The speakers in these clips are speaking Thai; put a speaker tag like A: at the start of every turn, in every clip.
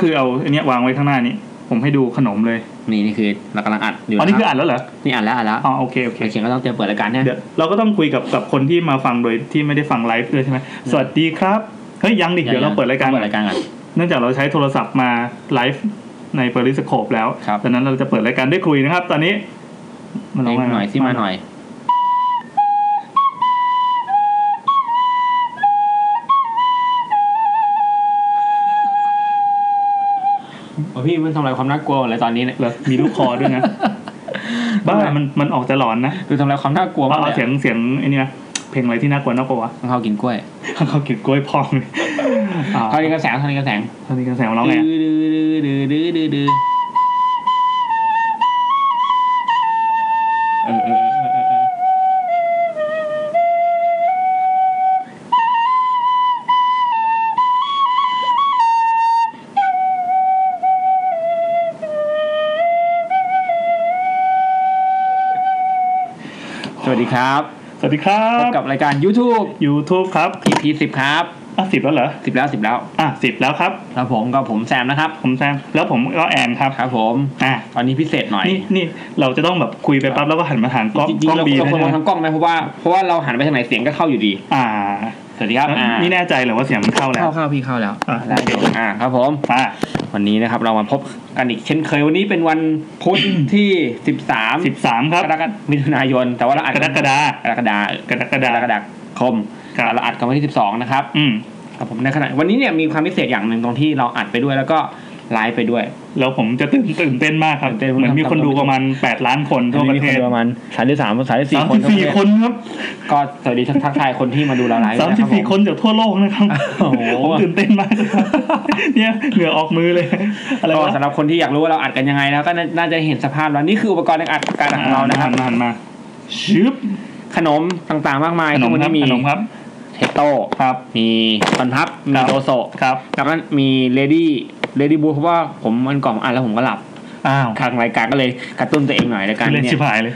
A: คือเอาอันเนี้ยวางไว้ข้างหน้านี้ ผมให้ดูขนมเลย
B: นี่นี่คือเรากำลังอัดอยู่
A: อ๋อนี่คือ
B: รับ
A: อ่านแล้วเหรอ
B: นี่อัดแล้วอัดแล้ว
A: อ๋อโอเคโอเค
B: เขียนก็ต้องเตรียมเปิดรายการเนี่ย
A: เดี๋ยวเราก็ต้องคุยกับกับคนที่มาฟังโดยที่ไม่ได้ฟังไลฟ์ด้วยใช่ไหมสวัสดีครับ เฮ้ยยังดิเดี๋ยวเราเปิดรายการ
B: เปิ
A: ก่อ
B: ด
A: น
B: รายการก่อน
A: เนื่องจากเราใช้โทรศัพท์มาไลฟ์ในเปอริสโคปแล้ว
B: ครับ
A: ดังนั้นเราจะเปิดรายการด้วยคุยนะครับ ตอนนี้
B: เร่งหน่อยสิมาหน่อย โอ้พี่มันทำลายความน่ากลัวเลยตอนนี้เนี่ย
A: เหรอมีลูกคอ ด้วยนะ บ้ามันมันออกจะหลอนนะ
B: คือทำลายความน่ากลัว
A: เอา
B: มาก
A: เอา
B: เลย
A: เสียงเสียงไอ้นี่นะเพลงอะไรที่น่ากลัวน่ากลัววะ
B: เขากินกล้วย
A: เขากินกล้วยพองเลยอ่า
B: เท่านี้กระแสงเท่านี้กระแสง
A: ตอนนี้กระแสของเราไง
B: ดื้อดื้อดื้อดื้อดื้อดื้อ
A: เออเออเออเออเออ
B: สวัสดีครับ
A: สวัสดีครั
B: พบบ กับรายการ YouTube
A: YouTube ครับ
B: EP สิบครับ
A: อ่ะสิบแล้วเหรอ
B: สิบแล้วสิบแล้ว
A: อ่ะสิบแล้วครับ
B: แล้วผมก็ผมแซมนะครับ
A: ผมแซมแล้วผมก็แอนครับ
B: ครับผม
A: อ่ะ
B: ตอนนี้พิเศษหน่อย
A: นี่นี่เราจะต้องแบบคุยไปปั๊บแล้วก็หันมาทางกล้อง
B: จริง
A: กล้
B: ๆ
A: อง
B: เรา
A: บี
B: เรา
A: นะ
B: ควรมอง
A: ฮะ
B: ทางกล้องไหมเพราะว่าเพราะว่าเราหันไปทางไหนเสียงก็เข้าอยู่ดี
A: อ่า
B: สวัสดีครับอ่า
A: นี่แน่ใจเหรอว่าเสียงมันเข้าแล้ว
B: เข้าเข้าพี่เข้าแล้ว
A: อ่ะ
B: ได้อยู่อ่าครับผม
A: อ่า
B: วันนี้นะครับเรามาพบกันอีกเช่นเคยวันนี้เป็นวันพุธ ที่ 13
A: สิบสามค
B: ก
A: รับ
B: รกฎาคมมิถุนายน แต่ว่าเราอัด
A: กรกฎาก
B: รกฎาคม
A: กรก
B: ก
A: ฎาร
B: กฎาคม
A: ครับ
B: เราอัดกันวันที่ 12 นะครับ
A: อืม
B: กับผมในขณะวันนี้เนี่ยมีความพิเศษอย่างหนึ่งตรงที่เราอัดไปด้วยแล้วก็ไลฟ์ไปด้วย
A: แล้วผมจะตื่นตื่นเต้นมากครับ
B: ตื่นเต้น
A: เหมือนมี
B: ครับ
A: คนดูประมาณแปดล้านคนทั่วประเทศ
B: มีคนดูประมาณ33
A: สาม
B: 34ค
A: สิ
B: น
A: บ
B: ทั่วประ
A: สี่
B: เทศ
A: คนครับ
B: ก็สวัสดีทักทายคนที่มาดูเราไลฟ์
A: สาม
B: นะค
A: สิ
B: รั
A: บบ
B: ผ
A: สี่
B: ม
A: คนจากทั่วโลกนะครับ
B: โอ้โห
A: ผมตื่นเต้นมากเลยครับเนี่ยเหงื่อออกมือเลยอะไร
B: ก็
A: วะ
B: สำหรับคนที่อยากรู้ว่าเราอัดกันยังไงนะก็น่าน่าจะเห็นสภาพแล้วนี่คืออุปกรณ์ในการอัดการอัดของเรานะครับ
A: หันมาชืบ
B: ขนมต่างๆมากมาย
A: ขน
B: ซึ่
A: ม
B: งวั
A: ครับ
B: มี
A: ขนมครับ
B: เทปโต้
A: ครับ
B: มีตอนพับ
A: ครั
B: มี
A: บ
B: โดโซะ
A: ครับ
B: แล้วก็มีเลดี้เลดี้บูเพราะว่าผมมันกล่องอ่านแล้วผมก็หลับ
A: อ้าว
B: ทางรายการก็เลยกระตุ้นตัวเองหน่อยในการ
A: เล่น
B: เนี่
A: ชิบ
B: ย
A: หายเลย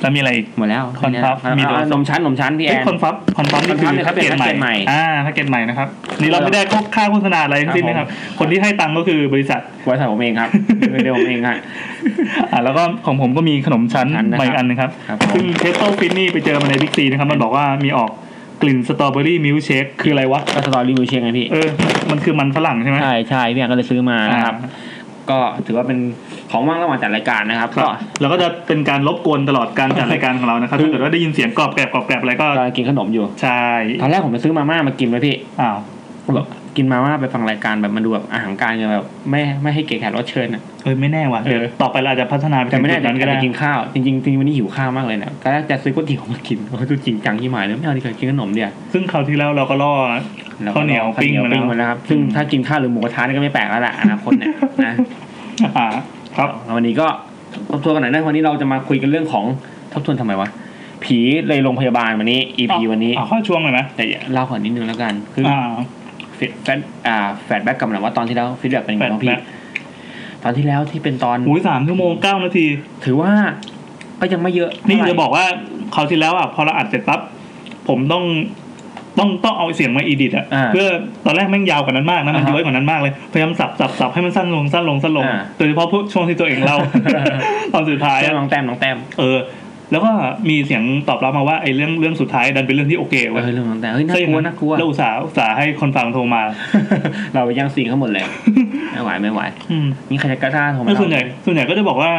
A: แล้วมีอะไรอีก
B: หมดแล้ว
A: คอนพับมี
B: มี
A: โด
B: โด
A: โซะ
B: นมชั้นนมชั้นพี่แอ
A: เอ้ย
B: น
A: คอนฟับคอนฟับนี่คือ
B: คอนฟับเนี่ยครับ
A: แพ็กเกจ
B: เป็
A: ให
B: นแพ็กเกจใหม่
A: ม่อ่าแพ็กเกจใหม่นะครับนี่เราไม่ได้ค่าโฆษณาอะไรทั้งสิ้นนะครับ คนที่ให้ตังค์ก็คือบริษัท
B: บริษัทผมเองครับเป็นเดียวผมเองครับ
A: อ่าแล้วก็ของผมก็มีขนมชั้น
B: ชั้นนะครับ
A: ใหม่อันหนึงครับ
B: ครับผม
A: ซึ่งเทสโต้ฟินนี่ไปเจอมาในบิ๊กซีนะครับ มันบอกว่ามีออกกลิ่นสตรอเบอรี่มิลเชคคืออะไรวะ
B: ก็สตอรี่วิวเชียงไงพี่
A: เออ มันคือมันฝรั่งใช่ไหม
B: ใช่ใช่พี่แอนก็เลยซื้อมา
A: อ่า
B: นะครับ ก็ถือว่าเป็นของว่างระหว่างจัดรายการนะครับ
A: ครับ
B: ก็
A: แล้วก็จะเป็นการรบกวนตลอดการจัดรายการของเรานะครับ
B: คื
A: ถ้า
B: อ
A: เกิดว่าได้ยินเสียงกรอบแกรบกรอบแกรบอะไรก็
B: กำลังกินขนมอยู่
A: ใช่
B: ตอนแรกผมไปซื้อมาม่ามากินไว้พี่
A: อ้าว
B: แบบกินมาม่าไปฟังรายการแบบมันดูแบบอาหารการกันแบบไม่ไม่ให้เกะกะรถเชิญอ่ะ
A: เออไม่แน่ว่ะ
B: เออ
A: เดี๋ยวต่อไปเราอาจจะพัฒนาไป
B: แต่
A: ถึง
B: ไม่
A: จุ
B: แน่
A: ด
B: ใจ
A: นั้นก็
B: จะ
A: ได้
B: ไปกินข้าวจริงๆจริงวันนี้หิวข้าวมากเลยนะก็จะซื้อก๋วยเตี๋ยวมากินโอ้ยดูจริงจังที่หมายเลยไม่เอาดีกว่ากินขนมเดียว
A: ซึ่งคราวที่แล้วเราก็ล่อ
B: แล้ก็
A: ข้าวเหนียวปิ้ง
B: ข้าวเหนียว
A: มาแล้ว
B: ปิ้งมาแล้วครับซึ่งถ้ากินข้าวหรือหมูกระทะนี่ก็ไม่แปลกแล้วล่ะอนาคตเนี่ยนะ
A: อ่าครับ
B: แล้ววันนี้ก็ทบทวนกันหน่อยนะวันนี้เราจะมาคุยกันเรื่องของทบทวนทำไมวะผีในโรงพยาบาลวันนี้ EP วันนี้
A: อ่ะเข้าช่วงเลยไหม
B: แต่เล่าก่อนนิดนึงแล้วกันคืออ
A: อ่า
B: แฟดอ่าแฟดแบ็กกลับมาหน่อยว่าตอนที่แล้วฟีดแบ็กเป็นยังไงของพี่
A: feedback
B: ตอนที่แล้วที่เป็นตอน
A: อุ้ยสามชั่วโมงเก้านาที
B: ถือว่าก็ยังไม่เยอะ
A: นี่
B: เท่าไหร่
A: จะบอกว่าคราวที่แล้วอ่ะพอเราอัดเสร็จปั๊บผมต้องต้องต้องเอาเสียงมาอีดิตอ่ะ
B: า
A: เพื่อตอนแรกแม่งยาวกว่านั้นมากนะมัน
B: อ่าฮะ
A: ย้อยกว่านั้นมากเลยพยายามสับสับสับให้มันสั้นลงสั้นลงสั้นลง
B: อ่า
A: โดยเฉพาะพวกช่วงที่ตัวเอง เล่า
B: อ่า
A: ตอนสุดท้าย
B: แต้
A: อะ
B: มน้องแต้มน้องแต้ม
A: เออ แล้วก็มีเสียงตอบรับมาว่าไอ้เรื่องเรื่องสุดท้ายดันเป็นเรื่องที่โอเค
B: เอ
A: เว้ย
B: อเรื่องน้องแต้มเฮ้ยน่า
A: ใช่
B: กลัว
A: ไหม
B: น่ากลัว
A: แล้วอุตส่าห์อุตส่าห์ให้คนฟังโทรมา
B: เราไปย่างซีนเขา หมดเลยไม่ไหวไม่ไหว
A: อืม
B: มีใครจะกล้าท้าโทรมา
A: ไม่
B: เล่า
A: ส่วนใหญ่ส่วนใหญ่ก็จะบอกว่า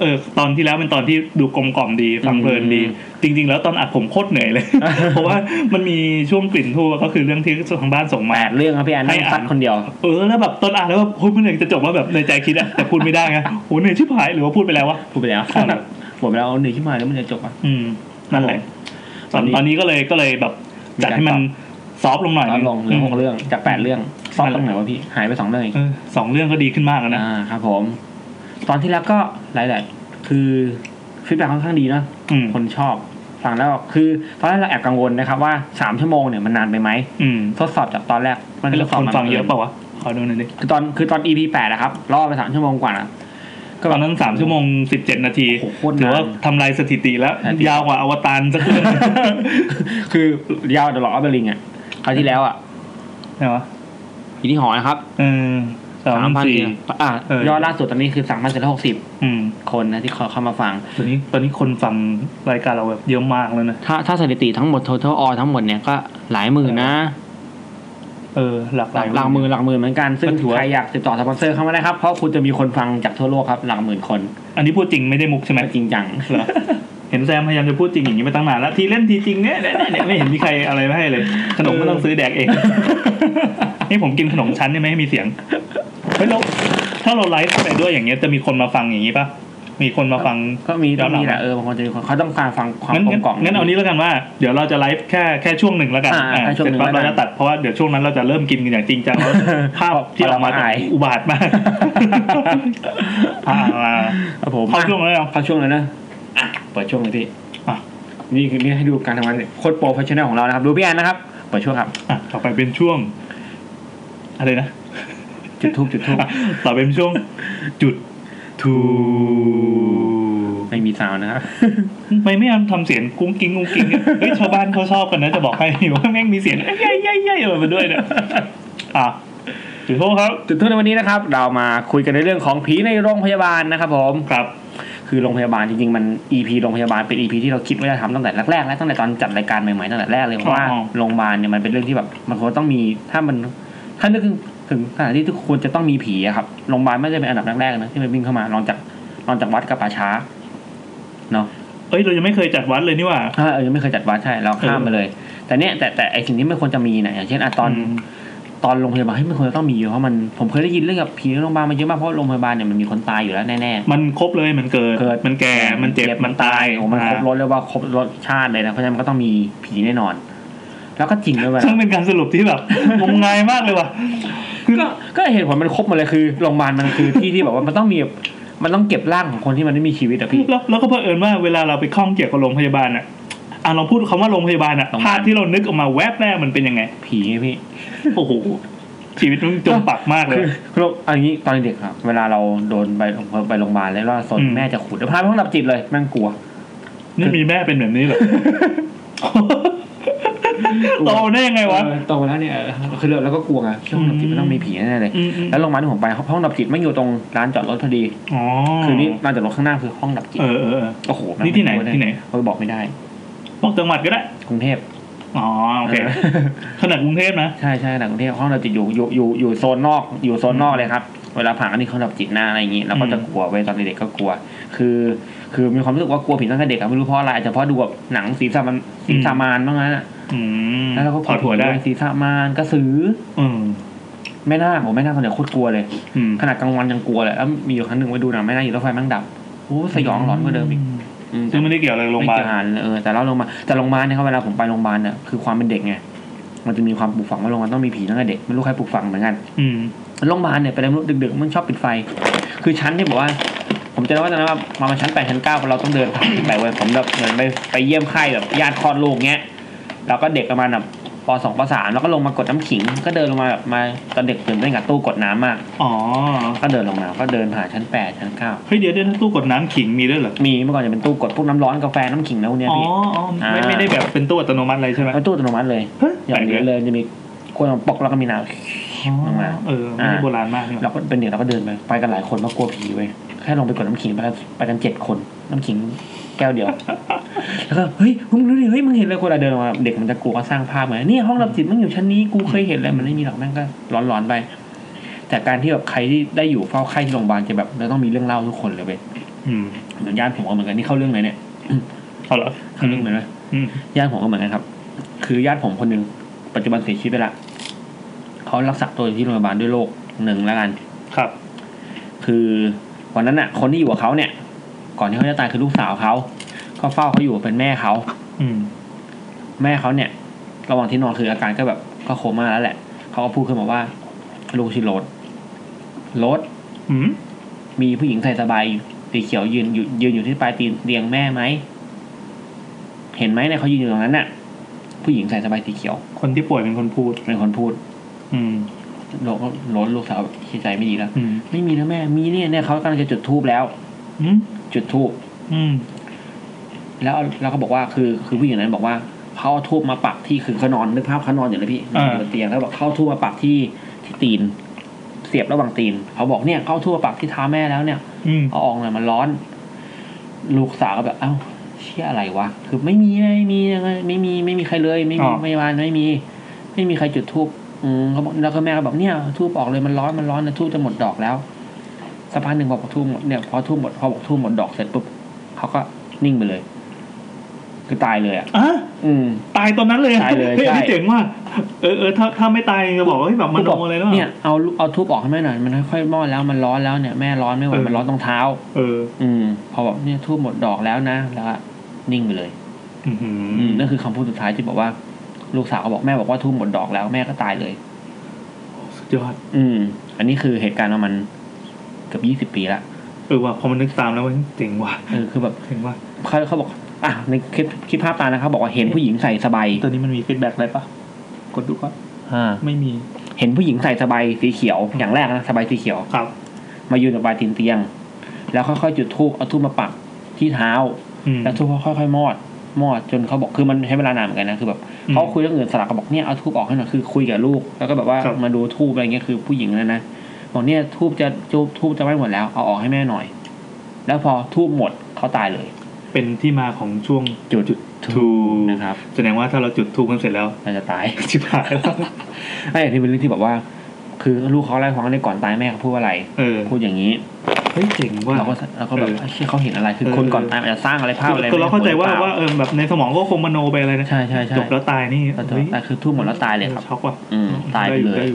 A: เออตอนที่แล้วเป็นตอนที่ดูกลมกล่อมดีฟังเพลินดี
B: อืม
A: จริง ๆ แล้วตอนอัดผมโคตรเหนื่อย เลย เพราะว่ามันมีช่วงกลิ่นทั่วก็คือเรื่องที่ทางบ้านส่ง
B: แป
A: มา
B: ดเรื่องครับพี่แอนนั่ง
A: ให้อ่าน
B: ซัดคนเดียว
A: เออแล้วแบบตอนอ่านแล้วแบบโอ้ยมันเหนื่อยจะจบว่าแบบในใจคิดอะแต่พูดไม่ได้ไงโอ้ยเหนื่อยชิบหายหรือว่าพูดไปแล้ววะ
B: พูดไปแล้ว
A: ครับ
B: หมดไปแล้วเอาหนึ่งที่มาแล้วมันจะจบอ่ะ
A: อืมนั่นแหละต
B: ต
A: อ
B: อน นนี้
A: ตอนนี้ก็เลยก็เลยแบบจัดให้มันซอฟต์ลงหน่อย
B: ลดลงเหลือหก
A: ม
B: เรื่องจากแปดเรื่องซ่อน
A: นั่
B: ตร
A: น
B: ง
A: แห
B: ไห
A: ละ
B: นวะพี่หายไปสองเรื่องเอง
A: เออสองเรื่องก็ดีขึ้นมากแล้วนะ
B: อ่าครับผม ตอนที่แล้วก็หลาย ๆ คือฟีดแบ็ค่อนข้างดีเนอะ
A: อืม
B: คนชอบฟังแล้วคือตอนแรกเราแอบกังวลนะครับว่าสามชั่วโมงเนี่ยมันนานไปไหม
A: อืม
B: ทดสอบจากตอนแรกมัน
A: แล้วคนฟังเยอะ
B: ปะ
A: เปล่าวะขอดูหน่อยดิ
B: คือตอนคือตอน EP แปดนะครับล่อไปสามชั่วโมงกว่านะก็
A: ต
B: แบ
A: อบ นนั้น สามชั่วโมงสิบเจ็ดนาที
B: โอ้โหโคตรนาน
A: ถือว่าทำลายสถิติแล้ว ยาวกว่าอวตารสักเรื่อง
B: คือยาวเดอะล็อกเบลิงอ่ะคราวที่แล้วอ่ะ
A: ไหนวะ
B: อยู่ที่หอนะครับ
A: เออสา
B: สามมพัน
A: สี่
B: อ่ะ
A: เออ
B: ยอดล่าสุดตอนนี้คือสามพันเจ็ดร้อยหกสิบ
A: อืม
B: คนนะที่เขาเข้ามาฟัง
A: ตอนนี้ตอนนี้คนฟังรายการเราแบบเยอะมากแล้วนะ
B: ถ้าถ้าสถิติทั้งหมด total all ทั้งหมดเนี่ยก็หลายหมื่นนะ
A: เออ หลากห
B: ห
A: ลา
B: ลั
A: ย
B: กหลักหมื่นหลักหมื่นเหมือนกัน ซึ่
A: ก็
B: ง
A: ถือว่า
B: ใครอยากติดต่อสปอนเซอร์เข้ามาได้ครับ เพราะคุณจะมีคนฟังจากทั่วโลกครับ หลักหมื่นคน
A: อันนี้พูดจริงไม่ได้มุกใช่ไหม
B: จริงจัง
A: เหรอเห็นแซมพยายามจะพูดจริงอย่างนี้มาตั้งนานแล้วทีเล่นทีจริงเนี่ยเนี่ยเนี่ยไม่เห็นมีใครอะไรมาให้เลย ขนมก็ต้องซื้อแดกเอง นี่ผมกินขนมชั้นเนี่ยไม่ให้มีเสียงเฮ้ยเราถ้าเราไลฟ์ไปด้วยอย่างเงี้ยจะมีคนมาฟังอย่างนี้ปะมีคนมาฟัง
B: ก็มี
A: ย้
B: ต้
A: อ
B: อน ง
A: หลัง
B: มีแหละเออบางคนจะมีคนเขาต้องการฟังความ
A: งั้น
B: กล
A: งั้
B: ม
A: น
B: กล่อม
A: งั้นเอานี้แล้วกันว่าเดี๋ยวเราจะไลฟ์แค่แค่ช่วงหนึ่งแล้วกัน
B: อ่าแค่ช่วงหนึ่ง
A: เสร็จปั๊บ
B: แล้
A: เรา
B: วกัน
A: จะตัดเพราะว่าเดี๋ยวช่วงนั้นเราจะเริ่มกินกันอย่างจริงจังแล้วภาพที่ออกมา
B: เราอาย
A: อุบาทมากอ่า
B: ครับผม
A: เข้าช่วงแล้วเหรอ
B: เข้าช่วงเลยนะอ่ะเปิดช่วงเลยพี่
A: อ่ะ
B: นี่คือนี่ให้ดูการทำงานโคตรโปรเฟชชั่นแนลของเรานะครับ ดูพี่แอนนะครับเปิดช่วงครับ
A: อ่ะต่อไปเป็นช่วงอะไรนะ
B: จุดทูบจุดทูบ
A: อ่ะต่อเป็นช่วงจุดทู
B: ไม่มีซาวน์นะครับ
A: ไม่ไม่ทำทำเสียงกุ้งกิ้งกุ้งกิ้งเนี่ยเฮ้ยชาวบ้านเขาชอบกันนะจะบอกให้ว่าแม่งมีเสียงเอ้ยเย้ยเย้ยเย้ยอะไรมาด้วยเนี่ยอ่ะจุดทูครับ
B: จุดทูบในวันนี้นะครับ เรามาคุยกันในเรื่องของผีในโรงพยาบาลนะครับผม
A: ครับ
B: คือโรงพยาบาลจริงๆมัน EP โรงพยาบาลเป็น EP ที่เราคิดว่าจะทำตั้งแต่แรกๆและตั้งแต่ตอนจัดรายการใหม่ๆตั้งแต่แรกเลยเพราะว่าโรงพยาบาลเนี่ยมันเป็นเรื่องที่แบบมันควรต้องมีถ้ามันถ้านึกถึงถึงสถานที่ที่ควรจะต้องมีผีอะครับโรงพยาบาลไม่ได้เป็นอันดับแรกๆนะที่มันวิ่งเข้ามาลองจากลองจากวัดกับป่าช้าเนาะ
A: เอ้ยเรายังไม่เคยจัดวัดเลยนี่หว่า
B: อ่าเออยังไม่เคยจัดวัดใช่เราข้ามไปเลย แต่เนี่ยแต่แต่ไอสิ่งที่ไม่ควรจะมีนะอย่างเช่นอะตอน ตอนโรงพยาบาลเฮ้ยมันควรจะต้องมีอยู่เพราะมันผมเคยได้ยินเรื่องกับผีในโรงพยาบาลมาเยอะมากเพราะโรงพยาบาลเนี่ยมันมีคนตายอยู่แล้วแน่ๆ
A: มันครบเลยมันเกิด
B: เกิด
A: มันแก่มันเจ็บมันตาย
B: โอ้มันครบรสเรียกว่าครบรสชาติเลยนะ เพราะฉะนั้นมันก็ต้องมีผีแน่นอน แล้วก็จริงด้วยเว
A: อ่ะ
B: ลา
A: ซึ่งเป็นการสรุปที่ แบบงมงายมากเลยว่ะคือ
B: ก็ก็เห็นผลมันครบหมาเลยคือโรงพยาบาลมันคือที่ที่แบบว่ามันต้องมีแบบมันต้องเก็บร่างของคนที่มันไม่มีชีวิตอะพี่
A: แล้วแล้วก็เผอิญว่าเวลาเราไปคล้องเกี่ยวกับโรงพยาบาลอ่ะอ่ะเราพูดคำว่าโรงพยาบาลอ่ะ
B: โรงพยาบาล
A: ภาพที่เรานึกออกมาแวบแรกมันเป็นยังไง
B: ผีไงพี่
A: โอ้โหชีวิตมันจมปักมากเลย
B: คือคือเอันนี้ตอนเด็กครับ เวลาเราโดนไปไปโรงพยาบาลแล้วเราโซน
A: อืม
B: แม่จะขู่จะพาไปห้องดับจิตเลยแม่งกลัว
A: นี่มีแม่เป็นแบบนี้เหรอ โตได้ยังไงวะ
B: เออโตแล้วเนี่ยเออคือเราแล้วก็กลัวไงห้องดับจิตมันต้องมีผีแน่ๆเลย
A: อืมอืม
B: แล้วโรงพยาบาลที่ผมไปห้องดับจิตไม่งอยู่ตรงร้านจอดรถพอดี
A: อ๋อ
B: คือนี่ร้านจอดรถข้างหน้าคือห้องดับจิต
A: เออเออเออ
B: โอ้โหมั
A: นี่ที่ไหน
B: ม่รู้ด้
A: ที่ไหน
B: เออบอกไม่ได้
A: บอกจังหวัดก็ได้
B: กรุงเทพ
A: อ๋อโอเค
B: เออ
A: ขนาดกรุงเทพนะ
B: ใช่ใช่หนังกรุงเทพห้องเราจะอยู่อยู่อยู่อยู่โซนนอก อยู่โซนนอกเลยครับ เวลาผ่านอันนี้เขาดับจิตหน้าอะไรอย่างงี้เราก็จะกลัวเว้ยตอนเด็กๆก็กลัว คือ คือมีความรู้สึกว่ากลัวผีตั้งแต่เด็กอะไม่รู้เพราะอะไรอาจจะเพราะดูแบบหนังสีสามันสีสามานบ้างนั้นอะ
A: อืม
B: แล้วเราก็
A: ถอดหัวได้
B: สีสามานกระสือ
A: อืม
B: แม่นาคผมแม่นาคตอนเด็กโคตรกลัวเลย
A: อืม
B: ขนาดกลางวันยังกลัวเลยแล้วมีอยู่ครั้งหนึ่งไปดูหนังแม่นาคอยู่รถไฟแม่งดับโอ้สยองหลอนกว่าเดิมอีกอืม
A: ซึ่งไม่ได้เกี่ยวอะไรกับโรงพยาบาล
B: ไม่เกี่ยวกันเออแต่เราโรงพยาบาลแต่โรงพยาบาลเนี่ยครับเวลาผมไปโรงพยาบาลเนี่ยคือความเป็นเด็กไงมันจะมีความปลูกฝังว่าโรงพยาบาลต้องมีผีตั้งแต่เด็กไม่รู้ใครปลูกฝังเหมือนกัน
A: อืม
B: โรงพยาบาลเนี่ยไปเรื่อยดึกๆมันชอบปิดไฟ คือชั้นที่บอกว่า ผมจะเล่าว่าตอนนั้นว่าประมาณชั้นแปดชั้นเก้าเราต้องเดินผ่านขึ้นไปเว้ยผมแบบเหมือนไปไปเยี่ยมไข้แบบญาติคลอดลูกเงี้ยเราก็เด็กประมาณแบบปสองปสามแล้วก็ลงมากดน้ำขิง ก็เดินลงมาแบบมาตอนเด็กตื่นเต้นกับตู้กดน้ำมาก
A: อ๋อ
B: ก็เดินลงมาก็เดินผ่านชั้นแปดชั้นเก้า
A: เฮ้ยเดี๋ยวเดี๋ยวนะตู้กดน้ำขิงมีด้วยเหรอ
B: มีเมื่อก่อนจะเป็นตู้กดพวกน้ำร้อนกาแฟน้ำขิงแล้วกเนี้ย
A: อ๋อ
B: พี่
A: อ๋อไม่
B: อ่า
A: ไม่ได้แบบเป็นตู้อัตโนมัติอะไรใช่ไหม
B: เป็นตู้อัตโนมัติเลย
A: เฮ้ย
B: อย่า
A: แปล
B: ง
A: ก
B: นี้
A: เลย
B: เลยจะมีคนมาปอกแล้วก็มีน้ ลงมา
A: เออไม่ได้
B: อ่า
A: โบราณมาก
B: ำ
A: เนาะ
B: เราก็เป็นเด็กเราก็เดินไปไปกันหลายคนเพราะกลัวผีเว้ยแค่ลงไปกดน้ำขิงไปกันไปกันเจ็ดคนน้ำขิงแก้วเดียว แล้วก็เฮ้ยมึงรู้ดิเฮ้ยมึงเห็นเลยคนเราเดินออกมาเด็กมันจะกลัวก็สร้างภาพไงนี่ห้องรับจิตมึงอยู่ชั้นนี้กูเคยเห็นเลยมันไม่มีหรอกแม่งก็ร้อนๆไป แต่การที่แบบใครที่ได้อยู่เฝ้าไข้ที่โรงพยาบาลจะแบบเราต้องมีเรื่องเล่าทุกคนเลยเว้ย
A: อืม
B: เหมือนญาติผมก็เหมือนกันนี่เข้าเรื่องไหนเนี่ย
A: เอาเหรอ
B: เข้าเรื่องไหนไหม
A: อืม
B: ญาติผมก็เหมือนกันครับ คือญาติผมคนหนึ่งปัจจุบันเสียชีวิตไปละเขารักษาตัวอยู่ที่โรงพยาบาลด้วยโรคหนึ่งแล้วกัน
A: ครับ
B: คือวันนั้นน่ะ คนที่อยู่กับเขาเนี่ย ก่อนที่เขาจะตายคือลูกสาวเขาก็เฝ้าเขาอยู่เป็นแม่เขา
A: อืม
B: แม่เขาเนี่ยระหว่างที่นอนคืออาการก็แบบก็โคม่าแล้วแหละเขาก็พูดขึ้นมาว่าลูกชื่อโรสโรส
A: อืม
B: มีผู้หญิงใส่สบายสีเขียวยืนอยู่ยืนอยู่ที่ปลายตีนเตียงแม่ไหมเห็นไหมเนี่ยเขายืนอยู่ตรงนั้นน่ะ ผู้หญิงใส่สบายสีเขียว
A: คนที่ป่วยเป็นคนพูด
B: เป็นคนพูด
A: อืม
B: โรสก็โรสลูกสาวคิดใจไม่ดีแล้ว
A: อืม
B: ไม่มีนะแม่มีเนี่ยเนี่ยเขากำลังจะจุดทูบแล้ว
A: อืม
B: จุดทูบ
A: อืม
B: แล้วเราก็บอกว่าคือคือผู้หญิงนั้นบอกว่าเขาเอาทูบมาปักที่คือเขานอนนึกภาพเขานอนอยู่เลยพี่นอนอยู่บนเตียงแล้วบอกเขาเอาทูบมาปักที่ที่ ที่ตีน เสียบระหว่างตีน เขาบอกเนี่ยเข้าทั่วปากที่เท้าแม่แล้วเนี่ย
A: อืม
B: เอาออกหน่อยมันร้อน ลูกสาวก็แบบเอ้าเชี่ยอะไรวะคือไม่มีไม่มีไม่มีไม่มีใครเลย ไม่มีไม่มาไม่มี ไม่มีใครจุดทูบอืมเขาบอกแล้วก็แม่ก็บอกเนี่ยทูบออกเลยมันร้อนมันร้อนนะทูบจะหมดดอกแล้วสักพักหนึ่งพอบอกทูบหมดเนี่ยพอทูบหมดพอบอกทูบหมดดอกเสร็จปุ๊บเขาก็นิ่งไปเลย คือตายเลยอ่ะ
A: อ่ะ
B: อืม
A: ตายตอนนั้นเลย
B: ตายเลย
A: ฮ้
B: ใช่
A: อันนี้เจ๋งว่ะเออเออถ้าถ้าไม่ตายจะบอกว่าเฮ้ยแบบมันโดนอะไรหรือเปล่า
B: เนี่ยเอาลูกเอาทูบออกให้แม่หน่อยมันค่อยๆมอดแล้วมันร้อนแล้วเนี่ยแม่ร้อนไม่ไหว
A: เออ
B: มันร้อนตรงเท้า
A: เออ
B: อืม พอบอกเนี่ยทูบหมดดอกแล้วนะแล้วก็นิ่งไปเลย
A: อื้อหือ
B: อืมนั่นคือคำพูดสุดท้ายที่บอกว่า ลูกสาวก็บอกแม่บอกว่าทุ่มหมดดอกแล้วแม่ก็ตายเลย
A: สุดยอด
B: อืม อันนี้คือเหตุการณ์ประมาณเกือบยี่สิบ20 ปีละ
A: เออว่ะพอมันนึกตามแล้วมันเจ๋งว่ะ
B: เออคือแบบ
A: เจ๋งว่ะ
B: เขาเขาบอก อ่ะในคลิปคลิปภาพตามนะครับบอกว่าเห็นผู้หญิงใส่สบาย
A: ตัวนี้มันมีฟีดแบ็กอะไรปะกดดูก็
B: อ่า
A: ไม่มี
B: เห็นผู้หญิงใส่สบายสีเขียว อย่างแรกนะสบายสีเขียว
A: ครับ
B: มายืนกับปลายตีนเตียง แล้วค่อยๆจุดธูปเอาธูปมาปักที่เท้า
A: อืม
B: แล้วทูบค่อยๆมอด มอดจนเขาบอกคือมันใช้เวลานานเหมือนกันนะคือแบบ
A: อืม
B: เขาคุยเรื่องอื่นสลับก็บอกเนี่ยเอาทูบออกให้หน่อยคือคุยกับลูกแล้วก็แบบว่า
A: ครับ
B: มาดูทูบอะไรเงี้ยคือผู้หญิงนั่นนะบอกเนี่ยทูบจะทูบทูบจะไม่หมดแล้วเอาออกให้แม่หน่อย แล้วพอทูบหมดเขาตายเลย
A: เป็นที่มาของช่วง
B: จุด
A: ทู
B: นะครับ
A: แสดงว่าถ้าเราจุดทูกันเสร็จแล้ว
B: น่าจะตาย
A: ชิบหาย แล้ว
B: ไอ้ที่เป็นเรื่องที่แบบว่า คือลูกเขาไล่าให้ฟังในก่อนตายแม่เขาพูดว่าอะไร
A: เออ
B: พูดอย่างนี้
A: เฮ้ยเจ๋งว่ะ
B: เราก็เราก็แบบ
A: เออ
B: ไอ้เชี่ยเขาเห็นอะไรคือ
A: เออ
B: คนก่อนตายอาจจะสร้างอะไรภาพอะไร
A: คือเราเข้าใจว่า
B: หรือปล่
A: ว่าเออแบบในสมองก็คงมโนไปอะไรนะ
B: ใช่ใช่ใช่
A: จบแล้วตายนี่
B: แต่
A: เฮ้ย
B: แต่คือทูบหมดแล้วตายเลยครับ
A: ช็อกว่ะ
B: อืมตายไปเลย
A: ด้อ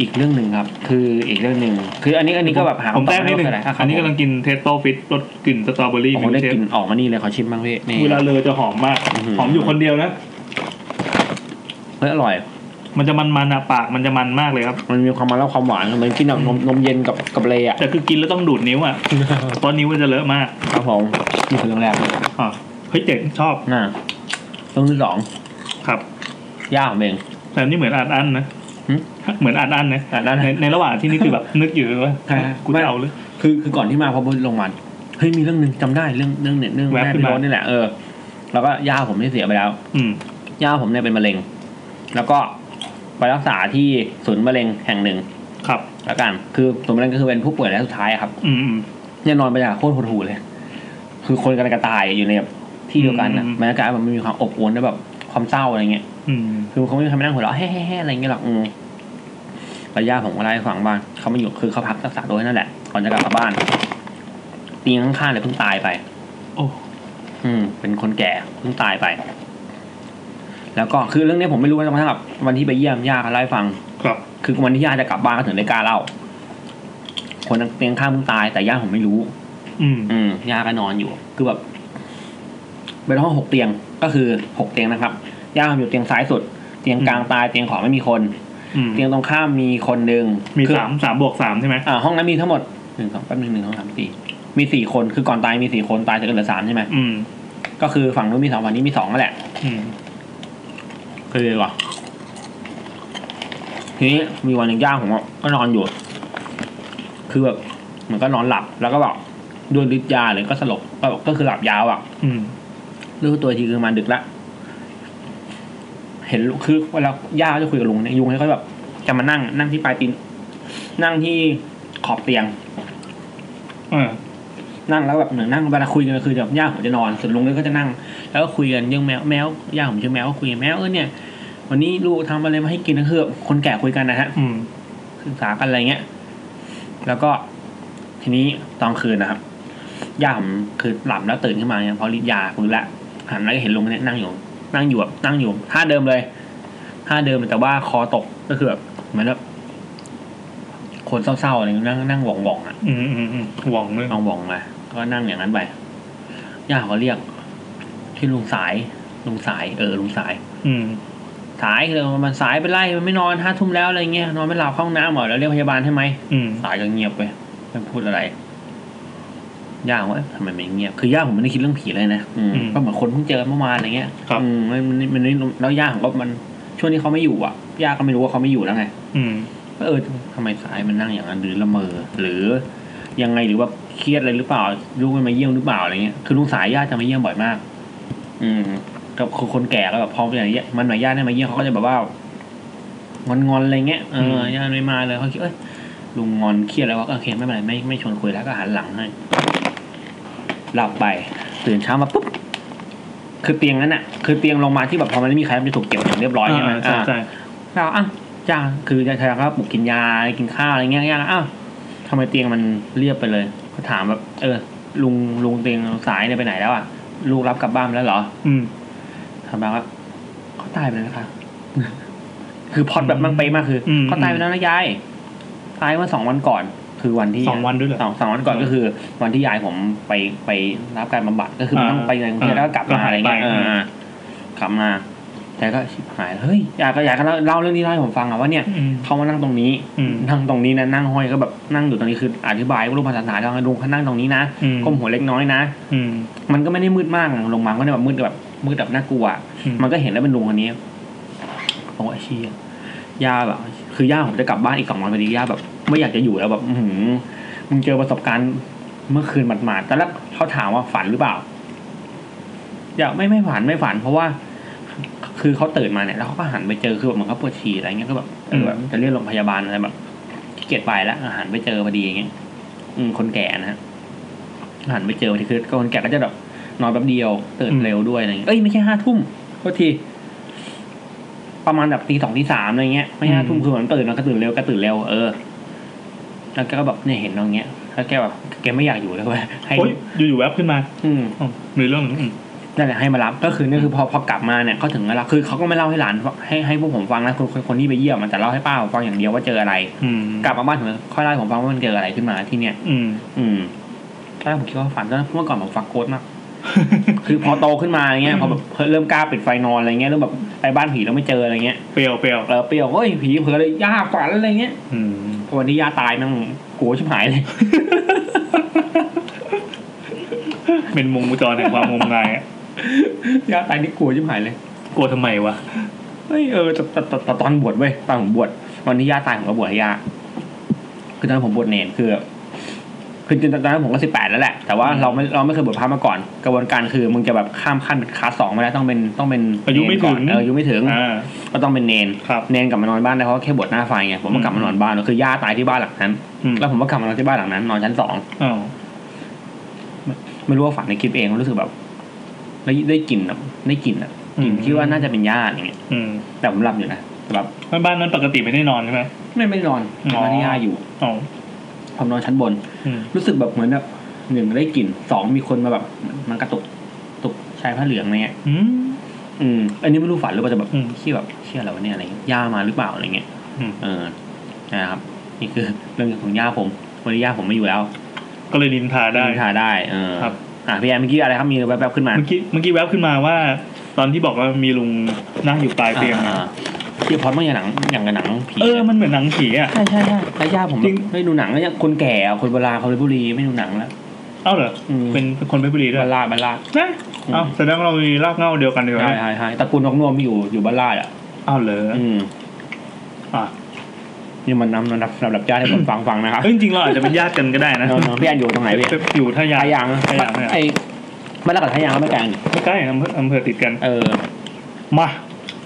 B: อีกเรื่องหนึ่งครับ คืออีกเรื่องหนึ่งคืออันนี้อันนี้ก็แบบหา
A: ผมแต้มนิดนึง
B: ไได้ะครับ
A: อันนี้กำลังกินเทสโต้ฟิตรสกลิ่นสตรอเบอรี่
B: โอ้โห
A: มิล
B: ได้
A: ค์เช
B: ก
A: ค
B: ลิ่นออกมานี่เลยขอชิมบ้างพี่นี่
A: เวลาเลอจะหอมมาก
B: อื้อหือ
A: หอมอยู่คนเดียวนะ
B: เฮ้ยอร่อย
A: มันจะมันๆอะปากมันจะมันมากเลยครับ
B: มันมีความมันแล้วความหวานเหมือนกินกับนมนมเย็นกับกับเลยอ่ะ
A: แต่คือกินแล้วต้องดูดนิ้วอ่ะตอนนิ้วมันจะเลอะมาก
B: ครับผมนี่คือเรื่องแรกเลย
A: อ๋อเฮ้ยเจ๋งชอบ
B: น่ะเรื่องที่สอง
A: ครับ
B: ย่าของเอง
A: แต่นี่เหมือนอัดอั้นนะ
B: หึ
A: เหมือนอัดอั้นนะ
B: อัดอั้น
A: ในในระหว่างที่นี่คือ แบบ นึกอยู่ว่า
B: ใช่ฮะ
A: กู
B: ไม่
A: จะเอาหรือ
B: คือคือก่อนที่มาพอบนลงมันเฮ้ยมีเรื่องหนึ่งจำได้เรื่องเรื่องเนี่ยเรื่อง
A: แวบ
B: แม่
A: ขึ้น
B: พี่
A: มา
B: โรสนี่แหละเออแล้วก็ย่าผมที่เสียไปแล้ว
A: อืม
B: ย่าผมเนี่ยเป็นมะเร็ง แล้วก็ไปรักษาที่ศูนย์มะเร็งแห่งหนึ่ง
A: ครับ
B: ละกัน คือศูนย์มะเร็งก็คือเป็นผู้ป่วยรายสุดท้ายอะครับ
A: อืมอืม
B: เนี่ยนอนไปอย่างโคตรหดหูเลย คือคนกำลังกระตายอยู่ในแบบที่เดียวกันนะ
A: อืม
B: บรรยากาศแบบมันมีความอบอวลด้วยแบบความเศร้าอะไรเงี้ย
A: อืม
B: คือเขาไม่มีใครมานั่งหัวเราะแฮ่ๆๆอะไรเงี้ยหรอกอืมระยะผมก็ไล่าให้ฟังบ้างเขามาอยู่คือเขาพักรักษาตัวให้นั่นแหละ ก่อนจะกลับมาบ้านเตียงข้างๆเลยเพิ่งตายไป
A: โอ้
B: อืม เป็นคนแก่เพิ่งตายไป แล้วก็คือเรื่องนี้ผมไม่รู้ว่าจนกระทั่งแบบวันที่ไปเยี่ยมย่าเขาเล่าให้ฟัง
A: ครับ
B: คือวันที่ย่าจะกลับบ้านเขาถึงได้กล้าเล่า คนเตียงข้างเพิ่งตาย แต่ย่าผมไม่รู้
A: อืม
B: อืมย่าก็นอนอยู่ คือแบบเป็นห้องหกเตียงก็คือหกเตียงนะครับย่าผมอยู่เตียงซ้ายสุด เตียงกลางตายเตียงขวาไม่มีคน
A: อืม
B: เตียงตรงข้ามมีคนหนึ่ง
A: มี
B: คือ
A: สามสามบวกสามใช่ไหม
B: อ่าห้องนั้นมีทั้งหมดหนึ่งสองแป๊บหนึ่งหนึ่งสองสามสี่มีสี่คนคือก่อนตายมีสี่คนตายจะเหลือสามใช่ไหม
A: อืม
B: ก็คือฝั่งนู้นมีสองฝั่งนี้มีสองนั่นแหละ
A: อืม
B: คือเลยว่ะทีนี้มีวันหนึ่งย่าผมอะก็นอนอยู่ คือแบบเหมือนก็นอนหลับแล้วก็แบบด้วยฤทธิ์ยาเลยก็สลบก็แบบก็คือหลับยาวอ่ะ
A: อืม
B: รู้ตัวอีกทีคือมาดึกละ เห็นลุคือเวลาย่าจะคุยกับลุงเนี่ยยุงเขาก็แบบ จะมานั่ง นั่งที่ปลายตีนนั่งที่ขอบเตียง
A: อ่า
B: นั่งแล้วแบบเหมือนนั่งเวลาคุยกันคือแบบย่าผมจะนอนส่วนลุงเนี่ยก็จะนั่ง แล้วก็คุยกันเรื่องแมวแมวย่าผมชื่อแมวก็คุยกันแมวเออเนี่ย วันนี้ลูกทำอะไรมาให้กินนะคือแบบคนแก่คุยกันนะฮะ
A: อืม
B: ศึกษากันอะไรเงี้ย แล้วก็ทีนี้ตอนคืนนะครับ ย่าผมคือหลับแล้วตื่นขึ้นมาเนี่ยเพราะฤทธิ์ยาคุณละหันแล้วก็เห็นลุงเนี่ยนั่งอยู่ นั่งอยู่แบบนั่งอยู่ท่าเดิมเลยท่าเดิมแต่ว่าคอตกก็คือแบบเหมือนแบบคนเศร้าๆอะไรเงี้ยนั่งนั่งหว่องๆอ่ะ
A: อืมอืมอืมหวังเลย
B: นั่งหว่องมาก็นั่งอย่างนั้นไปย่าเขาเรียกที่ลุงสายลุงสายเออลุงสาย
A: อืม
B: สายเลยมันสายไปไล่มันไม่นอนห้าทุ่มแล้วอะไรเงี้ยนอนไม่หลับเข้าห้องน้ำเหรอแล้วเรียกพยาบาลให้ไหม
A: อืม
B: สายก็เงียบไปไม่พูดอะไร ย่าว่าเอ๊ะทำไมไม่เงียบ คือย่าผมไม่ได้คิดเรื่องผีเลยนะอืม
A: อืม
B: ก็เหมือนคนเพิ่งเจอเมื่อวานอะไรเงี้ย
A: ครับ
B: อืมมันมันมันแล้วย่าผมก็มันช่วงนี้เขาไม่อยู่อ่ะย่าก็ไม่รู้ว่าเขาไม่อยู่แล้วไง
A: อืม
B: ก็เออทำไมสายมันนั่งอย่างนั้นหรือละเมอหรือ ยังไงหรือว่าเครียดอะไรหรือเปล่าลูกมันมาเยี่ยมหรือเปล่าอะไรเงี้ยคือลุงสายย่าจะมาเยี่ยมบ่อยมาก อืมกับคนแก่ก็แบบพอเป็นอย่างเงี้ยมันหมายย่าเนี่ยมาเยี่ยมเขาก็จะแบบว่า งอนๆอะไรเงี้ยเออ
A: ม
B: ญาติไม่มาเลยเขาคิดเอ้ยลุงงอนเครียดแล้ววะโอเคไม่เป็นไรไม่ไม่ชวนคุยแล้วก็หันหลังให้หลับไปตื่นเช้ามาปุ๊บคือเตียงนั้นอ่ะ คือเตียงลงมาที่แบบพอมันไม่มีใครมันจะถูกเก็บอย่างเรียบร้อยใช่ไหม
A: ใช่
B: อ่า
A: ใช่
B: เราอ่ะจ้าคือยาชาก็ปลุกกินยากินข้าวอะไรเงี้ยยาก็อ้าวทำไมเตียงมันเรียบไปเลยก็ถามแบบ เออ ลุงลุงเตียงสายเนี่ยไปไหนแล้วอ่ะลูกรับกลับบ้านไปแล้วเหรอ
A: อืม
B: ถามบางว่าเขาตายไปแล้วนะคะ คือพล็อดแบบมันไปะมากคืออ
A: ม
B: เขาตายไปแล้วนะยายตายเมื่อสองวันก่อน คือวันที่
A: สองวันด้วยเหรอ
B: สองสองวันก่อนก็คือ วันที่ยายผมไปไปรับการบำบัดก็คือมัน
A: อ่า
B: ต้องไปในกรุงเทพ
A: อ่า
B: แล้วก็กลับมาอะไรเงี้ย
A: ก็หายไป
B: เออๆกลับมาแต่ก็ชิบหายแล้วเฮ้ยยายก็ยายก็เล่าเล่าเรื่องนี้ให้ผมฟังอะว่าเนี่ย
A: อืม
B: เขามานั่งตรงนี้
A: อืม
B: นั่งตรงนี้นะนั่งห้อยก็แบบนั่งอยู่ตรงนี้คืออธิบายรูปภาษาฐานทางลุงเขานั่งตรงนี้นะ
A: อืม
B: ก้มหัวเล็กน้อยนะ
A: อืม
B: มันก็ไม่ได้มืดมากลงมาก็ได้แบบมืดแบบมืดแบบน่ากลัวอะ
A: อืม
B: มันก็เห็นแล้วเป็นลุงคนนี้บอกว่าไอ้เชี่ยย่าแบบคือย่าผมจะกลับบ้านอีกสองวันพอดีย่าแบบ ไม่อยากจะอยู่แล้วแบบอื้อหือมึงเจอประสบการณ์เมื่อคืนหมาดๆตอนแรกเขาถามว่าฝันหรือเปล่า อย่าไม่ไม่ฝันไม่ฝัน เพราะว่า คือเขาตื่นมาเนี่ยแล้วเขาก็หันไปเจอคือแบบเหมือนเขาปวดฉี่อะไรเงี้ยก็แบบเออแบบจะเรียกโรงพยาบาลอะไรแบบขี้เกียจไปแล้วอ่ะหันไปเจอพอดีอย่างเงี้ยอืมคนแก่นะฮะหันไปเจอพอดีคือคนแก่ก็จะแบบนอนแป๊บเดียวตื่นเร็วด้วยอะไรเงี้ยเอ้ยไม่ใช่ห้าทุ่มโทษที ประมาณแบบตีสองตีสามอะไรเงี้ยไม่ห้าทุ่มคือเหมือนตื่นนอนก็ตื่นเร็วก็ตื่นเร็วเออแล้วแกก็แบบเนี่ยเห็นน้องเงี้ยแล้วแกแบบแกไม่อยากอยู่แล้วเว้ย ให้
A: โอ้ยอยู่อยู่ๆแวบขึ้นมา
B: อืม
A: อ๋อมีเรื่องหนึ่งอืม
B: นั่นแหละให้มารับก็คือนี่คือพอพอกลับมาเนี่ยเขาถึงมารับคือเขาก็ไม่เล่าให้หลานให้ให้พวกผมฟังนะคนคนคนที่ไปเยี่ยมมันแต่เล่าให้ป้าผมฟังอย่างเดียวว่าเจออะไร
A: อืม
B: กลับมาบ้านถึงค่อยเล่าให้ผมฟังว่ามันเจออะไรขึ้นมาที่เนี่ย
A: อืม
B: อืมตอนแรกผมคิดว่าฝันตอนนั้นเมื่อก่อนผมฟักโกดมาก คือพอโตขึ้นมาอะไรเงี้ยพอแบบเริ่มกล้าปิดไฟนอนอะไรเงี้ยเริ่มแบบไปบ้านผีแล้วไม่เจออะไรเงี้ย
A: เปรียวเปรียว
B: เออเปรี้ยวเฮ้ยผีเผลอเลยย่าฝันอะไรเงี้ย
A: อืม
B: พอวันที่ย่าตายนั่งกลัวชิบหายเลย
A: เป็นวงจรแห่งความงมงายอะ
B: ย่าตายนี่กลัวชิบหายเลย
A: กลัวทำไมวะ
B: เฮ้ยเออแต่แต่แต่แต่ตอนบวชเว้ยตอนผมบวชวันที่ย่าตายผมก็บวชให้ย่าคือตอนนนผมบวชเนรคือคือจริงๆตอนนั้นผมก็สิบแปดแล้วแหละแต่ว่า
A: อืม
B: เราไม่เราไม่เคยบวชพระมาก่อน กระบวนการคือมึงจะแบบข้ามขั้นเป็นคลาสสองไม่ได้ต้องเป็นต้องเป็น
A: อายุไม่ถึง
B: เนรก่อนเอออายุไม่ถึง
A: อ่า
B: ก็ต้องเป็นเนน
A: ครับ
B: เนนกลับมานอนบ้านได้เพราะว่าแค่บวชหน้าไฟไงผมก็กลับมานอนบ้านคือย่าตายที่บ้านหลังนั้น
A: อืม
B: แล้วผมก็กลับมานอนที่บ้านหลังนั้นนอนชั้นสอง
A: อ้าว
B: ไม่รู้ว่าฝันในคลิปเองรู้สึกแบบได้ได้กลิ่นแบบได้กลิ่นอะกลิ่นที่ว่าน่าจะเป็นญาติอย่างเงี้ย
A: อืม
B: แต่ผมหลับอยู่นะแต่แบบ
A: บ้านบ้านนั้นปกติไม่ได้นอนใช่ไหม
B: ไม่ไม่นอน
A: อ๋อ
B: นอนที่ย่าอยู่
A: อ๋อ
B: ผมนอนชั้นบน
A: อืม
B: รู้สึกแบบเหมือนแบบหนึ่งได้กลิ่นสองมีคนมาแบบมันกระตุกตุกชายผ้าเหลืองอะไรเงี้ย
A: อืม
B: อืมอันนี้ไม่รู้ฝันหรือเปล่าจะแบบ
A: อืม
B: ขี้แบบเชี่ยอะไรวะเนี่ยอะไรเงี้ยย่ามาหรือเปล่าอะไรเงี้ย
A: อืม
B: เออนะครับ นี่คือเรื่องของย่าผมวันนี้ย่าผมไม่อยู่แล้ว
A: ก็เลยดินทาได้
B: นินทาได้เออ
A: ครับ
B: อ่ะพี่แอนเมื่อกี้อะไรครับมีแวบๆขึ้นมา
A: เมื่อกี้เมื่อกี้แวบขึ้นมาว่า ตอนที่บอกว่ามีลุงนั่งอยู่ปลายเตียงอะ
B: อ่าที่พอดเมื่ออย่างหนังอย่างกับหนังผี
A: เออมันเหมือนหนังผีอ่ะ
B: ใช่ใช่ใช่แล้วย่าผม
A: จริง
B: ไม่ดูหนังแล้วยังคนแก่อะคนเวลาเขาเลยบุรีไม่ดูหนังแล้ว
A: เอ้าเหรออ
B: ม
A: เป็นคนเพชรบุรีด้ว
B: บาย ลลาดบาลลาด
A: นะ
B: อืม
A: เอ้าแสดงว่าเรามีรากเหง้าเดียวกันดีกว่า
B: ใช่ใช่ใช่ตระกูลนกนวมอยู่อยู่บาลลาดอ่ะ
A: เอ้าเหรอ
B: อืม
A: อ่ะ
B: นี่มันนำนำดับนำดับญาติให้ผมฟังฟังนะครับ
A: เอ้ยจริงๆเราอาจจะเป็นญาติกันก็ได้นะ
B: เออเนอะพี่แอนอยู่ตรงไหนพี่
A: อยู่ท่ายาง
B: ทายาง
A: ทายางทายาง
B: ไอ้ไม่ละกับทายางแล้วไม่แกน
A: ใกล้ๆอำเภออำเภอติดกัน
B: เออ
A: มา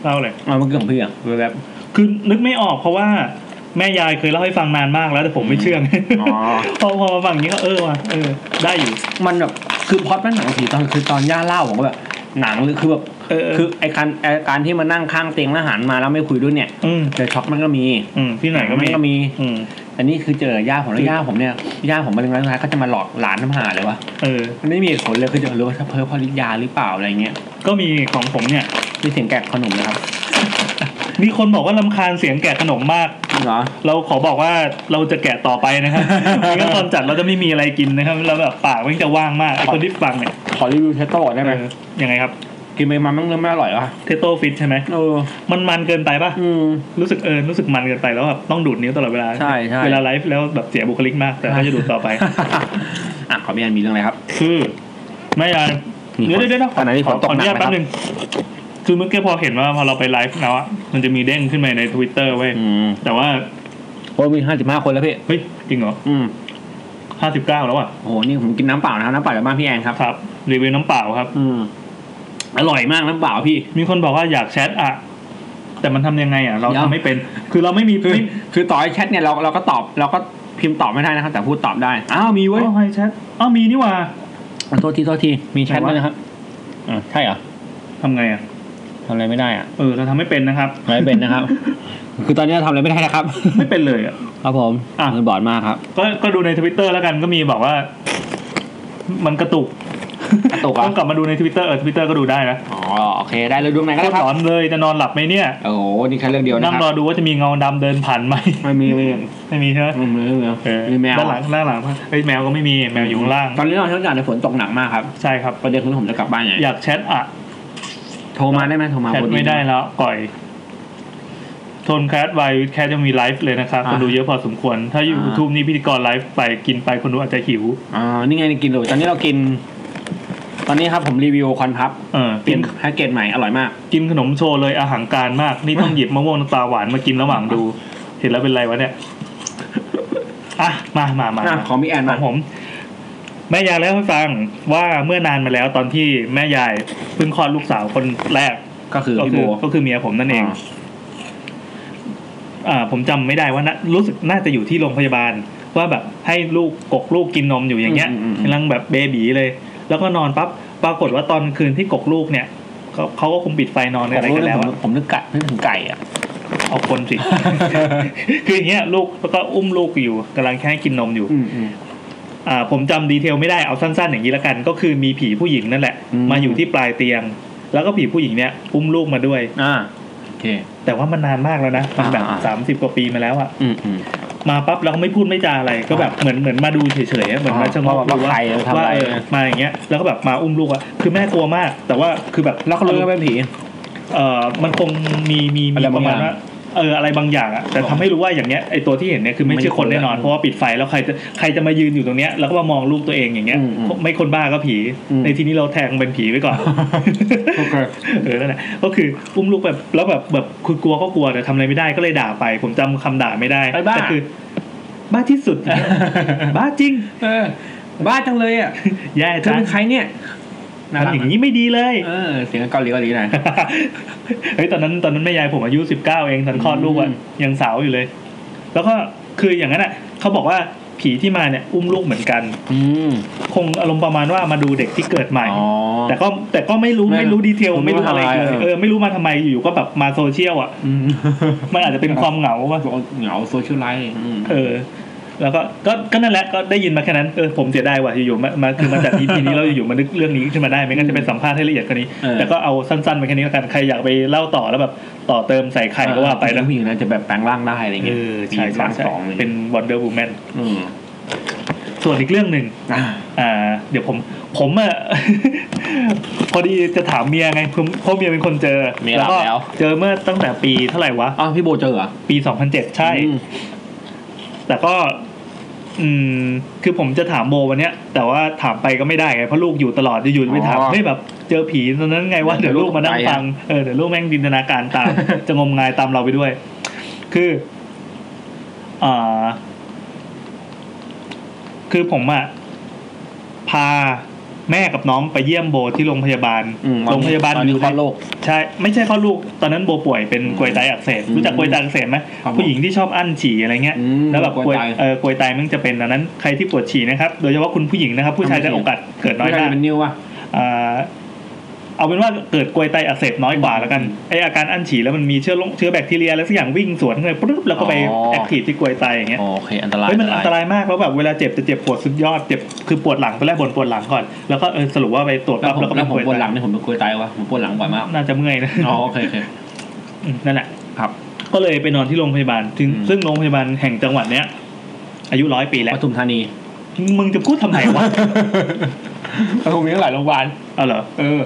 A: เล่าเลย
B: มาเมื่อกี้ของพี่อะแบบ
A: คือนึกไม่ออกเพราะว่าแม่ยายเคยเล่าให้ฟังนานมากแล้วแต่ผมไม่เชื่อไง
B: อ๋อ
A: พอพอมาฟังอย่างนี้ก็เออว่ะเออ ได้อยู่
B: มันแบบคือพล็อดมันหนังผีตอนคือตอนย่าเล่าผมก็แบบหนังหรือคือแบบ
A: เออเออ
B: คือไอการไอการที่มานั่งข้างเตียงแล้วหันมาแล้วไม่คุยด้วยเนี่ย
A: อืม
B: เจอช็อกมันก็มี
A: อืมที่ไหนก็
B: มั
A: ไม่
B: นก็มี
A: อืม
B: แต่นี่คือเจอย่าผมแล้วย่าผมเนี่ยย่าผมมาเรื่องร้ายเขาจะมาหลอกหลานทำหาเลยวะ
A: เออ
B: มันไม่มีเหตุผลเลยคือจะรู้ว่าถ้าเพ้อเพราะฤทธิ์ยาหรือเปล่าอะไรเงี้ย
A: ก็มีของผมเนี่ย
B: มีเสียงแกะขนมนะครับ
A: มีคนบอกว่าลำคาญเสียงแกะขนมมาก
B: จริงเหรอ
A: เราขอบอกว่าเราจะแกะต่อไป นะครับ ไม่งั้นตอนจัดเราจะไม่มีอะไรกินนะครับเราแบบปากมันจะว่างมากไอ้คนที่ฟังเนี่ย
B: ขอรีวิวเทสโต้ก่อนได้ไหม
A: เออยังไงครับ
B: กินไปมันมันเริ่มไม่อร่อยแล้วอะ
A: เทโต้ฟิตใช่ไหม
B: เออ
A: มันมันเกินไปปะ
B: อืม
A: รู้สึกเออรู้สึกมันเกินไปแล้วแบบต้องดูดนิ้วตลอดเวลา
B: ใช่ใช่
A: เวลาไลฟ์แล้วแบบเสียบุคลิกมาก แต่ก็จะดูดต่อไป
B: อ่ะขอพี่แอนมีเรื่องอะไรครับ
A: คือแม่ยาย
B: มีคน
A: เดี๋ยวเดี๋ยวเดี๋ยวข
B: ขณะนี้ฝนตก
A: ขออนุญาต
B: หนัก
A: แป๊
B: ไหม
A: บนึงคือเมื่อกี้พอเห็นว่าพอเราไปไลฟ์แล้วอะมันจะมีเด้งขึ้นมาในทวิตเตอร์เว้ย
B: อืม
A: แต่ว่า
B: โอ้ยมีห้าสิบห้าคนแล้วพี่
A: เฮ้ยจริงเหรอ
B: อืม
A: ห้าสิบเก้าแล้วอ่ะ
B: โอ้โหนี่ผมกินน้ำเปล่านะครับน้ำเปล่าจากบ้านพี่แอนครับ
A: ครับรีวิวน้ำเปล่าครับ
B: อืม อร่อยมากน้ำเปล่าพี่
A: มีคนบอกว่าอยากแชทอะ แต่มันทำยังไงอ่ะเรา
B: เดี๋ยว
A: ทำไม่เป็น คือเราไม่มี
B: คือ
A: ไม่
B: คือต่อให้แชทเนี่ยเราเราก็ตอบเราก็พิมพ์ตอบไม่ได้นะครับ แต่พูดตอบได้อ้าวมีเว้ย
A: โอ้ยแชทอ้าวมีนี่หว่า
B: อ่ะโทษทีโทษทีมีแชทด้วยนะครับอ่ะใช่เหรอ
A: ทำไงอ่ะ
B: ทำอะไรไม่ได้อ่ะ
A: เออ เราทำไม่เป็นนะครับ
B: ทำไม่เป็นนะครับ คือตอนนี้เราทำอะไรไม่ได้นะครับ
A: ไม่เป็นเลยอ่ะ
B: ครับผม
A: อ่ะ
B: มือบอดมากครับ
A: ก็ก็ดูในทวิตเตอร์แล้วกันก็มีบอกว่า มันกระตุก
B: ตกอ่ะ
A: ต้องกลับมาดูในทวิตเตอร์เออทวิตเตอร์ก็ดูได้นะ
B: อ๋อโอเค ได้เลยดวงไหนก็ได้ค
A: ห
B: รับ
A: ลอนเลยจะนอนหลับไหมเนี่ย
B: โอ้โหนี่แค่เรื่องเดียวนะ
A: นั่ง
B: ค
A: รอ
B: รับ
A: ดูว่าจะมีเงาดำเดินผ่าน ไหม
B: ไม่มีไม่มี
A: ไม่มีใช่ไหม
B: ไม่มีไม่มี
A: เออ
B: มีแมว
A: ด้านหลังด้านหลังเอ้ยแมวก็ไม่มีแมวอยู่ข้างล่าง
B: ตอนนี้เราทั้งอย่างในยฝนตกหนักมากครับ
A: ใช่ครับ
B: ประเด็นคือผมจะกลับบ้านไง
A: อยากแชทอ่ะ
B: โทรมาได้ไหมโทรมา
A: แคท
B: พอ
A: ไม่ได้แล้วก่อย ทนแคทไวแคทจะมีไลฟ์เลยนะครับ
B: อ่า
A: คนดูเยอะพอสมควร ถ้าอยู่
B: อ่า
A: ทูบนี้พิธีกรไลฟ์ไปกินไปคนดูอาจจะหิว
B: อ่านี่ไงกินเลยตอนนี้เรากิน ตอนนี้ครับผมรีวิวคอนพับ
A: เออ
B: กิ
A: กิ
B: น
A: น
B: แพ็กเกจใหม่อร่อยมาก
A: กินขนมโชว์เลยอาหารการมาก นี่ต้องหยิบมะม่วงน้ำปลาหวานมากินระหว่างดู เห็นแล้วเป็นไรวะเนี่ย อ่ะ มามามา
B: อ่ะ
A: มา
B: ของพี่แอน
A: ข
B: มา
A: องผม แม่ยายเล่าให้ฟังว่าเมื่อนานมาแล้วตอนที่แม่ยายเพิ่งคลอดลูกสาวคนแรก
B: ก็คือ
A: ก็
B: พี่
A: คื
B: โบ
A: อก็คือเมียผมนั่นเอง
B: อ่า
A: อ่าผมจำไม่ได้ว่านะรู้สึกน่าจะอยู่ที่โรงพยาบาล ว่าแบบให้ลูกกกลูกกินนมอยู่อย่างเงี้ย
B: อืมอืมอืม
A: กำลังแบบเบบีเลย แล้วก็นอนปั๊บปรากฏว่าตอนคืนที่กกลูกเนี่ยเขาเขาก็คงปิดไฟนอน
B: ผม
A: อะไร
B: รู้
A: กัน
B: แล้
A: แล้วว
B: ผม
A: อะ
B: ผมนึกไก่นึกถึงไก่ อ่ะ
A: เอาคนสิ คืออย่างเงี้ยลูกแล้วก็อุ้มลูกอยู่กำลังแค่ให้กินนมอยู่
B: อืมอืม
A: อ่าผมจำดีเทลไม่ได้เอาสั้นๆอย่างนี้ละกัน ก็คือมีผีผู้หญิงนั่นแหละ
B: อืม
A: มาอยู่ที่ปลายเตียง แล้วก็ผีผู้หญิงเนี่ยอุ้มลูกมาด้วย
B: อ่าโอเค
A: แต่ว่ามันนานมากแล้วนะมันแบบ
B: อ่า
A: สามสิบกว่าปีมาแล้วอะ
B: อืมอืม
A: มาปั๊บแล้วก็ไม่พูดไม่จาอะไรก็แบบเหมือนเหมือนมาดูเฉยๆอะเหมือนมาชะงอก
B: ว่าว่าใครทำอะไร
A: ว่าเออมาอย่างเงี้ยแล้วก็แบบมาอุ้มลูกอะคือแม่กลัวมาก แต่ว่าคือแบบ
B: แล้วเขารู้ว่าเป็นผี
A: เออมันคงมีมี
B: อะ
A: มี
B: ไร
A: ป
B: บาง
A: ระมาณ
B: อย่าง
A: ว่าเอออะไรบางอย่างอะแต่ทำให้รู้ว่าอย่างเงี้ยไอตัวที่เห็นเนี่ยคือไม่
B: ไม่ใช่
A: ใช่คนแน่นอน
B: คน
A: เพราะว่าปิดไฟแล้วใครจะใครจะมายืนอยู่ตรงเนี้ยแล้วก็มามองลูกตัวเองอย่างเงี้ย
B: อืมอืม
A: ไม่คนบ้าก็ผี
B: อืม
A: ในที่นี้เราแทงเป็นผีไว้ก่อน
B: โอเค
A: เออนั่นแหละก็คืออุ้มลูกแบบแล้วแบบแบบคือกลัวก็กลัวแต่ทำอะไรไม่ได้ก็เลยด่าไป ผมจำคำด่าไม่ได้
B: ไอ้บ้า
A: แต่คือ บ้าที่สุด บ้าจริง
B: เออ บ้าจังเลย อ่ะ
A: แย่
B: เธอ
A: จัง
B: เป็นใครเนี่ย
A: ทำอย่างนี้ไม่ดีเลย
B: เออเสียงเกาหลีเกาหลีหน่อย
A: เฮ้ยตอนนั้นตอนนั้นแม่ยายผมอายุสิบเก้าเองตอนคลอดลูกอะ
B: อืม
A: ยังสาวอยู่เลย แล้วก็คืออย่างนั้นอ่ะเขาบอกว่าผีที่มาเนี่ยอุ้มลูกเหมือนกัน
B: อืม
A: คงอารมณ์ประมาณว่ามาดูเด็กที่เกิดใหม่
B: อ๋อ
A: แต่ก็แต่ก็ไม่รู้
B: ไม่
A: ไม่รู้ดีเทล
B: ไม่
A: ไม่
B: รู้
A: รู้อะไร
B: อะไร
A: เลย
B: เออ
A: เออไม่รู้มาทำไมอยู่ๆก็แบบมาโซเชียลอ่ะ
B: อืม
A: มันอาจจะเป็นความเหงาวะ
B: เหงาโซเชียลไลท์อืม
A: เออ แล้วก็ก็ก็นั่นแหละก็ได้ยินมาแค่นั้นเออผมเสียดายว่ะอยู่ๆมามาคือมาจากทีนี้เราอยู่ๆมานึกเรื่องนี้ขึ้นมาได้ไม่งั้นจะไปสัมภาษณ์ให้ละเอียดกว่านี้ แต่ก็เอาสั้นๆมาแค่นี้แล้วกันใครอยากไปเล่าต่อแล้วแบบต่อเติมใส่ไข่ก็ว่าไปนะ
B: ผู้หญิงนั้นจะแบบแปลงร่างได้อะไร
A: เอ
B: เงี้ย
A: อใช่
B: มี
A: ใช่
B: ร่าง
A: ใช่
B: สองอะไร
A: เป็
B: เป็น น
A: ว o นเดอร์ m ูแมน
B: อืม
A: ส่วนอีกเรื่องหนึ่ง
B: อ่า
A: อ่า เดี๋ยวผมผมอ่ะ พอดีจะถามเมียไงเพราะเพราะเมียเป็นคนเจอ
B: เมียหลับ
A: ก็
B: แล้ว
A: เจอเมื่อตั้งแต่ปีเท่าไหร่วะ
B: อ้าวพี่โบเจอเหรอ
A: ปี 2007 ใช่
B: อืม
A: แต่ก็ อืม คือผมจะถามโมวันเนี้ย แต่ว่าถามไปก็ไม่ได้ไง เพราะลูกอยู่ตลอด อยู่ๆไปถาม
B: อ๋อ
A: เฮ้ยแบบ เจอผีตอนนั้นไงว่า
B: เดี๋
A: เดี๋
B: ย
A: ยว ว
B: ลู
A: ลู
B: ก
A: กมานั่ง
B: ไปอะ
A: ฟัง เออ เดี๋ยวลูกแม่งจินตนาการตาม จะงมงายตามเราไปด้วย คืออ่าคือผมอะพาแม่กับน้องไปเยี่ยมโบที่โรงพยาบาล
B: อืม
A: โรงพยาบาล
B: ตอนนี้
A: ยู่
B: คล
A: ใน
B: อดโลก
A: ใช่ ไม่ใช่เพราะลูกตอนนั้นโบป่วยเป็น
B: อืม
A: กลวยไตอักเสบ
B: อืม
A: รู้จักกลวยไตอักเสบไหม
B: ครับผม
A: ผู้หญิงที่ชอบอั้นฉี่อะไรเงี้ย
B: อืม
A: แล้วแบบก
B: กล
A: ล
B: ว
A: วย ย
B: ไต
A: เออกลวยไตมันจะเป็นดังนั้นใครที่ปวดฉี่นะครับโดยเฉพาะคุณผู้หญิงนะครับ ผู้ชาย
B: ทำไม
A: จะโอกาสเกิดน้อย
B: ไม่
A: มา
B: ได้
A: ก
B: เป็นนิ้วอ่ะ
A: อ่าเอาเป็นว่าเกิดกลวยไตอักเสบน้อยกว่าแล้วกันไออาการอั้นฉี่แล้วมันมีเชื้อลงเชื้อแบคทีเรียอะไรสักอย่างวิ่งสวนเข้าไปปุ๊บแล้วก็ไป
B: อ๋อ
A: แอคทีฟที่กลวยไตอย่างเงี้ย
B: โอเค อันตราย
A: เฮ้ยมันอันตรายมากแล้วแบบเวลาเจ็บจะเจ็บปวดสุดยอดเจ็บคือปวดหลังตอนแรกบ่นปวดหลังก่อน แล้วก็เออสรุปว่าไปตรวจ
B: แล้ว
A: ปั๊บ
B: ผม
A: แล้วก็
B: แล้
A: เป็ป่
B: วน ผม
A: วย
B: ปวดหลั
A: ไต
B: งเนี่ยผมเป็นกลัวตายวะผมปวดหลังบ่อยมาก
A: น่าจะเมื่อยนะ
B: อ๋อโอเคโอเค
A: มนั่นแหละ ก็เลยไปนอนที่โรงพยาบาลถึง
B: อืม
A: ซึ่งโรงพยาบาลแห่งจังหวัดเนี้ย อายุร้อยปีแล้
B: ป
A: ว
B: ทุมธานี
A: มึงจะพูดทำไม วะ
B: ผมมีตั้งหลายโรงพยาบาล
A: เอาเหรอ
B: เออ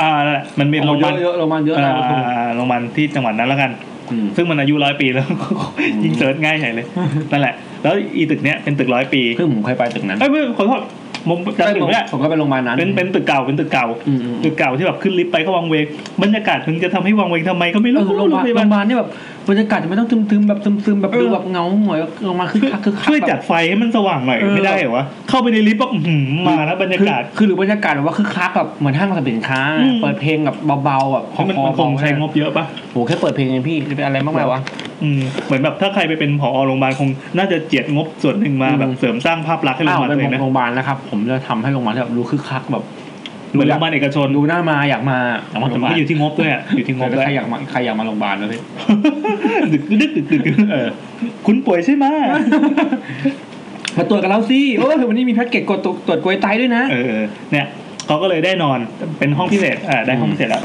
A: อ่านั่นแหละมันเป็นโรงพยาบาล
B: เยอะโรงพยาบาลเยอะ
A: อ่า
B: นะปทุม
A: โรงพยาบาลที่จังหวัดนั้นแล้วกัน
B: อืม
A: ซึ่งมันอายุร้อยปีแล้ว ยิงเสิร์ชง่ายใหญ่ เลยนั่นแหละ แล้วอีตึกเนี้ยเป็นตึกร้อยปี
B: ซึ่งผมเคยไปตึกนั้น
A: เอ้ยไม่ขอโทษผมจำตึกไม่ได้
B: ผมก็ไปโรงพยาบาลนั้น
A: เป็นเป็นตึกเก่าเป็นตึกเก่า
B: อืมอืม
A: ตึกเก่าที่แบบขึ้นลิฟต์ไปก็วังเวงบรรยากาศถึงจะทำให้วังเวงทำไมก็ไม่
B: เอ
A: รู้
B: อโรงพยาบา
A: โร
B: ล
A: งพยา
B: โร
A: บาล
B: งพยาบาลนี่แบบ บรรยากาศจะไม่ต้องซึมๆแบบซึมๆแบบดูแบบเงาหงอยลงมาคือคักคือคัก
A: ช่วยจั
B: แบบ
A: ดไฟให้มันสว่างหน่อย
B: เออ
A: ไม่ได้เหรอวะเข้าไปในลิฟต์ปุ๊บอื้อหือมาแล้วบรรยากาศ
B: คือคือหรือบรรยากาศแบบว่าคือคักแบบเหมือนห้างสรรพสินค้า
A: อืม
B: เปิดเพลงแบบเบาๆแบบ
A: เพราะมันมันคงใช้งบเยอะปะ
B: โหแค่เปิดเพลงเองพี่จะเป็นอะไรมากมายวะ
A: อืมเหมือนแบบถ้าใครไปเป็นผอโรงพยาบาลคงน่าจะเจียดงบส่วนหนึ่งมา
B: อืม
A: แบบเสริมสร้างภาพลักษณ์ให้โรง
B: อ้าว
A: พยาบาล
B: เป็
A: ตัวเอ
B: น
A: งนะ
B: โรงพยาบาลนะครับ ผมจะทำให้โรงพยาบาลแบบดูคึกคักแบบ
A: เหมือนโรงพยาบาลเอกชน
B: ดูหน้ามาอยากมาอยากมา
A: แต่
B: โรง
A: มั
B: พ
A: น
B: ยาบา
A: ก็
B: ล
A: อยู่ที่งบด้วยอะอยู่ที่งบด้วย
B: ใครอยากมาใครอยากมาโรงพยาบาลเลยพี่
A: ดึกดึกดึกดึก
B: เออ
A: คุณป่วยใช่ไหม
B: มาตรวจกับเราสิโอ้ยวันนี้มีแพ็กเกจกดตรวจตรวจกลวยไตด้วยนะ
A: เออ เนี่ยเขาก็เลยได้นอนเป็นห้องพิเศษอ่าได้ห้องพิเศษแล้ว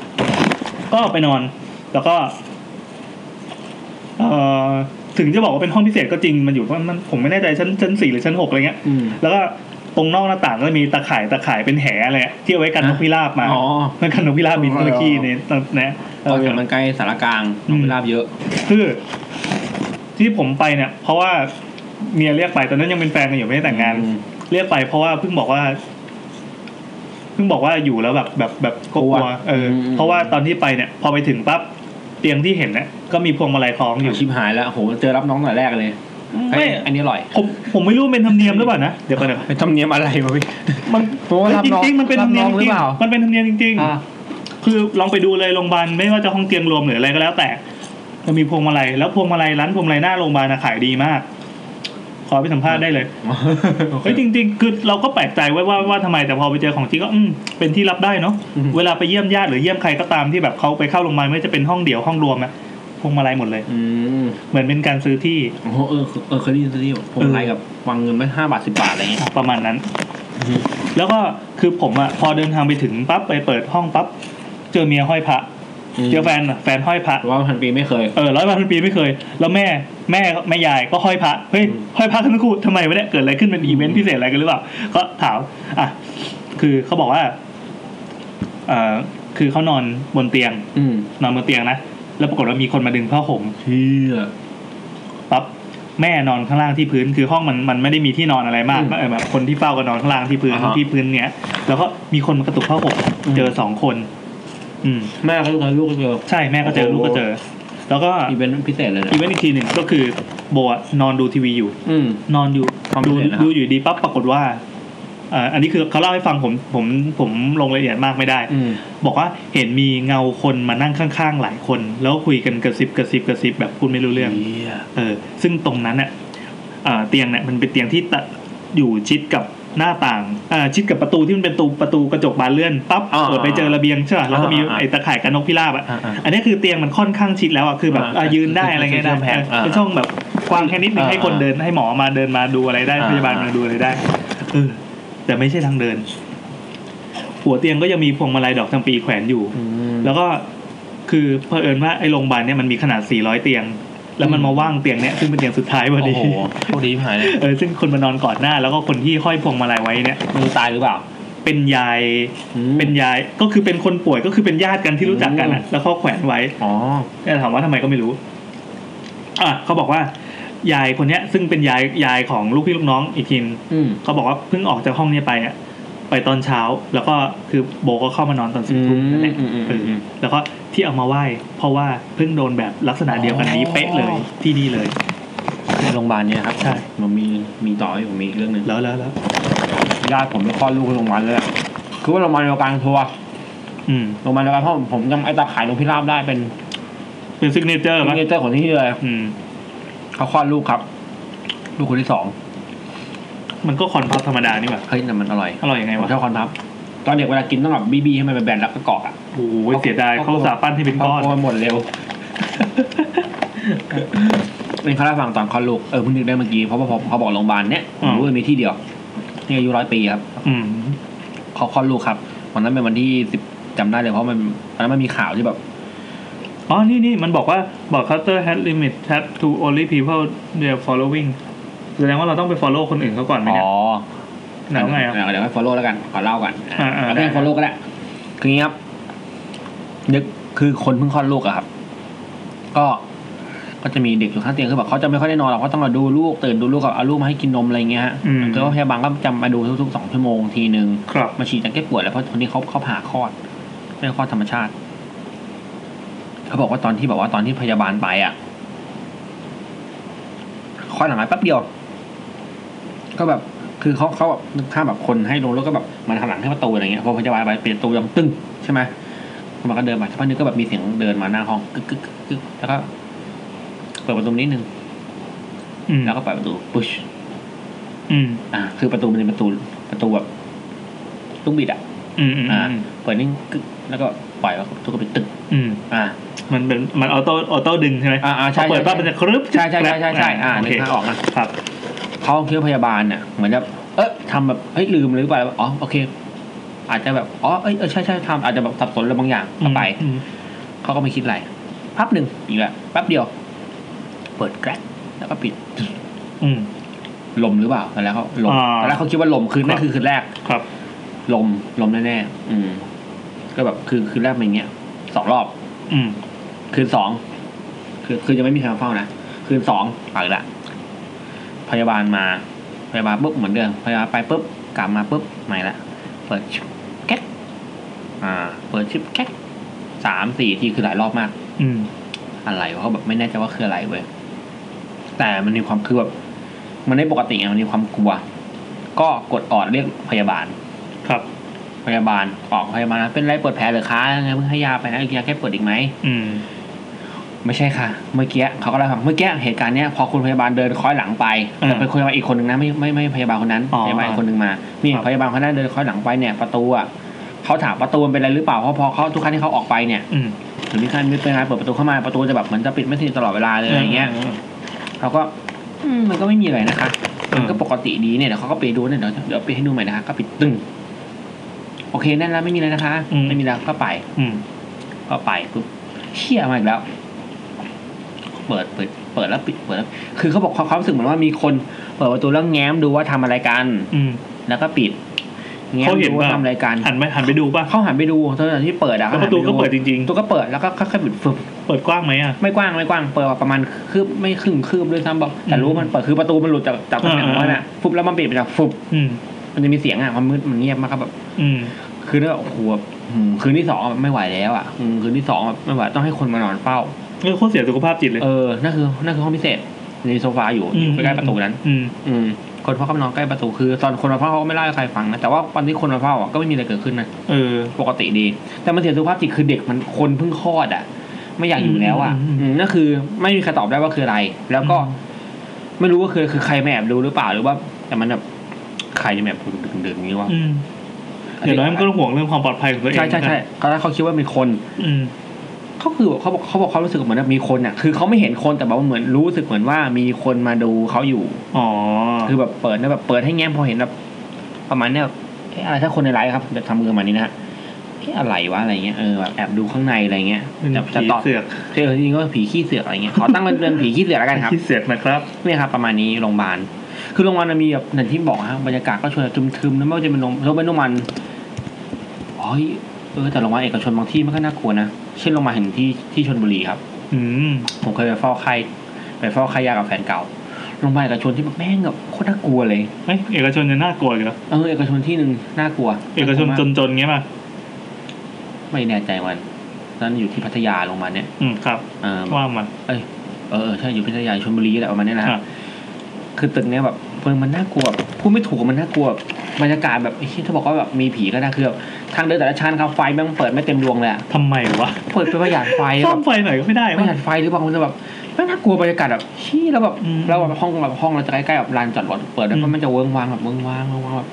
A: ก็ไปนอน แล้วก็เออถึงจะบอกว่าเป็นห้องพิเศษก็จริงมันอยู่ว่ามันผมไม่แน่ใจชั้นชั้นสี่หรือชั้นหกอะไรเงี้ย
B: อืม
A: แล้วก็ตรงนอกหน้าต่างก็มีตะข่ายตะข่ายเป็นแหอะไรเงี้ยที่เอาไว้กันนกพิราบมา
B: อ๋อ
A: มันกันนกพิราบบินตุรกีในตอนนะ
B: เราอยู่มันใกล้สารกลาง
A: อื
B: น้อง
A: ม
B: เวลาบเยอะ
A: คือที่ผมไปเนี่ย เพราะว่าเมียเรียกไปตอนนั้นยังเป็นแฟนกันอยู่ไม่ได้แต่งงาน
B: อืม
A: เรียกไปเพราะว่าเพิ่งบอกว่า เพิ่งบอกว่าอยู่แล้วแบบแบบแบบกลั
B: กลั
A: ว
B: ว
A: เอออ
B: ม
A: เพราะว่าตอนที่ไปเนี่ย พอไปถึงปั๊บเตียงที่เห็นเนี่ยก็มีพวงมาลัยคล้องอ
B: อยู่ ยู่ชิบหายแล้วโหเจอรับน้องหน่อยแรกเลยเฮ้
A: ไม่
B: ยอันนี้อร่อย
A: ผมผมไม่รู้มันเป็นธรรมเนียมหรือเปล่านะเดี๋ยวก่อนนะ
B: เป็นธรรมเนียมอะไรวะพี่
A: มัน
B: เพราะว่ารับ
A: จ
B: น้อง
A: ริงๆมันเป็นธรรมเนียม
B: รับน้องห
A: จ
B: รื
A: ริ
B: อง เปล่า
A: ๆมันเป็นธรรมเนียมจริงๆ
B: อ่ะ
A: คือลองไปดูเลยโรงพยาบาลไม่ว่าจะห้องเตียงรวมหรืออะไรก็แล้วแต่จะมีพวงมาลัยแล้วพวงมาลัยร้านพวงมาลัยหน้าโรงพยาบาลน่ะขายดีมาก ขอไปสัมภาษณ์ได้เลยเฮ้ยจริง ๆ คือเราก็แปลกใจไว้ว่าว่าทำไมแต่พอไปเจอของจริงก็อืมเป็นที่รับได้เนาะ
B: อืม
A: เวลาไปเยี่ยมญาติหรือเยี่ยมใครก็ตามที่แบบเขาไปเข้าโรงพยาบาลไม่ว่าจะเป็นห้องเดี่ยวห้องรวมอะพวงมาลัยหมดเลย
B: อืม
A: เหมือนเป็นการซื้อที่
B: โอ้โหเออเออเคยได้ยินซีรีส์ผมไลน์กับวางเงินไว้ห้าบาทสิบบาทอะไรเงี้ย
A: ประมาณนั้น
B: อือฮึ
A: แล้วก็คือผมอะพอเดินทางไปถึงปั๊บไปเปิดห้องปั๊บเจอเมียห้อยพระเจอแฟนอะแฟนห้อยพระ
B: เพราะว่าพันปีไม่เคย
A: เออร้อยวันพันปีไม่เคย แล้วแม่แม่แม่ยายก็ห้อยพระเฮ้ยห้อยพระทั้งคู่ทำไมวะเนี่ยเกิดอะไรขึ้นเป็นอีเวนต์พิเศษอะไรกันหรือเปล่าก็ถามอ่ะคือเขาบอกว่าเออคือเขานอนบนเตียง
B: อืม
A: นอนบนเตียงนะแล้วปรากฏว่ามีคนมาดึงผ้าห่ม
B: เชี่ย
A: ปั๊บแม่นอนข้างล่างที่พื้น คือห้องมันมันไม่ได้มีที่นอนอะไรมาก
B: อืม
A: ก็เออแบบคนที่เฝ้าก็นอนข้างล่างที่พื้น
B: อ่าฮะ
A: ที่พื้นเนี้ย แล้วก็มีคนมากระตุกผ้าห่ม
B: อืม
A: เจอสองคน อืม
B: แม่ก็เคยลูกก็เจอ
A: ใช่แม่ก็เจอลูกก็เจอ แล้วก็
B: อีเวนต์พิเศษเลยนะ
A: อีเวนต์อีกทีหนึ่งก็คือโบอะนอนดูทีวีอยู่
B: อืม
A: นอนอยู่
B: ความ
A: ดู
B: เสี่ยงนะครับ
A: ดูอยู่ดีปั๊บปรากฏว่าเอ่ออันนี้คือเขาเล่าให้ฟังผมผมผมลงรายละเอียดมากไม่ได้
B: อืม
A: บอกว่าเห็นมีเงาคนมานั่งข้างๆหลายคน แล้วคุยกันกระซิบกระซิบกระซิบแบบพูดไม่รู้เรื่อง เออ ซึ่งตรงนั้นเนี่ยเอ่อเตียงเนี่ยมันเป็นเตียงที่ตะอยู่ชิดกับหน้าต่างอ่าชิดกับประตูที่มันเป็นตูประตูกระจกบานเลื่อนปั๊บ
B: อ่า
A: เปิดไปเจอระเบียงใช่ป่ะแล้วก็มี
B: อ่า
A: ไอ้ตะข่ายกันนกพิราบอ่ะ
B: อ่าอ่า
A: อันนี้คือเตียงมันค่อนข้างชิดแล้วอ่ะคือแบบ
B: อ่า
A: อ่ะยืนได้อะไรเงี้ยได้
B: เป็นช่องแพง
A: เออเป็นช่องแบบกว้างแค่นิดนึง
B: อ่า
A: ให้คนเดินให้หมอมาเดินมาดูอะไรได้
B: อ่า
A: พยาบาลมาดูอะไรได้เออแต่ไม่ใช่ทางเดิน หัวเตียงก็ยังมีพวงมาลัยดอกจำปีแขวนอยู่
B: อืม
A: แล้วก็คือเผอิญว่าไอ้โรงพยาบาลเนี่ยมันมีขนาด 400 เตียง แล้วมัน
B: อืม
A: มาว่างเตียงเนี่ยซึ่งเป็นเตียงสุดท้ายพอ
B: โอ้
A: ดี
B: โหโชคดีที่หายเลย
A: เออซึ่งคนมานอนก่อนหน้า แล้วก็คนที่ห้อยพวงมาลัยไว้เนี่ย
B: มึงตายหรือเปล่า
A: เป็นยาย
B: อืม
A: เป็นยายก็คือเป็นคนป่วยก็คือเป็นญาติกันที่รู้จักกันอะแล้วเขาแขวนไว้
B: อ๋อ
A: เนี่ยถามว่าทำไมก็ไม่รู้ อ่ะเขาบอกว่า ยายคนเนี้ย ซึ่งเป็นยายยายของลูกพี่ลูกน้องอีกทีม
B: อืม
A: เขาบอกว่าเพิ่งออกจากห้องเนี้ยไปอ่ะไปตอนเช้า แล้วก็คือโบก็เข้ามานอนตอนสิบทุ่มนั่นแหละ
B: อืมอืม
A: เอออ
B: ม
A: แล้วก็ที่เอามาไหว้เพราะว่าเพิ่งโดนแบบลักษณะเดียวกันนี้เป๊ะเลยที่นี่เลย
B: ในโรงพยาบาลเนี่ยครับ
A: ใช่
B: ผมมีมีต่อให้ผมมีอีกเรื่องหนึ่ง
A: แล้วแล้วแล้ว
B: ญาติผมไปคลอดลูกที่โรงพยาบาลเลยอะคือว่าโรงพยาบาลเดียวกันทัวร์
A: อืม
B: โรงพยาบาลเดียวกันเพราะผมจำไอ้ตาขายนกพิราบได้เป็น
A: เป็นซิกเนเจอร์ป่ะ
B: เนเจอร์ของที่นี่เลย
A: อืม
B: เขาคลอดลูกครับ ลูกคนที่สอง
A: มันก็คอนพับธรรมดานี่หว่า
B: เฮ้ยแต่มันอร่อย
A: อร่อยยังไง
B: ผม
A: วะ
B: ชอบคอนทับตอนเด็กเวลากินต้องแบบบีบีให้มันเป็นแบนแล้วก็กรอกอ่ะ
A: โอ้โหเสียดายเขาอุตสาห์ปั้นให้เป็น
B: เพราะ
A: ก้อน
B: กลัวหมดเร็ว เป็นเขาเล่าให้ฟังตอนคลอดลูกเออเพิ่งนึกได้เมื่อกี้เพราะว่าพอเขาบอกโรงพยาบาลเนี้ยผมรู้ว่ามีที่เดียวนี่อายุร้อยปีครับ
A: อืม
B: เขาคลอดลูกครับวันนั้นเป็นวันที่สิบจำได้เลยเพราะมันตอนนั้นมันมีข่าวที่แบบ
A: อ๋อ นี่นี่มันบอกว่าบอก counter has limit has to only people they're following แสดงว่าเราต้องไป follow คนอื่นเขาก่อนไหม
B: อ๋
A: เนี่ย
B: อ
A: หนาวไงอ่ะ
B: เดี๋ยวให้ follow แล้วกัน ขอเล่ากัน
A: อ่าอ่า
B: ไม่
A: ได้
B: ให้ follow ก็ได้คืออย่างงี้ครับนึกคือคนเพิ่งคลอดลูกอะครับ ก็ก็จะมีเด็กอยู่ข้างเตียงคือแบบเขาจะไม่ค่อยได้นอนหรอกเพราะต้องมาดูลูกตื่นดูลูกกับเอาลูกมาให้กินนมอะไรอย่างเงี้ยฮะ
A: อืม
B: แล้วพยาบาลก็จะมาดูทุกๆสองชั่วโมงทีนึง
A: ครับ
B: มาฉีดยาแก้ปวดแล้วเพราะคนนี้เขาเขาผ่าคลอดไม่ได้คลอดธรรมชาติ เขาบอกว่าตอนที่แบบว่าตอนที่พยาบาลไปอ่ะคลอดออกมาแป๊บเดียว ก็แบบ คือเขาเขาแบบนึกภาพแบบคนให้ลงแล้วก็แบบมันหันหลังให้ประตูอะไรเงี้ยพอพยาบาลไปเป็นประตูยังตึ้งใช่ไหมมันก็เดินมาสักพักนึงก็แบบมีเสียงเดินมาหน้าห้องกึกกึกกึกกึกแล้วก็เปิดประตูนิดนึง
C: อืม
B: แล้วก็เปิดประตูปุ๊ช
C: อืม
B: อ่าคือประตูมันเป็นประตูประตูแบบลูกบิดอ่ะ
C: อืมอืม
B: อ่า
C: อืม
B: เปิดนิ่งกึกแล้วก็ปล่อยแล้วก็ประตูก็ไปตึก
C: อืม
B: อ่า
C: มันเป็นมันออโต้ออโต้ดึงใช่ไหม
B: อ่าอ่าใช่
C: พอเปิด
B: ใช่
C: ปั๊บมันจะครึบ
B: ใช่ใช่ใช่ใช่ใช่อ่า
C: โอเค
B: นึกภาพออกนะ
C: ครับ
B: เขาคิดว่าพยาบาลเนี่ยเหมือนจะเอ๊ะทำแบบเฮ้ยลืมหรือเปล่าอ๋อโอเค อาจจะแบบอ๋อเอ้ยเออใช่ใช่ทำอาจจะแบบสับสนอะไรบางอย่างเข้าไป
C: อืม
B: เขาก็ไม่คิดอะไรพับหนึ่งอีกแล้วแป๊บเดียว เปิดแกรกแล้วก็ปิด
C: อืม
B: ลมหรือเปล่าตอนแรกเขาลม
C: อ่า
B: ตอนแรกเขาคิดว่าลมคืนนั่
C: ครั
B: น
C: บ
B: คือคืนแรก
C: ครับ
B: ลมลมแน่ๆอืม ก็แบบคือคืนแรกเป็นอย่างเงี้ยสองรอบ
C: อืม
B: คืนสองคือคือยังไม่มีใครมาเฝ้านะคืนสองเอาอีกละพยาบาลมาพยาบาลปุ๊บเหมือนเดิมพยาบาลไปปุ๊บกลับมาปุ๊บใหม่ละเปิดชิปแก๊กอ่า เปิดชิปแก๊กสามสี่ทีคือหลายรอบมาก
C: อืม
B: อะไรวะเขาแบบไม่แน่ใจว่าคืออะไรเว้ยแต่มันมีความคือแบบมันไม่ปกติไงมันมีความกลัว ก็กดออดเรียกพยาบาล
C: ครับ
B: พยาบาลออกพยาบาลนะเป็นไรปวดแผลเหรือคะยังไงเพิ่งให้ยาไปนะอีกยาแก้ปวดอีกไหม
C: อืม
B: ไม่ใช่ค่ะ เมื่อกี้เขาก็เล่าให้ฟังเมื่อกี้เหตุการณ์เนี้ยพอคุณพยาบาลเดินคล้อยหลังไป
C: อ่า
B: แต่เป็นพยาบาลอีกคนนึงนะไม่ไม่ไม่ไม่พยาบาลคนนั้น
C: อ๋อ
B: พยาบาลอีกคนนึงมานี่
C: ครับ
B: พยาบาลคนนั้นเดินคล้อยหลังไปเนี่ยประตูอ่ะเขาถามประตูมันเป็นอะไรหรือเปล่าเพราะพอเขาทุกครั้งที่เขาออกไปเนี่ย
C: อืม
B: หรือมีการมีเป็นการเปิดประตูเข้ามาประตูจะแบบเหมือนจะปิดไม่สนิทตลอดเวลาเลยอะไรเงี้ยเขาก็อืมมันก็ไม่มีอะไรนะคะมันก็ปกติดีเนี่ยเดี๋ยวเขาก็ไปดูเนี่ยเดี๋ยวเดี๋ยวไปดให้ดูใหม่นะคะก็ปิดตึ้งโอเคแน่นแล้วไม่มีอะไรนะคะ ไม่มีแล้วก็ไป
C: อืม
B: ก็ไปปุ๊บเชี่ยมาอีกแล้ว เปิดเปิดเปิดแล้วปิดเปิดแล้วคือเขาบอกความความรู้สึกเหมือนว่ามีคนเปิดประตูแล้วแง้มดูว่าทำอะไรกัน
C: อืม
B: แล้วก็ปิด แง้ม
C: เขาเห็น
B: ดูว่า
C: ป่ะ
B: ทำอะไรกัน
C: หันไปหันไปดูป่ะ
B: เขาหันไปดูตอนที่เปิดอะ
C: แล้วประตูก็เปิดจริง
B: ประตูก็เปิดแล้วก็ค่อยๆปิดฟึบ
C: ๆ เปิดกว้างไหมอ่ะ
B: ไม่กว้างไม่กว้างเปิดประมาณคืบไม่ครึ่งคืบด้วยซ้ำบอกแต่รู้ว่ามันเปิดคือประตูมันหลุดจากจากตำแหน่ง
C: อ่า
B: มันอะฟุบแล้วมันปิดไปจากฟุบ
C: อืม
B: มันจะมีเสียงอะความมืดมันเงียบมากครับแบบ
C: อืม
B: คืนนั้นแบบโอ้โหแบบอืมคืนที่สองอะไม่ไหวแล้วอะอืมคืนที่สองอะไม่ไหวต้องให้คนมานอนเฝ้า
C: เออโคตรเสียสุขภาพจิตเลย
B: เออ นั่นคือ นั่นคือห้องพิเศษ มีโซฟาอยู่อยู่ใกล้ๆประตูนั้น
C: อืม
B: อืม คนเฝ้าก็ไปนอนใกล้ประตู คือ ตอนคนมาเฝ้าเขาก็ไม่เล่าให้ใครฟังนะ แต่ว่าตอนที่คนมาเฝ้าอ่ะก็ไม่มีอะไรเกิดขึ้นนะ
C: เออ
B: ปกติดี แต่มันเสียสุขภาพจิตคือเด็กมันคนเพิ่งคลอดอ่ะ ไม่อยากอยู่แล้วอ่ะ
C: อืม
B: อืมนั่นคือไม่มีใครตอบได้ว่าคืออะไร แล้วก็
C: อืม
B: ไม่รู้ว่าคือคือใครมาแอบดูหรือเปล่า หรือว่า แต่มันแบบใครจะมาแอบดูดึกๆอย่างนี้วะ
C: อืม
B: อันนี้
C: เดี๋ยวน้อยมันก็ห่วงเรื่องความปลอดภัยของตัวเอง
B: ใช่ใช่ใช่เขาเขาคิดว่าเป็นคน
C: อืม
B: เขาคือเขาบอกเขาบอกเขารู้สึกเหมือนแบบมีคนอ่ะ คือเขาไม่เห็นคนแต่แบบว่าเหมือนรู้สึกเหมือนว่ามีคนมาดูเขาอยู่
C: อ๋อ
B: คือแบบเปิดเนี่ยแบบเปิดให้แง้มพอเห็นแบบประมาณเนี่ยแบบเอ๊ะอะไรถ้าคนในไลฟ์ครับจะทำมือประมาณนี้นะฮะเอ๊ะอะไรวะอะไรเงี้ยเออแบบแอบดูข้างในอะไรเงี้ย
C: เป็น
B: จะ
C: ผี
B: จะตอบ
C: เสือก
B: เจอจริงๆก็ผีขี้เสือกอะไรเงี้ยขอตั้งเป็นเป็นผีขี้เสือกแล้วกันครับ
C: ผีเสือกนะครับ
B: เนี่ยครับประมาณนี้โรงพยาบาลคือโรงพยาบาลมันมีแบบอย่างที่บอกฮะบรรยากาศก็ชวนทึมๆนะไม่ว่าจะเป็นโรงโรงพยาบาลอ๋อเออแต่โรงพยาบาลเอกชนบางที่มันก็น่ากลัวนะเช่นโรงพยาบาลแห่งที่ที่ชลบุรีครับ
C: อืม
B: ผมเคยไปเฝ้าไข้ไปเฝ้าไข้ยากับแฟนเก่าโรงพยาบาลเอกชนที่แบบแม่งแบบโคตรน่ากลัวเลย
C: เอ้ยเอกชนจะน่ากลัวอีกันแล้ว
B: เออเอกชนที่หนึ่งน่ากลัว
C: เอก
B: า
C: ชน
B: กลัวมาก
C: จนๆเงี้ยป่ะ
B: ไม่แน่ใจวันนั้นอยู่ที่พัทยาโรงพยาบาลเนี่ย
C: อืม ครับ
B: เออ
C: ว่ามา
B: เออเออใช่อยู่พัทยาชลบุรีแหละประมาณเนี้ยนะ
C: อ่ะ
B: คือตึกเนี้ยแบบเออมันน่ากลัวแบบพูดไม่ถูกมันน่ากลัวแบบบรรยากาศแบบไอ้ที่เขาบอกว่าแบบมีผีก็น่าคือแบบทางเดินแต่ละชั้นครับไฟแม่งเปิดไม่เต็มดวงเลยอะ
C: ทำไมวะ
B: เปิดเป็นประหยัดไฟ
C: ซ่
B: แบ
C: อม
B: บ
C: ไฟหน่อยก็ไม่ได้
B: ประ
C: วะ
B: หยัดไฟหรือบางคนจะแบบไม่งน่ากลัวบรรยากาศแบบชี้แล้วแบบ
C: อืม
B: เราแบบห้องแบบห้องเราจะใกล้ๆแบบลานจอดรถเปิดแล้วมันจะเวิ้งวางแบบเวิ้งวางเวิ้งวางแบบ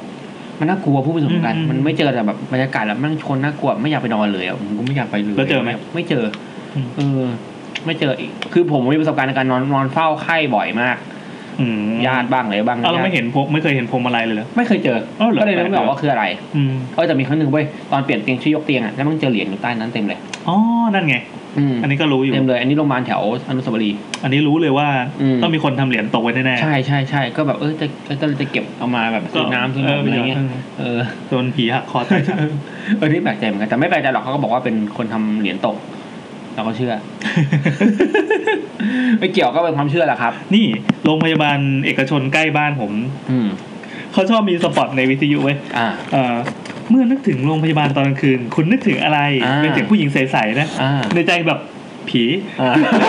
B: มันน่ากลัวพูดไม่ถูกเหมือนกันมันไม่เจอแต่แบบบรรยากาศแบบแม่งชนน่ากลัวไม่อยากไปนอนเลยอะผมก็ไม่อยากไปเลย
C: แล้วเจอไหม
B: ไม่เจออ
C: ม
B: เออ ไม่เจออีก คือผมมีประสบการณ์ในการนอนนอนเฝ้าไข้บ่อยมาก
C: อืม
B: ญาติบ้างอะไรบ้าง
C: เอ้าเรา
B: ญ
C: ไม่
B: ติ
C: เห็นพวกไม่เคยเห็นพวงมาลัยเลยเหรอ
B: ไม่เคยเจอ
C: เอ้าเหรอ
B: ก็เลยนึกไม่ออกว่าคืออะไร
C: อืม
B: เออแต่มีครั้งหนึ่งเว้ย ตอนเปลี่ยนเตียงช่วยยกเตียงอ่ะ แล้วมันเจอเหรียญอยู่ใต้นั้นเต็มเลย
C: อ๋อ นั่นไง
B: อืม
C: อันนี้ก็รู้อยู่
B: เต็มเลย อันนี้โรงพยาบาลแถวอนุสาวรีย์
C: อันนี้รู้เลยว่า
B: อืม
C: ต้องมีคนทำเหรียญตกไว้แน่ๆ
B: ใช่ใช่ใช่ ก็แบบเออจะก็เลยจะเก็บเอามาแบบ
C: ก็
B: ซื้อน้ำซื้อ
C: เ
B: นมอะไรเงี้ย
C: ปหด
B: เออ
C: โดนผีหักคอตายซะ
B: เออนี่แปลกใจเหมือนกันแต่ไม่แปลกใจหรอกเขาก็บอกว่าเป็นคนทำเหรียญตกเราก็เชื่อ ไม่เกี่ยวก็เป็นความเชื่อแหละครับ
C: นี่โรงพยาบาลเอกชนใกล้บ้านผม
B: อืม
C: เขาชอบมีสปอตในวิทยุเว้ย
B: อ่า
C: เอ่อเมื่อนึกถึงโรงพยาบาลตอนกลางคืน คุณนึกถึงอะไร
B: อ่า
C: เป็นเสียงผู้หญิงใสๆนะ
B: อ่า
C: ในใจแบบ
A: ผี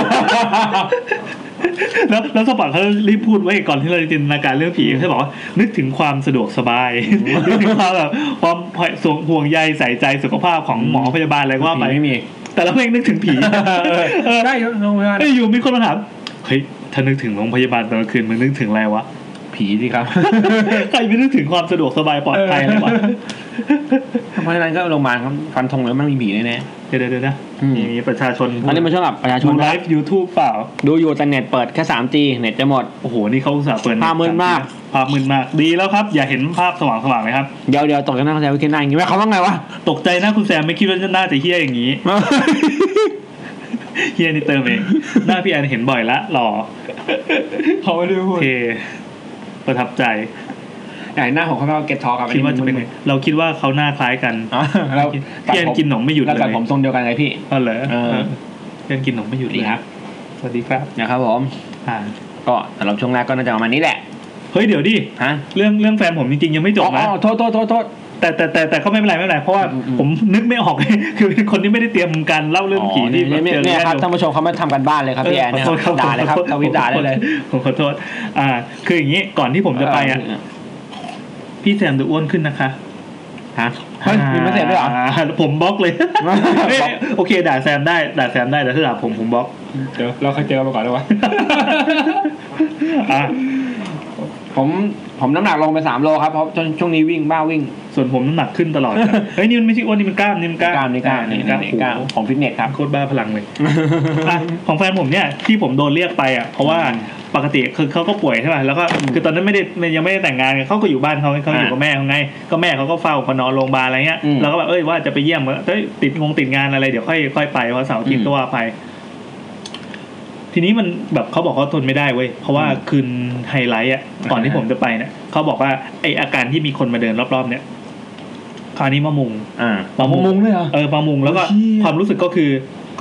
A: แล้วแล้วสปอร์ตเขารีบพูดไว้ก่อนที่เราจะจินตนาการเรื่องผีเขาบอกว่านึกถึงความสะดวกสบาย นึกถึงความแบบความสวงห่วงใยใส่ใจสุขภาพของหมอพยาบาลอะไรก็ว่าไป
B: ไม่ มี
A: แต่เราไม่นึกถึง ผีเออ
B: ได้โรงพยาบาล
A: เอ้ยอยู่มีคนมาถามเฮ้ยถ้านึกถึงโรงพยาบาลตอนกลางคืนมึงนึกถึงอะไร วะ
B: ผีสิครับ
A: ใครไม่นึกถึงความสะดวกสบายปลอดภัยอะไรวะ
B: เพราะฉะนั้นก็โรงพยาบาลครับฟันธงเลยว่ามันมีผีแน่
A: เดี๋ยวเดี๋ยวเดี๋ยวนะ
B: ๆอืม
A: มีมีประชาชนพู
B: อัน
A: ด
B: นี้มันช่วงแบบประชาช
A: ดู
B: น
A: ไล
B: นะ
A: ฟ์ยูทูบเปล่า
B: ดูอยู่แต่เน็ตเปิดแค่ 3G เน็ตจะหมด
A: โอ้โห นี่เขาอุตส่าห์เปิด
B: ภาพมืดมาก
A: ภาพมืดมาก ดีแล้วครับ อย่าเห็นภาพสว่างๆเลยครับ
B: เดี๋ยวเดี๋ยวตกกันนั่งแซวกันนั่งอย่างนี้ไหมเขาต้องไงวะ
A: ตกใจนะคุณแซมไม่คิดว่าหน้าจะเฮี้ยอย่าง นี้ เฮี้ยนี่เติมเอง หน้าพี่แอนเห็นบ่อยละหล่อ
B: เขาไม่ได้พู
A: โอ
B: ด
A: เค ประทับใจ
B: ไหนหน้าของเขาก็เก็ตทอกับ
A: คิดว่าจะเป็นไงเราคิดว่าเขาหน้าคล้ายกัน
B: อ๋อเรา
A: พี่แอนกินหนมไม่หยุด
B: เรา
A: เล
B: ตัด
A: ย
B: ผมทรงเดียวกันไงพี่
A: อ๋อเหรอ
B: เออ
A: พี่แอนกินหนมไม่หยุดเลยสวัสดีครับ
B: นะครับผม
A: อ่า
B: ก็สำหรับช่วงแรกก็น่าจะประมาณนี้แหละ
A: เฮ้ยเดี๋ยวดิ
B: ฮะ
A: เรื่องเรื่องแฟนผมจริงๆยังไม่จบ
B: อ๋อ
A: นะ
B: อ๋อโทษโทษโทษโทษ
A: แต่แต่แต่แต่ก็ไม่เป็นไรไม่เป็นไรเพราะว่า
B: อืมอืม
A: ผมนึกไม่ออก คือเป็นคนที่ไม่ได้เตรียมการเล่าเรื่องผีที่แบบ
B: เนี่ย
A: เจอ
B: เนี่ย
A: แ
B: ครับท่านผู้ชมเขามาทำกันบ้านเลยครับพี่แอนเนี่ย
A: ขอโทษ
B: ด่าเลยครับทวิตด่าได้เลย
A: ผมขอโทษ อ่า คืออย่างนี้ก่อนที่ผมจะไปอ่ะพี่แซมจะอ้วนขึ้นนะคะ
B: ฮะเฮ้ยมีไม่เสร็จด้วยเหรอ
A: าผมบล็อก เลย
B: บล็อก
A: เอ้ยโอเค ด่าแซมได้ด่าแซมได้แต่ถ้าด่าผมผมบล็อก
B: เดี๋ยวเราเคยเจอกันมาก่อนด้วยวะ
A: อ่ะ
B: ผมผมน้ำหนักลงไปสามโลครับเพราะช่วงนี้วิ่งบ้าวิ่ง
A: ส่วนผมน้ำหนักขึ้นตลอดนะเฮ้ยนี่มันไม่ใช่อ้วนนี่มันกล้ามนี่มันกล้าม
B: กล้ามนี่กล้ามนี่
A: อ่
B: กล้ามนี่กล้าม
A: โอ้โห
B: ของฟิตเนสครับ
A: โคตรบ้าพลังเลย อ่ะของแฟนผมเนี่ยที่ผมโดนเรียกไปอ่ะเพราะว่าปกติคือเขาก็ป่วยใช่ไหมแล้วก็คือตอนนั้นไม่ได้ยังไม่ได้แต่งงานกันเขาก็อยู่บ้านเขาเขาอยู่กับแม่เขาไง ก็แม่เขาก็เฝ้าพนอนโรงพยาบาลอะไรเงี้ย
B: อืม
A: เราก็แบบเอ้ยว่าจะไปเยี่ยมเอ้ยติดงงติดงานอะไรเดี๋ยวค่อยค่อยไปวันเสาร์อาทิต
B: อื
A: ย์
B: ม
A: ก็ว่าไป ทีนี้มันแบบเขาบอกเขาทนไม่ได้เว้ยเพราะว่า
B: อืม
A: คืนไฮไลท์อ่ะก่อนที่ผมจะไปเนี่ยเขาบอกว่าไออาการที่มีคนมาเดินรอบๆ เนี่ยคราวนี้มามุง
B: ่า
A: ปลาหมึก
B: มุงด้วยเหรอ
A: เออประมงแล้วก็
B: โอ้เชี่ย
A: ความรู้สึกก็คือ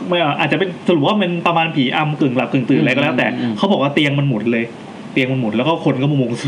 A: ไม่เอาอาจจะเป็นสรุปว่ามันประมาณผีอำกึ่งหลับกึ่งตื่นอะไรก็แล้ว แต่
B: อืมอืม
A: เขาบอกว่าเตียงมันหมุนเลย เตียงมันหมุนแล้วก็คนก็มามุง ซึ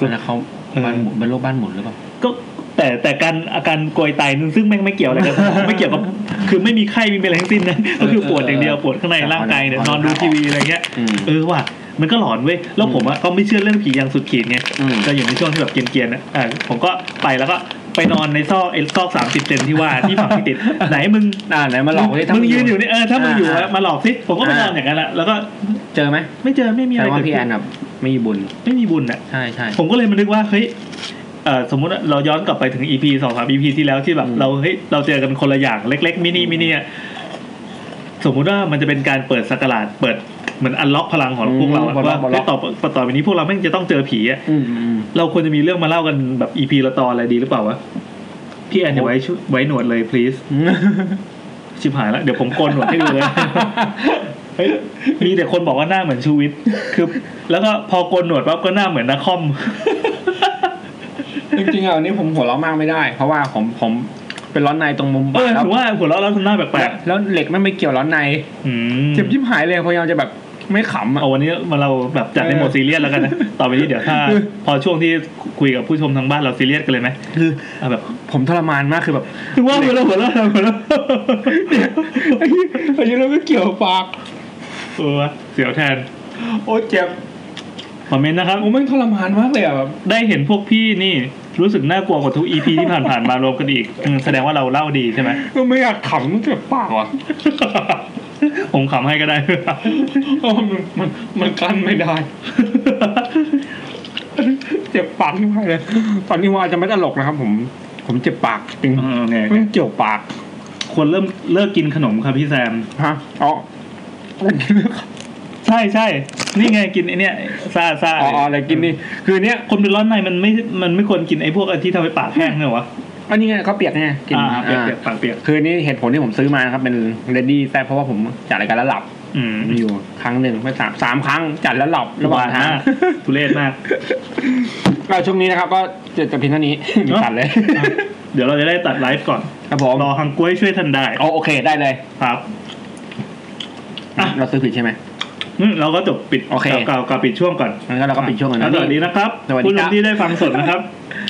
B: มั
A: ่ง
B: นนะเขา
A: เออ
B: บ้านหมุนเป็นโรคบ้านหมุนหรือเปล่า
A: ก็แต่แต่การอาการกลวยไตนั่นซึ่งแม่งไม่เกี่ยวอะไรกัน ไม่เกี่ยวกับ คือไม่มีไข้ไม่มีอะไรทั้งสิ้นนะ ก็คือปวดอย่างเดียวปวดข้างในร่างกายเนี่ยนอนดูทีวีอะไรเงี้ย
B: อืม
A: เออว่ะมันก็หลอนเว้ยแล้วผมอะก็ไม่เชื่อเรื่องผีอย่างสุดขีดไง
B: อืม
A: ก็อยู่ในช่วงที่แบบเกรียนๆนะอ่าผมก็ไปแล้วก็ไปนอนในซอกไอ้ซอกสามสิบเซนที่ว่าที่ฝั่งที่ติด ไหนมึง
B: อ่าไหนมาหลอกดิถ้า
A: มึงยืนอยู่นี่เออถ้ามึงอยู่อะ
B: อ่า
A: มาหลอกสิผมก็ไปนอน
B: อ่า
A: อย่างนั้นแหละแล้วก็
B: เจอไหม
A: ไม่เจอไม่มีอะ
B: แต่
A: ไร
B: ว่า
A: เกิด
B: พี่แอ
A: ขึ้
B: น
A: น
B: แบบไม่มีบุญ
A: ไม่มีบุญอ่ะ
B: ใช่ใช่
A: ผมก็เลยมานึกว่าเฮ้ยเอ่อสมมติว่าเราย้อนกลับไปถึง EP สองสาม EP ที่แล้วที่แบบ
B: อืม
A: เราเฮ้ยเราเจอกันคนละอย่างเล็ก ๆ มินิมินิอะสมมุติว่ามันจะเป็นการเปิดสกราดเปิดเหมือนอันล็อกพลังของพวกเราอะว่าเฮ้ยต่อต่อไปนี้พวกเราแม่งจะต้องเจอผีอะ
B: อืมอืมอืม
A: เราควรจะมีเรื่องมาเล่ากันแบบอีพีละตอนอะไรดีหรือเปล่าวะ พี่แอนอย่าไว้ชุไว้หนวดเลย please ชิบหายแล้ว เดี๋ยวผมโกนหนวดให้ดู เลย เฮ้ยมีแต่คนบอกว่าหน้าเหมือนชูวิทย์คือ แล้วก็พอโกนหนวดปั๊บก็หน้าเหมือนนักค อม
B: จริงๆอ่ะวันนี้ผมหัวเราะมากไม่ได้ เพราะว่าผมผมเป็นร้อนในตรงมุม
A: เอ
B: ปา
A: อก
B: แล้ว
A: ถือว่าหัวเราะแล้วทำหน้าแปล
B: แล้
A: ก
B: วแล้วเหล็กไม่ไปเกี่ยวร้อนใน
A: ๆอืม
B: เจ็บยิ้มหายเลยพยายามจะแบบไม่ขำอ่ะ
A: เอาวันนี้มาเราแบบจัดในโหมดซีเรียสแล้วกันนะ ต่อไปนี้เดี๋ยวถ้า พอช่วงที่คุยกับผู้ชมทางบ้านเราซีเรียสกันเลยไหม
B: คือ
A: เอาแบบ
B: ผมทรมานมากคือแบบ
A: ถือว่าหัวเราะหัวเราะหัว เราะ
B: ไอ้เหี้ยไอ้เหี้ยเราไม่เกี่ยวปาก
A: เออวะเสียวแทน
B: โอ้เจ็บ
A: คอมเมนต์นะครับ
B: ผมแม่งทรมานมากเลยอ่ะแบบ
A: ได้เห็นพวกพี่นี่รู้สึกน่ากลัวกว่าทุก EP ที่ผ่านๆมารวมกันอีกอืมแสดงว่าเราเล่าดีใช่ไหม
B: ก็ไม่อยากขำมันเจ็บปากว่ะ
A: ผมขำให้ก็ ได้
B: เออมันมันมันกั้นไม่ได้ เจ็บปากที่ไหนเลยตอนนี้ว่าจะไม่ตลกนะครับ ผม ผมเจ็บปากจริง
A: อืมเนี่ย
B: ไม่งเกี่ยวปาก
A: ควรเริ่มเลิกกินขนมครับพี่แซม
B: ฮะอ๋อ
A: ใช่ใช่นี่ไงกินไอเนี้ยซาซา
B: อ๋ออะไรกินนี่ คือเนี้ย
A: คนเป็นร้อนในมันไม่มันไม่ควรกินไอ้พวกที่ทำให้ปากแห้งเนี่ยวะ
B: อันนี้ไงเขาวเปียกไงกิน
A: อ่าเปียก
B: อ่า
A: เปียกปากเปียก
B: คือนี่เหตุผลที่ผมซื้อมานะครับเป็นเรดดี้แต่เพราะว่าผมจัดรายการแล้วหลับ
A: อืม
B: มีอยู่ครั้งหนึ่งไปสามสามครั้งจัดแล้วหลับระหว่างทาง
A: มกทุเรศมาก
B: ก็ช่วงนี้นะครับ ก็เจะจะเพียงเท่านี้
A: เนอะ
B: ตัดเลย
A: เดี๋ยวเราจะได้ตัดไลฟ์ก่อน
B: ครับผม
A: รอฮังกล้วยช่วยท่านได้
B: อ๋อโอเคได้เลย
A: ครับ อ่ะ
B: เราซื้อผิดใช่ไหม
A: อืมเราก็จบปิด
B: โอเค
A: กล่าวกล่าวกล่าวปิดช่วงก่อน
B: งั้นก็เราก็ปิดช่วงกัน
A: แล้ว
B: นะ
A: สวัสดีนะครับ
B: สวัสดี
A: ผู้ช
B: ครั
A: ม
B: บ
A: ที่ได้ฟังสดนะครับ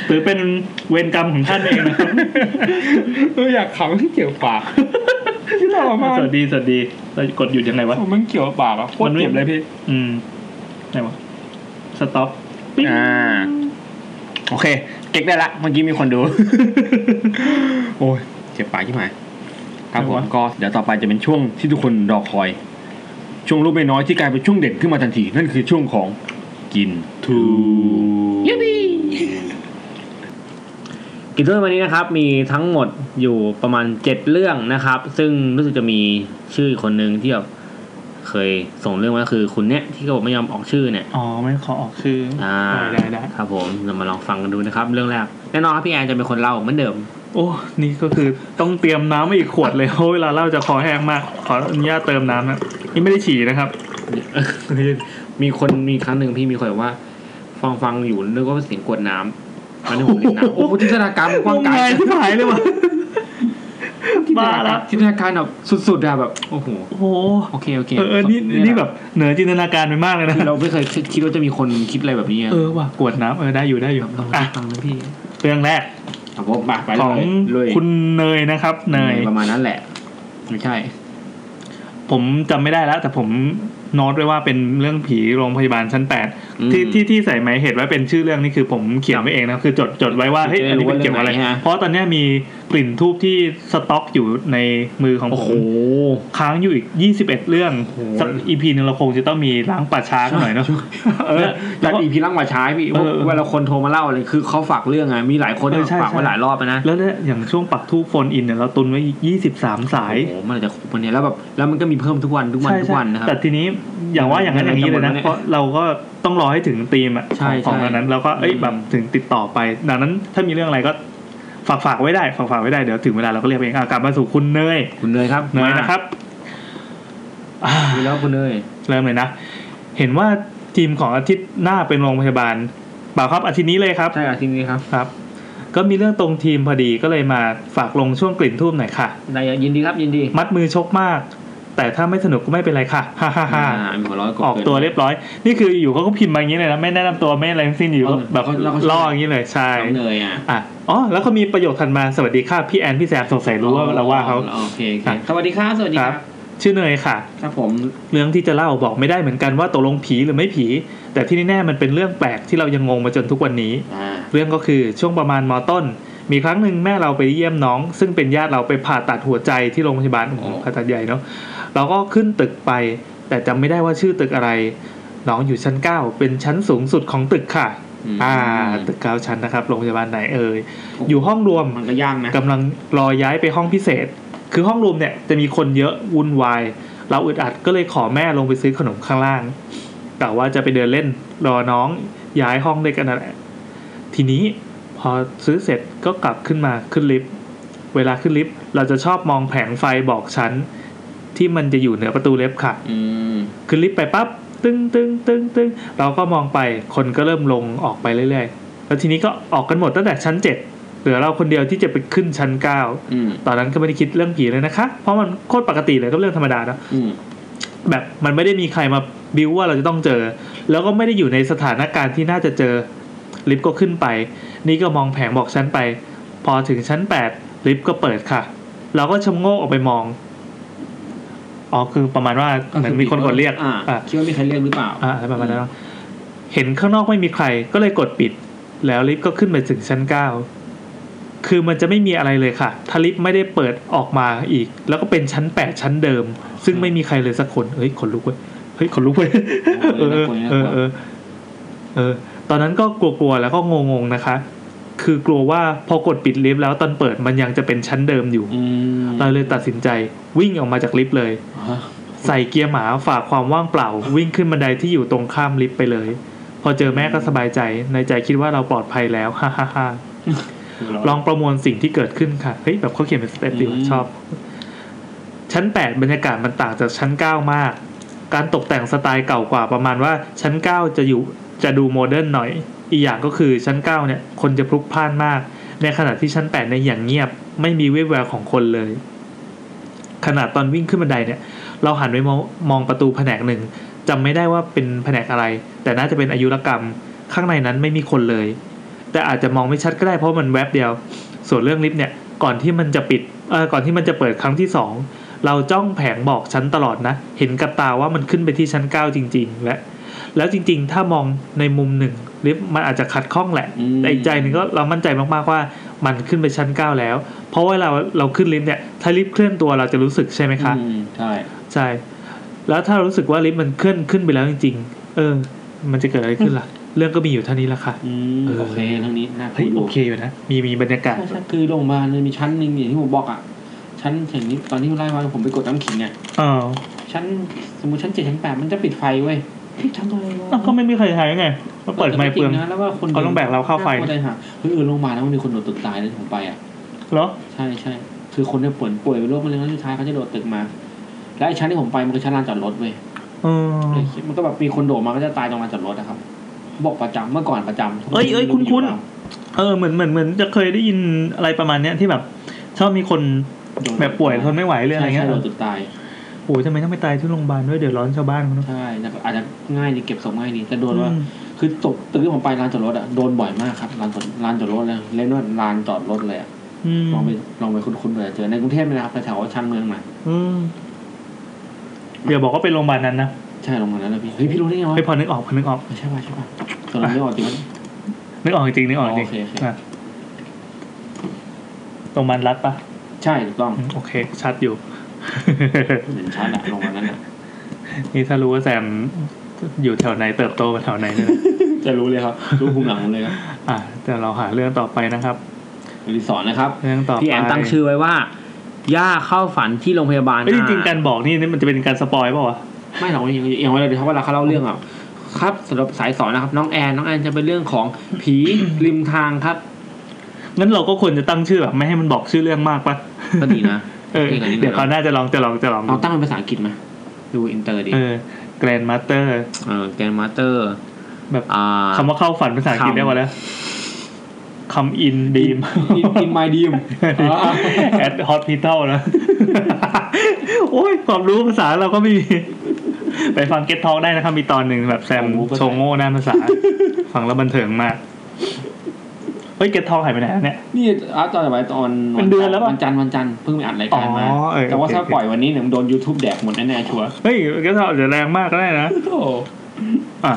A: ถือเป็นเวรกรรมของท่านเองนะครับ
B: เอออยากขังเกี่ยวปาก
D: ที่หล่อมาก
A: สวัสดีสวัสดีเรากดหยุดยังไงวะ
D: ผมมันเกี่ยวกับปากอ่ะโคตรเจ็บเลยพี่
A: อืมไหนวะสต็อปปิ้ง
E: อ่า โอเค เก็กได้ละ เมื่อกี้มีคนดู โอ้ย เจ็บปากที่หมายครับผมก็เดี๋ยวต่อไปจะเป็นช่วงที่ทุกคนรอคอย ช่วงรูปไม่น้อยที่กลายเป็นช่วงเด่นขึ้นมาทันที นั่นคือช่วงของกินทู
B: ยูบี กิจกรรมวันนี้นะครับ มีทั้งหมดอยู่ประมาณเจ็ดเรื่องนะครับ ซึ่งรู้สึกจะมีชื่ออีกคนหนึ่งที่แบบเคยส่งเรื่องมาคือคุณเนี่ยที่เขาบอกไม่ยอมออกชื่อเนี่ย
A: อ๋อไม่ขอออกคือ
B: อ่า
A: ได้ได้ได้
B: ครับผมเรามาลองฟังกันดูนะครับ เรื่องแรกแน่นอนครับพี่แอนจะเป็นคนเล่าเหมือนเดิม
A: โอ้นี่ก็คือต้องเตรียมน้ำมาอีกขวดเลยเพราะเวลาเล่าจะคอแห้งมาก ขออนุญาตเติมน้ำนะนี่ไม่ได้ฉี่นะครับ
B: มีคนมีครั้งหนึ่งพี่มีคนบอกว่า ฟังฟังอยู่นึกว่าเป็นเสียงกรวดน้ำมันนึกว่าผมเล่น น้ำโอ้โหจินตนาการมันกว้างไกล
A: งมที่หายเลยวะ บ้าละ
B: จินตนาการแบบสุดๆอะแบบโอ้โห
A: โอ้โห
B: โอเคโอเค
A: เออเออนี่
B: หละ
A: นี่แบบเหนือจินตนาการไปมากเลยนะ
B: คือเราไม่เคยคิดว่าจะมีคนคิดอะไรแบบนี้อะ
A: เออว่ะกวดน้ำเออได้อยู่ได้อยู่
B: ลอง
A: อ่ะ
B: ฟังนะพี่
A: เรื่องแรก
B: ครับผมไปไป
A: ข
B: เล
A: อง
B: ยเลย
A: คุณเนยนะครับ เนย
B: ประมาณนั้นแหละ ไม่ใช่
A: ผมจำไม่ได้แล้ว แต่ผมโน้ตไว้ว่าเป็นเรื่องผีโรงพยาบาลชั้นแปด
B: อืม
A: ที่ที่ที่ใส่หมายเหตุไว้เป็นชื่อเรื่องนี่คือผมเขียนไว้เองนะคือจดจดไว้ว่าเฮ้ยอันนี้เป็นเกี่ยวกับอะไร
B: จะได้รู้ว่าเรื่องไหนฮะ
A: เพราะตอนเนี้ยมีกลิ่นทูบที่สต็อกอยู่ในมือของผมค้างอยู่อีกยี่สิบเอ็ดเรื่องสักอีพีนึงเราคงจะต้องมีล้างป่าช้ากันหน่อยเนาะเออ
B: จา
A: แล้
B: ก
A: วก็
B: อีพีลังมาใช้พี่
A: เออ
B: เวลาคนโทรมาเล่าเลยคือเขาฝากเรื่องไงมีหลายคน
A: เออใช่
B: ฝากไว้
A: ใช่
B: หลายรอบนะ
A: แล้วเนี่ยอย่างช่วงปักทูบโฟนอินเนี่ยเราตุนไว้ยี่สิบสามสาย
B: โอ้โหมันอาจจะครบวันเนี้ยแล้วแบบแล้วมันก็มีเพิ่มทุกวันทุกวัน
A: ใช่
B: ทุกวันนะครับ
A: แต่ทีนี้อย่างว่าอย่างนั้นอย่างนี้เลยนะ
B: เนี่ย
A: เพราะเราก็ต้องรอให้ถึงธีมอะข
B: ใช่
A: องของ
B: ใช่
A: อันนั้นเราก็เอ้ยแบบถึงติดต่อไป ดังนั้นถ้ามีเรื่องอะไรก็ฝากฝากไว้ได้ฝากฝากไว้ได้เดี๋ยวถึงเวลาเราก็เรียกเองอ่ะกลับมาสู่คุณเนย
B: คุณเนยครับ
A: เนยนะครับอ่า
B: มามีแล้วคุณเนย
A: เริ่มเลยนะ เห็นว่าทีมของอาทิตย์หน้าเป็นโรงพยาบาลเปล่าครับอาทิตย์นี้เลยครับ
B: ใช่อาทิตย์นี้ครับ
A: ครับ ก็มีเรื่องตรงทีมพอดีก็เลยมาฝากลงช่วงกลิ่นทูบหน่อยค่ะ
B: ได้ยินดีครับยินดี
A: มัดมือชกมาก แต่ถ้าไม่สนุกก็ไม่เป็นไรค่ะ ฮ่าฮ่าฮ่า
B: อ่ามีหัวเร้อย
A: ออกตัวเรียบร้อย นี่คืออยู่เขาก็พิมพ์มาอย่างนี้เลยนะไม่แนะนำตัวไม่อะไรทั้งสิ้นอยู่ก็แบบล่ออย่างนี้เลยใช่
B: น้องเนยอ่ะ
A: อ่ะอ๋อแล้วเขามีประโยคถัดมาสวัสดีค่ะพี่แอนพี่แซมสงสัยรู้ว่าเราว่าเขา
B: โอเคโอเค
A: ครับ
B: สวัสดีครับสวัสดี
A: ค
B: ค
A: รับ
B: รั
A: บ ชื่อเนยค่ะ
B: ครับผม
A: เรื่องที่จะเล่าบอกไม่ได้เหมือนกันว่าตกลงผีหรือไม่ผี แต่ที่แน่ๆมันเป็นเรื่องแปลกที่เรายังงงมาจนทุกวันนี้
B: อ่า
A: เรื่องก็คือช่วงประมาณมต้น มีครั้งหนึ่งแม่เราไปเยี่ยมน้อง ซึ่งเป็นญาติเราไปผ่าตัดหัวใจที่โรงพยาบาลโอ้โหผ่าตัดใหญ่เนาะเราก็ขึ้นตึกไป แต่จำไม่ได้ว่าชื่อตึกอะไร น้องอยู่ชั้น 9 เป็นชั้นสูงสุดของตึกค่ะ
B: อืม
A: อ่า ตึกเก้าชั้นนะครับโรงพยาบาลไหนเอ่ยอยู่ห้องรวม
B: มันก็ยากนะ
A: กำลังรอย้ายไปห้องพิเศษ คือห้องรวมเนี่ยจะมีคนเยอะวุ่นวาย เราอึดอัดก็เลยขอแม่ลงไปซื้อขนมข้างล่างกะว่าจะไปเดินเล่นรอน้องย้ายห้องด้วยกันนั่นแหละทีนี้พอซื้อเสร็จก็กลับขึ้นมาขึ้นลิฟต์ เวลาขึ้นลิฟต์เราจะชอบมองแผงไฟบอกชั้น ที่มันจะอยู่เหนือประตูเล็บค่ะ
B: อืม
A: ขึ้นลิฟต์ไปปั๊บตึ้งตึ้งตึ้งตึ้งเราก็มองไปคนก็เริ่มลงออกไปเรื่อยๆ แล้วทีนี้ก็ออกกันหมดตั้งแต่ชั้นเจ็ดเหลือเราคนเดียวที่จะไปขึ้นชั้นเก้า
B: อืม
A: ตอนนั้นก็ไม่ได้คิดเรื่องผีเลยนะคะ เพราะมันโคตรปกติเลยก็เรื่องธรรมดาเนอะ
B: อืม
A: แบบมันไม่ได้มีใครมาบิวว่าเราจะต้องเจอ แล้วก็ไม่ได้อยู่ในสถานการณ์ที่น่าจะเจอลิฟต์ก็ขึ้นไป นี่ก็มองแผงบอกชั้นไป พอถึงชั้นแปดลิฟต์ก็เปิดค่ะ เราก็ชะโงกออกไปมองอ๋อคือประมาณว่าเหมือนมีคนกดเรียก
B: อ่า
A: อ่ะ
B: คิดว่ามีใครเรียกหรือเปล่า
A: อ่าอะไรประมาณนั้นเนอะเห็นข้างนอกไม่มีใครก็เลยกดปิด แล้วลิฟต์ก็ขึ้นไปถึงชั้นเก้าคือมันจะไม่มีอะไรเลยค่ะ ถ้าลิฟต์ไม่ได้เปิดออกมาอีก แล้วก็เป็นชั้นแปดชั้นเดิม ซึ่งไม่มีใครเลยสักคนเฮ้ยขนลุกเว้ยเฮ้ยขนลุกเว้ยเอ
B: โอ้
A: อ
B: โหน่าก
A: เอ
B: ลั
A: อ
B: วน่ากลัว
A: เออเออ ตอนนั้นก็กลัวๆแล้วก็งงๆนะคะ คือกลัวว่าพอกดปิดลิฟต์แล้วตอนเปิดมันยังจะเป็นชั้นเดิมอยู่
B: อืม
A: เราเลยตัดสินใจวิ่งออกมาจากลิฟต์เลย
B: ฮะ
A: ใส่เกียร์หมาฝากความว่างเปล่า วิ่งขึ้นบันไดที่อยู่ตรงข้ามลิฟต์ไปเลย พอเจอแม่ก็สบายใจ ในใจคิดว่าเราปลอดภัยแล้ว ฮ่าฮ่าฮ่าลองประมวลสิ่งที่เกิดขึ้นค่ะ เฮ้ย แบบเขาเขียนเป็นสเต็ปดีว่ะชอบ ชั้น 8 บรรยากาศมันต่างจากชั้น 9 มาก การตกแต่งสไตล์เก่ากว่าประมาณว่าชั้น 9 จะอยู่จะดูโมเดิร์นหน่อย อีกอย่างก็คือชั้น 9 เนี่ย คนจะพลุกพล่านมาก ในขณะที่ชั้น 8 ในยอย่างเงียบ ไม่มีเว่แววของคนเลย ขนาดตอนวิ่งขึ้นบันไดเนี่ย เราหันไปมองมองประตูแผนกหนึ่งจำไม่ได้ว่าเป็นแผนกอะไร แต่น่าจะเป็นอายุรกรรม ข้างในนั้นไม่มีคนเลย แต่อาจจะมองไม่ชัดก็ได้เพราะมันแวบเดียว ส่วนเรื่องลิฟต์เนี่ยก่อนที่มันจะปิดเออก่อนที่มันจะเปิดครั้งที่สอง เราจ้องแผงบอกชั้นตลอดนะ เห็นกับตาว่ามันขึ้นไปที่ชั้นเก้าจริง ๆ และ แล้วจริง ๆ ถ้ามองในมุมหนึ่งลิฟต์มันอาจจะขัดข้องแหละ
B: อืม
A: แต่อีกใจหนึ่งก็เรามั่นใจมากๆว่ามันขึ้นไปชั้นเก้าแล้ว เพราะว่าเราเราขึ้นลิฟต์เนี่ยถ้าลิฟต์เคลื่อนตัวเราจะรู้สึกใช่ไหมคะ
B: อืมใช่
A: ใช่ แล้วถ้ารู้สึกว่าลิฟต์มันเคลื่อนขึ้นไปแล้วจริง ๆ เออ มันจะเกิดอะไรขึ้นล่ะ เรื่องก็มีอยู่เท่านี้ละค่ะ
B: อืม
A: เออ
B: โอเคเรื่องนี้น่าคุ
A: เฮ้ย
B: ยอ
A: โอยู่ เคอยู่นะ มีมีบรรยากาศ
B: ใช่ใช่คือโรงพยาบาลมันมีชั้นหนึ่งอย่างที่ผมบอกอ่ะชั้นอย่างนี้ตอนที่ไล่มาผมไปกดน้ำขิงอ่ะ
A: เออ
B: ชั้นสมมติชั้นเจ็ดชั้นแปดมันจะปิดไฟเว้ยพี่ทำอะไร
A: เอ้าว
B: ะ
A: ก็ไม่มีใครใช้ไงมันเปิดไมค์เปลือง
B: จรินะแล้วว่าคน
A: เขาต้องแบกเราเข้าไฟ
B: น่ลัวใจหาเฮ้ยเออโรงพยาบาลแล้วมันมีคนโดดตึกตายเลยผมไปอ่ะ
A: เหรอ
B: ใช่ใช่คือคนที่ป่วยป่วยเป็นโรคมะเร็งแล้วสุดท้ายเขาจะโดดตึกมา และไอ้ชั้นที่ผมไปมันคือชั้นลานจอดรถเว้ย
A: เออ
B: เลยคิดมันก็แบบมีคนโดดมาก็จะตายตรงลานจอดรถนะครับ บอกประจำเมื่อก่อนประจำ
A: เอ้ยเอ้ยคุ้น เออ เหมือนเหมือนเหมือนจะเคยได้ยินอะไรประมาณเนี้ยที่แบบ ชอบมีคน
B: โดด
A: แบบป่วยทนไม่ไหวเลยอะไรเงี้ย
B: ใช่ใช่โดดตึกตาย
A: โอ้ยทำไมต้องไปตายที่โรงพยาบาลด้วยเดือดร้อนชาวบ้านเขาเนอะ
B: ใช่แต่อาจจะง่ายดีเก็บศพง่ายดีแต่โดนว่า
A: อืม
B: คือตกตึกที่ผมไปลานจอดรถอะโดนบ่อยมากครับลานจอดลานจอดรถเลยเล่นว่าลานจอดรถเลยอะ
A: อืม
B: ลองไปลองไปคุ้นๆเลยเจอในกรุงเทพเลยนะครับแถวๆชานเมืองมา
A: อืมอย่าบอกว่าเป็นโรงพยาบาลนั้นนะ
B: ใช่ลงมาแล้วนะพี่เฮ้ยพี่รู้ได้ไงวะ
A: ไปพอนึกออกพอนึกออก
B: ใช่ป่ะใช่ป่ะตอนนั้นไม่ออกจริงมั้ย
A: นึกออกจริงนึกออกจริง
B: โอเคโอเค
A: อ่ะโรงพยาบาลรัฐปะ
B: ใช่ถูกต้อง
A: อืมโอเค ชัด อยู่
B: เห็นชัดอะลงมานั้นอะ
A: นี่ถ้ารู้ว่าแซมอยู่แถวไหนเติบโตมาแถวไหนเนี่ยนะ
B: จะรู้เลยครับรู้ภูมิหลังผมเลยครับ
A: อ่ะแต่เราหาเรื่องต่อไปนะครับ
B: รีสอร์ทนะครับ
A: เรื่องต่อไป
B: พี่แอนตั้งชื่อไว้ว่าย่าเข้าฝันที่โรงพยาบาล
A: เอ้ยจริงๆการบอกนี่นี่มันจะเป็นการสปอยเปล่าวะ
B: ไม่หรอกอย่างอย่างเวลาเดี๋ยวเขาเวลาเขาเล่าเรื่องอะครับสำหรับสายสอนนะครับ น้องแอนน้องแอนจะเป็นเรื่องของผีริมทางครับ
A: งั้นเราก็ควรจะตั้งชื่อแบบไม่ให้มันบอกชื่อเรื่องมากปะ
B: ก็ดีนะ
A: เออเดี๋ยวเขาวหน่าจะลองจะลองจะลอง
B: เราตั้งเป็นภาษาอังกฤษไหมดูอินเตอร์ดี
A: เออแกรนมาสเตอร์
B: เออแกนมาสเตอร์
A: แบบ
B: อ่า
A: คำว่าเข้าฝันภาษาอังกฤษ
B: คำ
A: ได้หมดแล้วคำอินบีม
B: อินไมดี ม
A: แอดฮอสพิทอลนะ โอ้ยความรู้ภาษาเราก็ไมมี ไปฟังเก็ตท l k ได้นะครับ มีตอนหนึ่งแบบแซมโชว์โง่หน้าภาษา ฟังแล้วบันเทิงมาก เฮ้ยเก็ตท l k หายไปไหนอะเนี่ย
B: นี่อาร์ตตอนไหนตอน
A: เป็นเดือนแล้วปะ
B: วันจันทร์วันจันทร์เพิ่งไปอัดรายการมา
A: อ๋อเออ
B: แต่ว่า
A: โอเค
B: ถ้าปล่อยวันนี้เนี่ยมันโดน YouTube แดกหมดแน่ๆชัวร์
A: เฮ้ยเก็ตท l k จะแรงมากก็ได้นะ
B: โอ้
A: อ่ะ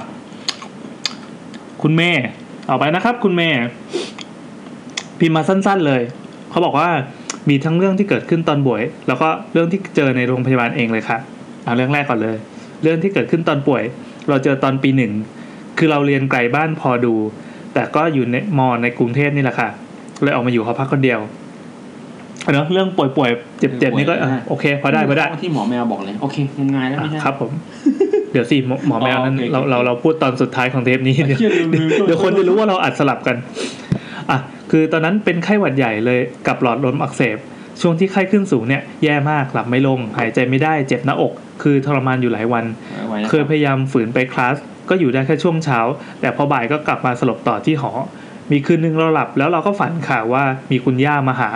A: คุณเมย์เอาไปนะครับ คุณเมย์พิมพ์มาสั้น ๆ เลย เขาบอกว่ามีทั้งเรื่องที่เกิดขึ้นตอนป่วย แล้วก็เรื่องที่เจอในโรงพยาบาลเองเลยค่ะเอาเรื่องแรกก่อนเลย เรื่องที่เกิดขึ้นตอนป่วย เราเจอตอนปีหนึ่งคือเราเรียนไกลบ้านพอดู แต่ก็อยู่ในมอในกรุงเทพนี่แหละค่ะเลยออกมาอยู่หอพักคนเดียวเนอะเรื่องป่วยๆเจ็บๆนี่ก็อ่ะโอเคพอได้พอได้
B: ที่หมอแมวบอกเลย โอเคง่ายๆแล้วไม่ใช่
A: ครับผม เดี๋ยวสิหมอหมอแมวนั้น
B: อ๋อโอเค
A: เราเราเราพูดตอนสุดท้ายของเทปนี้ เดี๋ยว
B: เชี่ยลืมลืม
A: เดี๋ยวคนจะรู้ว่าเราอัดสลับกัน อ่ะคือตอนนั้นเป็นไข้หวัดใหญ่เลยกับหลอดลมอักเสบ ช่วงที่ไข้ขึ้นสูงเนี่ยแย่มากหลับไม่ลง หายใจไม่ได้เจ็บหน้าอก คือทรมานอยู่หลายวัน
B: ไว้นะรับ
A: เคยพยายามฝืนไปคลาส ก็อยู่ได้แค่ช่วงเช้า แต่พอบ่ายก็กลับมาสลบต่อที่หอ มีคืนนึงเราหลับแล้วเราก็ฝันค่ะว่ามีคุณย่ามาหา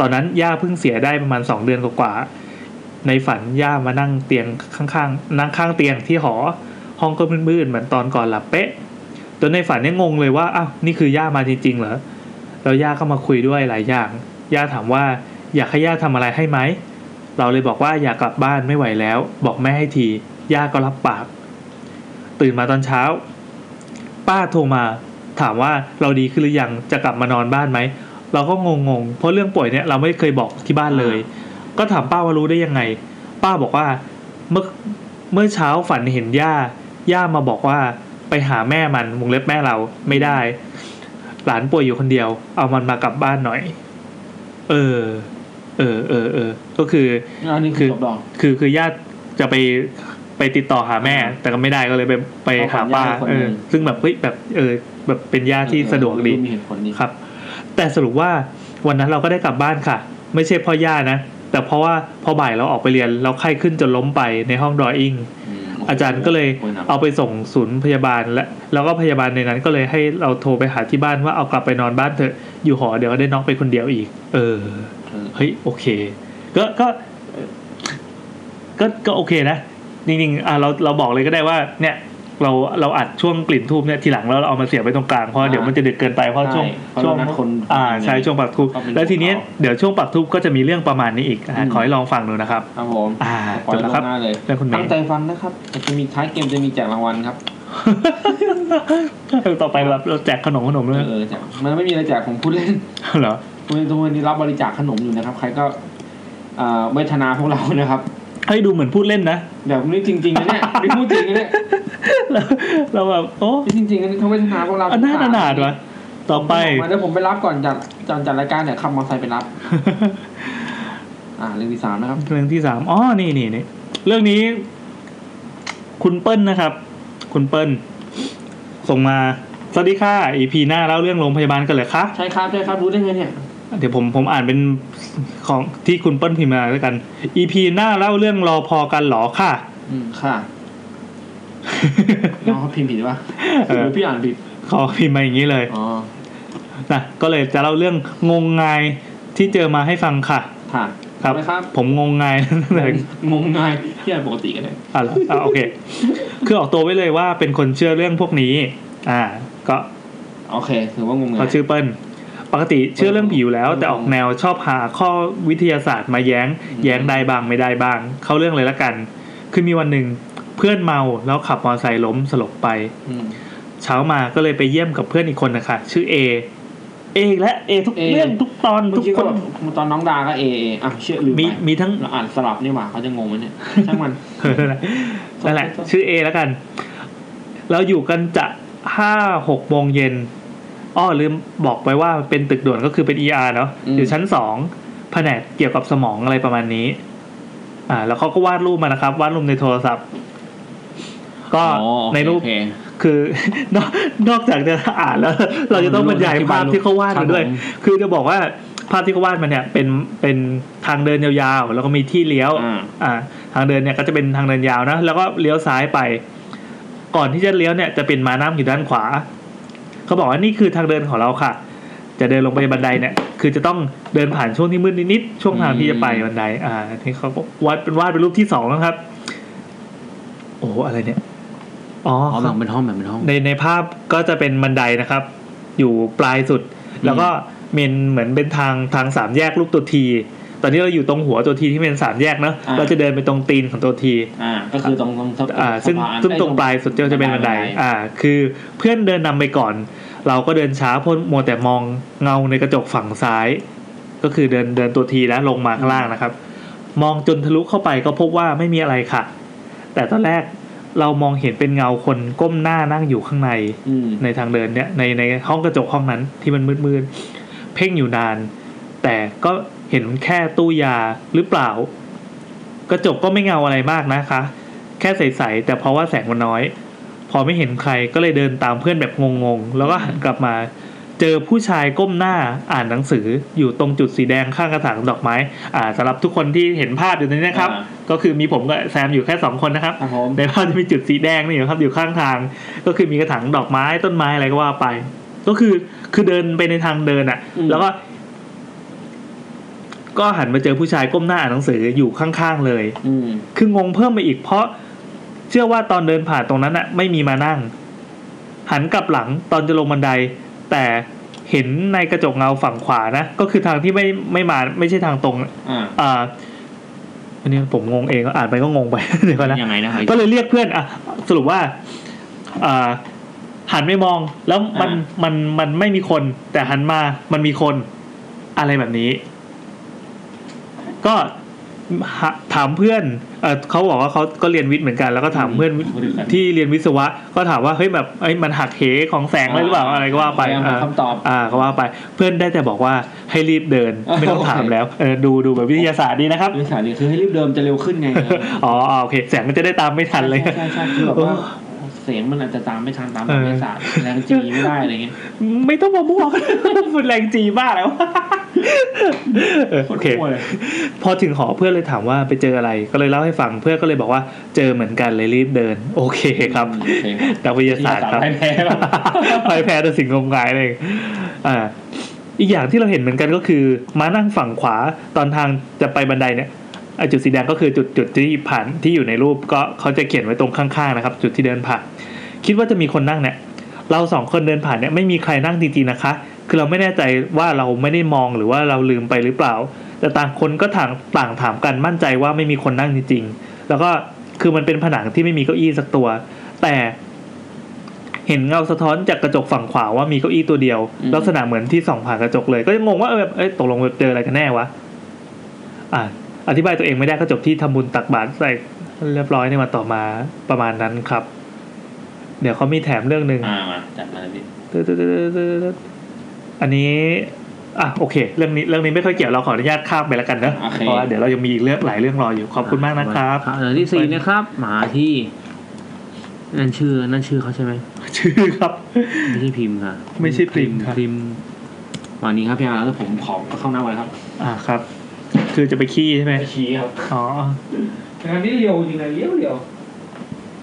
A: ตอนนั้นย่าเพิ่งเสียได้ประมาณ 2 เดือนกว่าๆในฝันย่ามานั่งเตียงข้างๆนั่งข้างเตียงที่หอ ห้องก็มืดๆเหมือนตอนก่อนหลับเป๊ะจนในฝันเนี่ยงงเลยว่าอ้าวนี่คือย่ามาจริงๆเหรอแล้วย่าก็มาคุยด้วยหลายอย่างย่าถามว่าอยากให้ย่าทำอะไรให้ไหม เราเลยบอกว่าอยากกลับบ้านไม่ไหวแล้ว บอกแม่ให้ทีย่าก็รับปาก ตื่นมาตอนเช้า ป้าโทรมา ถามว่าเราดีขึ้นหรือยังจะกลับมานอนบ้านไหม เราก็งงๆเพราะเรื่องป่วยเนี่ยเราไม่เคยบอกที่บ้านเลย ก็ถามป้าว่ารู้ได้ยังไง ป้าบอกว่าเมื่อเมื่อเช้าฝันเห็นย่าย่ามาบอกว่าไปหาแม่มันวงเล็บแม่เราไม่ได้ หลานป่วยอยู่คนเดียว เอามันมากลับบ้านหน่อย เออ เออเออเออก็คือ
B: อันนี้คือจบดอก
A: คือคือญาติจะไปไปติดต่อหาแม่ แต่ก็ไม่ได้ก็เลยไปไปหาป้าเออซึ่งแบบเฮ้ยแบบเออ แบบเป็นญาติที่สะดวกดี
B: มีเหตุผลดี
A: ครับ แต่สรุปว่าวันนั้นเราก็ได้กลับบ้านค่ะ ไม่ใช่เพ่อย่านะ แต่เพราะว่าพอบ่ายเราออกไปเรียนเราไข้ขึ้นจนล้มไปในห้องดรออิง
B: ม
A: อาจารย์ก็เลย
B: โอ้หนั
A: เอาไปส่งศูนย์พยาบาลและแล้วก็พยาบาลในนั้นก็เลยให้เราโทรไปหาที่บ้านว่าเอากลับไปนอนบ้านเถอะอยู่หอเดี๋ยวก็ได้น้องไปคนเดียวอีก เออ
B: เออ
A: เฮ้ยโอเค ก็ก็ก็ก็โอเคนะ จริงๆอ่ะเราเราบอกเลยก็ได้ว่า เนี่ย เราเราอัดช่วงกลิ่นทูบเนี่ยทีหลังแล้วเราเอามาเสียบไว้ตรงกลางเพราะเดี๋ยวมันจะดึกเกินไปเพราะช่วง
B: ใช่เพราะ
A: ช่วง
B: เรานัดคน
A: อ่าใช่ช่วงปักทูบ
B: ก็เป็น
A: แล้วทีเนี้ย
B: ของเรา
A: เดี๋ยวช่วงปักทูบก็จะมีเรื่องประมาณนี้อีกอ่ะ
B: อืม
A: ขอให้ลองฟังดูนะครับ
B: ครับผม
A: อ่า
B: ปล่อ
A: จ
B: ย
A: บ
B: ล
A: แล้ว
B: ง
A: ครับ
B: หน้าเลย
A: เรื่องคุณเม
B: ตั้ง
A: ย์
B: ใจฟังนะครับจะมีท้ายเกมจะมีแจกรางวัลครับ
A: ต่อไปเราเราแจกขนมขนมเลย
B: เออแจกมันไม่มีอะไรแจกผมพูดเล่น
A: เหรอ
B: ทุกวันทุกวันนี้รับบริจาคขนมอยู่นะครับ ใครก็เอ่อเวทนาพวกเรานะครับ
A: ให้ดูเหมือนพูดเล่นนะ
B: เดี๋ยวนี่จริงๆนะเนี่ย นี่พูดจริงนะเนี่ย
A: เราเราแบบโอ้
B: นี่จริงๆนะเขาเวทนาพวกเรา
A: อันน่าอนาดวะต่อไป
B: ผมมาเดี๋ยวผมไปรับก่อนจัดจัดจัดรายการเนี่ยขับมอเตอร์ไซค์ไปรับ อ่าเรื่องที่สาม นะครับ
A: เรื่องที่สามอ๋อ นี่นี่นี่ เรื่องนี้ คุณเปิ้ลนะครับ คุณเปิ้ลส่งมา สวัสดีค่ะ EP หน้าเล่าเรื่องโรงพยาบาลกันเลยคะ
B: ใช่ครับใช่ครับรู้ได้ไงเนี่ย
A: เดี๋ยวผมผมอ่านเป็นของที่คุณเปิ้ลพิมพ์มาแล้วกัน EP หน้าเล่าเรื่องรอพอกันเหรอค่ะ
B: อืมค่ะน้องเขาพิมพ์ผิดปะห
A: เออ
B: รือพี่อ่านผิด
A: เขาพิมพ์มาอย่างนี้เลย
B: อ๋อ
A: นะก็เลยจะเล่าเรื่องงงงายที่เจอมาให้ฟังค่ะ
B: ค่ะ
A: ครับ
B: เอาไหมครับ
A: ผมงงงาย
B: งงงายพี่อ่านปกติกันเลย
A: อ่ะเหรออ่ะโอเค คือออกตัวไว้เลยว่าเป็นคนเชื่อเรื่องพวกนี้ อ่า ก็
B: โอเคถือว่างงงา
A: เขา
B: ย
A: ชื่อเปิ้ล ปกติเชื่อเรื่องผีอยู่แล้ว แต่ออกแนวชอบหาข้อวิทยาศาสตร์มาแย้ง แย้งได้บ้างไม่ได้บ้าง เข้าเรื่องเลยละกัน คือมีวันหนึ่งเพื่อนเมาแล้วขับมอเตอร์ไซค์ล้มสลบไป
B: อืม
A: เช้ามาก็เลยไปเยี่ยมกับเพื่อนอีกคนนะคะ ชื่อเอ เออีกและเอทุก
B: เอ
A: เรื่องทุกตอน
B: เมื่
A: ทุ
B: อก กี้
A: ค
B: ก็
A: น
B: แบบตอนน้องดาก็เอเออ่ะเชื่อลืมไป
A: มีมีทั้ง
B: เราอ่านสลับนี่หว่าเขาจะงงไหม เนี่ย ช่างมัน
A: เออนั่นแหละนั่นแหละ ชื่อเอแล้วกัน เราอยู่กันจะห้าหกโมงเย็นอ้อลืมบอกไปว่าเป็นตึกด่วนก็คือเป็น ER เนาะ
B: อืม
A: อยู่ชั้นสองแผนกเกี่ยวกับสมองอะไรประมาณนี้ อ่า แล้วเขาก็วาดรูปมานะครับ วาดรูปในโทรศัพท์ ก็ในรูปคือ นอกนอกจากจะอ่านแล้ว เราจะต้องบรรยายภาพที่เขาวาดมาด้วย คือจะบอกว่าภาพที่เขาวาดมาเนี่ย เป็นเป็นทางเดินยาวๆแล้วก็มีที่เลี้ยว
B: อ่า
A: อ่าทางเดินเนี่ยก็จะเป็นทางเดินยาวนะ แล้วก็เลี้ยวซ้ายไป ก่อนที่จะเลี้ยวเนี่ยจะเป็นม้าน้ำอยู่ด้านขวา เขาบอกว่านี่คือทางเดินของเราค่ะ จะเดินลงไปบันไดเนี่ย คือจะต้องเดินผ่านช่วงที่มืดนิดๆช่วงทางที่จะไปบันได อ่าที่เขาก็วาดเป็นวาดเป็นรูปที่สองนะครับ โอ้โหอะไรเนี่ย อ๋อ
B: อ๋อแบ่งเป็นห้องแบ่งเป็นห้อง
A: ในในภาพก็จะเป็นบันไดนะครับ อยู่ปลายสุด แล้วก็เป็นเหมือนเป็นทางทางสามแยกรูปตัวที ตอนนี้เราอยู่ตรงหัวตัวทีที่เป็นสามแยกเนอะ
B: อ่า
A: เราจะเดินไปตรงตีนของตัวที
B: อ่า ก็คือตรงตรง
A: อ่า ซึ่งซึ่งตรงปลายสุดก็จะเป็นบันได อ่า คือเพื่อนเดินนำไปก่อน เราก็เดินช้าเพราะมัวแต่มองเงาในกระจกฝั่งซ้าย ก็คือเดินเดินตัวทีแล้วลงมาข้างล่างนะครับ มองจนทะลุเข้าไปก็พบว่าไม่มีอะไรค่ะ แต่ตอนแรกเรามองเห็นเป็นเงาคนก้มหน้านั่งอยู่ข้างใน
B: อืม
A: ในทางเดินเนี่ยในในห้องกระจกห้องนั้นที่มันมืดๆเพ่งอยู่นาน แต่ก็เห็นแค่ตู้ยาหรือเปล่า กระจกก็ไม่เงาอะไรมากนะคะ แค่ใสๆแต่เพราะว่าแสงมันน้อย พอไม่เห็นใครก็เลยเดินตามเพื่อนแบบงงๆ แล้วก็หันกลับมา เจอผู้ชายก้มหน้าอ่านหนังสืออยู่ตรงจุดสีแดงข้างกระถางดอกไม้ อ่าสำหรับทุกคนที่เห็นภาพอยู่ตรงนี้นะครับ ก็คือมีผมกับแซมอยู่แค่สองคนนะครับ
B: ครับผม
A: ในภาพจะมีจุดสีแดงนี่นะครับอยู่ข้างทาง ก็คือมีกระถางดอกไม้ต้นไม้อะไรก็ว่าไป ก็คือคือเดินไปในทางเดินอะ่ะ แล้วก็ ก็หันมาเจอผู้ชายก้มหน้าอ่านหนังสืออยู่ข้างๆเลย
B: อืม
A: คืองงเพิ่มไปอีกเพราะ เชื่อว่าตอนเดินผ่านตรงนั้นอะ่ะ ไม่มีมานั่ง หันกลับหลังตอนจะลงบันได แต่เห็นในกระจกเงาฝั่งขวานะก็คือทางที่ไม่ไม่มาไม่ใช่ทางตรง
B: อ่า
A: อ่าอันนี้ผมงงเองอ่านไปก็งงไป เดี๋ยวก่อนนะ
B: ยังไงนะครั
A: ก็
B: บ
A: เลยเรียกเพื่อนอ่ะสรุปว่าอ่าหันไปมองแล้วมัน
B: อ่า
A: มันมันไม่มีคน แต่หันมามันมีคนอะไรแบบนี้ ก็หาถามเพื่อนเอ่อเขาบอกว่าเขาก็เรียนวิทย์เหมือนกัน แล้วก็ถามเพื่อนที่เรียนวิศวะ ก็ถามว่าเฮ้ยแบบเอ้ยมันหักเหของแสงอะไรหรือเปล่าอะไรก็ว่าไป
B: ยังห
A: อ่า
B: คำตอบ
A: อ่าก็ว่าไปเพื่อนได้แต่บอกว่าให้รีบเดิน ไม่ต้องถามแล้วเออดูดูแบบวิทยาศาสตร์ดีนะครับ
B: เรื่องสารนี่คือให้รีบเดิมจะเร็วขึ้นไง
A: อ๋ออ๋อโอเคแสงก็จะได้ตามไม่ทันเลย
B: ใช่ใช่ใช่คือแบบว่าเสียงมันอาจจะตามไม่ทันตามวิทยาศาสตร์แรงจีไม่ได้อะไรเงี้ย
A: ไม่ต้องมาบว ก ฝุ่นแรงจี บ้าแล้วเออโอเค พอถึงหอเพื่อนเลยถามว่าไปเจออะไร ก็เลยเล่าให้ฟังเพื่อนก็เลยบอกว่าเจอเหมือนกันเลยรีบเดิน โอเคครับ
B: โอเคครับ
A: นักวิทยาศาสตร์ครับ
B: วิทยาศาสตร์พ่ายแพ้ครับ
A: ไปแพ้แต่สิ่งงมงายเลยอ่า อีกอย่างที่เราเห็นเหมือนกันก็คือ มานั่งฝั่งขวาตอนทางจะไปบันไดเนี่ยไอจุดสีแดงก็คือจุดจุดที่ผ่านที่อยู่ในรูปก็เขาจะเขียนไว้ตรงข้างๆนะครับ จุดที่เดินผ่าน คิดว่าจะมีคนนั่งเนี่ย เราสองคนเดินผ่านเนี่ยไม่มีใครนั่งจริงๆนะคะ คือเราไม่แน่ใจว่าเราไม่ได้มองหรือว่าเราลืมไปหรือเปล่า แต่ต่างคนก็ต่างต่างถามกันมั่นใจว่าไม่มีคนนั่งจริงๆ แล้วก็คือมันเป็นผนังที่ไม่มีเก้าอี้สักตัว แต่ เห็นเงาสะท้อนจากกระจกฝั่งขวาว่ามีเก้าอี้ตัวเดียว
B: อืม
A: ลักษณะเหมือนที่ส่องผ่านกระจกเลย ก็ยังงงว่าเออแบบเอ้ยตกลงเจออะไรกันแน่วะอ่ะอธิบายตัวเองไม่ได้ก็จบที่ทำบุญตักบาตรใส่เรียบร้อยในวันต่อมาประมาณนั้นครับ เดี๋ยวเขามีแถมเรื่องหนึ่ง
B: อ่ามาจัดมาเลยพี่
A: ตึ๊ดตึ๊ดตึ๊ดตึ๊ดตึ๊ดอันนี้ อ่ะโอเค เรื่องนี้เรื่องนี้ไม่ค่อยเกี่ยวเราขออนุญาตข้ามไปแล้วกันเนอะ
B: โอเค
A: เพราะว่าเดี๋ยวเรายังมีอีกเรื่องหลายเรื่องรออยู่ขอบคุณมากนะครับ
F: เดี๋ยวที่สี่นะครับ หมาที่ นั่นชื่อ นั่นชื่อเขาใช่ไหม
A: ชื่อครับ
F: ไม่ใช่พิมพ์ค่ะ
A: ไม่ใช่พิมพ์ครับ
F: พิมพ์
B: วันนี้ครับพี่อาร์ตแล้วผมขอเข้าหน้าไว้ครับ
A: อ่ะครับ คือจะไปขี้ใช่ไหม
B: ไปชี้ครับ
A: อ๋อ
G: ทางนี้เร็วจริงนะเร็วเร็ว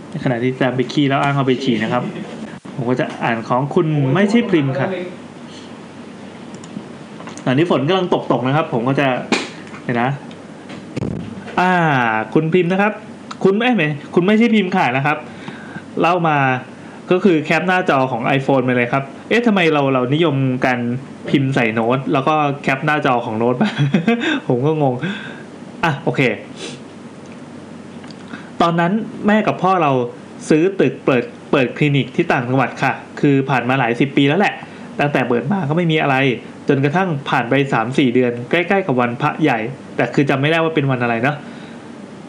A: ในขณะที่แซมไปขี้แล้วอ้างเอาไปฉี่นะครับ ผมก็จะอ่านของคุณไม่ใช่พิมพ์ค่ะ อันนี้ฝนกำลังตกตกๆนะครับ ผมก็จะเห็นนะ อ่า คุณพิมพ์นะครับ คุณไม่ไม่คุณไม่ใช่พิมพ์ค่ะนะครับ เล่ามาก็คือแคปหน้าจอของ iPhone ไปเลยครับ เอ๊ะทำไมเราเรานิยมกันพิมพ์ใส่โน้ต แล้วก็แคปหน้าจอของโน้ตมา ผมก็งง อ่ะ โอเค ตอนนั้นแม่กับพ่อเราซื้อตึกเปิดเปิดคลินิกที่ต่างจังหวัดค่ะ คือผ่านมาหลายสิบปีแล้วแหละ ตั้งแต่เปิดมาก็ไม่มีอะไร จนกระทั่งผ่านไป 3 4 เดือน ใกล้ๆกับวันพระใหญ่ แต่คือจำไม่ได้ว่าเป็นวันอะไรเนาะ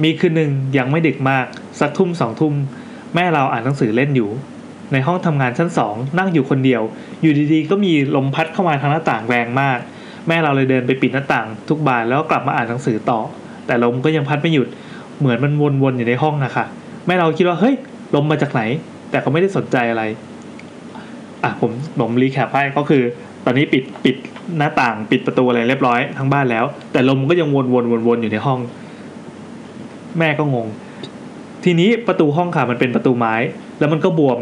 A: มีคืนหนึ่งยังไม่ดึกมาก สักทุ่มสองทุ่ม แม่เราอ่านหนังสือเล่นอยู่ ในห้องทำงานชั้นสองนั่งอยู่คนเดียว อยู่ดีๆ ก็มีลมพัดเข้ามาทางหน้าต่างแรงมาก แม่เราเลยเดินไปปิดหน้าต่าง ทุกบานแล้วก็กลับมาอ่านหนังสือต่อ แต่ลมก็ยังพัดไม่หยุด เหมือนมันวนๆอยู่ในห้องนะคะ แม่เราคิดว่าเฮ้ยลมมาจากไหน แต่ก็ไม่ได้สนใจอะไร อ่ะผมผมรีแคปให้ก็คือ ตอนนี้ปิดปิดหน้าต่างปิดประตูอะไรเรียบร้อยทั้งบ้านแล้ว แต่ลมก็ยังวนวนวนวนอยู่ในห้อง แม่ก็งง ทีนี้ประตูห้องค่ะมันเป็นประตูไม้ แล้วมันก็บวม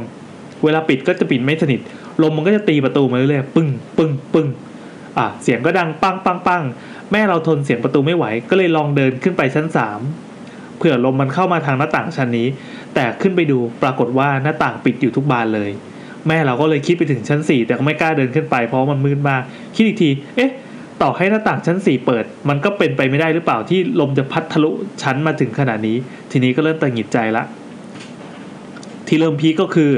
A: เวลาปิดก็จะปิดไม่สนิท ลมมันก็จะตีประตูมาเรื่อยๆปึ้งปึ้งปึ้งอ่ะเสียงก็ดังปังปังปังแม่เราทนเสียงประตูไม่ไหว ก็เลยลองเดินขึ้นไปชั้นสามเผื่อลมมันเข้ามาทางหน้าต่างชั้นนี้ แต่ขึ้นไปดูปรากฏว่าหน้าต่างปิดอยู่ทุกบานเลย แม่เราก็เลยคิดไปถึงชั้น 4 แต่ก็ไม่กล้าเดินขึ้นไปเพราะมันมืดมาก คิดอีกที เอ๊ะ ต่อให้หน้าต่างชั้น 4 เปิด มันก็เป็นไปไม่ได้หรือเปล่าที่ลมจะพัดทะลุชั้นมาถึงขนาดนี้ ทีนี้ก็เริ่มตังหงิดใจละ ที่เริ่มพีคก็คือ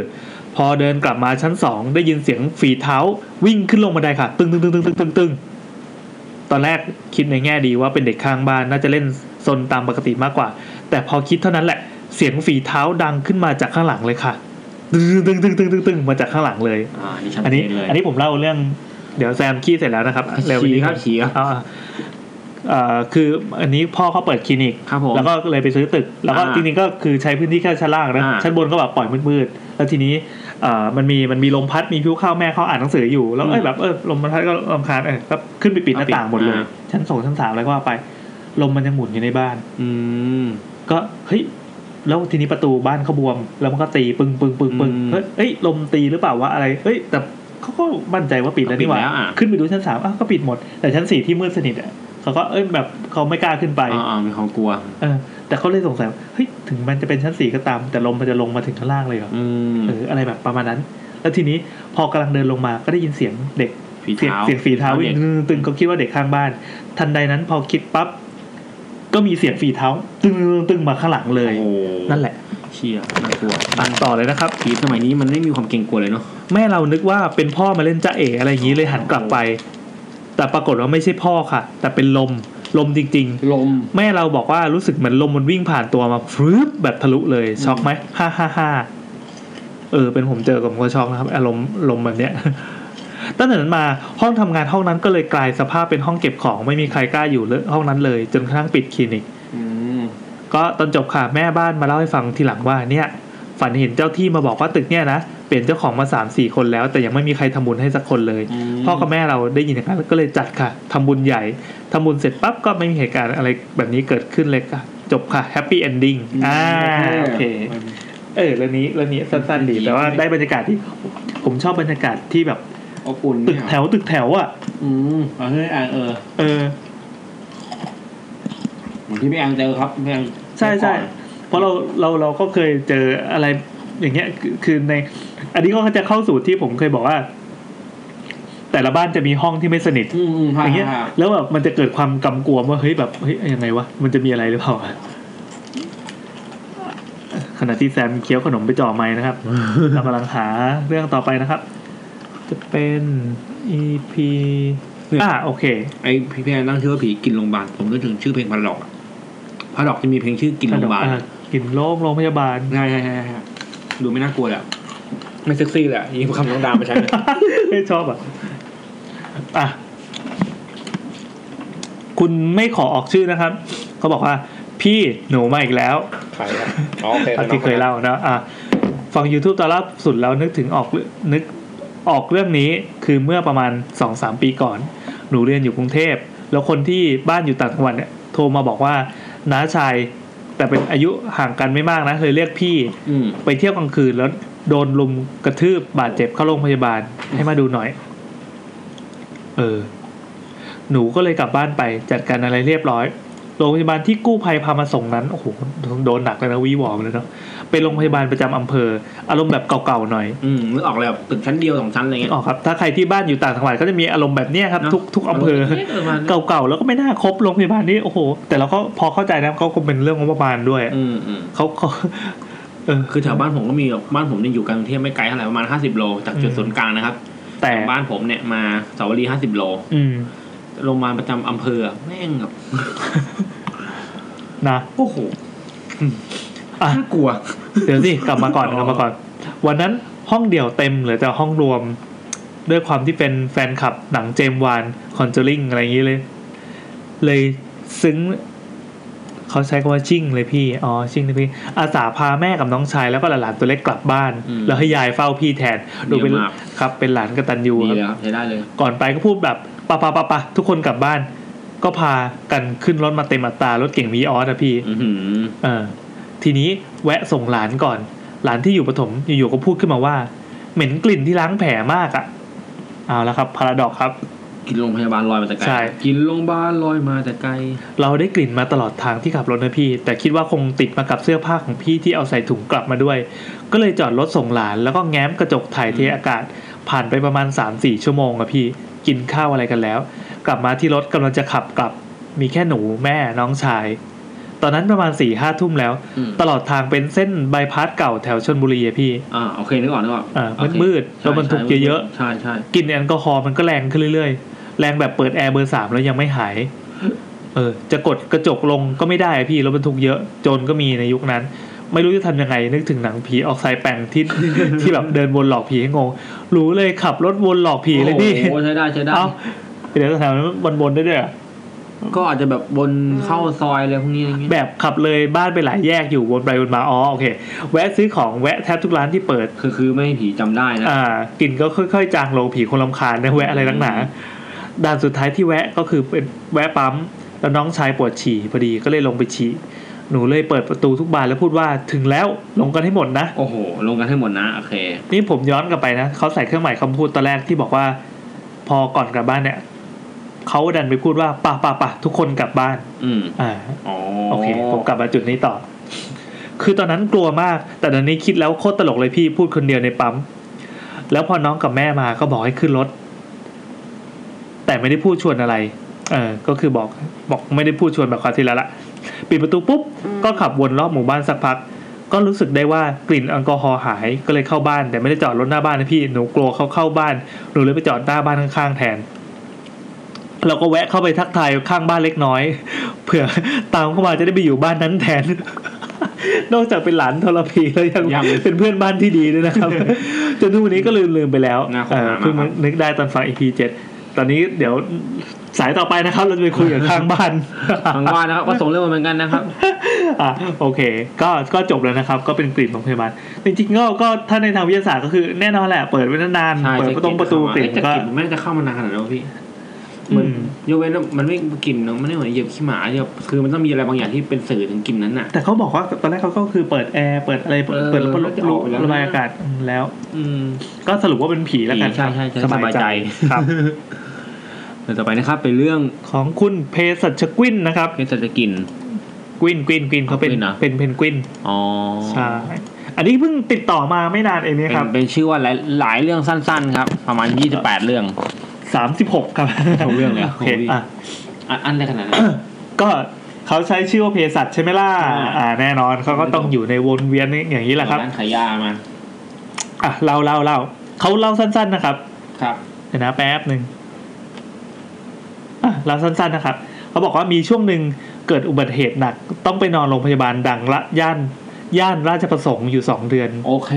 A: พอเดินกลับมาชั้น 2 ได้ยินเสียงฝีเท้า วิ่งขึ้นลงบันไดค่ะ ตึงตึงตึงตึงตึงตึงตึงตอนแรกคิดในแง่ดีว่าเป็นเด็กข้างบ้านน่าจะเล่นซนตามปกติมากกว่า แต่พอคิดเท่านั้นแหละ เสียงฝีเท้าดังขึ้นมาจากข้างหลังเลยค่ะ ตึงตึงตึงตึงตึงตึงมาจากข้างหลังเลย
B: อ่านี่ชัด
A: อัน
B: เจ
A: นี้
B: นเลย
A: อันนี้ผมเล่าเรื่องเดี๋ยวแซมขี้เสร็จแล้วนะครับเร็ว
B: ชี้
A: นี้
B: ครับชี้ครับ
A: อ่าเอ่อคืออันนี้พ่อเขาเปิดคลินิก
B: ครับผม
A: แล้วก็เลยไปซื้อตึก แล้วก็
B: อ่า
A: จริงๆก็คือใช้พื้นที่แค่ชั้นล่างนะ
B: อ่า
A: ชั้นบนก็แบบปล่อยมืดๆ แล้วทีนี้เอ่อมันมีมันมีลมพัดมีพิวเข้าแม่เขาอ่านหนังสืออยู่ แล้วเอ้ยแบบเออลมมันพัดก็ลำคาญเออก็ขึ้นไปปิดหน้าต่างหมดเลย ชั้นสองชั้นสามอะไรก็ว่าไป ลมมันยังหมุนอยู่ในบ้าน
B: อืม
A: ก็เฮ้ยแล้วทีนี้ประตูบ้านเขาบวม แล้วมันก็ตีปึงปึงปึงปึง
B: อืม
A: เฮ้ยเอ้ยลมตีหรือเปล่าวะอะไรเอ้ยแต่เขาก็มั่นใจว่าปิดแล้วนี่หว่า
B: ปิดแล้วอ่ะ
A: ขึ้นไปดูชั้นสามอ้าวก็ปิดหมด แต่ชั้นสี่ที่มืดสนิทอ่ะเขาก็เอ้ยแบบเขาไม่กล้าขึ้นไป
B: อ่าอ่ามีความกลัว
A: เออแต่เขาเลยสงสัยว่าเฮ้ยถึงมันจะเป็นชั้นสี่ก็ตาม แต่ลมมันจะลงมาถึงข้างล่างเลยเหรอ
B: อืม
A: เอออะไรแบบประมาณนั้น แล้วทีนี้พอกำลังเดินลงมาก็ได้ยินเสียงเด็ก
B: ฝี
A: เสียง
B: เท้า
A: เสียงฝีเท้าวิ่
B: ด็
A: ง
B: ก
A: ตึงก็คิดว่าเด็กข้างบ้าน ทันใดนั้นพอคิดปั๊บก็มีเสียงฝีเท้า ตึงตึงมาข้างหลังเลย
B: โอ้โห
A: นั่นแหละ
B: เชี่ยน่ากลัว
A: อ่านต่อเลยนะครับ
B: ผีสมัยนี้มันไม่มีความเกรงกลัวเลยเนาะ
A: แม่เรานึกว่าเป็นพ่อมาเล่นจ้าเอ๋อะไรอย่างนี้เลยหันกลับไป แต่ปรากฏว่าไม่ใช่พ่อค่ะ แต่เป็นลมลมจริง
B: ลม
A: ๆ แม่เราบอกว่ารู้สึกเหมือนลมมันวิ่งผ่านตัวมาฟืบแบบทะลุเลยช็อกไหมฮ่าฮ่าฮ่าเออ เป็นผมเจอกับผมก็ช็อกนะครับอารมณ์ลมแบบเนี้ย ตั้งแต่นั้นมาห้องทำงานห้องนั้นก็เลยกลายสภาพเป็นห้องเก็บของไม่มีใครกล้าอยู่เลยห้องนั้นเลย จนกระทั่งปิดคลินิก
B: อืม
A: ก็ตอนจบค่ะแม่บ้านมาเล่าให้ฟังทีหลังว่าเนี่ยฝันเห็นเจ้าที่มาบอกว่าตึกเนี่ยนะเปลี่ยนเจ้าของมา3ามสี่คนแล้ว แต่ยังไม่มีใครทำบุญให้สักคนเลย
B: อืม
A: พ่อกับแม่เราได้ยินอย่างนั้นก็เลยจัดค่ะทำบุญใหญ่ทำบุญเสร็จปั๊บก็ไม่มีเหตุการณ์อะไรแบบนี้เกิดขึ้นเลยค่ะ จบค่ะแฮปปี้เอนดิ้งอ่าโอเค เออเรื่องนี้เรื่องนี้สั้นๆดีแต่ว่าได้บรรยากาศที่ผมชอบบรรยากาศที่แบบ
B: อบอุ่น
A: ตึกแถวตึกแถวอ่ะ
B: อืมเอาเฮ้ยอ่าเออ
A: เออ
B: เหมือนที่พี่แองเจอครับพี่แอง
A: ใช่ใช่เพราะเราเราเราก็เคยเจออะไร อย่างเงี้ยคือคือใน อันนี้ก็จะเข้าสู่ที่ผมเคยบอกว่า แต่ละบ้านจะมีห้องที่ไม่สนิท
B: อืมอืม
A: อย่างเงี้ย
B: ฮะ
A: แล้วแบบมันจะเกิดความกำกวมว่าเฮ้ยแบบเฮ้ยยังไงวะมันจะมีอะไรหรือเปล่าขณะที่แซมเคี้ยวขนมไปจ่อไม้นะครับ เรากำลังหาเรื่องต่อไปนะครับ จะเป็น EP อ่าโอเค
B: ไอพี่แพรนั่งชื่อว่าผีกินโรงพยาบาลผมนึกถึงชื่อเพลงพันหลอกอะพันหลอกจะมีเพลงชื่อกินโรงพยาบาล
A: อ่ะกินโรงโรงพยาบาล
B: ใช่ใช่ใช่ใช่ดูไม่น่ากลัวแหละไม่เซ็กซี่แหละยิ่งคำน้องดามมาใช้เลย
A: ไม่ชอบอ่ะ อ่ะ คุณไม่ขอออกชื่อนะครับ เขาบอกว่า พี่หนูมาอีกแล้ว
B: ใครอะอ๋อโอเค
A: ตามที่เคยเล่านะอ่ะฟัง YouTube ตอนล่าสุดแล้วนึกถึงออกเรื่องนึกออกเรื่องนี้คือเมื่อประมาณ 2-3 ปีก่อน หนูเรียนอยู่กรุงเทพ แล้วคนที่บ้านอยู่ต่างจังหวัดเนี่ยโทรมาบอกว่าน้าชาย แต่เป็นอายุห่างกันไม่มากนะเลยเรียกพี่
B: อืม
A: ไปเที่ยวกลางคืนแล้วโดนลุมกระทืบบาดเจ็บเข้าโรงพยาบาลให้มาดูหน่อย เออ หนูก็เลยกลับบ้านไปจัดการอะไรเรียบร้อย โรงพยาบาลที่กู้ภัยพามาส่งนั้นโอ้โหโดนหนักเลยนะวีหวอมเลยเนาะเป็นโรงพยาบาลประจำอำเภอ อารมณ์แบบเก่าๆหน่อย
B: อืมนึกออกเลยแบบตึกชั้นเดียวสองชั้นอะไรเงี้ย
A: อ๋อครับ ถ้าใครที่บ้านอยู่ต่างจังหวัดก็จะมีอารมณ์แบบเนี้ยครับ
B: เนอะ
A: ทุกทุกอำเภอ
B: เออมัน
A: เก่าๆแล้วก็ไม่น่าครบโรงพยาบาลนี้โอ้โห แต่เราก็พอเข้าใจนะเขาคงเป็นเรื่องงบประมาณด้วย
B: อืมอืม
A: เขาเขาเออ
B: คือแถวบ้านผมก็มีแบบบ้านผมเนี่ยอยู่กลางกรุงเทพไม่ไกลเท่าไหร่ประมาณห้าสิบโลจากจุดศูนย์กลางนะครับ
A: แต่
B: บ้านผมเนี่ยมาสาวรีห้าสิบโล
A: อืม
B: โรงพยาบาลประจำอำเภอแม่งแบบ
A: นะ
B: โอ้โห
A: อ่ะ
B: น่ากลัว
A: เดี๋ยวสิกลับมาก่อนกลับมาก่อน วันนั้นห้องเดี่ยวเต็มเหลือแต่ห้องรวม ด้วยความที่เป็นแฟนคลับหนังเจมส์วานคอนเจอริงอะไรอย่างนี้เลย เลยซึ้ง เขาใช้คำว่าชิ่งเลยพี่อ๋อชิ่งเลยพี่ อาสาพาแม่กับน้องชายแล้วก็หลานๆตัวเล็กกลับบ้าน
B: อืม
A: แล้วให้ยายเฝ้าพี่แทนดูเป็น
B: เยี่ยมมาก
A: ครับเป็นหลานกตันยู
B: ดี
A: ครับ
B: เลยครับใช้ได้เลย
A: ก่อนไปก็พูดแบบปะปะปะปะทุกคนกลับบ้าน ก็พากันขึ้นรถมาเต็มอัตรารถเก่งวีออสอะพี่
B: อือหือ
A: เออทีนี้แวะส่งหลานก่อน หลานที่อยู่ปฐมอยู่ๆก็พูดขึ้นมาว่า เหม็นกลิ่นที่ล้างแผลมากอะ่ะเอาละครับพาราดอกครับ
B: กินโรงพยาบาลลอยมาแต่ไกล
A: ใช่
B: กินโรงพยาบาลลอยมาแต่ไกล
A: เราได้กลิ่นมาตลอดทางที่ขับรถนะพี่ แต่คิดว่าคงติดมากับเสื้อผ้าของพี่ที่เอาใส่ถุงกลับมาด้วย ก็เลยจอดรถส่งหลาน แล้วก็แง้มกระจกถ่ายเทอากาศ ผ่านไปประมาณ 3-4 ชั่วโมงอะพี่ กินข้าวอะไรกันแล้ว กลับมาที่รถกำลังจะขับกลับ มีแค่หนูแม่น้องชาย ตอนนั้นประมาณ4ี่ห้าทุ่มแล้ว
B: อืม
A: ตลอดทางเป็นเส้นบายพาสเก่าแถวชนบุรีอะพี่
B: อ่าโอเคนึกออกนึกออก
A: อ่า
B: โอเค
A: มืดๆรถบรรทุกเยอะ
B: ใช่ใช่
A: กลิ่นแอลกอฮอล์มันก็แรงขึ้นเรื่อยๆ แรงแบบเปิดแอร์เบอร์สามแล้วยังไม่หาย เออ จะกดกระจกลงก็ไม่ได้อะพี่รถบรรทุกเยอะโจรก็มีในยุคนั้น ไม่รู้จะทำยังไงนึกถึงหนังผีออกไซแปงที่ ที่แบบเดินวนหลอกผีให้งง รู้เลยขับรถวนหลอกผีเลยพี่
B: โอ้โหใช้ได้ใช้ได้
A: เอ้าเดี๋ยวจะถามวนวนๆได้ด้วยเหรอ
B: ก็อาจจะแบบบนเข้าซอยอะไรพวกนี้อะไรเงี้ย
A: แบบขับเลยบ้านไปหลายแยกอยู่วนไปวนมาอ๋อโอเคแวะซื้อของแวะแทบทุกร้านที่เปิด
B: คือคือไม่ให้ผีจำได้นะ
A: อ่ากลิ่นก็ค่อยๆ จางลงผีคนลำคาญนะแวะอะไรนักหนาด่านสุดท้ายที่แวะก็คือเป็นแวะปั๊ม แล้วน้องชายปวดฉี่พอดีก็เลยลงไปฉี่หนูเลยเปิดประตูทุกบานแล้วพูดว่าถึงแล้วลงกันให้หมดนะ
B: โอ้โห ลงกันให้หมดนะ โอเค
A: นี่ผมย้อนกลับไปนะเขาใส่เครื่องหมายคำพูดตอนแรกที่บอกว่า พอก่อนกลับบ้านเนี่ยเขาดันไปพูดว่าป่ะป่ะป่ะทุกคนกลับบ้าน
B: อืม
A: อ่า
B: อ๋อ
A: โอเค ผมกลับมาจุดนี้ต่อ คือตอนนั้นกลัวมาก แต่ตอนนี้คิดแล้วโคตรตลกเลยพี่พูดคนเดียวในปั๊ม แล้วพอน้องกับแม่มาก็บอกให้ขึ้นรถ แต่ไม่ได้พูดชวนอะไร เออ ก็คือบอก บอกไม่ได้พูดชวนแบบคราวที่แล้วละ ปิดประตูปุ๊บ ก็ขับวนรอบหมู่บ้านสักพัก ก็รู้สึกได้ว่ากลิ่นแอลกอฮอล์หาย ก็เลยเข้าบ้าน แต่ไม่ได้จอดรถหน้าบ้านนะพี่ หนูกลัวเขาเข้าบ้าน หนูเลยไปจอดหน้าบ้านข้างๆแทน เราก็แวะเข้าไปทักทายข้างบ้านเล็กน้อย เผื่อตามเข้ามาจะได้ไปอยู่บ้านนั้นแทน นอกจากเป็นหลานทรพีแล้วยัง
B: ยัง
A: เป็นเพื่อนบ้านที่ดีด้วย นะครับ จนทุกวันนี้ก็ลืมลืมไปแล้ว
B: น่าค้นหา
A: เออเพิ่ง
B: มากครับ
A: นึกได้ตอนฟังอีพีเจ็ดตอนนี้เดี๋ยวสายต่อไปนะครับ เราจะไปคุยกับข้างบ้าน
B: ทางบ้านนะครับก็ส่งเรื่องมาเหมือนกันนะครับ
A: อ่ะ โอเค ก็ก็จบแล้วนะครับ ก็เป็นกลิ่นของพยาบาลจริงๆก็ก็ถ้าในทางวิทยาศาสตร์ก็คือแน่นอนแหละ เปิดไว้นาน
B: ใช่
A: ๆเปิดประตูประตูกลิ่น
B: จะ
A: ก็
B: กลิ่นมันไม่น่าจะเข้ามานานขนาดนั้นหรอกพี่
A: อืม
B: ยกเว้นว่ามันไม่กลิ่นเนอะมันไม่เหมือนเหยียบขี้หมาเหยียบคือมันต้องมีอะไรบางอย่างที่เป็นสื่อถึงกลิ่นนั้นน่ะ
A: แต่เขาบอกว่าตอนแรกเขาก็คือเปิดแอร์เปิดอะไรเปิด
B: เออ
A: เปิดระบบ
B: มันก็จะออกไปแล้วนะ
A: ระบายอากาศอืมแล้ว
B: อืม
A: ก็สรุปว่าเป็นผีแล้วกัน
B: ผีใช่ใช่ใช่
A: สบายใจ
B: สบายใจ
A: ครับ
B: เดี๋ยวต่อไปนะครับเป็นเรื่อง
A: ของคุณเพสัชกวินนะครับ
B: เป็นสัตว์จะกลิ่น
A: กวินกวินกวินเขาเป็น
B: กวินเหรอ
A: เป็นเพนกวิน
B: อ๋อ
A: ใช่ อันนี้เพิ่งติดต่อมาไม่นานเอง
B: เป็
A: เนี้
B: น
A: ครับ
B: เป็นชื่อว่าหลายหลายเรื่องสั้นๆครับ ประมาณ 28 เรื่อง
A: สามสิบหกครับ
B: เอาเรื่องเลยอะ
A: โอเค
B: โอ้โห
A: อ่ะ
B: อันอันได้ขนาดนั้น
A: ก็เขาใช้ชื่อว่าเภสัชใช่ไหมล่ะ
B: อ่า
A: อ่า แน่นอนเขาก็ต้องอยู่ในวนเวียนอย่างนี้แหละครับ
B: ร้านขายยามา
A: อ่ะเล่าเล่าเล่าเขาเล่าสั้นๆนะครับ
B: ครับ
A: เดี๋ยวนะแป๊บหนึ่งอ่ะเล่าสั้นๆนะครับเขาบอกว่ามีช่วงหนึ่งเกิดอุบัติเหตุหนัก ต้องไปนอนโรงพยาบาลดังละย่านย่านราชประสงค์อยู่สองเดือน
B: โอเค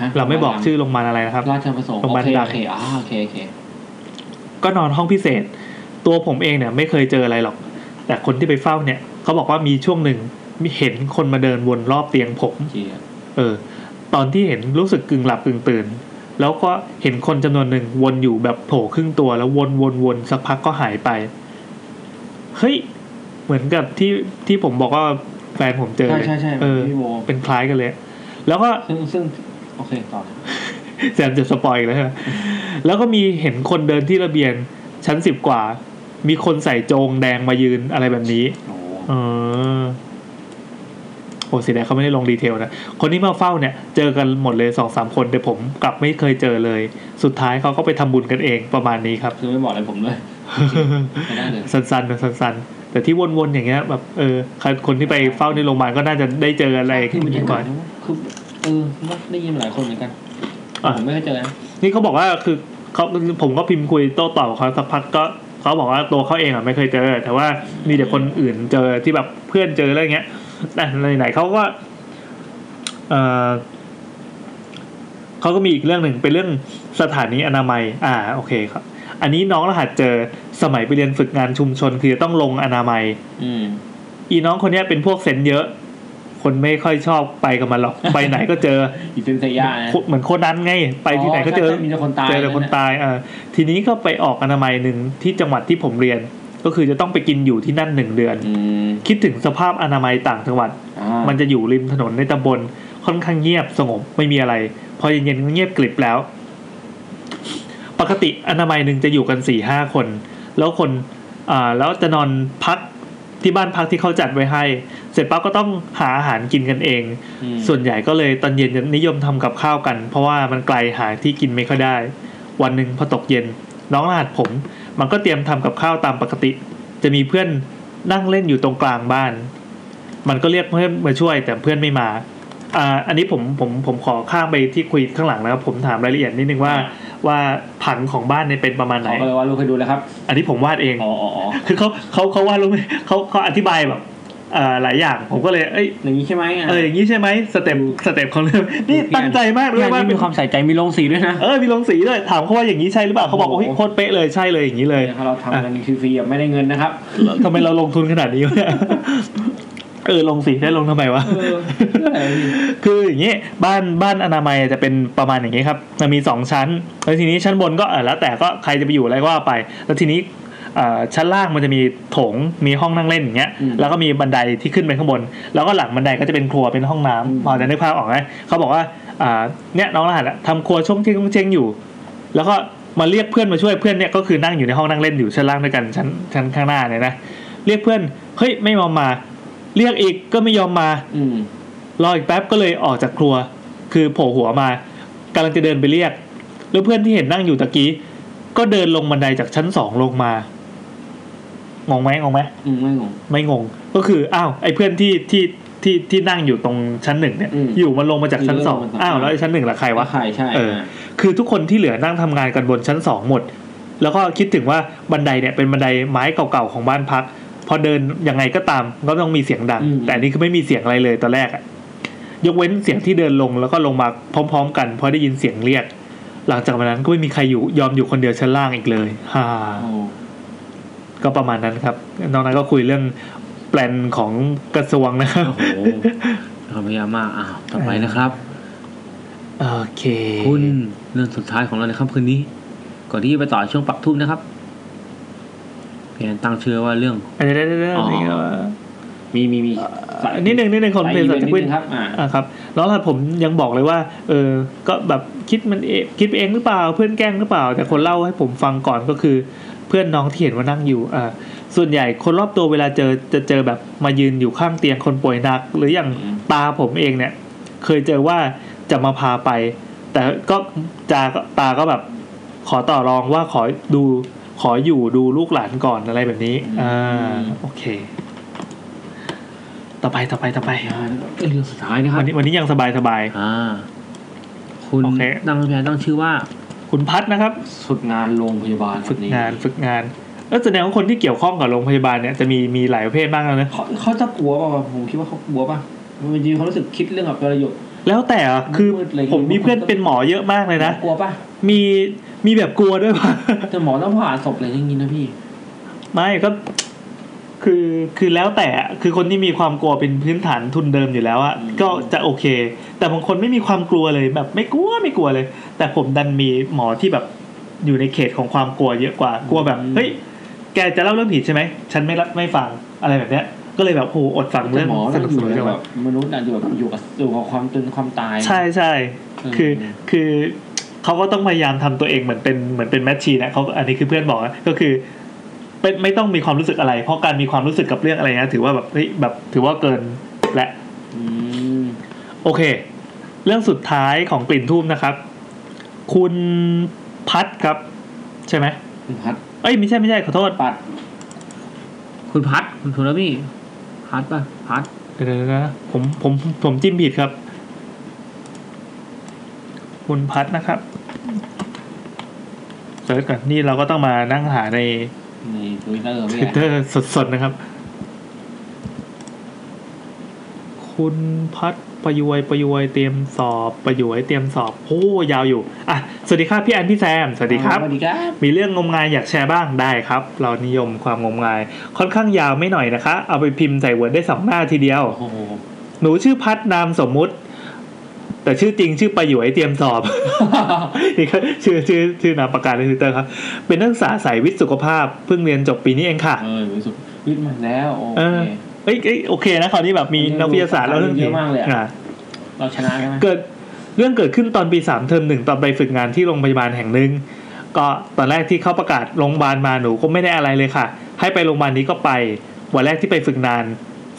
B: ฮะ
A: เราไม่บอกชื่อโรงพยาบาลอะไรนะครับ
B: ราชประสงค์
A: โรงพา
B: โอย
A: บาล
B: เค
A: ดั
B: โอง เคอ่าโอเคโอเค
A: ก็นอนห้องพิเศษ ตัวผมเองเนี่ยไม่เคยเจออะไรหรอก แต่คนที่ไปเฝ้าเนี่ยเขาบอกว่ามีช่วงหนึ่งมีเห็นคนมาเดินวนรอบเตียงผม
B: เจีย
A: เออ ตอนที่เห็นรู้สึกกึ่งหลับกึ่งตื่น แล้วก็เห็นคนจำนวนหนึ่งวนอยู่แบบโผล่ครึ่งตัวแล้ววนวนวนสักพักก็หายไป เฮ้ย เหมือนกับที่ที่ผมบอกว่าแฟนผมเจอ
B: ใช่
A: เลย
B: ใช่ใช่
A: เออ
B: พี่โบ
A: เป็นคล้ายกันเลย แล้วก็
B: ซึ่งซึ่งโอเคต่อ
A: แซมจะสปอยอีกแล้วใช่ไหมแล้วก็มีเห็นคนเดินที่ระเบียงชั้นสิบกว่า มีคนใส่โจงแดงมายืนอะไรแบบนี้
B: โอ้โห
A: เออโอ้เสียดายเขาไม่ได้ลงดีเทลนะ คนที่มาเฝ้าเนี่ย เจอกันหมดเลยสองสามคนแต่ผมกลับไม่เคยเจอเลย สุดท้ายเขาก็ไปทำบุญกันเองประมาณนี้ครับ
B: คือไม่บอกอะไรผมเลยไม่ได้เลย
A: สั้นๆนะสั้นๆ แต่ที่วนๆอย่างเงี้ยแบบเออใครคนที่ไปเฝ้าในโรงพยาบาลก็น่าจะได้เจออะไร
B: คือมัน
A: กั
B: ยั
A: น
B: งไง
A: ก่อน
B: นะคือเออได้ยินมาหลายคนเหมือนกัน
A: อ่ะ
B: ผมไม่เคยเจอนะ
A: นี่เขาบอกว่าคือเขาผมก็พิมพ์คุยโต้ตอบกับเขาสักพักก็เขาบอกว่าตัวเขาเองอ่ะไม่เคยเจอ แต่ว่ามีแต่คนอื่นเจอที่แบบเพื่อนเจออะไรเงี้ยแต่ไหนๆเขาก็เออเขาก็มีอีกเรื่องหนึ่งเป็นเรื่องสถานีอนามัย อ่าโอเคครับ อันนี้น้องรหัสเจอสมัยไปเรียนฝึกงานชุมชน คือจะต้องลงอนามัย
B: อืม
A: อีน้องคนเนี้ยเป็นพวกเซนเยอะ คนไม่ค่อยชอบไปกับมันหรอกไปไหนก็เจอ
B: อีเซนเซียนะ
A: เหมือนโคนันไง ไปที่ไหนก็เจอ
B: ใช่ๆมีแต่คนตาย
A: เจอแต่คนตายเออทีนี้ก็ไปออกอนามัยหนึ่งที่จังหวัดที่ผมเรียน ก็คือจะต้องไปกินอยู่ที่นั่นหนึ่งเดือน
B: อืม
A: คิดถึงสภาพอนามัยต่างจังหวัด
B: อ่า
A: มันจะอยู่ริมถนนในตำบลค่อนข้างเงียบสงบไม่มีอะไร พอเย็นๆก็เงียบกริบแล้ว ปกติอนามัยหนึ่งจะอยู่กันสี่ห้าคน แล้วคนอ่าแล้วจะนอนพักที่บ้านพักที่เขาจัดไว้ให้ เสร็จปั๊บก็ต้องหาอาหารกินกันเอง
B: อืม
A: ส่วนใหญ่ก็เลยตอนเย็นจะนิยมทำกับข้าวกัน เพราะว่ามันไกลหาที่กินไม่ค่อยได้ วันหนึ่งพอตกเย็น น้องรหัสผม มันก็เตรียมทำกับข้าวตามปกติ จะมีเพื่อนนั่งเล่นอยู่ตรงกลางบ้าน มันก็เรียกเพื่อนมาช่วยแต่เพื่อนไม่มาอ่าอันนี้ผมผมผมขอข้ามไปที่คุยข้างหลังนะครับผมถามรายละเอียดนิดนึงว่าว่าผังของบ้านเนี่ยเป็นประมาณไหน
B: เขาก็เลยว่าลูกให้ดูแล้วครับ
A: อันนี้ผมวาดเอง
B: อ๋ออ๋ออ๋อ
A: คือเขาเขาเขาวาดรู้ไหมเขาเขาอธิบายแบบอ่าหลายอย่างผมก็เลยเอ้ย
B: อย่างนี้ใช่ไหมะ
A: เอออย่างนี้ใช่ไหมสเต็ปสเต็ปของเรื่อง นี่ตั้งใจมากเล
B: งาย น
A: ว่า
B: นี้
A: เป็
B: มี
A: น
B: ความใส่ใจมีลงสีด้วยนะ
A: เออมีลงสีด้วยถามเขาว่าอย่างนี้ใช่หรือเปล่าเขาบอก
B: โอ้
A: โอ้
B: โห
A: ยโคตรเป๊ะเลยใช่เลยอย่างนี้เลย
B: ถ้าเราทำกันฟรีๆอะไม่ได้เงินนะครับ
A: ทำไมเราลงทุนขนาดนี้วะเนี่ยเออลงสีได้ลงทำไมวะ
G: เออ
A: คืออย่างนี้บ้านบ้านอนามัยจะเป็นประมาณอย่างนี้ครับมันมีสองชั้นแล้วทีนี้ชั้นบนก็เออแล้วแต่ก็ใครจะไปอยู่อะไรก็ว่าไป แล้วทีนี้เอ่อชั้นล่างมันจะมีโถงมีห้องนั่งเล่นอย่างเงี้ย
B: อืม
A: แล้วก็มีบันไดที่ขึ้นไปข้างบน แล้วก็หลังบันไดก็จะเป็นครัวเป็นห้องน้ำพอจะนึกภาพออกไหมเขาบอกว่าอ่าเนี่ยน้องรหัสอะทำครัวช่วงเชงช่วงเชงอยู่ แล้วก็มาเรียกเพื่อนมาช่วยเพื่อนเนี่ยก็คือนั่งอยู่ในห้องนั่งเล่นอยู่ชั้นล่างด้วยกันชั้นชั้นข้างหน้าเนี่ยนะเรียกเพื่อนเฮ้ยไม่ยอมมา เรียกอีกก็ไม่ยอมมา
B: ืม
A: รออีกแป๊บก็เลยออกจากครัว คือโผล่หัวมากำลังจะเดินไปเรียก แล้วเพื่อนที่เห็นนั่งอยู่ตะกี้ ก็เดินลงบันไดจากชั้นสองลงมางงไหมงงไหม
B: อืมไม่งง
A: ไม่งง ก็คืออ้าวไอ้เพื่อนที่ที่ที่ที่นั่งอยู่ตรงชั้นหนึ่งเนี่ย
B: อืม
A: อยู่มันลงมาจากชั้นสอง
B: อยู่ลงมาจากชั้นสอง
A: อ้าวแล้วไอ้ชั้นหนึ่งล่ะใครวะ
B: ว่าใครใช่
A: เออ
B: อ่ะ
A: คือทุกคนที่เหลือนั่งทำงานกันบนชั้นสองหมด แล้วก็คิดถึงว่าบันไดเนี่ยเป็นบันไดไม้เก่าๆของบ้านพัก พอเดินยังไงก็ตามก็ต้องมีเสียงดัง แต่อันนี้คือไม่มีเสียงอะไรเลยตอนแรกอะยกเว้นเสียงที่เดินลงแล้วก็ลงมาพร้อม ๆ กันเพราะได้ยินเสียงเรียก หลังจากนั้นก็ไม่มีใครอยู่ยอมอยู่คนเดียวชั้นล่างอีกเลยฮ่า
B: โอ้
A: ก็ประมาณนั้นครับนอกนั้นก็คุยเรื่องแปลนของกระทรวงนะครับ
B: โหความพยายามมากอ้าวต่อไปนะครับ
A: โอเค
B: คุณเรื่องสุดท้ายของเราในค่ำคืนนี้ ก่อนที่จะไปต่อช่วงปักทูบนะครับเพียงตั้งชื่อว่าเรื่อง
A: อันนี้ได้ได้ได้อะไรอย่างเงี้ยว่า
B: มีมีมี
A: อ่ะนิดนึงนิดนึงคน
B: สาย
A: เป็น
B: อี
A: สัตว์จะ
B: เวนต์นิด
A: คุย
B: นึงครับอ่า
A: อ่ะครับแล้วผมยังบอกเลยว่าเออก็แบบคิดมันเองคิดไปเองหรือเปล่า เพื่อนแกล้งหรือเปล่า แต่คนเล่าให้ผมฟังก่อนก็คือ เพื่อนน้องที่เห็นว่านั่งอยู่อ่าส่วนใหญ่คนรอบตัวเวลาเจอจะเจอแบบมายืนอยู่ข้างเตียงคนป่วยหนัก หรืออย่างตาผมเองเนี่ย เคยเจอว่าจะมาพาไป แต่ก็จากตาก็แบบ ขอต่อรองว่าขอดูขออยู่ดูลูกหลานก่อนอะไรแบบนี้ อ่า โอเค ต่อไปต่อไปต่อไป
B: อ่าเรื่องสุดท้ายนะครั
A: วั
B: บ
A: นนี้วันนี้ยังสบายสบาย
B: อ่า คุณ
A: โอเค
B: ตั้งแผนตั้งชื่อว่า
A: คุณพัดนะครับ
F: ฝึกงานโรงพยาบาล
A: ฝึกงานฝึกงานแล้วแสดงว่าคนที่เกี่ยวข้องกับโรงพยาบาลเนี่ยจะมีมีหลายประเภทบ้างแล้วนะ
F: เขาเขาจะกลัวป่าวะผมคิดว่าเขากลัวป่ะมันจริงๆเขารู้สึกคิดเรื่องแบบประโยชน์
A: แล้วแต่อะคือ
F: มืดๆเลย
A: ผมมีเพื่อนเป็นหมอเยอะมากเลยนะ
F: กลัวป่ะ
A: มีมีแบบกลัวด้วยป่ะ
F: แต่หมอต้องผ่าศพอะไรอย่างงี้นะพี่
A: ไม่ก็คือคือแล้วแต่อะคือคนที่มีความกลัวเป็นพื้นฐานทุนเดิมอยู่แล้วอะ
F: อืม
A: ก็จะโอเค แต่บางคนไม่มีความกลัวเลยแบบไม่กลัวไม่กลัวเลย แต่ผมดันมีหมอที่แบบอยู่ในเขตของความกลัวเยอะกว่ากลัวแบบเฮ้ยแกจะเล่าเรื่องผีใช่ไหมฉันไม่รับไม่ฟังอะไรแบบเนี้ย ก็เลยแบบโหอดฟัง
F: แต่
A: เรื่อง
F: หมอ
A: ส
F: เราอ
A: นุกส
F: ยู่
A: นุก
F: ใน
A: จัง
F: แบ
A: วะ
F: บมนุษย์อาจจะแบบอยู่กับอยู่กับความจนความตาย
A: ใช่ใช่คือ
F: เ
A: คือเขาก็ต้องพยายามทำตัวเองเหมือนเป็นเหมือนเป็นแมชชีนนะเขาอันนี้คือเพื่อนบอกนะก็คือเป็นไม่ต้องมีความรู้สึกอะไร เพราะการมีความรู้สึกกับเรื่องอะไรนะถือว่าแบบเฮ้ยแบบถือว่าเกินและ
F: อืม
A: โอเค เรื่องสุดท้ายของกลิ่นทูบนะครับ คุณพัดครับ ใช่ไหม
F: คุณพัด
A: เอ้ยไม่ใช่ไม่ใช่ขอโทษ
F: ปัด
B: คุณพัดคุณถูกแล้วพี่ พัดป่ะ พัด
A: เดี๋ยวๆนะผมผมผมจิ้มผิดครับ คุณพัดนะครับเสิร์ชก่อนนี่เราก็ต้องมานั่งหาใน
F: ในทวิตเตอร์
A: ท
F: ไม่
A: วิตเต
F: ได้
A: อร์สดๆนะครับ คุณพัดประยวยประยวยเตรียมสอบประยวยเตรียมสอบโอ้ยาวอยู่อ่ะสวัสดีครับพี่แอนพี่แซมสวัสดีครับ
F: สวัสดีครับ
A: มีเรื่องงมงายอยากแชร์บ้างได้ครับ เรานิยมความงมงาย ค่อนข้างยาวไม่หน่อยนะคะ เอาไปพิมพ์ใส่เวิร์ดได้สองหน้าทีเดียว
F: โอ้โห
A: หนูชื่อพัดนามสมมุติ แต่ชื่อจริงชื่อประหยวยเตรียมสอบ นี่ก็ชื่อชื่อชื่อนามปากกาในทวิตเตอร์ครับ เป็นนักศึกษาสายวิทย์สุขภาพเพิ่งเรียนจบปีนี้เองค่ะ
F: เออรู้สึกวิทย์มาแล้ว โอเค
A: เออ เอ้ยเอ้ยโอเคนะคราวนี้แบบมี
F: เออ
A: นักวิทยาศาสตร์แล้วเรื่อง
F: เยอะมากเลยอะ
A: อ่ะ
F: เราชนะใช่ไหม
A: เกิดเรื่องเกิดขึ้นตอนปีสามเทอมหนึ่งตอนไปฝึกงานที่โรงพยาบาลแห่งหนึ่งก็ตอนแรกที่เขาประกาศโรงพยาบาลมาหนูก็ไม่ได้อะไรเลยค่ะ ให้ไปโรงพยาบาลนี้ก็ไป วันแรกที่ไปฝึกงาน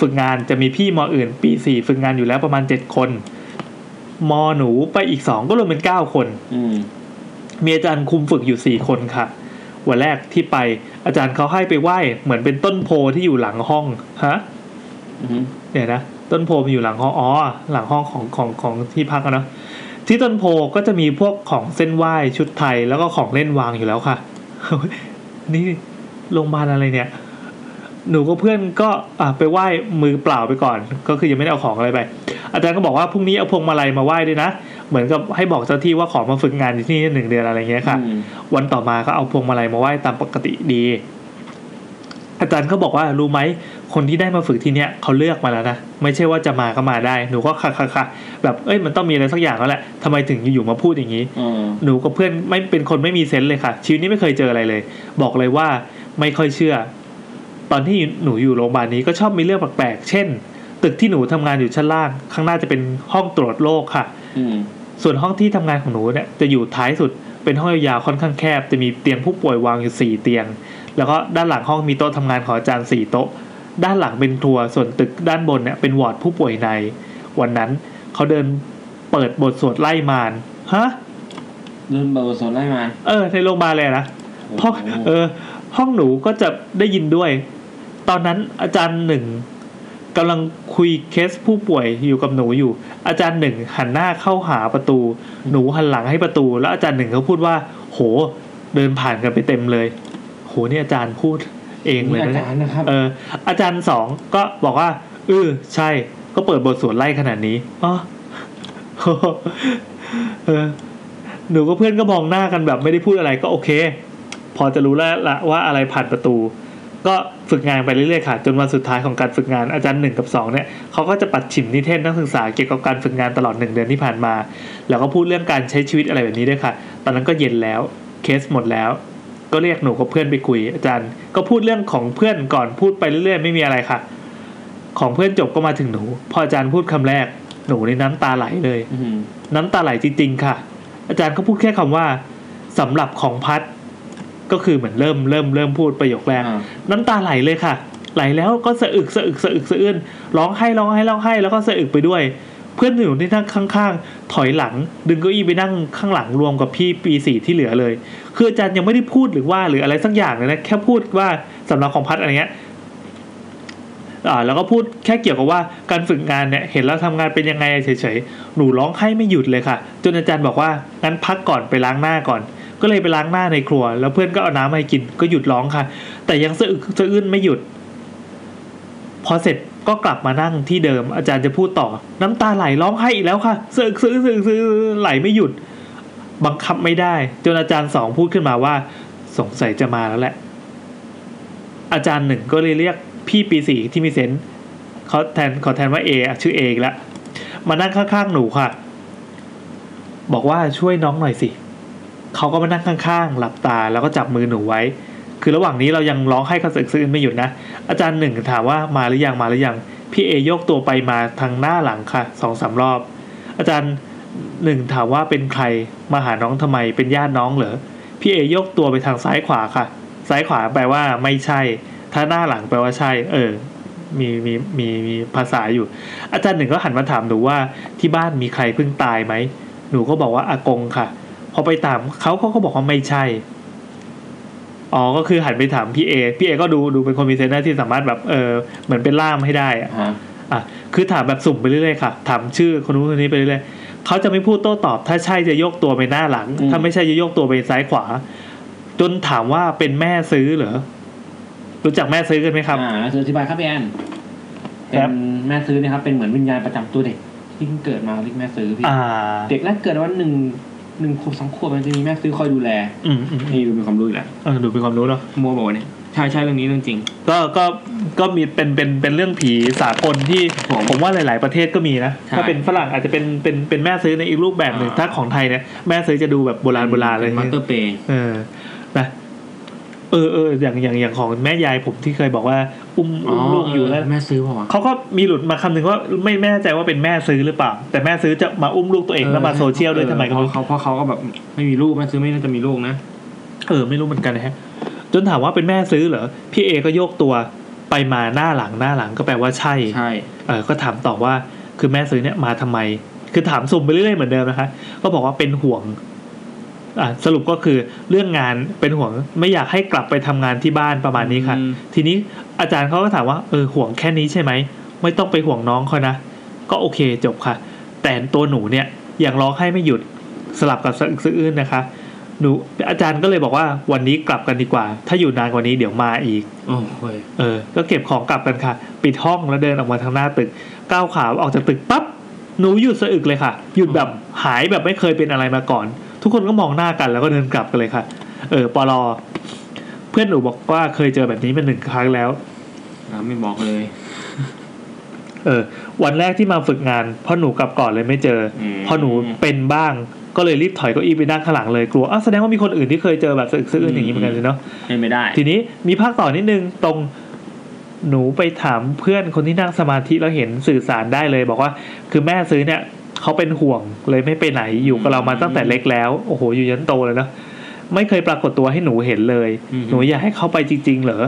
A: ฝึกงานจะมีพี่มออื่น ปีสี่ฝึกงานอยู่แล้วประมาณเจ็ดคนมอหนูไปอีกสองก็รวมเป็นเก้าคน
F: อืม
A: มีอาจารย์คุมฝึกอยู่สี่คนค่ะ วันแรกที่ไปอาจารย์เขาให้ไปไหว้เหมือนเป็นต้นโพที่อยู่หลังห้องฮะ
F: อือหือ
A: เดี๋ยวนะต้นโพมันอยู่หลังห้องอ๋อหลังห้องของของของที่พักอะเนาะที่ต้นโพก็จะมีพวกของเส้นไหว้ชุดไทยแล้วก็ของเล่นวางอยู่แล้วค่ะ นี่โรงพยาบาลอะไรเนี่ย หนูกับเพื่อนก็อ่ะไปไหว้มือเปล่าไปก่อน ก็คือยังไม่ได้เอาของอะไรไป อาจารย์ก็บอกว่าพรุ่งนี้เอาพวงมาลัยมาไหว้ด้วยนะเหมือนกับให้บอกเจ้าที่ว่าขอมาฝึกงานที่นี่หนึ่งเดือนอะไรเงี้ยค่ะ
F: อืม
A: วันต่อมาก็เอาพวงมาลัยมาไหว้ตามปกติดี อาจารย์ก็บอกว่ารู้ไหมคนที่ได้มาฝึกที่เนี้ยเขาเลือกมาแล้วนะไม่ใช่ว่าจะมาก็มาได้หนูก็ค่ะค่ะค่ะแบบเอ้ยมันต้องมีอะไรสักอย่างแล้วแหละทำไมถึงอยู่ๆมาพูดอย่างนี้
F: เออ
A: หนูกับเพื่อนไม่เป็นคนไม่มีเซนส์เลยค่ะ ชีวิตนี้ไม่เคยเจออะไรเลย บอกเลยว่าไม่ค่อยเชื่อ ตอนที่หนูอยู่โรงพยาบาลนี้ก็ชอบมีเรื่องแปลกๆเช่น ตึกที่หนูทำงานอยู่ชั้นล่าง ข้างหน้าจะเป็นห้องตรวจโรคค่ะ
F: อืม
A: ส่วนห้องที่ทำงานของหนูเนี่ยจะอยู่ท้ายสุดเป็นห้องยาวๆค่อนข้างแคบ จะมีเตียงผู้ป่วยวางอยู่ 4 เตียง แล้วก็ด้านหลังห้องมีโต๊ะทำงานของอาจารย์4โต๊ะ ด้านหลังเป็นครัวส่วนตึกด้านบนเนี่ยเป็นวอร์ดผู้ป่วยใน วันนั้นเขาเดินเปิดบทสวดไล่มารฮะ
F: รุ่นเบอร์โซนไล่มา
A: เออ ในโรงพยาบาลเลยนะ ห้อง
F: โโห
A: เออห้องหนูก็จะได้ยินด้วย ตอนนั้นอาจารย์หนึ่งกำลังคุยเคสผู้ป่วยอยู่กับหนูอยู่ อาจารย์หนึ่งหันหน้าเข้าหาประตู หนูหันหลังให้ประตู แล้วอาจารย์หนึ่งเขาพูดว่า โห เดินผ่านกันไปเต็มเลย โหนี่อาจารย์พูดเองเลย
F: นี่อา
A: นะเนี่ย
F: จารย์นะครับ
A: เอออาจารย์สองก็บอกว่าเออใช่ก็เปิดบทสวดไล่ขนาดนี้อ๋อ เออหนูกับเพื่อนก็มองหน้ากันแบบไม่ได้พูดอะไรก็โอเค พอจะรู้แล้วละว่าอะไรผ่านประตู ก็ฝึกงานไปเรื่อยๆค่ะ จนวันสุดท้ายของการฝึกงานอาจารย์หนึ่งกับสองเนี่ยเขาก็จะปัดฉิมนิเทศนักศึกษาเกี่ยวกับการฝึกงานตลอดหนึ่งเดือนที่ผ่านมา แล้วก็พูดเรื่องการใช้ชีวิตอะไรแบบนี้ด้วยค่ะ ตอนนั้นก็เย็นแล้วเคสหมดแล้ว ก็เรียกหนูกับเพื่อนไปคุย อาจารย์ ก็พูดเรื่องของเพื่อนก่อนพูดไปเรื่อยๆ ไม่มีอะไรค่ะ ของเพื่อนจบก็มาถึงหนู พออาจารย์พูดคำแรก หนูในน้ำตาไหลเลย
F: อืม
A: น้ำตาไหลจริงๆค่ะ อาจารย์ก็พูดแค่คำว่าสำหรับของพัด ก็คือเหมือนเริ่มเริ่มเริ่มพูดประโยคแรก
F: อ่า
A: น้ำตาไหลเลยค่ะ ไหลแล้วก็สะอึกสะอึกสะอึกสะอื้นร้องไห้ร้องไห้ร้องไห้แล้วก็สะอึกไปด้วย เพื่อนหนูที่นั่งข้างๆ ถอยหลัง ดึงเก้าอี้ไปนั่งข้างหลังรวมกับพี่ปีสี่ที่เหลือเลย คืออาจารย์ยังไม่ได้พูดหรือว่าหรืออะไรสักอย่างเลยนะ แค่พูดว่าสำนักของพัดอะไรเงี้ยอ่าแล้วก็พูดแค่เกี่ยวกับว่าการฝึกงานเนี่ยเห็นแล้วทำงานเป็นยังไงเฉยๆหนูร้องไห้ไม่หยุดเลยค่ะ จนอาจารย์บอกว่างั้นพักก่อนไปล้างหน้าก่อน ก็เลยไปล้างหน้าในครัว แล้วเพื่อนก็เอาน้ำมาให้กินก็หยุดร้องค่ะ แต่ยังสะอึกสะอื้นไม่หยุด พอเสร็จก็กลับมานั่งที่เดิมอาจารย์จะพูดต่อ น้ำตาไหลร้องไห้อีกแล้วค่ะสะอึกสะอื้นสะอึกสะอื้นไหลไม่หยุด บังคับไม่ได้ จนอาจารย์สองพูดขึ้นมาว่า สงสัยจะมาแล้วแหละ อาจารย์หนึ่งก็เลยเรียกพี่ปีสี่ที่มีเซนส์เขาแทนขอแทนว่าเออ่ะชื่อเออีกแล้วมานั่งข้างๆหนูค่ะ บอกว่าช่วยน้องหน่อยสิ เขาก็มานั่งข้างๆ หลับตาแล้วก็จับมือหนูไว้ คือระหว่างนี้เรายังร้องไห้กระสึกซื่นไม่หยุดนะ อาจารย์หนึ่งถามว่ามาหรือยังมาหรือยัง พี่เอโยกตัวไปมาทางหน้าหลังค่ะสองสามรอบ อาจารย์หนึ่งถามว่าเป็นใครมาหาน้องทำไมเป็นญาติน้องเหรอ พี่เอโยกตัวไปทางซ้ายขวาค่ะ ซ้ายขวาแปลว่าไม่ใช่ ถ้าหน้าหลังแปลว่าใช่ เออ มีมีมีมีภาษาอยู่ อาจารย์หนึ่งก็หันมาถามหนูว่าที่บ้านมีใครเพิ่งตายไหม หนูก็บอกว่าอากงค่ะ พอไปถามเขาเขาก็บอกว่าไม่ใช่ อ๋อ ก็คือหันไปถามพี่เอ พี่เอก็ดูดูเป็นคนมีเซนส์นะที่สามารถแบบเออเหมือนเป็นล่ามให้ได้อะ
F: ฮะ
A: อ่ะ คือถามแบบสุ่มไปเรื่อยๆค่ะ ถามชื่อคนนู้นคนนี้ไปเรื่อยๆเขาจะไม่พูดโต้ตอบ ถ้าใช่จะยกตัวไปหน้าหลัง ถ้าไม่ใช่จะยกตัวไปซ้ายขวา จนถามว่าเป็นแม่ซื้อเหรอ รู้จักแม่ซื้อกันไหมครับ
F: อ่าแล้วคืออธิบายครับพี่แอนเป็
A: ครับ
F: นแม่ซื้อเนะครับเป็นเหมือนวิญญาณประจำตัวเด็กที่เพิ่งเกิดมาเรียกแม่ซื้อพี่
A: อ่า
F: เด็กแรกเกิดวันหนึ่งหนึ่งขวบสองขวบมันจะมีแม่ซื้อคอยดูแล
A: อืมอืม
F: นี่เป็นความรู้อีกแล้ว
A: เออดูเป็นความรู้เนาะ
F: มัวบอกว่าเนี่ยใช่ใช่เรื่องนี้เรื่องจริง
A: ก็ก็ก็มีเป็นเป็นเป็นเรื่องผีสากลที่
F: ผม
A: ผมว่าหลาย ๆ ประเทศก็มีนะ
F: ใช่
A: ถ้าเป็นฝรั่งอาจจะเป็นเป็นเป็นแม่ซื้อในอีกรูปแบบหนึ่ง
F: อ่า
A: ถ้าของไทยเนี่ยแม่ซื้อจะดูแบบโบราณโบราณเลย
F: มาสเตอร์เปย์
A: เออนะเออเอออย่างอย่างอย่างของแม่ยายผมที่เคยบอกว่า อุ้มอุ้มลูกอยู่แล้ว
F: แม่ซื้อเปล่าวะ
A: เขาก็มีหลุดมาคำหนึ่งว่าไม่แน่ใจว่าเป็นแม่ซื้อหรือเปล่า แต่แม่ซื้อจะมาอุ้มลูกตัวเองแล้วมาโซเชียลด้วยทำไมก็
F: เขา
A: ไม่รู้
F: เขาเพราะเขาก็แบบไม่มีลูกแม่ซื้อไม่น่าจะมีลูกนะ
A: เออไม่รู้เหมือนกันนะฮะ จนถามว่าเป็นแม่ซื้อเหรอพี่เอก็โยกตัวไปมาหน้าหลังหน้าหลังก็แปลว่าใช่
F: ใช่
A: เออก็ถามต่อว่าคือแม่ซื้อเนี่ยมาทำไม คือถามสุ่มไปเรื่อยๆเหมือนเดิมนะคะ ก็บอกว่าเป็นห่วง อ่ะสรุปก็คือเรื่องงานเป็นห่วงไม่อยากให้กลับไปทำงานที่บ้านประมาณนี้ค่ะ
F: อืม
A: ทีนี้อาจารย์เขาก็ถามว่าเออห่วงแค่นี้ใช่ไหม ไม่ต้องไปห่วงน้องเขานะ ก็โอเคจบค่ะ แต่ตัวหนูเนี่ยยังร้องไห้ไม่หยุดสลับกับสะอึกสะอื้นนะคะ หนูอาจารย์ก็เลยบอกว่าวันนี้กลับกันดีกว่า ถ้าอยู่นานกว่านี้เดี๋ยวมาอีก
F: โอ้โหย
A: เออ ก็เก็บของกลับกันค่ะ ปิดห้องแล้วเดินออกมาทางหน้าตึก ก้าวขาออกจากตึกปั๊บ หนูหยุดสะอึกเลยค่ะ หยุดแบบหายแบบไม่เคยเป็นอะไรมาก่อน ทุกคนก็มองหน้ากันแล้วก็เดินกลับกันเลยค่ะ เออ ปลอ เพื่อนหนูบอกว่าเคยเจอแบบนี้มาหนึ่งครั้งแล้ว
F: อ่ะไม่บอกเลย
A: เออ วันแรกที่มาฝึกงานพ่อหนูกลับก่อนเลยไม่เจออ
F: ม
A: พอหนูเป็นบ้าง ก็เลยรีบถอยเก้าอี้ไปนั่งข้างหลังเลยกลัว อ้าวแสดงว่ามีคนอื่นที่เคยเจอแบบสะอึกสะอื้นอย่างนี้เหมือนกันเลยเนาะ
F: เป็นไม่ได้
A: ทีนี้มีภาคต่อนิดนึงตรงหนูไปถามเพื่อนคนที่นั่งสมาธิแล้วเห็นสื่อสารได้เลย บอกว่า คือแม่ซื้อเนี่ยเขาเป็นห่วงเลยไม่ไปไหนอยู่กับเรามาตั้งแต่เล็กแล้ว โอ้โหอยู่ยันโตเลยเนอะไม่เคยปรากฏตัวให้หนูเห็นเลย
F: อือฮึ
A: หนูอยากให้เข้าไปจริง ๆ เหรอ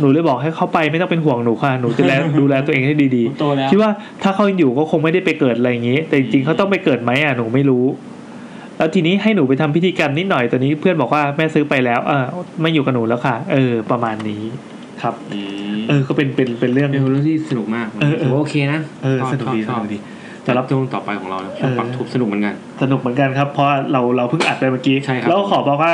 A: หนูเลยบอกให้เข้าไปไม่ต้องเป็นห่วงหนูค่ะหนูจะ แลดูแลตัวเองให้ดี
F: โตแล้
A: ๆ
F: ว
A: คิดว่าถ้าเขายังอยู่ก็คงไม่ได้ไปเกิดอะไรอย่างนี้ แต่จริงๆเขาต้องไปเกิดไหมอ่ะหนูไม่รู้ แล้วทีนี้ให้หนูไปทำพิธีกรรมนิดหน่อยตอนนี้เพื่อนบอกว่าแม่ซื้อไปแล้วเออไม่อยู่กับหนูแล้วค่ะ เออ ประมาณนี้ครับ
F: อืม
A: เออก็เป็นเป็นเป็นเรื่อง
F: เป็นเรื่องที่สนุกมาก
A: เออเออ
F: ถือว่าโอเคนะ
A: เออ
F: ชบ
A: สนุกดี
F: ชอบ
A: สนุกดี
F: จะรับช่วงต่อไปของเรานะ
A: เออ
F: ปักทุบสนุกเหมือนกัน
A: สนุกเหมือนกันครับ เพราะเราเราเพิ่งอัดไปเมื่อกี้
F: ใช่ครับ
A: แล้วขอบอกว่า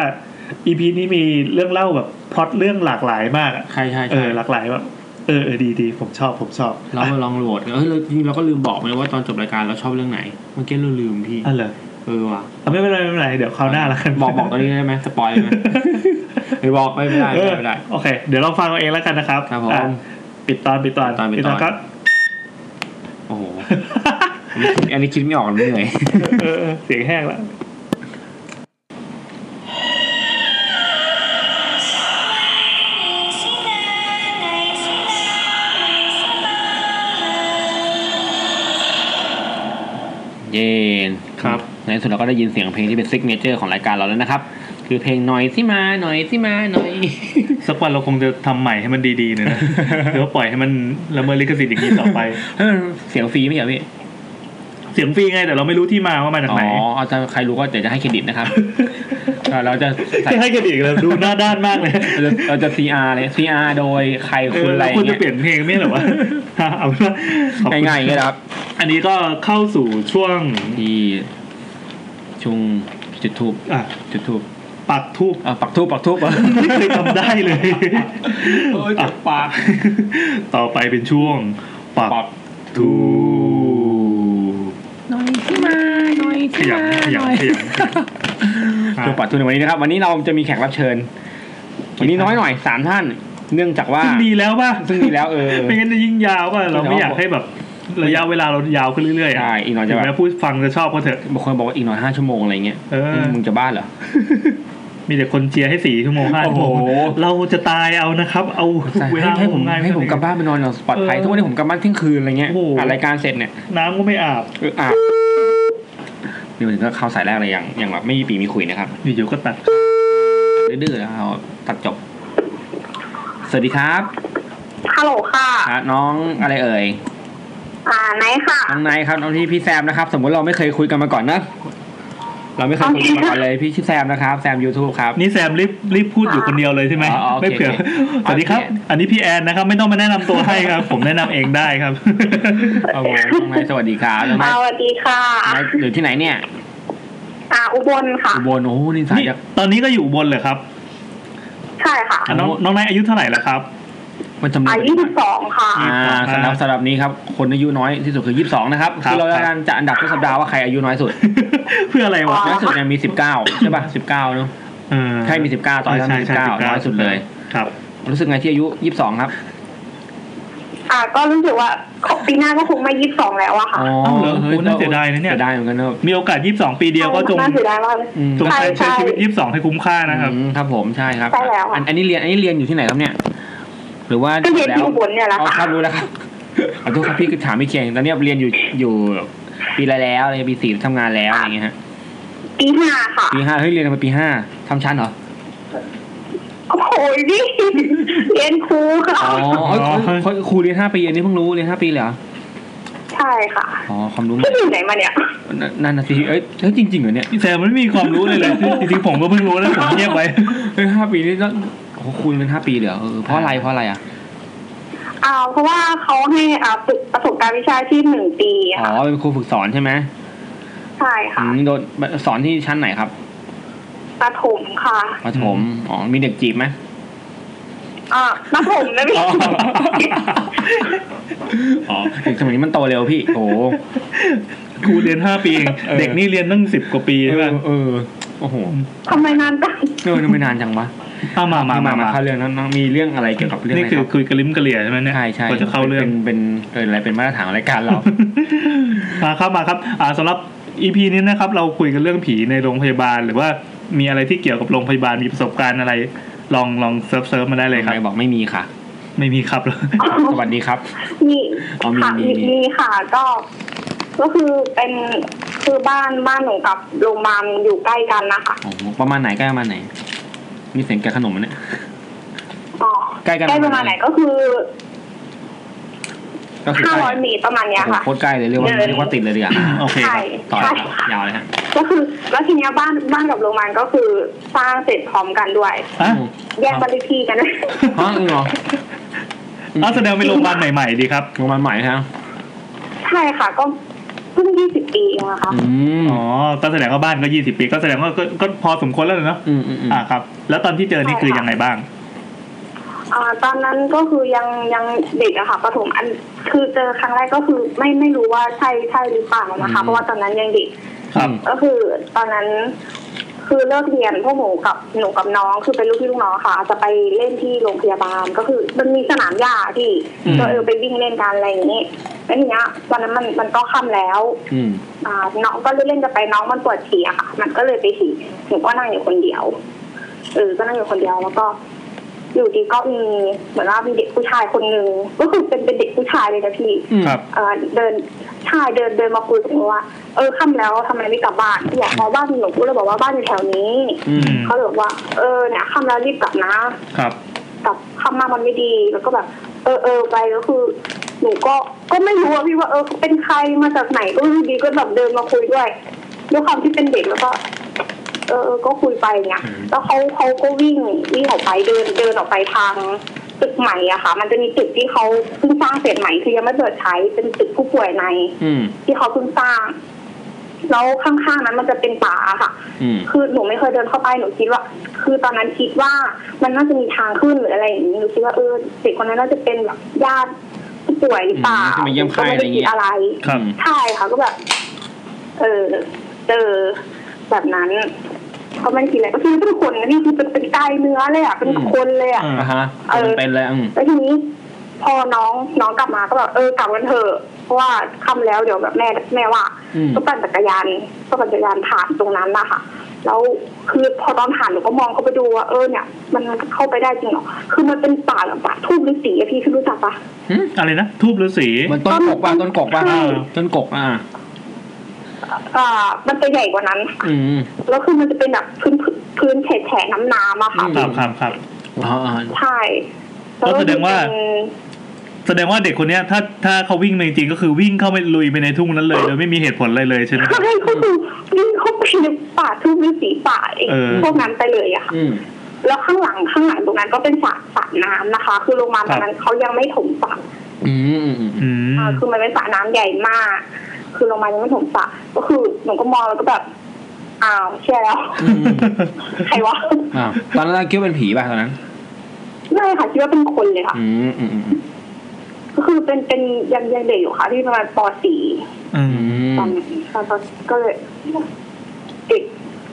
A: อีพีนี้มีเรื่องเล่าแบบพล็อตเรื่องหลากหลายมากอะ
F: ใช่ใช่
A: เอ
F: ใช่
A: อหลากหลายแบบเออเออดีดีผมชอบผมชอบ
F: เรา
A: อ่ะ
F: มาลองโหลดกันเฮ้ยเราจริงๆเราก็ลืมบอกไปว่าตอนจบรายการเราชอบเรื่องไหนเมื่อกี้เราลืมพี่
A: อ่ะเหรอ
F: เออว่ะ
A: อ่ะไม่เป็นไรไม่เป็นไรเดี๋ยวคราวหน้าละกัน
F: บอกบอกตอนนี้ได้ไหมสปอยล์ได้ไหมไม่บอกไม่ได้
A: เออ
F: ไม่ได้
A: โอเค เดี๋ยวลองฟังเอาเองแล้วกันนะครับ
F: ครับผม
A: อ่ะปิดตอนปิดตอน
F: ปิดตอนปิดตอน
A: ครับ
F: โอ้โหอันนี้คิดไม่ออกเลยเหนื่อย
A: เออเออเสียงแห้งแล้ว
B: เย็น
A: ครับ
B: ในที่สุดเราก็ได้ยินเสียงเพลงที่เป็นซิกเนเจอร์ของรายการเราแล้วนะครับ คือเพลงหน่อยสิมาหน่อยสิมาหน่อย
A: สักวันเราคงจะทำใหม่ให้มันดีๆหน่อย นะ หรือว่าปล่อยให้มันละเมิดลิขสิทธิ์อย่างนี้ต่อไป
B: เสียงฟรีไหมเหรอพี่
A: เสียงฟรีไงแต่เราไม่รู้ที่มาว่ามาจาก
B: อ๋
A: ไหน
B: อเอาถ้าใครรู้ก็เดี๋ยวจะให้เครดิต นะครับ เราเราจะใส่
A: แค่ให้กันอีกแล้วดูหน้าด้านมากเลย
B: เราจะเราจะ CR เลย CR โดยใคร
A: เอ
B: คุณ
A: อ
B: อะไร
A: เรา
B: อ
A: ควรจะ
B: ย่างเงี้ย
A: เปลี่ยนเพลงไม่เหรอวะเอาเป็นว่าขอบคุณ
B: ง่ายๆอย่างเงี้ยนะครับ
A: อันนี้ก็เข้าสู่ช่วง
B: ที่ชุงจุดทูบ
A: อ่ะ
B: จุดทูบ
A: ปักทูบ
B: อ่ะปักทูบปักทูบ อ่ะ
A: ไม่เคยจำได้เลย
B: เออเจ็บปาก
A: ต่อไปเป็นช่วงปัก
B: ปัก
A: ทู
B: หน่อยที่มาหน่อย
A: ข
B: ที่
A: ยั
B: มาน
A: ขยัน
B: หน่อย
A: ขยัน
B: ช่วงปัดทุนในวันนี้นะครับ วันนี้เราจะมีแขกรับเชิญ วันนี้น้อยหน่อยสามท่าน เนื่องจากว่า
A: ซึ่งดีแล้วป่ะ
B: ซึ่งดีแล้วเออ
A: ไม่งั้นจะยิ่งยาวป่ะเราไม่อยากให้แบบ ระยะเวลาเรายาวขึ้นเรื่อยๆ
B: ใช่
A: อ่ะ
B: อีกหน่อย
A: ถึ
B: จะ
A: ง
B: แบ
A: แม้
B: บ
A: ผู้ฟังจะชอบก็เถอะ
B: บางคนบอกว่าอีกหน่อยห้าชั่วโมงอะไรเงี้ย
A: เออ
B: มึงจะบ้าเหรอ
A: มีแต่คนเชียร์ให้สี่ชั่วโมงห้าชั่วโมง
B: โอ้โห
A: เราจะตายเอานะครับ เอาเวลา
B: ให้ผม
A: ง่าย
B: ให้ผมกลับบ้านไปนอนอย่างปลอดภัย
A: เออ
B: ทุกวันนี้ผมกลับบ้านเที่ยงคืนอะไรเงี้ย
A: โอ้โห
B: อ่านรายการเสร็จเนี่ย
A: น้ำก็ไม่อาบ
B: เอออ่ะนี่มันถึงก็เข้าสายแรกเลยอย่างอย่างแบบไม่มีปีมีคุยนะครับ
A: อยู่ๆก็ตัด
B: ดื้อๆนะครับตัดจบ สวัสดีครับ
H: ฮัลโหลค่ะ
B: อ่ะน้องอะไรเอ่ย
H: อ่าไหนค่ะ
B: น้องไนท์ครับน้องที่พี่แซมนะครับ สมมุติเราไม่เคยคุยกันมาก่อนนะ เราไม่เคยคุยกันมาก่อนเลยพี่ชื่อแซมนะครับแซม YouTube ครับ
A: นี่แซมรีบรีบพูดอยู่คนเดียวเลยใช่ไหม
B: อ๋ออ๋อโอเค
A: ไม่เผื่อส
B: โอเค
A: วัสดีครับ อันนี้พี่แอนนะครับ ไม่ต้องมาแนะนำตัวให้ครับ ผมแนะนำเองได้ครับ
B: โอ้โหน้องไนท์สวัสดีครับน้องไน
H: ส
B: ท์
H: วัสดีค่ะ
B: ไนท์อยู่ที่ไหนเนี่ย
H: อ่าอุบลค่ะ
B: อุบลโอ้โหนี่สาย
A: นี่
B: จาก
A: ตอนนี้ก็อยู่อุบนเลยครับ
H: ใช่ค่ะ
A: อ่ะน้องน้องนายอายุเท่าไหร่แล้วครับ
B: มันจำนว
H: อายุ
B: น
H: 22ค่ะ
B: อ่าสำหรับสำหรับนี้ครับ คนอายุน้อยที่สุดคือ 22 นะครับ
A: ครับ
B: คือเราจะจะอันดับทุกสัปดาห์ว่าใครอายุน้อยสุด
A: เพื่ออะไรวะ
H: อ๋อ
B: น้อยสุดเนี่ยมี 19 ใช่ป่ะ 19เนาะ
A: เออ
B: ใช่มี 19 ตอนนั้น
A: ใช่
B: มี
A: ใช่
B: 19น้อยสุดเลย
A: ครับ
B: รู้สึกไงที่อายุ 22 ครับ
H: อ่า ก็รู้สึกว่าของปีหน้าก็คงไม่22แล้วอะค่ะ
B: อ๋อ
A: เอ้าเหรอ
B: ฮ้
A: โอ้น่าเสียดายนะเนี่ย
B: เสียดายเหมือนกันเนอะ
A: มีโอกาส 22 ปีเดียวก็จง
H: น่าเสียดายมากเลย
B: อืม
A: จงใช้
H: ใช่
A: ใช้ชีวิต 22 ให้คุ้มค่านะครับ
B: อืมครับผมใช่ครับ
H: ใช่แล้วค่ะ
B: อันอันนี้เรียนอันนี้เรียนอยู่ที่ไหนครับเนี่ย หรือว่า
H: ก็เรียน
B: แล้
H: ที่
B: ว
H: อุบลเนี่ยแหละ
B: อ๋อครั
H: ค่ะ
B: บรู้แล้วครับขอโทษครับพี่คือถามไม่เคียงตอนนี้เรียนอยู่อยู่ปีละแล้วอะไรปีสี่ทำงานแล้วอะไรอย่างเงี้ยฮะ
H: ปีห้าค่ะ
B: ปีห้าเฮ้ยเรียนมาปีห้าทำชั้นเหรอ
H: โอ้โหนี่เรียนครูค่ะ
B: อ๋อเอ้ยเอ้ยเอ้ยครูเรียนห้าปีอันนี้เพิ่งรู้เรียนห้าปีเลยเหรอ
H: ใช่ค่ะ
B: อ๋อความรู้ใหม่
H: ที่อยู่ไหนมาเนี่ย
B: นั่นนั่นนะสิเอ้ยเฮ้ยจริงๆเหรอเนี่ย
A: พี่แซมไม่มีความรู้ เลยเลยจริงๆผมก็เพิ่งรู้แล้วผมเงียบไว้
B: เฮ้ยห้าปีนี่แล้วโอ้โหครูเป็นห้าปีเลยเหรอเออเพราะอะไรเพราะอะไรอ่ะ
H: อ่า เพราะว่าเขาให้อ่าฝึกประสบการณ์วิชาชีพหนึ่งปี
B: อ๋อ
H: ค่ะ
B: เป็นครูฝึกสอนใช่ไหม
H: ใช่
B: อื
H: ค่ะ
B: มโดนสอนที่ชั้นไหนครับ
H: ประถมค่ะ
B: ประถมอ๋อมีเด็กจีบไหม
H: อ่าประถมนะพี่
B: อ๋อเด็กสมัยนี้มันโตเร็วพี่ โอ้โห
A: ครูเรียน 5 ปีเอง
B: เออ
A: เด็กนี่เรียนตั้ง 10 กว่าปีใช่ป่ะ
B: เออ โอ้โห
H: ทำไมนานจัง
B: เออนี่ไม่นานจังวะ
A: อ่ะมามามามา
B: เข้าเรื่องนั้นองมีเรื่องอะไรเกี่ยวกับเรื่อง
A: นี่
B: อะไร
A: คือ
B: ครับ
A: คุยกระลิ้มกระเหลี่ยใช่ไหมเนี่ย
B: ใช่ใช่
A: กว่าจะเข้าเรื่อง
B: ป็นเป็นเป็นเอออะไรเป็นมาตรฐานของรายการเรา
A: มาครับมาครับอ่าสำหรับ EP นี้นะครับ เราคุยกันเรื่องผีในโรงพยาบาล หรือว่ามีอะไรที่เกี่ยวกับโรงพยาบาลมีประสบการณ์อะไร ลองลองเซิร์ฟเซิร์ฟมาได้เลยครับ
B: ใครบอกไม่มีค่ะ
A: ไม่มีครับ
B: สวัสดีครับ
H: มี
B: อ๋อมี
H: ค่ะ
B: มี
H: มี
B: มี
H: มีค่ะก็ ก็คือเป็นคือบ้านบ้านหนูกับโรงพยาบาลอยู่ใกล้กันนะคะ
B: โอ้โหประมาณไหนใกล้ประมาณไหน มีเสียงแกะขนมไหมเนี่ย
H: อ๋อ
B: ใกล้กัน
H: ใกล้ประมาณไหนก็คือ
B: ก็คือ
H: ห้า
B: ใกล้
H: ร้อยเมตรประมาณเนี้ย
B: โอ้โห
H: ค่ะ
B: โคตรใกล้เลยเรียกว่า
H: เดิน
B: เรียกว่าติดเลยดีกว่า
A: โอเค
H: ใช่
A: ครับ
B: ต่อเลย
H: ใช่
B: ครับ
H: ค่ะ
B: ยาวเลยฮะ
H: ก็คือ แล้วทีเนี้ยบ้านบ้านกับโรงพยาบาลก็คือสร้างเสร็จพร้อมกันด้วย
A: อ่ะ
H: แยกบันทึกที่กันด้วย
B: ฮะจริงเหรอ
A: อ่ะแสดงเป็นโรงพยาบาลใหม่ๆดีครับ
B: โรงพยาบาลใหม่ฮะ
H: ใช่ค่ะ ก็เพิ่งยี่สิบปีเองนะคะ
B: อืม
A: อ๋อก็แสดงว่าบ้านก็ 20 ปีก็แสดงว่าก็ก็พอสมควรแล้วเนาะ
B: อืมอืมอืม
A: อ่าครับ แล้วตอนที่เจอนี่คือยังไงบ้าง
H: อ่าตอนนั้นก็คือยังยังเด็กอะค่ะประถมอันคือเจอครั้งแรกก็คือไม่ไม่รู้ว่าใช่ใช่หรือเปล่านะคะ เพราะว่าตอนนั้นยังเด็ก
A: ครับ
H: ก็คือตอนนั้นคือเลิกเรียนพวกหนูกับหนูกับน้องคือเป็นลูกพี่ลูกน้องค่ะ จะไปเล่นที่โรงพยาบาลก็คือมันมีสนามหญ้าที่
B: อืม
H: ก็เออไปวิ่งเล่นกันอะไรอย่างนี้แล้วทีเนี้ยวันนั้นมันมันก็ค่ำแล้ว
B: อืม
H: อ่าน้องก็เล่นๆจะไปน้องมันปวดฉี่อะค่ะ มันก็เลยไปฉี่หนูก็นั่งอยู่คนเดียวเออก็นั่งอยู่คนเดียวแล้วก็ อยู่ดีก็มีเหมือนว่ามีเด็กผู้ชายคนหนึ่งก็คือเป็นเป็นเด็กผู้ชายเลยนะพี่
B: อืม
A: ครับ
H: เอ่อเดินใช่เดินเดินมาคุยกับหนูว่า เออค่ำแล้วทำไมไม่กลับบ้านหนูบอกเพราะบ้านหนูก็เลยบอกว่าบ้านอยู่แถวนี้
B: อืม
H: เขาเลยบอกว่า เออเนี่ยค่ำแล้วรีบกลับนะครับ กลับค่ำมากมันไม่ดีแล้วก็แบบ เออเออไปก็คือ หนูก็ก็ไม่รู้อะพี่ว่าเออเขาเป็นใครมาจากไหนก็ไม่รู้ดีก็แบบเดินมาคุยด้วยด้วยความที่เป็นเด็กแล้วก็ เออก็คุยไปเนี่ยแล้วเขาเขาก็วิ่งวิ่งออกไปเดินเดินออกไปทางตึกใหม่อะค่ะ มันจะมีตึกที่เขาเพิ่งสร้างเสร็จใหม่คือยังไม่เปิดใช้เป็นตึกผู้ป่วยใน
B: อืม
H: ที่เขาเพิ่งสร้าง แล้วข้างๆนั้นมันจะเป็นป่าค่ะ
B: อืม
H: คือหนูไม่เคยเดินเข้าไปหนูคิดว่า คือตอนนั้นคิดว่ามันน่าจะมีทางขึ้นหรืออะไรอย่างนี้หนูคิดว่าเออเด็กคนนั้นน่าจะเป็นแบบญาติผู้ป่วยหรือเปล่า
B: อืมที่มาเยี่ยมไข้อะไรอย่างเงี้ย
H: ก็ม่ด้คิดอะไร
C: ครับ
H: ใช่ค่ะก็แบบ เออเจอแบบนั้นก็ไม่ได้คิดอะไรก็คือเป็นคนนะนี่คือเป็นเป็นไตเนื้อเลยอ่ะเป็นคนเลยอ่ะ
C: อ่า
B: อ่ะฮะ
H: เออ
B: เป็นเลยอืม
H: แล้วทีนี้พอน้องน้องกลับมาก็แบบเออกลับกันเถอะเพราะว่าค่ำแล้วเดี๋ยวแบบแม่แม่ว่า
B: อืม
H: ก็ปั่นจักรยานก็ปั่นจักรยานผ่านตรงนั้นนะคะแล้วคือพอตอนผ่านหนูก็มองเข้าไปดูว่าเออเนี่ย มันเข้าไปได้จริงเหรอคือมันเป็นป่าแบบป่าทุ่งฤาษีอะพี่คือรู้จักปะ
C: อะไรนะ ทูบฤาษี
B: มันต้นกกป่ะต้นกกป่ะ
H: ใช่
B: ต้นกกอ่ะ
H: อ่า มันจะใหญ่กว่านั้นค่ะ
B: อืม
H: แล้วคือมันจะเป็นแบบพื้นพื้นพื้นแฉะๆน้ำน้ำๆอะค่ะ
B: อืม
C: ครับครับครับ
B: อ่าอ่า
H: ใช่
C: แล้วแสดงว่า
H: เป็น
C: แสดงว่าเด็กคนเนี้ยถ้าถ้าเขาวิ่งไปจริงๆก็คือวิ่งเข้าไปลุยไปในทุ่งนั้นเลยโดยไม่มีเหตุผลอะไรเลยใช่ไหม
H: ใช่ก็คือวิ่งเข้าไปในป่าทุ่งฤาษีป่าไอ้
C: เออ
H: พวกนั้นไปเลยอะค่ะ
B: อืม
H: แล้วข้างหลังข้างหลังตรงนั้นก็เป็นสระสระน้ำนะคะ คือโรงพยาบาลตอนนั้นเขายังไม่ถมสระ
B: อืมอืมอืม
C: อืม
H: อ่าคือมันเป็นสระน้ำใหญ่มาก คือโรงพยาบาลยังไม่ถมสระก็คือหนูก็มองแล้วก็แบบอ้าวเชื่อแล้ว
B: อืม
H: ใครวะ
B: อ่าตอนแรกคิดว่าเป็นผีป่ะตอนนั้น
H: ไม่ค่ะคิดว่าเป็นคนเลยค่ะ
B: อืมอืมอืม
H: ก็คือเป็นเป็นยังยังเด็กอยู่ค่ะ ที่ประมาณปสี่
C: อื
B: อื
C: ม
B: ม
H: ตอนนั้นตอนนั้นก็เลยเด็ก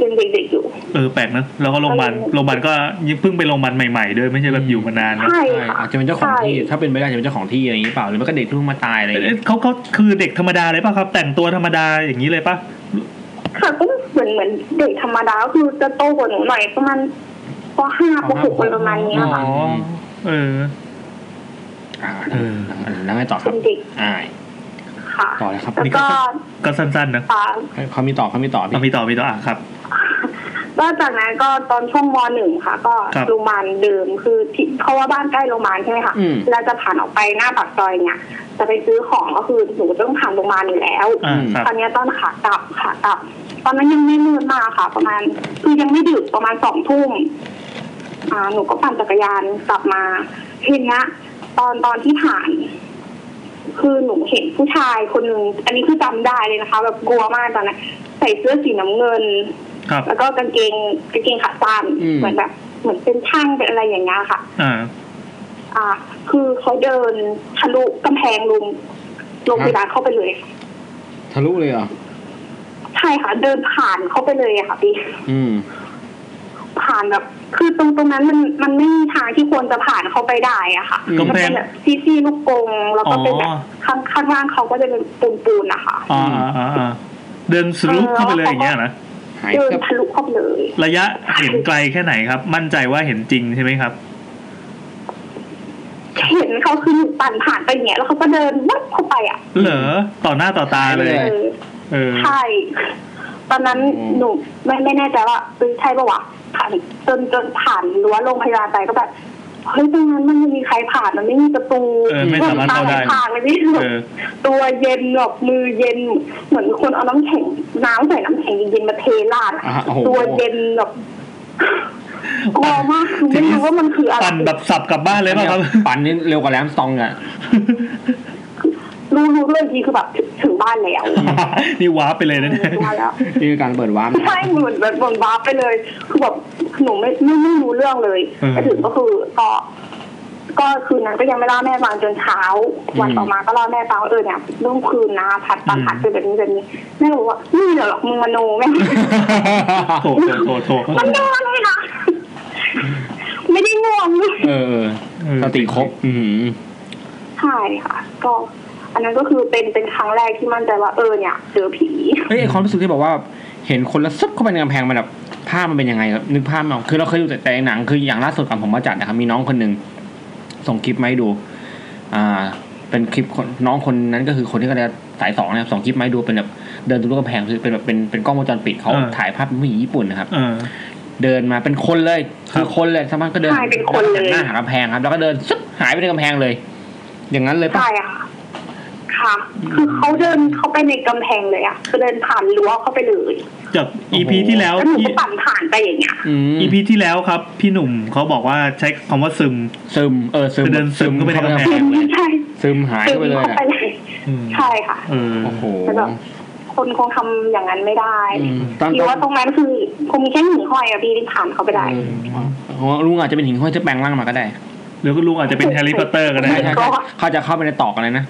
H: ยังเด็กๆอยู่
C: เออแปลกนะแล้วก็โรงพยาบาลโรงพยาบาลก็ยิ่งเพิ่งไปโรงพยาบาลใหม่ๆด้วยไม่ใช่แบบอยู่มานานนะ
H: ใช่
B: ใช่
H: ค่ะ
B: อาจจะเป็นเจ้าของที่
H: ใช่
B: ถ้าเป็นไปได้อาจจะเป็นเจ้าของที่อะไรอย่างนี้เปล่าหรือไม่ก็เด็กที่เพิ่งมาตายอะไรอย่าง
C: เอ๊ะ
B: นี้
C: เขาเขาคือเด็กธรรมดาเลยป่ะครับ แต่งตัวธรรมดาอย่างนี้เลยป่ะ
H: ค่ะก็เหมือนเหมือนเด็กธรรมดาก็คือจะโตกว่าหนูหน่อยประมาณปห้าปหกประมาณนี้
C: อ๋
H: ค่ะ
C: อเออ
B: อ่า
C: เออ
B: แล้วไงต่อครั
H: เป็
B: บ
H: นเด็ก
B: อ่า
H: ค่ะ
B: ต่อเลยครับ
H: แล้วก็
C: ก็สั้นๆนะ
H: ค่ะ
B: เขามีต่อเขามีต่อพี่
C: เอามีต่อมีต่ออ่ะครับ
H: ก็จากนั้นก็ตอนช่วงมหนึ่งค่ะ ก็
C: ครับ
H: โรงพยาบาลเดิมคือที่เขาว่าบ้านใกล้โรงพยาบาลใช่ไหมคะ
B: อืม
H: เราจะผ่านออกไปหน้าปากซอยเนี่ย จะไปซื้อของก็คือหนูต้องผ่านโรงพยาบาลอยู่แล้ว
C: อ่าครับ
H: ตอนนี้ยตอนขากลับขากลับ ตอนนั้นยังไม่มืดมากค่ะ ประมาณคือยังไม่ดึกประมาณสองทุ่มอ่าหนูก็ปั่นจักรยานกลับมาทีเนี้ยตอนตอนที่ผ่าน คือหนูเห็นผู้ชายคนหนึ่งอันนี้คือจำได้เลยนะคะ แบบกลัวมากตอนนั้นใส่เสื้อสีน้ำเงิน
C: ครับ
H: แล้วก็กางเกงกางเกงขาสั้น
B: อืม
H: เหมือนแบบเหมือนเป็นช่างเป็นอะไรอย่างเงี้ยค่ะ
C: อ่า
H: อ่า คือเขาเดินทะลุกำแพงลงลงไปร้านเข้าไปเลย
B: ทะลุเลยเหรอ
H: ใช่ค่ะ เดินผ่านเข้าไปเลยอะค่ะพี่
B: อืม
H: ผ่านแบบ คือตรงตรงนั้นมันมันไม่มีทางที่ควรจะผ่านเข้าไปได้อะค่ะ
C: กำแพง
H: มันเป็นแบบซีซีลูกกรงแล้วก็เป็นแบ
C: อ๋
H: บ
C: อ
H: ข้างข้างล่างเขาก็จะเป็นปูนปูนๆนะคะ
C: อ่าอ่าอ่าอ่าเดินสรุปเข้าไปเลยอย่างเงี้ยนะ
B: หาย
H: เดิน
B: กับ
H: ทะลุเข้าไปเลย
C: ระยะเห็นไกลแค่ไหนครับ มั่นใจว่าเห็นจริงใช่ไหมครับ
H: เห็นเขาคือหนูปั่นผ่านไปอย่างเงี้ยแล้วเขาก็เดินวัดเข้าไปอ่ะ
C: เหรอต่อหน้าต่อตาเลย
H: เออ
C: เออ
H: ใช่ ตอนนั้นหนูไม่ไม่แน่ใจว่าเออใช่ปะวะผ่านจนจนผ่านรั้วโรงพยาบาลไปก็แบบเฮ้ยตรงนั้นมันไม่มีใครผ่านมันไม่มีประตู
C: เออไม่สามารถเข้าได้
H: ตหลยทางเลยพี่
C: เออ
H: ตัวเย็นแบบมือเย็นเหมือนคนเอาน้ำแข็งน้ำใส่น้ำแข็งเย็นๆมาเทราดอะ
B: อ่ะโอ้โห
H: ตัวเย็นแบบกลัวมากคือไม่รู้ว่ามันคืออะไร
C: ปั่นแบบสับกลับบ้านเลยป่ะครับ
B: ปั่นนี่เร็วกว่าแรมสตอง อ่ะ
H: รู้รู้เรื่องทีคือแบบถึงถึงบ้านแล้ว
C: นี่ว้าร์ปไปเลยนะเนี่ย
H: ถึงบ้านแล้ว
B: นี่คือการเปิดวาร์ปนะ
H: ใช่เหมือนแบบเหมือนวาร์ปไปเลย คือแบบหนูไม่ไม่ไม่รู้เรื่องเลย
C: เออ
H: ไปถึงก็คือก็ก็คืนนั้นก็ยังไม่เล่าแม่ฟังจนเช้า วันต่อมาก็เล่าแม่ฟังว่าเออเนี่ยเรื่องคืนนะพัดปันพัดเป็นแบบนี้แบบนี้แม่บอกว่านี่เดี๋ยวหรอกมึงมโน แม่
C: โถโถโถโถ
H: มันนอนเลยนะ ไม่ได้ง่วงด้วย
B: เออเออ
C: เออ
B: สติครบ อืม
H: ใช่ค่ะ ก็ อันนั้นก็คือเป็นเป็นครั้งแรกที่มั่นใจว่าเออเนี่ยเจอผี
B: เฮ้ยไอ้ความรู้สึกที่บอกว่าเห็นคนและซึบเข้าไปในกำแพงมันแบบภาพมันเป็นยังไงครับนึกภาพไม่ออกคือเราเคยดูแต่ในหนังคืออย่างล่าสุดกับผมมาจัดนะครับมีน้องคนหนึ่งส่งคลิปมาให้ดู อ่า เป็นคลิปคนน้องคนนั้นก็คือคนที่กระแดสายสองนะครับส่งคลิปมาให้ดูเป็นแบบเดินทะลุกำแพงคือเป็นแบบเป็นเป็นกล้องวงจรปิดเขาถ่ายภาพเป็นผู้หญิงญี่ปุ่นนะครับ
C: เออ
B: เดินมาเป็นคนเลยคือคนเลยสักพักก็เดิน
H: ใช่เป็นคนเล
B: หัน
H: ย
B: หน้าหากำแพงครับ แล้วก็เดินซึบหายไปในกำแพงเลย อย่างนั้นเลยปะ
H: ใช่ค่ะ นะคะ คือเขาเดินเข้าไปในกำแพงเลยอะคือเดินผ่านรั้วเข้าไปเลย
C: จาก EP ที่แล้ว
H: แล้วหนู
C: ที่
H: ก็ปั่นผ่านไปอย่างเงี้ย
B: อืม
C: EP ที่แล้วครับ พี่หนุ่มเขาบอกว่าใช้คำว่าซึม
B: ซึมเออซึม
C: ไปเดินซึมเข้าไปในกำแพง
B: เลย
H: ใช่
B: ซึมหาย
H: ซึ
B: เข้าม ไปเลยอะ
H: เข้าไปเลย
C: อืม
H: ใช่ค่ะ
C: เออ
B: โอ้โห
H: แต่แบบ คนคงทำอย่างนั้นไม่ได้
B: อืมตอน
H: คิด
B: ตอน
H: ว่าตรงนั้นคือคงมีแค่หิ่งห้อยอะพี่ที่ผ่านเขาไปได้
B: เพราะว่าลุงอาจจะเป็นหิ่งห้อยที่แปลงร่างมาก็ได้
C: หรือก็ลุงอาจจะเป็นแฮร์รี่พอตเตอร์ก็ได้
B: ไม่ใช่
H: ก็
B: เขาจะเข้าไปในตอกอะไรนะ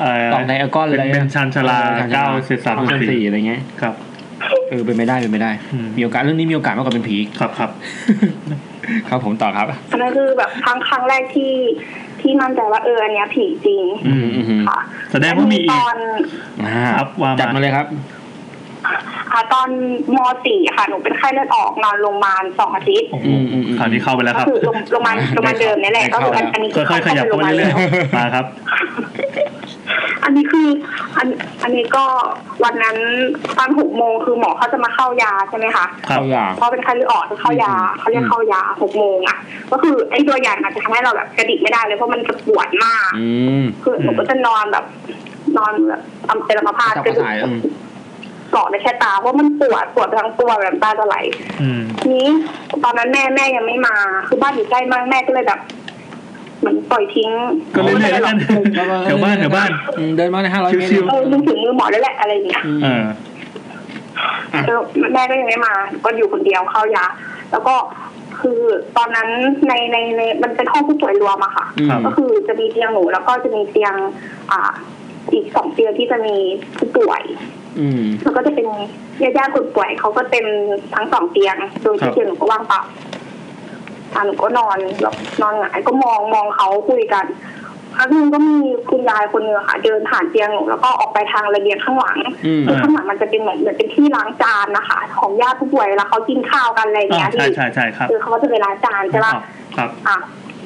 C: เอ่อ
B: ตอกไดอะกอนอะไระ
C: เป็นเป็นชานชาลาเก้าเศษสาม
B: เก้
C: สี่
B: สี่อะไรเงี้ย
C: ครับ
B: เออเป็นไม่ได้เป็นไม่ได้
C: อืม
B: มีโอกาสเรื่องนี้มีโอกาสมากกว่าเป็นผี
C: ครับครับ
B: ครับผมต่อครับ
H: อันนั้นคือแบบครั้งครั้งแรกที่ที่มั่นใจว่าเอออันเนี้ยผีจริง
B: อืมอืมอืม
H: ค่ะ
C: แสดงว่ามี
H: ต
C: อีก
H: อน
B: อ่า
C: ครับว่ามา
B: จัดมาเลยครับ
H: อ่าตอนม .4 ค่ะหนูเป็นไข้เลือดออกนอนโรงพยาบาลสองอาทิตย์
C: โอ้โห
B: อืมอืมอืม
C: ข่าวนี้เข้าไปแล้ว
H: ก็
C: ครับ
H: คือโรงโรงพยาบาลโรงพยาบาลเดิมนี่แหละก็คืออันอันนี้
C: ค่อยๆขยับเข้าไปเรื่อยๆมาครับ
H: ๆอันนี้คืออันอันนี้ก็วันนั้นตอนหกโมงคือหมอเขาจะมาเข้ายาใช่ไหมคะ
C: ครับ
B: เข้ายา
H: เพราะเป็นไข้เลือดออกจะเข้ายาเขาเรียกเข้ายาหกโมงอ่ะ ก็คือไอ้ตัวยาอาจจะทำให้เราแบบกระดิกไม่ได้เลยเพราะมันจะปวดมาก
B: อืม
H: คือหนูก็จะนอนแบบ นอนแบบทำเป็นอัมพาต
B: จับ
H: ก
B: ก
H: ระ
B: ระ
H: ดูก
B: สายอืม
H: เกาะในแค่ตาเพราะมันปวดปวดไปทั้งตัวแบบตาจะไหล
C: อืม
H: ทีนี้ตอนนั้นแม่แม่ยังไม่มา คือบ้านอยู่ใกล้มากแม่ก็เลยแบบเหมือนปล่อยทิ้ง
C: ก็เรื่อยๆแล้วกันแถวบ้านแถวบ้าน
B: อืมเดินมาในห้าร้อยเมตร
C: ชิว
H: เออมึงถึงมือหมอแล้วแหละอะไรอย่างเงี้ย
B: อืม
C: เออ
H: แล้วแม่ก็ยังไม่มา ก็อยู่คนเดียวเข้ายา แล้วก็คือตอนนั้นในในในมันเป็นห้องผู้ป่วยรวมอะค่ะ
B: อืม
H: ก็คือจะมีเตียงหนูแล้วก็จะมีเตียง อ่า อีกสองเตียงที่จะมีผู้ป่วย
B: อืม
H: แล้วก็จะเป็นญาติญาติๆคนป่วยเขาก็เต็มทั้งสองเตียง โดย
C: ครั
H: ที่
C: บ
H: เตียงหนูก็ว่างเปล่าอ่าหนูก็นอนแบบนอนหงายก็มองมองเขาคุยกันครั้งหนึงก็มีคุณยายคนหนึงอะค่ะ เดินผ่านเตียงหนูแล้วก็ออกไปทางระเบียงข้างหลัง
B: อืม
H: คือข้างหลังมันจะเป็นเหมือนเหมือนเป็นที่ล้างจานนะคะ ของญาติผู้ป่วยเวลาเขากินข้าวกันอะไรอย่าง
C: อ่า
H: เงี้ย
C: ใช่
H: พี่
C: ใช่ใช่ครับ
H: คือเขาก็จะไปล้างจานใช่
C: ครั
H: ป่ะ
C: บครับ
H: อ่ะ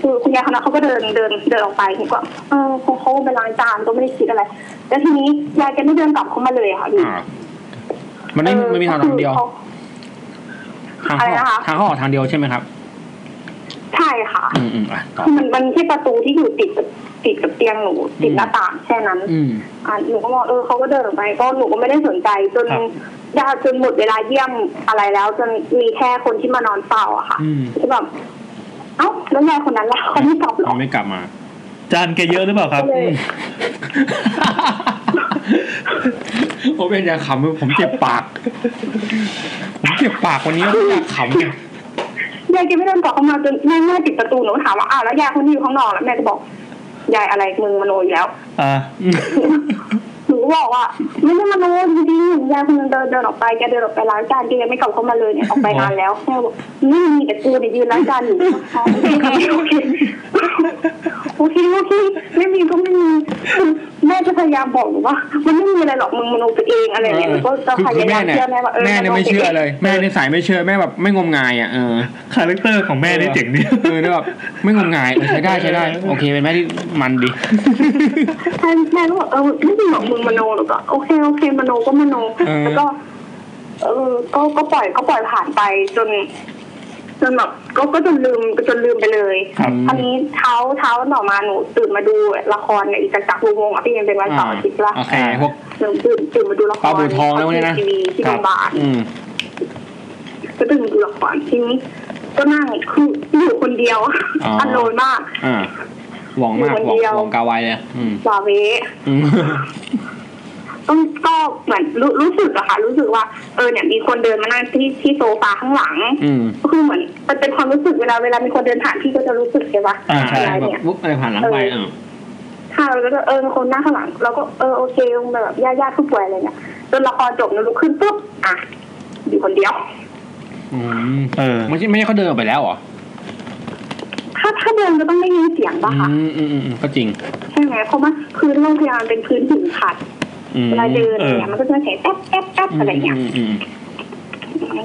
H: คือคุณยายคนนั้นเขาก็เดินเดินเดินออกไปผมก็เออเขาเขาไปล้างจานก็ไม่ได้คิดอะไร แล้วทีนี้ยายแกไม่เดินกลับเข้ามาเลยอะค่ะพี่
B: อ่า มันไม่
H: เออ
B: ไม่มีทางออกเดียว
H: ขา
B: ทางเข้า
H: อะไรนะคะ
B: ทางเข้าออกทางเดียวใช่ไหมครับ
H: ใช่ค่ะ
B: อืมอืมอ่ะต่อ
H: คือมันมันที่ประตูที่อยู่ติดกับติดกับเตียงหนูติด
B: อืม
H: หน้าต่างแค่นั้น
B: อืม
H: อ่ะหนูก็บอกเออเขาก็เดินออกไปก็หนูก็ไม่ได้สนใจจน
C: ครับ
H: ยาจนหมดเวลาเยี่ยมอะไรแล้ว จนมีแค่คนที่มานอนเฝ้าอะค่ะ
B: อืม
H: ก็แบบเอ้าแล้วยายคนนั้นล่ะเขาไม่กลับหรอ
B: มันไม่กลับมา
C: จานแกเยอะหรือเปล่าครับ
H: ก็เลย
B: โอ้เป็นอยาขำผมเจ็บปาก ผมเจ็บปากวันนี้ผมอยากขำ
H: ยายแกไม่เดินกลับเข้ามาจนแม่แม่ปิดประตูหนูก็ถามว่าอ้าวแล้วยายคนที่อยู่ข้างนอกแล้วแม่ก็บอกยายอะไรมึงมโนอยู่แล้ว
C: อ่า
H: หนูก็บอกว่าไม่ได้มโนจริงๆยายคนนึงเดินเดินออกไปแกเดินออกไปล้างจานแกยังไม่กลับเข้ามาเลยเนี่ยออกไปนานแล้วแม่บอกนี่มีแต่กูเนี่ยยืนล้างจานอยู่ อ๋อโอเคโอเค โอเคโอเคไม่มีก็ไม่มีแม่จะพยายามบอกหนูว่า มันไม่มีอะไรหรอกมึงมโนตัวเองอะไรเนี่ยหนูก็จะ
B: คือ
H: พ
B: คือย
H: า
B: แม่
H: ยาม
B: เนี่ย
H: เชื่อแม่ว่าเออ
B: แม่เนี่ยไม่เชื่อเลย แม่ในยสายไม่เชื่อแม่แบบไม่งมงายอ่ะเออ
C: คาแรคเตอร์ของแม่นี่เจ๋งดี
B: เออเนี่ยแบบไม่งมงายเออใช้ได้ใช้ได้ โอเคเป็นแม่ที่มันดี
H: ใช่แม่ก็บอกเออไม่มีหรอกมึงมโนหรอกก็โอเคโอเคมโนก็มโน
B: เออ
H: แล้วก็ เออก็ก็ปล่อยก็ปล่อยผ่านไปจนจนแบบก็ก็จนลืมจนลืมไปเลย
B: ครับ
H: อันนี้เช้าเช้าต่อมาหนูตื่นมาดูละครเนี่ยอีจักรจักรวงศ์อ่ะพี่ยังเป็นวันเสาร์อาทิตย์ละ
B: โอเคพวก
H: หนูตื่นตื่นมาดูละคร
B: ปลาบู่ทองแล้วเนี่ยนะ
H: ทีวีที่โรงพยาบาล
B: อืม
H: ก็ตื่นดูละครทีนี้ก็นั่งคืออยู่คนเดียว
B: อ๋ออั
H: นโลนมาก
B: อ่าหวงมาก
H: อ
B: หว
H: ยู่ค
B: น ง
H: เดียว
B: หวงกาไวเลยอืม
H: วาเว
B: อืม
H: ต้องก็เหมือนรู้รู้สึกอะค่ะ รู้สึกว่าเออเนี่ยมีคนเดินมานั่งที่ที่โซฟาข้างหลัง
B: อืม
H: ก็คือเหมือนมันเป็นความรู้สึกเวลาเวลามีคนเดินผ่านพี่ก็จะรู้สึกใช่ปะ
C: อ่าใช่
B: อะไรแบบวุ๊บอะไรผ่านหลังไปอ่ะ
H: ถ้าเราก็จะเออมีคนนั่งข้างหลังเราก็เออโอเคแบบญาติญาติผู้ป่วยอะไรเนี่ยจนละครจบหนูลุกขึ้นปุ๊บอ่ะอยู่คนเดียว
B: อืม
C: เออ
B: ไม่ใช่ไม่ใช่เขาเดินออกไปแล้วเหรอ
H: ถ้าถ้าเดินก็ต้องได้ยินเสียงปะ
B: อื
H: คะ
B: มอืมอืมอืมก็จริง
H: ใช่ไหมเพราะว่าพื้นโรงพยาบาลเป็นพื้นหินขัด
B: อืม
H: เวลาเดิน
C: เอ
H: อะไร
C: อ
H: เงี้ยมันก็จะเสียงแป๊บแป๊บแป๊บอะไรเงี้ย
B: อืมอืม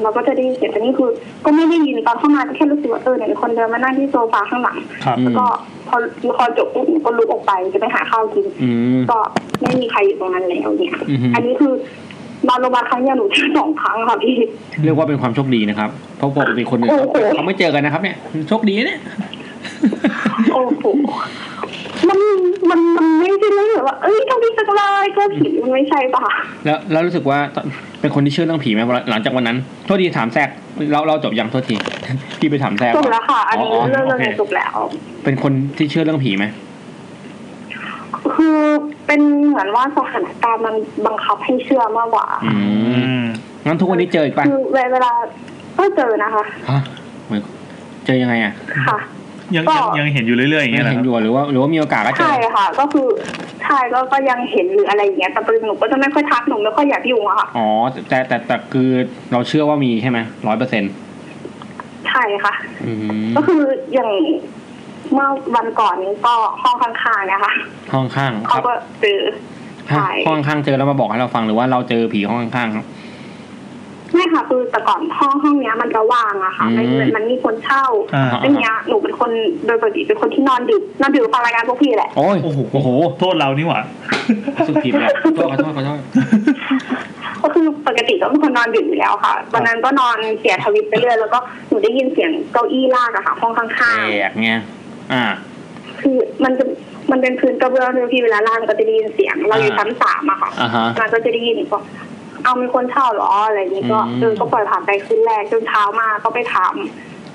H: เราก็จะได้ยินเสียงแต่นี่คือ ก็ไม่ได้ยินตอนเข้ามาก็แค่รู้สึกว่าเออเนี่ยมีคนเดินมานั่งที่โซฟาข้างหลัง
C: ครับ
B: อืม
H: แล้วก็พอพอจบปุ๊บหนูก็ลุกออกไปจะไปหาข้าวกิน
B: อืม
H: ก็ไม่มีใครอยู่ตรงนั้นแล้วเนี่ย
B: อือฮึ
H: อันนี้คือนอนโรงพยาบาลครั้งเดียวหนูที่สองครั้งค่ะพี่
B: เรียกว่าเป็นความโชคดีนะครับ เพราะปกติคนอื่น
H: โอ้โห
B: เขาไม่เจอกันนะครับเนี่ย โชคดีเนี่ย
H: โอ้โห มันมันมันไม่ใช่เรื่องแบบว่าเอ้ยทำดีจังเลยกลัวผีมันไม่ใช่ป่ะ
B: แล้วแล้วรู้สึกว่าตอนเป็นคนที่เชื่อเรื่องผีไหมหลังจากวันนั้นโทษทีถามแทรกเราเราจบยังโทษที พี่ไปถามแทรก
H: จบแล้วค่ะ อันนี้
B: อ
H: เรื่อง
B: โอ
H: เรื่อง
B: เค
H: นี้จบแล้ว
B: เป็นคนที่เชื่อเรื่องผีไหม
H: คือเป็นเหมือนว่าสถานการณ์มันบังคับให้เชื่อมากกว่า
B: อื
A: อื
B: ม
A: ม
B: งั้นทุกวันนี้เจออีกป่ะ
H: คือเวลาก็เจอนะคะ
B: ฮะเหมือนเจอยังไงอ่ะ
H: ค่ะ
A: ยังยังยังเห็นอยู่เรื่อยๆอย่างเงี้ยนะ
B: เห็
A: คน รับ
B: อยู่หรือว่าหรือว่ามีโอกาสก็เจอ
H: ใช่ค่ะ ก็คือใช่ก็ก็ยังเห็นหรืออะไรอย่างเงี้ยแต่หนูก็จะไม่ค่อยทักหนูไม่ค่อยอยากยุ่งอะค่ะ
B: อ๋อแต่แต่แต่คือเราเชื่อว่ามีใช่ไหมร้อยเปอร์เซ็นต์
H: ใช่ค่ะ
B: อืม
H: ก็คืออย่างเมื่อวันก่อนนี้ก็ห้องข้างๆเนะคะ
B: ห้องข้างค
H: เขา
B: รับ
H: ก็เจอใช่
B: ห้องข้างเจอแล้วมาบอกให้เราฟังหรือว่าเราเจอผีห้องข้างๆครับ
H: ไม่ค่ะ คือแต่ก่อนห้องห้องเนี้ยมันจะว่างอะค่ะไม่
B: อืม
H: มันมีคนเช่า
A: อ่า
H: ซึ่งเนี้ยหนูเป็นคนโดยปกติเป็นคนที่นอนดึกนอนดึกฟังรายการพวกพี่แหละ
B: โอ้ย
A: โอ้โห
B: โอ้โห
A: โทษเรานี่หว่า
B: รู้สึกผิดแล้วขอโทษขอโทษ
H: ก็คือปกติก็เป็นคนนอนดึกอยู่แล้วค่ะวันนั้นก็นอนเสียทวิตไปเรื่อยแล้วก็หนูได้ยินเสียงเก้าอี้ลากอะค่ะห้องข้าง
B: แตกไงอ่า
H: ๆ คือมันจะมันเป็นพื้นกระเบื้องด้วยพี่เวลาล่างก็จะได้ยินเสียง เราอยู่
B: อ่า
H: ชั้นสามอะค่ะ
B: อ่าฮะ
H: มันก็จะได้ยินว่าเอามีคนเช่าเหรออะไรอย่างนี้ก็
B: อืม
H: เออก็ปล่อยผ่านไปคืนแรกจนเช้ามาก็ไปถาม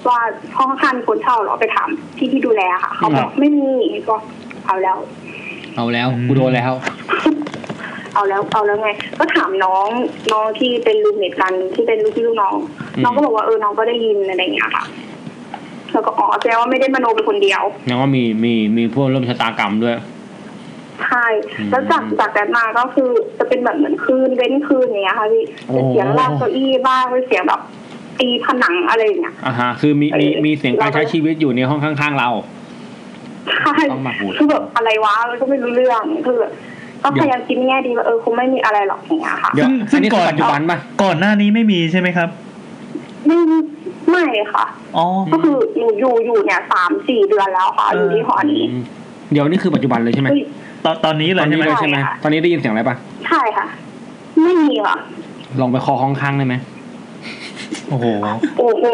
H: ว่าห้องข้างๆมีคนเช่าเหรอไปถามที่ที่ดูแลค่ะเขาบอกไม่มีก็เอาแล้ว
B: เอาแล้ว
A: อืม
B: กูโดนแล้ว
H: เอาแล้วเอาแล้วไง ก็ถามน้องน้องที่เป็นรูมเมทกันที่เป็นลูกพี่ลูกน้อง
B: อืม
H: น้องก็บอกว่าเออน้องก็ได้ยินอะไรอย่างเงี้ยค่ะแล้วก็อ๋อแสดงว่าไม่ได้มโนเป็นคนเดียว
B: แล้วก็มีมีมีพวกร่วมชะตากรรมด้วย
H: ใช่
B: อืม
H: แล้วจากจากนั้นมาก็คือจะเป็นแบบเหมือนคืนเว้นคืนอย่างเงี้ยค่ะพี่
B: โอ้
H: เป็นเสียงลากเก้าอี้บ้างเป็นเสียงแบบตีผนังอะไรอย่างเงี้ย
B: อ่าฮะ คือมีมี
H: เออ
B: มีเสียงการใช้ชีวิตอยู่ในห้องข้าง ๆ เรา
H: ใช่
B: ต้องมาพูด
H: คือแบบอะไรวะมันก็ไม่รู้เรื่องคือแบบก็
B: เดี๋
H: พ
B: ยว
H: ยายามคิดในแง่ดีว่าเออคงไม่มีอะไรหรอกอย่างเงี้ยค่ะ
B: เดี๋ยว
A: ซึ่ง
B: อันนี้
A: ก่
B: คือ
A: อน
B: ปัจจุบันป่ะ
A: ก่อนหน้านี้ไม่มีใช่ไหมครับ
H: ไม่ไม่ค่ะ
A: อ๋อ
H: ก็คือหนูอยู่อยู่เนี่ยสามสี่เดือนแล้วค่ะอยู่ที่หอนี้
B: เดี๋ยวนี่คือปัจจุบันเลยใช่ไหม
H: เฮ้ย
A: ตอนตอนนี้
B: ต
A: เล
B: อย น
A: ใช่
B: นี้
A: ไหม
B: เลยใช่ไหม
H: ใช่ค่ะ
B: ตอนนี้ได้ยินเสียงอะไรป่ะ
H: ใช่ค่ะ ไม่มี ค่ะ
B: ลองไปคอห้องข้างได้ไหม
A: โอ้โห
H: โอ้โห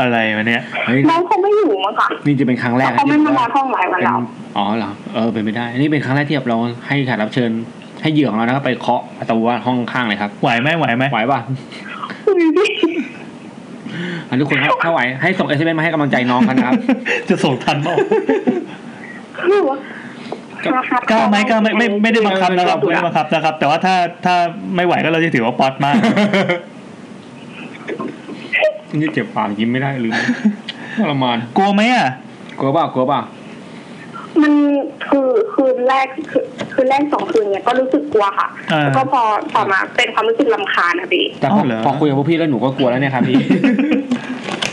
A: อะไรวะเนี่ย
B: เฮ้ย
H: น้องคงไม่อยู่มั้งค่ะ
B: นี่จะเป็นครั้งแรกนะ
H: เขาไม่
B: ที่
H: มานอนห้องหลายวัน
B: เป็น
H: แล้ว
B: อ๋อเหรอ เออ เป็นไปได้ นี่เป็นครั้งแรกที่แบบเราให้แขกรับเชิญ ให้เหยื่อของเรานะครับไปเคาะประตูห้องข้างเลยครับ
A: ไหวไหมไหวไหม
B: ไหวป่ะ อ่ะทุกคนครับถ้าไหวให้ส่งเอสเอ็มมาให้กำลังใจน้องเขานะครับ
A: จะส่งทันเปล่า
H: คือว่าก
A: ล้าไหมกล้าไหมไม่ไม่ได้บังคับนะครับไม่ได้บังคับนะครับ แต่ว่าถ้าถ้าไม่ไหวก็เราจะถือว่าป๊อต มาก
B: นี่เจ็บปากยิ้มไม่ได้ลืมทรมาน
A: กลัวไหมอ่ะ
B: กลัวเปล่ากลัวเปล่า
H: มันคือคืนแรกคือคืนแรกสองคืนเนี่ยก็รู้สึกกลัวค่ะ
A: อ่า
H: แล้วก็พอต่อมาเป็นความรู้สึกลำคาญนะพี่
B: แต่พอ
A: อ้าวเหรอ
B: พอคุยกับพวกพี่แล้วหนูก็กลัวแล้วเนี่ยครับพี่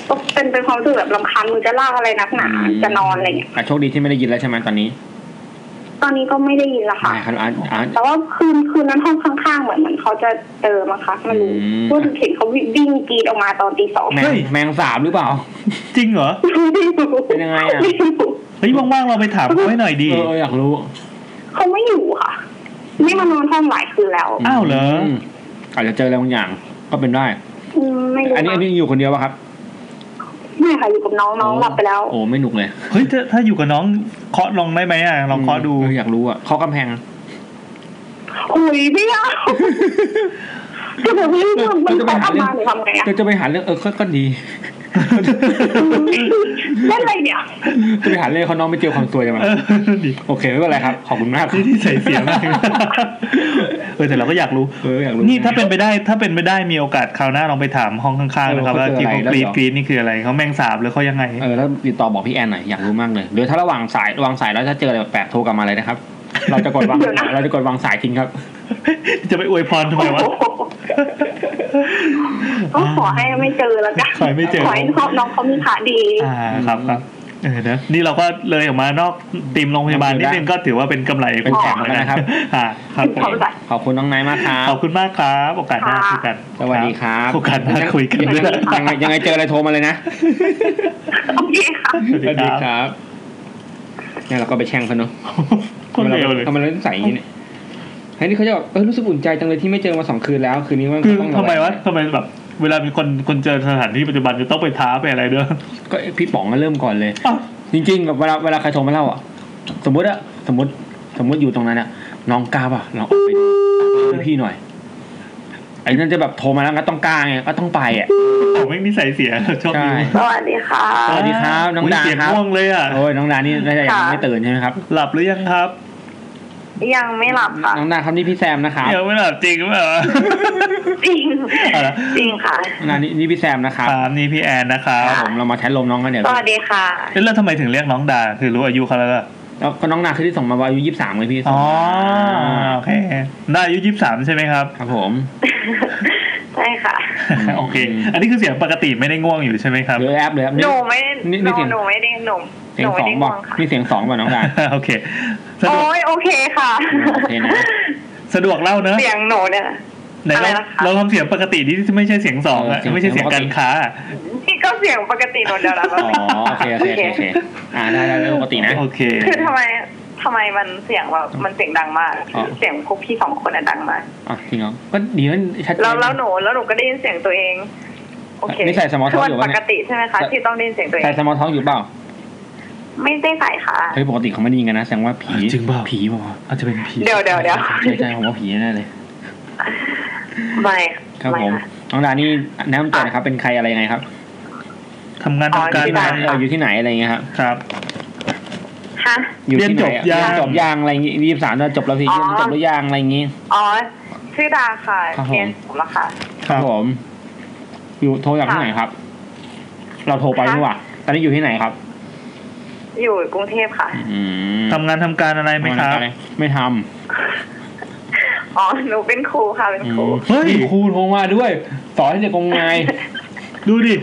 H: ก็เป็นเป็นความรู้สึกแบบลำคาญมึงจะลากอะไรนักหนา
B: อืม
H: จะนอนอะไรอย่างเงี้ย
B: แต่โชคดีที่ไม่ได้ยินแล้วใช่ไหมตอนนี้
H: ตอนนี้ก็ไม่ได้ยินละค่ะ
B: ใช่ครับอ่านอ่าน
H: แต่ว่าคืนคืนนั้นห้องข้างๆเหมือนเหมือนเขาจะเจอมาคะไม่รู้
B: อืม
H: พูดถึงเห็นเขาวิ่งกรีดออกมาตอนตีสอง
B: แม
A: เฮ้
B: ง
A: ย
B: แมงสาบหรือเปล่า
A: จริงเหรอ
B: เป็นยังไงอะ
H: ม่รู้
A: เฮ้ยว่างๆเราไปถามเขาให้หน่อยดี
B: เออเอออยากรู้
H: เขาไม่อยู่ค่ะ ไม่มานอนห้องหลายคืนแล้ว
A: อ้าวเหรอ
B: มอาจจะเจออะไรบางอย่างก็เป็นได้
H: อืมไม่รู้
B: อันนี้อันนี้อยู่คนเดียวป่ะครับ
H: ไม่ค่ะอยู่กับน้องน้องหลับไปแล้ว
B: โอ้ไม่หนุกเลย
A: เฮ้ยถ้าถ้าอยู่กับน้องเคาะลองได้ไหมอ่ะลองเคาะดู
B: เอออยากรู้อ่ะเคาะกำแพง
H: โอ้ยไม่เอาก็แบบนี้มันมันเขาทำมาหนูทำไงอะ
B: จะจะไปหาเรื่องเออก็ก็ดี
H: เล่นอะไรเนี่ย
B: จะไปหาเรื่องเขาน้องไม่เจอความสวยจะมา
A: เออนั่นดิ
B: โอเคไม่เป็นไรครับขอบคุณมากครับ
A: นี่ใส่เสียงมากเลยเออแต่เราก็อยากรู้
B: เอออยากรู้
A: นี่ถ้าเป็นไปได้ถ้าเป็นไปได้มีโอกาสคราวหน้าลองไปถามห้องข้างๆนะครับ
B: เออ
A: ว่า
B: เขาเจอ
A: ที่เขากรีด
B: อะไรแล้วเหรอ
A: กรีดนี่คืออะไรเขาแมงสาบหรือเขายังไง
B: เออแล้วติดต่อบอกพี่แอนหน่อยอยากรู้มากเลยหรือถ้าระหว่างสายระหว่างสายแล้วถ้าเจออะไรแปลกๆโทรกลับมาเลยนะครับ เราจะกดวางเราจะกดวางสายทิ้งครับ
A: จะไปอวยพรทำไมวะ
H: โอ้โหก็ขอให้ไม่เจอแล้วกัน
A: ขอให้ไม่เจอ
H: ขอให้น้องเขามีขาดี
A: อ่าครับครับเออนะนี่เราก็เลยออกมานอกตีมโรงพยาบาลนิดนึงก็ถือว่าเป็นกำไร
B: เป็นแขกแล้วนะครับ
A: อ่าครับผม
B: ขอบคุณน้องไนท์มากครับ
A: ขอบคุณมากครับ โอกาสหน้าคุยกัน
B: สวัสดีครับ
A: โอกาสหน้าคุยกัน
B: ยังไงยังไงยังไงเจออะไรโทรมาเลยนะ
H: โอเคค่ะ
A: สวัสดีครับ
B: บเนี่ยเราก็ไปแช่งเขาเนอะ
A: คนเร็วเลย
B: ทำไมเราต้องใส่อย่างนี้เนี่ยไอ้นี่เขาจะแบบเออรู้สึกอุ่นใจจังเลยที่ไม่เจอมาสองคืนแล้ว คืนนี้มัน
A: คือ
B: ต้อง
A: ทำไมวะทำไมแบบเวลามีคนคนเจอสถานที่ปัจจุบันจะต้องไปท้าไปอะไรด้วย
B: ก็พี่ป๋องก็เริ่มก่อนเลย
A: อ้าว
B: จริงๆแบบเวลาเวลาใครโทรมาเล่าอ่ะ สมมติอะสมมติสมมติอยู่ตรงนั้นอะน้องกล้าป่ะลองออกไปดูพี่หน่อย ไอ้นั่นจะแบบโทรมาแล้วก็ต้องกล้าไงก็ต้องไปอ่ะ
A: ผมไม่มีใส่เสีย ชอบ
B: ใช่
A: ดู
H: สวัสดีค่ะ
B: สวัสดีครับน้อง
A: ย
B: ดา
A: เสียง
B: ครับ
A: ง่วงเลยอ่ะ
B: โอ้ยน้องดานี่น่าจะยัง
H: ค่ะ
B: ไม่ตื่นใช่ไหมครับ
A: หลับหรือยังครับ
H: ยังไม่หลับค่ะ
B: น้องดาครับนี่พี่แซมนะครับ
A: ยังไม่หลับจริงหรือเปล่า
H: จริง
A: เอาละ
H: จริงค่ะ
B: น้องดานี่นี่พี่แซมนะครับ
A: ครับนี่พี่แอนนะครับ
B: ครับผมเรามาแทนลมน้องกันเดี๋ยว
H: สวัสดีค่ะ
A: เอ๊ะแล้วทำไมถึงเรียกน้องดาคือรู้อายุเขาแล้วเหรอ
B: แล้วก็น้องนาคือที่ส่งมาว่าอายุยี่สิบสามเลยพี่ส่ง
A: อ๋อ
B: มา
A: โอเคดาอายุยี่สิบสามใช่ไหมครับ
B: ครับผม
H: ใช่ค่ะ
A: โอเค อันนี้คือเสียงปกติไม่ได้ง่วงอยู่ใช่ไหมครับ
B: เดี๋ยวแอปเลยครับ
H: หนูไม่ได้
B: นี่
H: ห
B: นี่
H: นู
B: เสียง
H: หนูไม่ได้หนู
B: เสี
H: ห
B: ย
H: นู
B: งสอง
H: ไม่ได้
B: บอก
H: ง่วงค่ะ
B: นี่เสียงสองบอกน้องดา
A: โอเค สะดวก
H: โอ้ยโอเคค่ะ
B: โอเคนะ
A: สะดวกเล่าเนอะ
H: เสียงหนูเนี่ย
A: ไหน
H: อะไร
A: เรา
H: นะคะ
A: เราทำเสียงปกติที่ไม่ใช่เสียงสองอะ
B: เออเสียง
A: ไม่ใช่เสียงการค้าอะ
H: นี่ก็เสียงปกติหนูเดียวแล้ว
B: อ๋อโอเคโอเคโอเคโอเคอ่าได้ได้ได้ปกตินะ
A: โอเค
H: คือทำไมทำไมมันเสียงแบบมันเสียงดังมาก
B: อ๋อ
H: เสียงพวกพี่สองคนอะดังมาก
B: อ๋อจริงเหรอก็ดีแล้วชัดเจน
H: แล้วแล้วหนูแล้วหนูก็ได้ยินเสียงตัวเอง โอเค
B: นี่ใส่ small
H: คือ
B: talk
H: มัน
B: อยู่ปะ
H: ป
B: เนี่ย
H: กติใช่ไหมคะ
B: ใส่
H: ที่ต้องได้ยินเสียงตัวเอ
B: ใส่
H: ง
B: สมอลท้องอยู่เปล่า
H: ไม่ได้ใส่ค่ะ
B: เฮ้ยปกติเขาไม่ไดีกันนะแสดงว่าผี
A: จริงเปล่า
B: ผีเปล่าวะ
A: อาจจะเป็นผี
H: เดี๋ยวเดี๋ยวเดี๋ยว
B: ใช่ใช่ผมว่าผีแน่เลย
H: ไม่
B: ครับ
H: ไม่
B: ผม
H: ค่ะ
B: น้องดานี่แนะนำตัวหนะครับ เป็นใครอะไรยังไงครับ
A: ทำงาน
H: อ๋อ
A: ทำการ
H: ที่บ้าน
A: อะไร
B: เอออยู่ที่ไหนอะไรอย่างเงี้ยครับ
A: ครับ
H: ฮะ
B: อยู่ที่ไหน
A: เรียนจบยัง
B: จบยางอะไรอย่างงี้ยี่สิบสามจบแล้วสิ
H: อ๋อ
B: จบหรือยังอะไรอย่างงี้
H: อ๋อชื่อดาค่ะ
B: ครับผม
H: เรียนผมละค่ะ
B: ครับผม อยู่โทรจากที่ไหนครับ เราโทรไป
H: ค่ะ
B: นี่หว่าตอนนี้อยู่ที่ไหนครับ
H: อยู่กรุงเทพค่ะ
B: อืม
A: ทำงานทำการอะไรไหมครับ
B: ทำงานอะไม่ท
H: อ๋อ หนูเป็นครูค่ะ เป็น
B: ำอื
H: ครู
B: ม
A: เฮ้ย
B: นี่ครูโทรมาด้วย สอนให้เด็กงมงาย
A: ดูดิ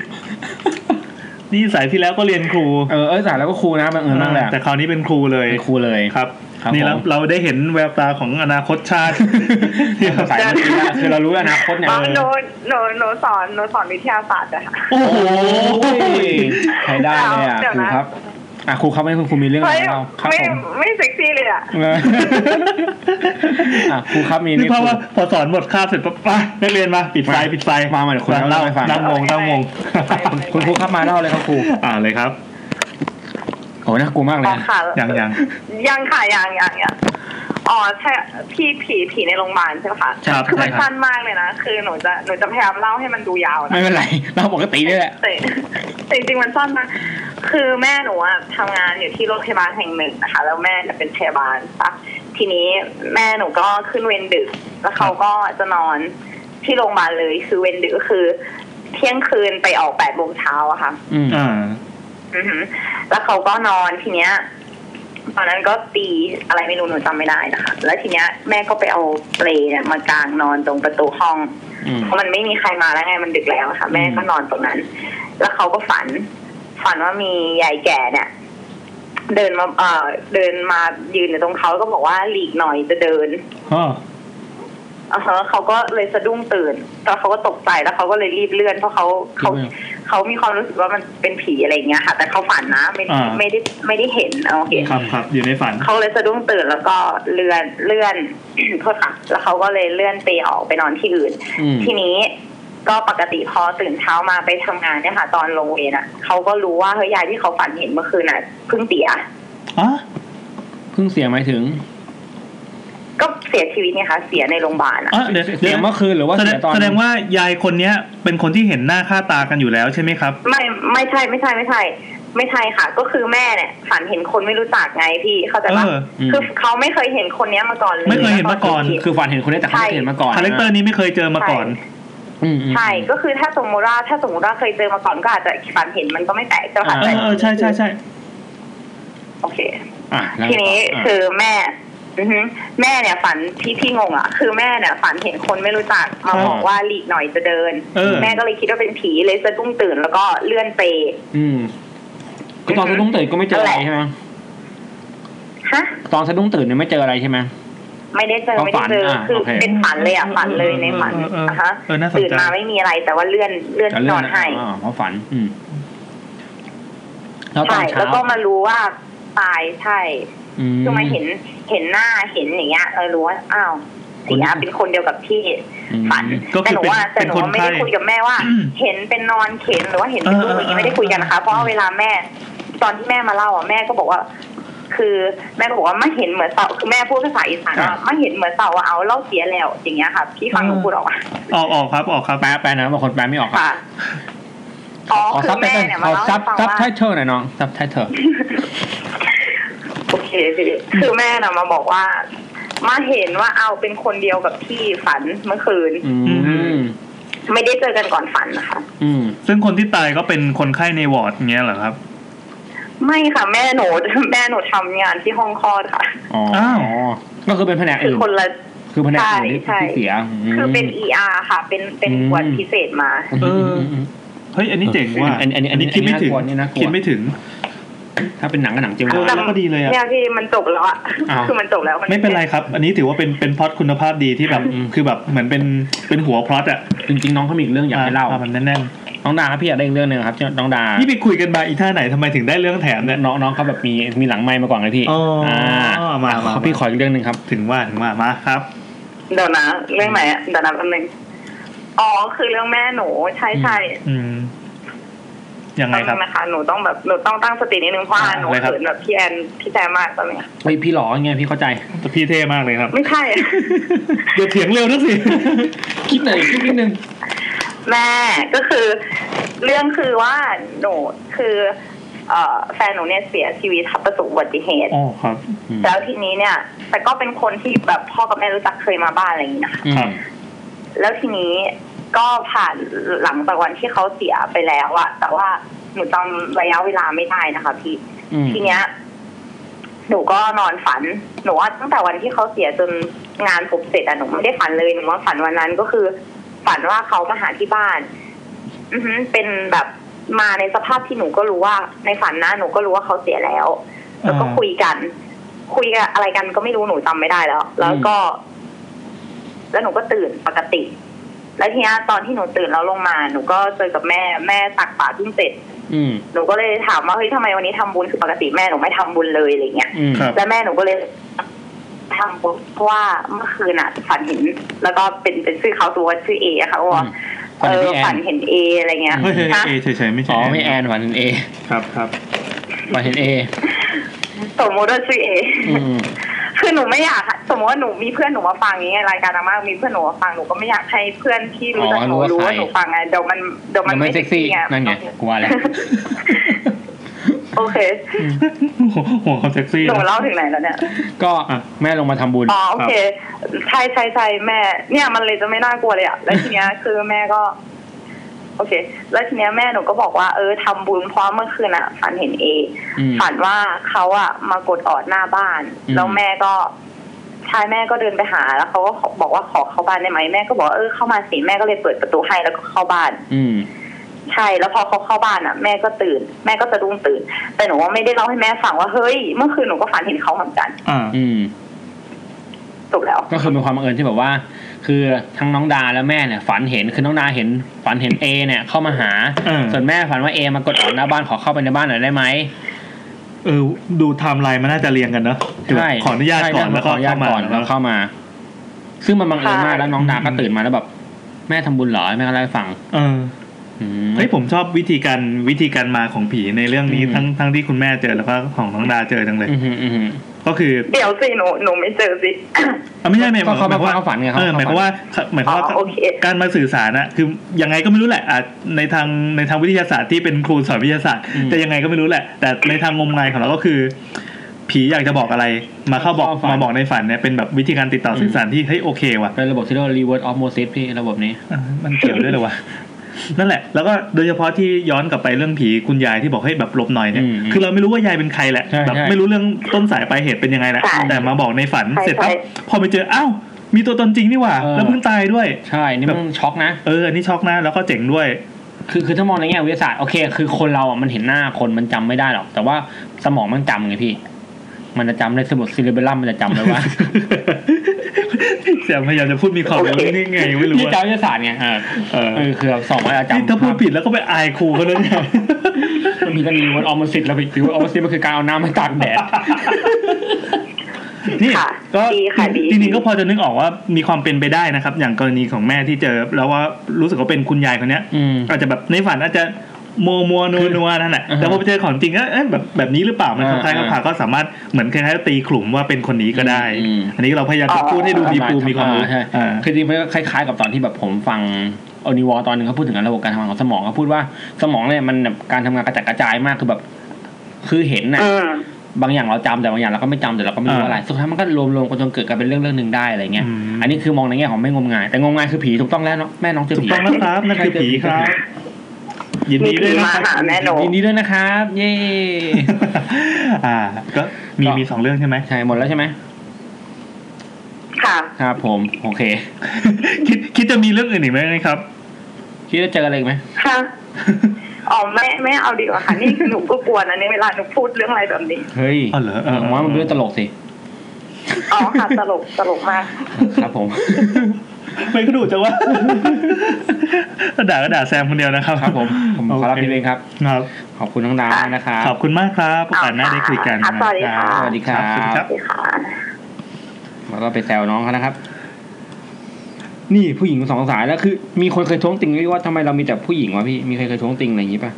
A: นี่สายที่แล้วก็เรียนครู
B: เออเออสายแล้วก็ครูนะบังเอิญมากแหละ
A: แต่คราวนี้เป็นครูเลย
B: เป็นครูเลย
A: ครับ
B: ครับ
A: นี่เรา
B: ผม
A: เราได้เห็นแววตาของอนาคตชาติ
B: สาย เมื่อกี้นะคือเรารู้อนาคตเนี่ย
H: อ๋อหนูหนูหนูสอนหนูสอนวิทยาศาสตร์อะค่ะ
A: โอ้โห
B: โอ้ยใช้ได้เลยอ่ะ
H: เดี๋ยว
B: ครู
H: นะ
B: ครับ อ่ะครูครับไม่คุณครูมีเรื่องอะไร
H: เฮ้ย
B: เล่าครับ
H: ไม่
B: ผม
H: ไม่เซ็กซี่เลยอะ
B: อ่ะครูครับมี
A: นี่เพราะ
B: ครู
A: ว่าพอสอนหมดคาบเสร็จปั๊บไปนักเรียนมาปิดไฟปิดไฟ
B: มามาเดี๋ยวคุณ
A: เล่า
B: เล่าให้ฟัง
A: นั่งงงนั่งงง
H: ไปไปไป
B: คุณครูครับมาเล่าเลยครับครู
A: อ่าเลยครับ
B: โอ้น่ากลัวมากเลย
H: อ๋อ
B: นะ
H: ค่ะ
A: ยังยัง
H: ยังค่ะยังยังยังอ๋อใช่พี่ผีผีในโรงพยาบาลใช่ไหมคะ
A: ครับ
H: คือ
A: ใช่
H: มัน
A: ครั
H: สั้
A: บ
H: นมากเลยนะ คือหนูจะหนูจะพยายามเล่าให้มันดูยาวนะ
B: ไม่เป็นไรเราปกตินี่แหละ
H: แต่ แต่จริงๆมันซ่อนมาคือแม่หนูอะทำงานอยู่ที่โรงพยาบาลแห่งหนึ่งนะคะ แล้วแม่เนี่ยเป็นพยาบาลปะทีนี้แม่หนูก็ขึ้นเวรดึก แล้วเขาก็จะนอนที่โรงพยาบาลเลยคือเวรดึกก็คือ เที่ยงคืนไปออกแปดโมงเช้าอะค่ะ
B: อืม
A: อ่า
H: อือหือแล้วเขาก็นอนทีเนี้ย ตอนนั้นก็ตีอะไรไม่รู้หนูจำไม่ได้นะคะ แล้วทีเนี้ยแม่ก็ไปเอาเปลเนี่ยมากางนอนตรงประตูห้อง
B: อืม
H: เพราะมันไม่มีใครมาแล้วไงมันดึกแล้วอะค่ะ แม่ก็นอนตรงนั้น แล้วเขาก็ฝัน ฝันว่ามียายแก่เนี่ย เดินมาเอ่อเดินมายืนอยู่ตรงเขาแล้วก็บอกว่าหลีกหน่อยจะเดิน
A: อ๋อ
H: อ่าฮะเขาก็เลยสะดุ้งตื่นแล้วเขาก็ตกใจแล้วเขาก็เลยรีบเลื่อนเพราะเขาเขาเขามีความรู้สึกว่ามันเป็นผีอะไรอย่างเงี้ยค่ะ แต่เขาฝันนะไม่ได้
A: อ่า
H: ไม่ได้ไม่ได้เห็นอ่ะโอเค
A: ครับครับอยู่ในฝัน
H: เขาเลยสะดุ้งตื่นแล้วก็เลื่อนเลื่อน โทษค่ะแล้วเขาก็เลยเลื่อนเปลออกไปนอนที่อื่น
B: อืม
H: ทีนี้ก็ปกติพอตื่นเช้ามาไปทำงานเนี่ยค่ะ ตอนลงเวรอ่ะเขาก็รู้ว่าเฮ้ยยายที่เขาฝันเห็นเมื่อคืนน่ะเพิ่งเสีย
A: อ๋อ
B: เพิ่งเสียงหมายถึง
H: ก็เสียชีวิตเนี่ยค่ะ เสียในโรงพยาบาลอ่ะ
A: อ๋อ เดี๋ยว
B: เสี
A: เดี๋
B: ย
A: ย
B: ง
A: ว
B: เมื่อคืนหรือว่า
A: แสด
B: เสี
A: ง
B: ยตอน
A: แสดงว่ายายคนเนี้ย เป็นคนที่เห็นหน้าค่าตากันอยู่แล้วใช่ไหมครับ
H: ไม่ไม่ใช่ไม่ใช่ไม่ใช่ ไม่ใช่ค่ะ ก็คือแม่เนี่ยฝันเห็นคนไม่รู้จักไงพี่เข้าใจ
A: เอ
H: ปะ
A: อ
B: อืม
H: คือเขาไม่เคยเห็นคนเนี้ยมาก่อนเลย
A: ไม่เคยเห็นมาก่อน
H: ตที่
B: คือฝันเห็นคนนี้แต่เขาไม่
H: ใช่
B: เห็นมาก่อน
A: คาแรคเตอร์นี้ไม่เคยเจอมาก่อน
B: อืมอืม
H: ใช่ก็คือถ้าสมมติว่าถ้าสมมติว่าเคยเจอมาก่อนก็อาจจะฝันเห็นมันก็ไม่แปลกเจ้าค่ะ
A: เอ
H: แต่
A: อเออใช่ใช่ใช่
H: โอเค
B: อ่ะแล้ว
H: ทีนี้
B: อ่ะ
H: คือแม่อือฮึแม่เนี่ยฝันที่พี่งงอ่ะ คือแม่เนี่ยฝันเห็นคนไม่รู้จักมาบอกว่าหลีกหน่อยจะเดิน
A: เออ
H: แม่ก็เลยคิดว่าเป็นผีเลยสะดุ้งตื่นแล้วก็เลื่อนเปล
B: อืมก็ตอนสะดุ้งตื่นก็ไม่เจออะไรใช่ไหม
H: ฮะ
B: ตอนสะดุ้งตื่นเนี่ยไม่เจออะไรใช่ไหม
H: ไม่ได้เจอ
B: เขา
H: ไม่
B: ฝั
H: ได้
B: น
H: เจอ
B: อ่ะ
H: คือ
B: โอเค
H: เป็นฝันเลยอ่ะฝันเลยในฝัน
A: เออเออเออ
H: นะฮะ
A: เออน่าสนใจ
H: ตื่นมาไม่มีอะไรแต่ว่าเลื่อนเลื่อนที่นอนให้
B: าเพราะฝัน อืมแล้วตอ
H: ใช่
B: นเช้า
H: แล้วก็มารู้ว่าตายใช่
B: อืม
H: คือมาเห็นเห็นหน้าเห็นอย่างเงี้ยเออรู้ว่าอ้าวเสีย
B: คนที่
H: เป็นคนเดียวกับที่
B: อืม
H: ฝัน
A: ก็
H: แต่
A: คือ
H: หนู
A: เป็น
H: ว่าแต่
A: เป็น
H: หนู
A: คน
H: ไม่ได้
A: ไข้
H: คุยกับแม่ว่า เห็นเป็นนอนเข็นหรือว่าเห็นเป็นลูก
A: เออ
H: อย่างนี้
A: เออ
H: ไม่ได้คุยกันนะคะ เพราะว่าเวลาแม่ ตอนที่แม่มาเล่าอ่ะแม่ก็บอกว่า คือแม่ก็บอกว่าไม่เห็นเหมือนเสาคือแม่พูดภาษาอีสานว่าไม่เห็นเหมือนเสาอะเอาเล่าเสียแล้ว อย่างเงี้ยค่ะพี่ฟังหนูพูดออกปะ
A: ออกออกครับออกครับ
B: แปลแปลนะบางคนแปลไม่ออกครับ
H: ค่ะอ๋อ
B: ขอ
H: คือ
B: ซับไต
H: แม่
B: เติ้ล
H: เนี่ย
B: ข
H: มา
B: อ
H: เล่า
B: ซั
H: ให้
B: บ
H: ฟัง
B: ซับ
H: ว่า
B: ไตเติ้ลหน่อยน้องซับไตเติ้ล
H: โอเคสิคือแม่น่ะมาบอกว่า มาเห็นว่าเอาเป็นคนเดียวกับที่ฝันเมื่อคืน
B: อืม
H: ไม่ได้เจอกันก่อนฝันนะคะ
B: อืม
A: ซึ่งคนที่ตายก็เป็นคนไข้ในวอร์ดเงี้ยเหรอครับ
H: ไม่ค่ะแม่หนู แม่หนูทำงานที่ห้องคลอดค่ะ
B: อ๋อ
A: อ้าว
B: ก็คือเป็นแผนก
H: คือ
B: อื่น
H: คนละ
B: คือแผนกอื่นที่
H: ใช่ใช่
B: ที่เสีย
H: คือเป็น ER ค่ะ เป็นเป็น
B: อืม
H: วดพิเศษมา
A: เออ เฮ้ยอันนี้เจ๋งว่ะ
B: อันอันอันอันนี้
A: คิดไม่ถึง
B: น่ากลัวนี่น่ากลัว
A: คิดไม่ถึง
B: ถ้าเป็นหนังก็หนังจริง
A: เออ
B: วะ
A: แล้วก็ดีเลยอ่ะ
H: เนี่ยพี่มันจบแล้วอะ
B: อ้าว
H: คือมันจบแล้ว
A: ไม่เป็นไรครับ อันนี้ถือว่าเป็นเป็นพล็อดคุณภาพดีที่แบบ
B: อืม
A: คือแบบเหมือนเป็นเป็นหัวพล็อตอะ
B: จริงๆน้องเขามีอีกเรื่องอยากให้เล่า
A: อ่มันแน่น
B: น้องดาครับพี่อยากได้อีกเรื่องหนึ่งครับที่น้องดา
A: ๆนี่ไปคุยกันมาอีท่าไหนทำไมถึงได้เรื่องแถมเนี่ย
B: น้องน้องเขาแบบมีมีหลังไม้มาก่อนเลยพี่
A: อ๋ออ่
B: า
A: มามา
B: พี่ขออีกเรื่องหนึ่งครับ
A: ถึงว่าถึงว่ามาครับ
H: เดี๋ยวนะเรื่องไหนอะเดี๋ยวนะแป๊บนึงอ๋อคือเรื่องแม่หนูใช่ใช่
A: อืมยังไง
H: ต้อง
A: ครับ
H: นะคะหนูต้องแบบหนูต้องตั้งสตินิดนึงเพราะว่าหนู
A: อะไรครับ
H: เขินแบบพี่แอนพี่แจมมากตอนเนี้ย
B: เฮ้ยพี่หล่อไงพี่เข้าใจ
A: แต่พี่เท่มากเลยครับ
H: ไม่ใช่
A: เดี๋ยวเถียงเร็วนักสิ
B: คิดหน่อยคิดนิดนึง
H: แม่ก็คือ เรื่องคือว่าหนูคือเอ่อแฟนหนูเนี่ยเสียชีวิตครับประสบอุบัติเหตุ
A: อ๋อครับ
B: ม
H: แล้วทีนี้เนี่ย แต่ก็เป็นคนที่แบบพ่อกับแม่รู้จักเคยมาบ้านอะไรอย่างนี้นะคะ
A: ครับ
H: แล้วทีนี้ก็ผ่านหลังจากวันที่เขาเสียไปแล้วอะแต่ว่าหนูจำระยะเวลาไม่ได้นะคะพี่
B: อืม
H: ทีเนี้ย หนูก็นอนฝัน หนูว่าตั้งแต่วันที่เขาเสียจนงานผมเสร็จอะหนูไม่ได้ฝันเลยหนูว่าฝันวันนั้นก็คือ ฝันว่าเขามาหาที่บ้าน อือหือเป็นแบบมาในสภาพที่หนูก็รู้ว่า ในฝันนะหนูก็รู้ว่าเขาเสียแล้ว แล้วก็
A: อ่า
H: คุยกัน คุยกันอะไรกันก็ไม่รู้หนูจำไม่ได้แล้ว แล้วก็ แล้วหนูก็ตื่นปกติ แล้วทีเนี้ยตอนที่หนูตื่นแล้วลงมา หนูก็เจอกับแม่แม่ตักบาตรเพิ่งเสร็จ
B: อืม
H: หนูก็เลยถามว่าเฮ้ยทำไมวันนี้ทำบุญคือปกติแม่หนูไม่ทำบุญเลยอะไรเงี้ย
B: อืม
A: ครับ
H: แล้วแม่หนูก็เลยทำบุญเพราะว่าเมื่อคืนอ่ะฝันเห็น แล้วก็เป็นเป็นชื่อเขาตัวชื่อเออะค่ะ
B: อื
H: ว่าม
B: ฝั
H: เอน
B: เห็น
H: อ
B: พี่แอน
H: ฝันเห็นเออะไรเงี้ย
A: เฮ้ยเฮ้ย
H: นะ
A: เอเฉยๆไม่ใช่
B: อ๋อไม่แอนฝันเห็นเอ
A: ครับครับ
B: ฝันเห็นเอ
H: สมมติว่าชื่อเอ
B: อืม
H: คือหนูไม่อยากสมมติว่าหนูมีเพื่อนหนูมาฟังอย่างเงี้ยรายการดังมากมีเพื่อนหนูมาฟังหนูก็ไม่อยากให้เพื่อนที่รู้จักหนูรู้ว่าหนูฟังไงเดี๋ยวมันเดี๋ยวมั
B: มันนไม่เซ็กซี่นั่นไงกลัวแหละ
H: โอเค
A: หัวคอนเซ็ปซี่
H: หนู
A: นะ
H: เล่าถึงไหนแล้วเนี่ย
B: ก็
A: อ่ะ
B: แม่ลงมาทำบุญ
H: อ๋อโอเคใช่ใช่ใช่แม่ เนี่ยมันเลยจะไม่น่ากลัวเลยอะแล้วทีเนี้ย คือแม่ก็ โอเค แล้วทีเนี้ยแม่หนูก็บอกว่าเออทำบุญเพราะเมื่อคืนอะฝันเห็นเอ
B: อืม
H: ฝันว่าเขาอะมากดออดหน้าบ้าน
B: อืม
H: แล้วแม่ก็ชายแม่ก็เดินไปหาแล้วเขาก็ขอบอกว่าขอเข้าบ้านได้ไหมแม่ก็บอกว่าเออเข้ามาสิแม่ก็เลยเปิดประตูให้แล้วก็เข้าบ้าน
B: อืม
H: ใช่แล้วพอเขาเข้าบ้านอ่ะ แม่ก็ตื่น แม่ก็สะดุ้งตื่น แต่หนูว่าไม่ได้เล่าให้แม่ฟังว่าเฮ้ยเมื่อคืนหนูก็ฝันเห็นเขาเหมือนกัน
A: อ่า
B: อืม
H: จบแล้ว
B: ก็คือเป็นความบังเอิญที่แบบว่า คือทั้งน้องดาและแม่เนี่ย ฝันเห็นคือน้องดาเห็นฝันเห็นเอเนี่ยเข้ามาหา
A: เออ
B: ส่วนแม่ฝันว่าเอมากดออดหน้าบ้านขอเข้าไปในบ้านหน่อยได้ไหม
A: เออดูไทม์ไลน์มันน่าจะเรียงกันเนอะ
B: ใช่
A: ขออนุญาต
B: ใช่
A: ก่อน
B: ได้
A: แล้ว
B: ข
A: ก็
B: ออนุญา
A: เข้า
B: ต
A: มา
B: ก่อน
A: แล้
B: แล้ว วเข้ามา ซึ่งมันบังเอิญมาก
H: ใช่
B: แล้วน้องดาก็
A: อืม
B: ตื่นมาแล้วแบบ แม่ทำบุญเหรอแม่ก็เล่าให้ฟัง
A: เออ
B: อืม
A: เฮ้ยผมชอบวิธีการวิธีการมาของผีในเรื่องนี้
B: อืม
A: ทั้งทั้งที่คุณแม่เจอแล้วก็ของน้องดาเจอจังเลย
B: อืมอืมอืม
A: ก็คือ
H: เดี๋ยวสิหนูหนูไม่เจอสิ
A: อ่ะไม่ใช่ไม่
B: ก็เขา
A: หมายความว่า
B: เขาฝันไงเขา
A: เออหมายความว่าหมายความว่า
H: อ๋อโอเค
A: การมาสื่อสารอะคือยังไงก็ไม่รู้แหละอ่ะในทางในทางวิทยาศาสตร์ที่เป็นครูสอนวิทยาศาสตร์
B: อืม
A: จะยังไงก็ไม่รู้แหละ แต่ในทางงมงายของเราก็คือ ผีอยากจะบอกอะไร มาเข้าบอกมาบอกในฝันเนี่ยเป็นแบบวิธีการติดต่อสื่อสารที่เฮ้ยโอเคว่ะ
B: เป็นระบบที่เรียกว่า reverse osmosis พี่ระบบนี้
A: อ่ะมันเกี่ยวด้วยเหรอวะ นั่นแหละ แล้วก็โดยเฉพาะที่ย้อนกลับไปเรื่องผีคุณยายที่บอกให้แบบหลบหน่อยเนี่ย
B: อืมอืม
A: คือเราไม่รู้ว่ายายเป็นใครแหละ
B: ใช่
A: แบบ
B: ใช่
A: ไม่รู้เรื่องต้นสายปลายเหตุเป็นยังไงแหละ
H: ใช่
A: แต่มาบอกในฝัน
H: ใช่
A: เสร็จปั๊บ
H: ใช่
A: พอไปเจอ อ้าว มีตัวตนจริงนี่หว่า แล้วเพิ่งตายด้วย
B: ใช่ นี่มันช็อกนะ
A: เออ อันนี้ช็อกนะ แล้วก็เจ๋งด้วย
B: คือคือถ้ามองในแง่วิทยาศาสตร์โอเค คือคนเราอ่ะมันเห็นหน้าคนมันจำไม่ได้หรอก แต่ว่าสมองมันจำไงพี่ มันจะจำในสมุดซิลิเบลัมมันจะจำไว้ ว่า
A: เสียงพยายามจะพูดมีความรู้นี่ไงไม่รู้
B: พี่
A: ว่า
B: จำวิทยาศาสตร์ไงเออ
A: เออ
B: เออคือแบบสองมันจะจำ
A: นี่ถ้าพูดผิดแล้วก็ไปอายครูเขาเลยเนี่ย
B: มันมีกรณีวันออมสิทธิ์แล้วพี่วันออมสิทธิ์มันคือการเอาน้ำมาตากแดด
A: นี่
H: ค่ะ
A: ก็
H: ดีค่ะดี
A: จริงๆก็พอจะนึกออกว่ามีความเป็นไปได้นะครับ อย่างกรณีของแม่ที่เจอ แล้วว่ารู้สึกว่าเป็นคุณยายคนเนี้ย
B: อืม
A: อาจจะแบบในฝันอาจจะ มัวมัวนัวนัวนั่นแหละ
B: อ่าฮะ
A: แต่พอไปเจอของจริงก็เอ๊ะแบบแบบนี้หรือเปล่ามันค
B: อ่า
A: ล้ายๆกับผ่าก็สามารถเหมือนคล้ายๆตีขลุ่มว่าเป็นคนนี้ก็ได้
B: อืม
A: อันนี้เราพยายามจะพูดให้ดูมีภูมิมีความรู้
B: ใช่
A: อ่า
B: คือจริงๆมันก็คล้ายๆกับตอนที่แบบผมฟังอนิวอตอนหนึ่งเขาพูดถึงระบบการทำงานของสมองเขาพูดว่าสมองเนี่ยมันแบบการทำงานกระจัดกระจายมากคือแบบ คือเห็นน่ะ
H: อืม
B: บางอย่างเราจำแต่บางอย่างเราก็ไม่จำแต่เราก็ไม่รู้
A: อ่า
B: อะไรสุดท้ายมันก็รวมๆกันจนเกิดกันเป็นเรื่องเรื่องหนึ่งได้อะไรเงี้ย
A: อืม
B: อันนี้คือมองในแง่ของไม่งมงาย แต่งมงายคือผีถูกต้องแล้วเนาะแม่น้องเจอ
A: ถูก
B: ผี
A: ต้องนะครับนั่นคือผีครับยินดีด้วยนะครั
H: มีผีมาหา
A: บ
H: แม่หนู
B: ยินดีด้วยนะครับเย้
A: อ่า ก็มีมีสองเรื่องใช่ไหม
B: ใช่หมดแล้วใช่ไหม
H: ค่ะ
B: ครับ ผม โอเค
A: คิดคิดจะมีเรื่องอื่นอีกไหมครับ
B: คิดว่าเจออะไรอีกไหม
H: ค่ะ อ๋อไม่ไม่เอาดีกว่าค่ะ นี่คือหนูก็กลัวนะในเวลาหนูพูดเรื่องอะไรแบบนี้
B: เฮ้ย
A: อ๋อเหรอเออ
B: ผมว่ามันเป็นเรื่องตลกสิ
H: อ๋อค่ะตลกตลกมาก
B: ครับผม
A: ไม่ก็ดูจังวะ ก็ด่าก็ด่าแซมคนเดียวนะครับ
B: ครับผม ผมขอรับ
A: โเ
B: พี่เองครับ
A: ครับ
B: ขอบคุณน้องดาวม ากนะครับ
A: ขอบคุณมากครับโอกาสหน้าได้คุยกัน
H: ครับสวัสดีค่ะ
B: สวัสดีครับ
A: สวัสดีครั
H: สวั
A: บ
H: สดีค่ะ
B: แล้วก็ไปแซวน้องเขานะครับ นี่ผู้หญิงสองสายแล้วคือ มีคนเคยท้วงติงไหมว่าทำไมเรามีแต่ผู้หญิงวะพี่ มีใครเคยท้วงติงอะไรอย่างงี้ป่ะ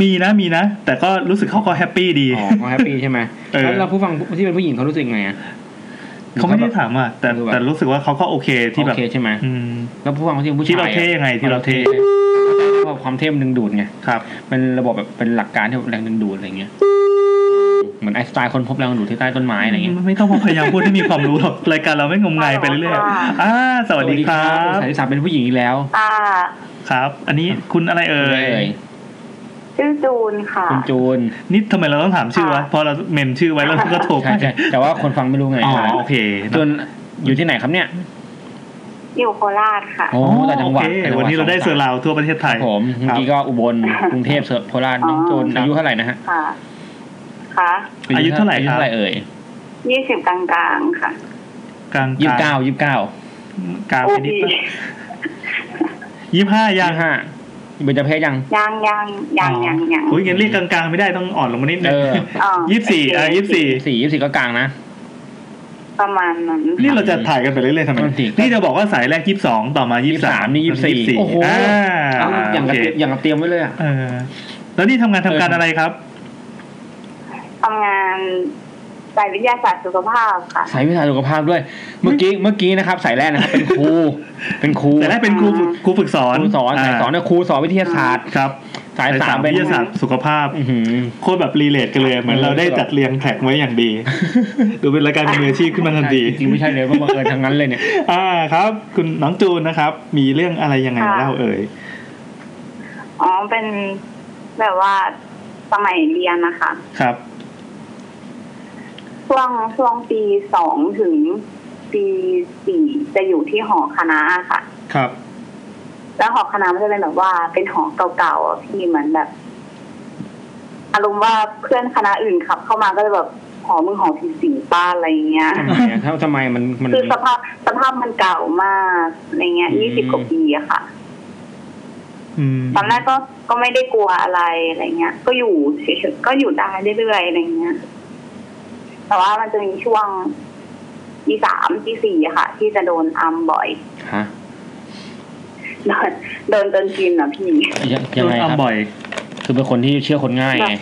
A: มีนะมีนะ แต่ก็รู้สึกเขาก็แฮปปี้ดี
B: อ๋อเขาแฮปปี้ใช่ไหม
A: เออ
B: แล้วเราผู้ฟังที่เป็นผู้หญิงเขารู้สึกไงอะ
A: เขาไม่ได้ถามอ่ะแต่
B: คือแบบ
A: แต่รู้สึกว่าเขาก็โอเคที่
B: โอ
A: แบบ
B: เคใช่ไหม
A: อืม
B: แล้วผู้ฟังที่เป็นผู้ชาย
A: ที่เราเท่ยังไงที่เราเท่
B: เพราะความเท่มันดึงดูดไง
A: ครับ
B: เป็นระบบแบบเป็นหลักการที่แบบแรงดึงดูดอะไรอย่างเงี้ย เหมือนไอน์สไตล์คนพบแรงดึงดูดที่ใต้ต้นไม้อะไรอย่างเงี้ย
A: ไม่ต้องมาพยายามพูดให้มีความรู้หรอกรายการเราไม่งมงายไปเรื่อยๆอ่าสวัสดีครับ
B: สายที่สามเป็นผู้หญิงอีกแล้ว
H: อ่า
A: ครับ อันนี้คุณอะไรเอ่ย
H: ชื่อจูนค่ะ
B: คุณจูน
A: นี่ทำไมเราต้องถามชื่อวะ พอเราเมมชื่อไว้แล้วก็โทรไป
B: ใช่ใช่แต่ว่าคนฟังไม่รู้ไง
A: อ๋อโอเค
B: จูนอยู่ที่ไหนครับเนี่ย
H: อยู่โคราชค่ะ
B: โอ้ต่างจังหวัด
A: โอเค
B: ต่งจังห
A: วันนี้เราได้เซอร์ราวทั่วประเทศไทย
B: ผมเมื่อกี้ก็อุบลกรุงเทพเสือโคราชน้องจูน
H: อ๋ออ
B: อายุเท่าไหร่นะฮะ
H: ค่ะ ค่ะ
A: อายุเท่าไหร่
B: อายุ
A: ครับ
B: เท่าไหร่เอ่ย
H: ยี่สิบกลางๆค่ะ
A: กลาง
B: ยี่สิบเก้ายี่สิบเก้าก
A: ลาง
H: โอ้
A: ไปนิด
H: ย
A: ยี่ห้ายั
B: ยี่
A: ง
B: สิบห้าเป็นจะเพศยัง
H: ยังยังยังยังยัง
A: อุ้ยงั้นเรียกกลางๆไม่ได้ต้องอ่อนลงมานิดนึง
B: เออ
H: อ๋อ
A: ยี่สิบสี่อ่ะยี่สิบสี่
B: สี่ยี่สิบสี่ก็กลางนะ
H: ประมาณนั้น
A: นี่เราจะถ่ายกันไปเรื่อยๆทำไม
B: นั่นสิ
A: นี่จะบอกว่าสายแรกยี่สิบสองต่อมายี่สิบสาม
B: นี่24โอ้โห
A: อ่า
B: เอาอย่าง
A: โอ
B: กับ
A: เค
B: อย่างกับเตรียมไว้เลยอะ
A: เออแล้วนี่ทำงานทำการ
B: เอออ
A: อะไรครับ
H: ทำงานสายวิทยาศาสตร์สุขภาพค่ะ
B: สายวิชาสุขภาพด้วย เมื่อกี้เมื่อกี้นะครับสายแรกนะครับเป็นครูเป็นครู
A: แต่แรกเป็นครูฝึกครูฝึกสอน
B: ครูสอนสายสอนเนี่ยครูสอนวิทยาศาสตร์
A: ครับ
B: สาย
A: สาย
B: สา
A: สาม ม
B: เป็น
A: วิทยาศาสตร์สุขภาพ
B: อื้อหือ
A: โคตรแบบรีเลทกันเลยเหมือนเราได้จัดเรียงแท็กไว้อย่างดี ดูเป็นรายการมืออาชีพขึ้นมาทันที
B: จริงๆไม่ใช่เลยว่าบังเอิญทั้งนั้นเลยเนี่ย
A: อ่าครับ คุณน้องจูนนะครับ มีเรื่องอะไรยังไงมาเล่าเอ่ย
H: อ๋อ เป็นแบบว่าสมัยเรียนนะคะ
A: ครับ
H: ช่วงช่วงปีสองถึงปีสี่จะอยู่ที่หอคณะค่ะ
A: ครับ
H: แล้วหอคณะมันจะเป็นแบบว่าเป็นหอเก่าๆอะพี่เหมือนแบบ อารมณ์ว่าเพื่อนคณะอื่นขับ เข้ามาก็จะแบบหอมึงหอผีสิงป้าอะไรเงี้ย
B: ทำไมอ่ะถ้าทำไมมันมัน
H: คือสภาพสภาพมันเก่ามากอะไรเงี้ย
B: อืม
H: ยี่สิบกว่าปีอะค่ะ
A: อืม
H: ตอนแรกก็ก็ไม่ได้กลัวอะไรอะไรเงี้ย ก็อยู่เฉยๆก็อยู่ได้เรื่อยๆอะไรเงี้ย แต่ว่ามันจะมีช่วงที่สามที่สี่อะค่ะ ที่จะโดนอัมบ่อย
B: ฮะ
H: โดนโดนจนกินอะพี่
B: ยังยังไง
A: โดน
B: ค
A: อั
B: รับ
A: มบ่อย
B: คือเป็นคนที่เชื่อคนง่ายไง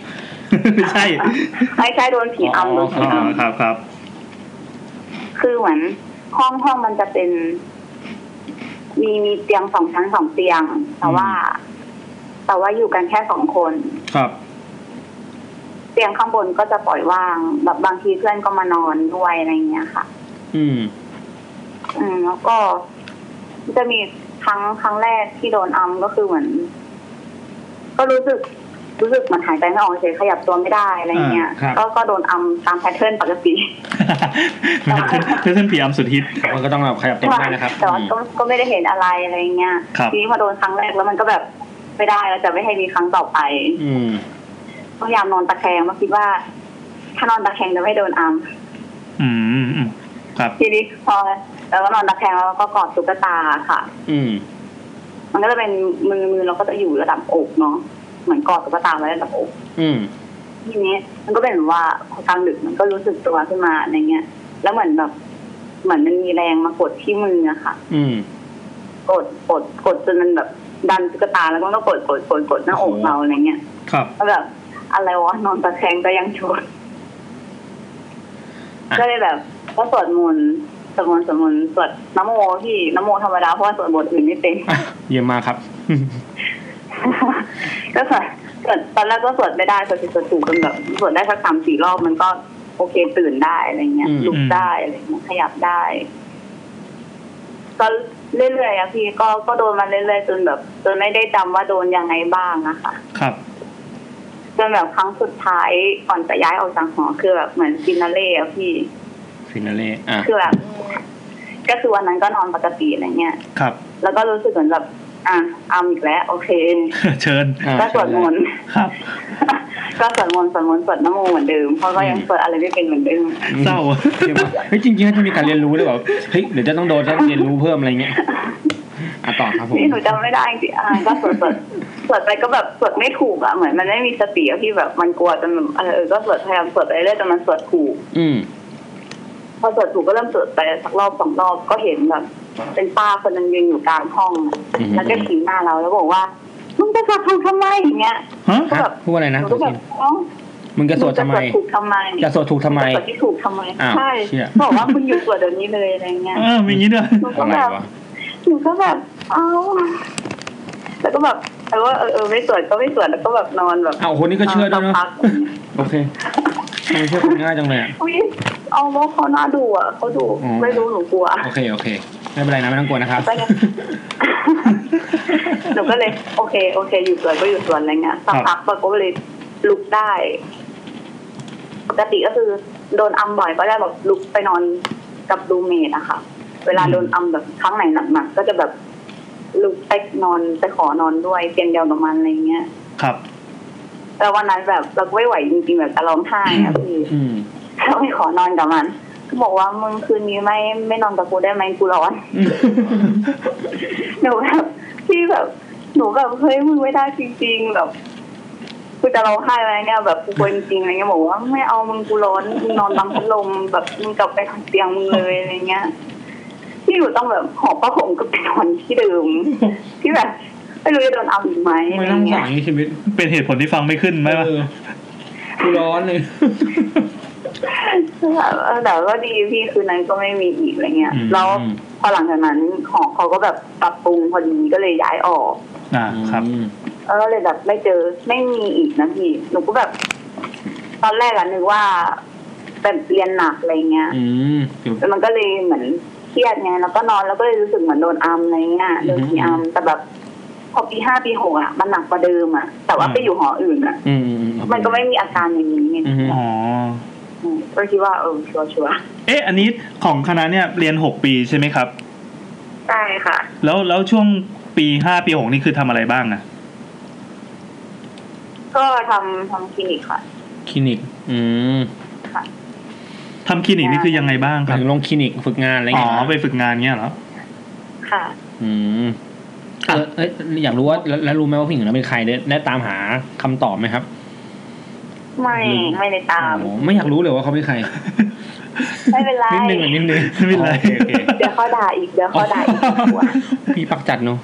A: ไม่ใช่
H: ไม่ใช่โดนผีอัมโดนผี
A: อ่า
H: อัม
A: ครับครับ
H: คือเหมือนห้องห้องมันจะเป็น มีมีเตียงสองชั้นสองเตียง แต่ว่า แต่ว่าอยู่กันแค่สองคน
A: ครับ
H: เตียงข้างบนก็จะปล่อยว่าง แบบบางทีเพื่อนก็มานอนด้วยอะไรอย่างเงี้ยค่ะ
B: อืม
H: อืมแล้วก็ จะมีครั้งครั้งแรกที่โดนอัมก็คือเหมือน ก็รู้สึกรู้สึกเหมันหายใจไม่ออกเฉยขยับตัวไม่ได้อะไรอย่างเงี้ย
B: อ่าครับ
H: ก็ก็โดนอัมตามแพทเทิร์นปกติ
A: เป็นเพื่อนเพื่อนผีอัมสุดฮิต
B: มันก็ต้องแบบขยับตัวได้นะครับ
H: แต่ว่าก็ก็ไม่ได้เห็นอะไรอะไรเงี้ย
A: ครับ
H: ทีนี้พอโดนครั้งแรกแล้วมันก็แบบไม่ได้แล้วจะไม่ให้มีครั้งต่อไป
B: อืม
H: พยายามนอนตะแคงมาคิดว่า ถ้านอนตะแคงจะไม่โดนอัม
A: อืมอืมครับ
H: ทีนี้พอแล้วก็นอนตะแคงแล้วก็กอดตุ๊กตาค่ะ
B: อืม
H: มันก็จะเป็นมือมือเราก็จะอยู่ระดับอกเนาะเหมือนกอดตุ๊กตาไว้ระดับอก
B: อืม
H: ทีนี้ มันก็เป็นแบบว่าพอกลางดึกมันก็รู้สึกตัวขึ้นมาอะไรเงี้ย แล้วเหมือนแบบ เหมือนมันมีแรงมากดที่มืออะค่ะ
B: อืม
H: กดกดกดจนมันแบบ ดันตุ๊กตาแล้วมันก็กดกดกดกดหน้าอกเราอะไรเงี้ย
A: ครับ
H: แล้วแบบอะไรวะนอนตะแคงก็ยังชวน
B: อ่ะ
H: ก็เลยแบบก็สวดมนต์สวดมนต์สวดมนต์สวดนะโมพี่นะโมธรรมดาเพราะว่าสวดบทอื่นไม่เป็น
B: เยี่ยมมากครับ
H: ก็สวดสวดตอนแรกก็สวดไม่ได้สวดผิดสวดถูกกันแบบสวดได้สักสามสี่รอบมันก็โอเคตื่นได้อะไรเงี้ย
B: อืม
H: ลุกได้อะไรเงี้ยขยับได้ก็เรื่อยๆอะพี่ก็ก็โดนมาเรื่อยๆจนแบบจนไม่ได้จำว่าโดนยังไงบ้างอะค่ะ
A: ครับ
H: จนแบบครั้งสุดท้ายก่อนจะย้ายออกจากหอคือแบบเหมือนฟินาเล่อะพี่
B: ฟินาเล่อ่ะ
H: คือแบบก็คือวันนั้นก็นอนปกติอะไรเงี้ย
A: ครับ
H: แล้วก็รู้สึกเหมือนแบบอ่ะเอาอีกแล้วโอเค
A: เชิญ
B: อ่ะ
H: ก็สวดมนต์
A: ครับ
H: ก็สวดมนต์สวดมนต์สวดนะโมเหมือนเดิมเพราะก็ยังสวดอะไรไม่เป็นเหมือนเดิม
A: เศร้าอะ
B: เยี่ยมมากเฮ้ยจริงๆน่าจะมีการเรียนรู้ด้วยแบบเฮ้ยเดี๋ยวจะต้องโดนต้องเรียนรู้เพิ่มอะไรเงี้ยอ่ะต่อครับผม
H: นี่หนูจำไม่ได้จริงๆอ่าก็สวดสวดสวดไปก็แบบสวดไม่ถูกอ่ะเหมือนมันไม่มีสติอะพี่แบบมันกลัวจนแบบเออก็สวดพยายามสวดไปเรื่อยจนมันสวดถูก
B: อืม
H: พอสวดถูกก็เริ่มสวดไปสักรอบสองรอบก็เห็นแบบเป็นป้าคนหนึงยืนอยู่กลางห้องอะ
B: อืม
H: แล้วก็ชี้หน้าเราแล้วบอกว่ามึงจะสวดถูกทำไมอย่างเงี้ย
A: ฮะ
H: ก็แบบ
B: พูดอะไร
H: ห
B: นะ
H: นูก็แบบเอ้า
B: มึงจะสวดทำไม
H: ถูกทำไม
B: จะสวดถูกทำไม
H: จะสวดที่ถูกทำไม
B: อ้าว
H: ใช่
B: เชี่ย
H: บอกว่ามึงอยู่สวดเดี๋ยวนี้เลยอะไรเงี้ย
A: เออมีอย่างนี้ด้วย
H: หนูก็
B: อะไร
H: แบบ
B: วะ
H: หนูก็แบบเอ้าแล้วก็แบบแต่ว่าเออเออไม่สวยก็ไม่สวยแล้วก็แบบนอนแบบ
B: อ้าวคนนี้ก็เชื่อด้วยเนาะ
H: สักพัก
B: โอเคทำไมเชื่อคนง่ายจังเลยอ่ะ
H: อุ้ยเอาโมเขาน่าดูอ่ะเขาดู
B: อ๋อ
H: ไม่รู้หนูกลัว
B: โอเคโอเค ไม่เป็นไรนะไม่ต้องกลัวนะครับ
H: ก็ยัง หนูก็เลย โอเค โอเค อยู่สวนก็อยู่สวนอะไรเงี้ยสักพักปรากฏว่าเลยลุกได้ ปกติก็คือโดนอัมบ่อยก็ได้แบบลุกไปนอนกับรูเมทอะค่ะ เวลาโดนอัมแบบครั้งไหนหนักๆก็จะแบบลุกไปนอนไปขอนอนด้วยเตียงเดียวกับมันอะไรเงี้ย
A: ครับ
H: แต่วันนั้นแบบเราก็ไม่ไหวจริงๆแบบจะร้องไห้อะพี่
B: อืม
H: ก็ไปขอนอนกับมันก็บอกว่ามึงคืนนี้ไม่ไม่นอนกับกูได้ไหมกูร้อน หนูแบบพี่แบบหนูแบบเฮ้ยมึงไม่ได้จริง ๆ แบบกูจะร้องไห้อะไรเนี่ยแบบกูกลัวจริงๆอะไรเงี้ยบอกว่าไม่เอามึงกูร้อนมึงนอนบังพัดลมแบบมึงกลับไปทางเตียงมึงเลยอะไรเงี้ยพี่หนูต้องแบบหอบผ้าห่มก็ไปนอนที่เดิมที่แบบไม่รู้จะโดนเอาอีกไหมอะ
B: ไม่
H: ไร
B: ต้อง
H: เงี้
B: สั่
H: ย
B: งนี้ชีวิต
A: เป็นเหตุผลที่ฟังไม่ขึ้นไหมวะ
B: เออกูร้อนเลย
H: คือแบบเออแต่ก็ดีพี่คืนนั้นก็ไม่มีอีกอะไรเงี้ย
B: อืม
H: แล้วพอหลังจากนั้นหอเขาก็แบบปรับปรุงพอดีก็เลยย้ายออก
A: อ่าครับ
B: อืม
H: แล้วก็เลยแบบไม่เจอไม่มีอีกนะพี่หนูก็แบบ ตอนแรกอะนึกว่าแบบเรียนหนักอะไรเงี้ย
B: อืมเดี๋ยว
H: แล้วมันก็เลยเหมือนเครียดไงแล้วก็นอนแล้วก็เลยรู้สึกเหมือนโดนอัมอะไรเงี้ยโดน
B: อืม
H: ผีอัมแต่แบบพอปีห้าปีหกอะมันหนักกว่าเดิมอะแต่ว่าไปอยู่หออื่นอะ
B: อืมอืมอื
H: มันก็ไม่มีอาการอย่างนี้ไง
B: อืม
A: อ๋อ
H: อืมก็คิดว่าเออชัวร์ชัวร์
A: เอ๊ะ อันนี้ของคณะเนี่ยเรียนหกปีใช่ไหมครับ
H: ใช่ค่ะ
A: แล้วแล้วช่วงปีห้าปีหกนี่คือทำอะไรบ้างอะ
H: ก็ทำทำคลินิกค่ะ
B: คลินิก อืม
A: ทำคลินิกนี่คือยังไงบ้าง
B: ห
A: ค
B: มา
A: รั
B: ย
A: บ
B: ถึงลงคลินิกฝึกงานอะไร
A: อ๋อ
B: เงี้ย
A: ไปฝึกงานเงี้ยเหรอ
H: ค่ะ
B: อืมเออเอ้ยอยากรู้ว่าแล้วแล้วรู้ไหมว่าผู้หญิงคนนั้นเป็นใครได้ได้ตามหาคำตอบไหมครับ
H: ไม่ไม่ได้ตาม
B: โอ้ไม่อยากรู้เลยว่าเขาเป็นใคร
H: ไม่เป็นไร
B: นิดนึงอ่ะนิดนึง
A: ไม่เป็นไร
B: โอคโอเค
H: เดี๋ยวเขาด่าอีกเดี๋ยวเขาด่าอีก
B: พี่ปักจัดเนอะ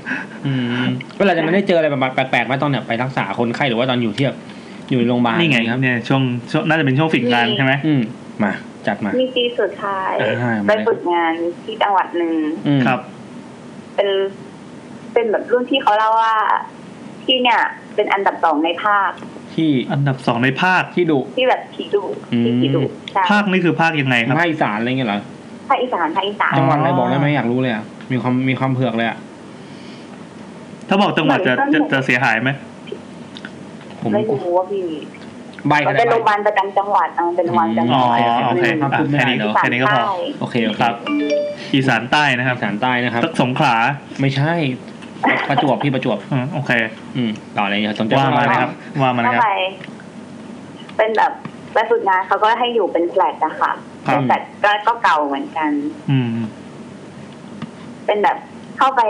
B: อืมเวลาจะไม่ได้เจออะไรแบบแปลกๆไหมตอนเนี่ยไปรักษาคนไข้หรือว่าตอนอยู่ที่แบบอยู่ในโรงพยาบาล
A: นี่ไงครับเนี่ยช่วงช่วงน่าจะเป็นช่วงฝึกงานใช่ไหม
B: อืมมาจัดมา
H: มีปีสุดท้าย
B: เออให้มาเลย
H: ไปฝึกงานที่จังหวัดหนึ่ง
B: อืม
A: ครับ
H: เป็น เป็นแบบรุ่นที่เขาเล่าว่า ที่เนี่ย เป็นอันดับสองในภาค
B: ที่
A: อันดับสองในภาค
B: ที่ดุ
H: ที่แบบผีดุที่ผีดุ
B: อืม
H: ใช่
A: ภาคนี่คือภาคยังไงครับ
B: ภาคอีสานอะไรเงี้ยเหรอ
H: ภาคอีสานภาคอีสาน
B: จังหวัดอะไรบอกได้ไหมอยากรู้เลยอ่ะมีความมีความเผือกเลยอ่ะ
A: ถ้าบอกจังหวัดจะจะจะเสียหายไหม
B: ผม
H: ไม่รู้ว่าพี่
B: ใบ
H: มั
B: กัน น
H: เป็น
B: ใบ
H: โรงพยาบาลประจำจังหวัดอ่ะเป็นโรงพยาบาลประจำจังหวัด
A: อ๋อโอเค
B: ครับ
A: อ่ะแค่นี้
B: เดี๋ยว
A: แค่นี้ก็พอ
H: ใต้
B: โอเคโอเค
A: ครับ อีสานใต้นะครับ
B: อีสานใต้นะครับ
A: สักสงขลา
B: ไม่ใช่ ประจวบพี่ประจวบ
A: อืมโอเค
B: อืมต่อเลยอย่าสนใจ
A: ว่ามาเลยครับ ว่ามาเลยค
H: เข้า
A: รับ
H: ไปเป็นแบบไปฝึกงานเขาก็ให้อยู่เป็นแฟลตอะค่ะ
A: ครับ
H: เป็นแฟลตก็ก็เก่าเหมือนกัน
A: อืม
H: เป็นแบบเข้าไป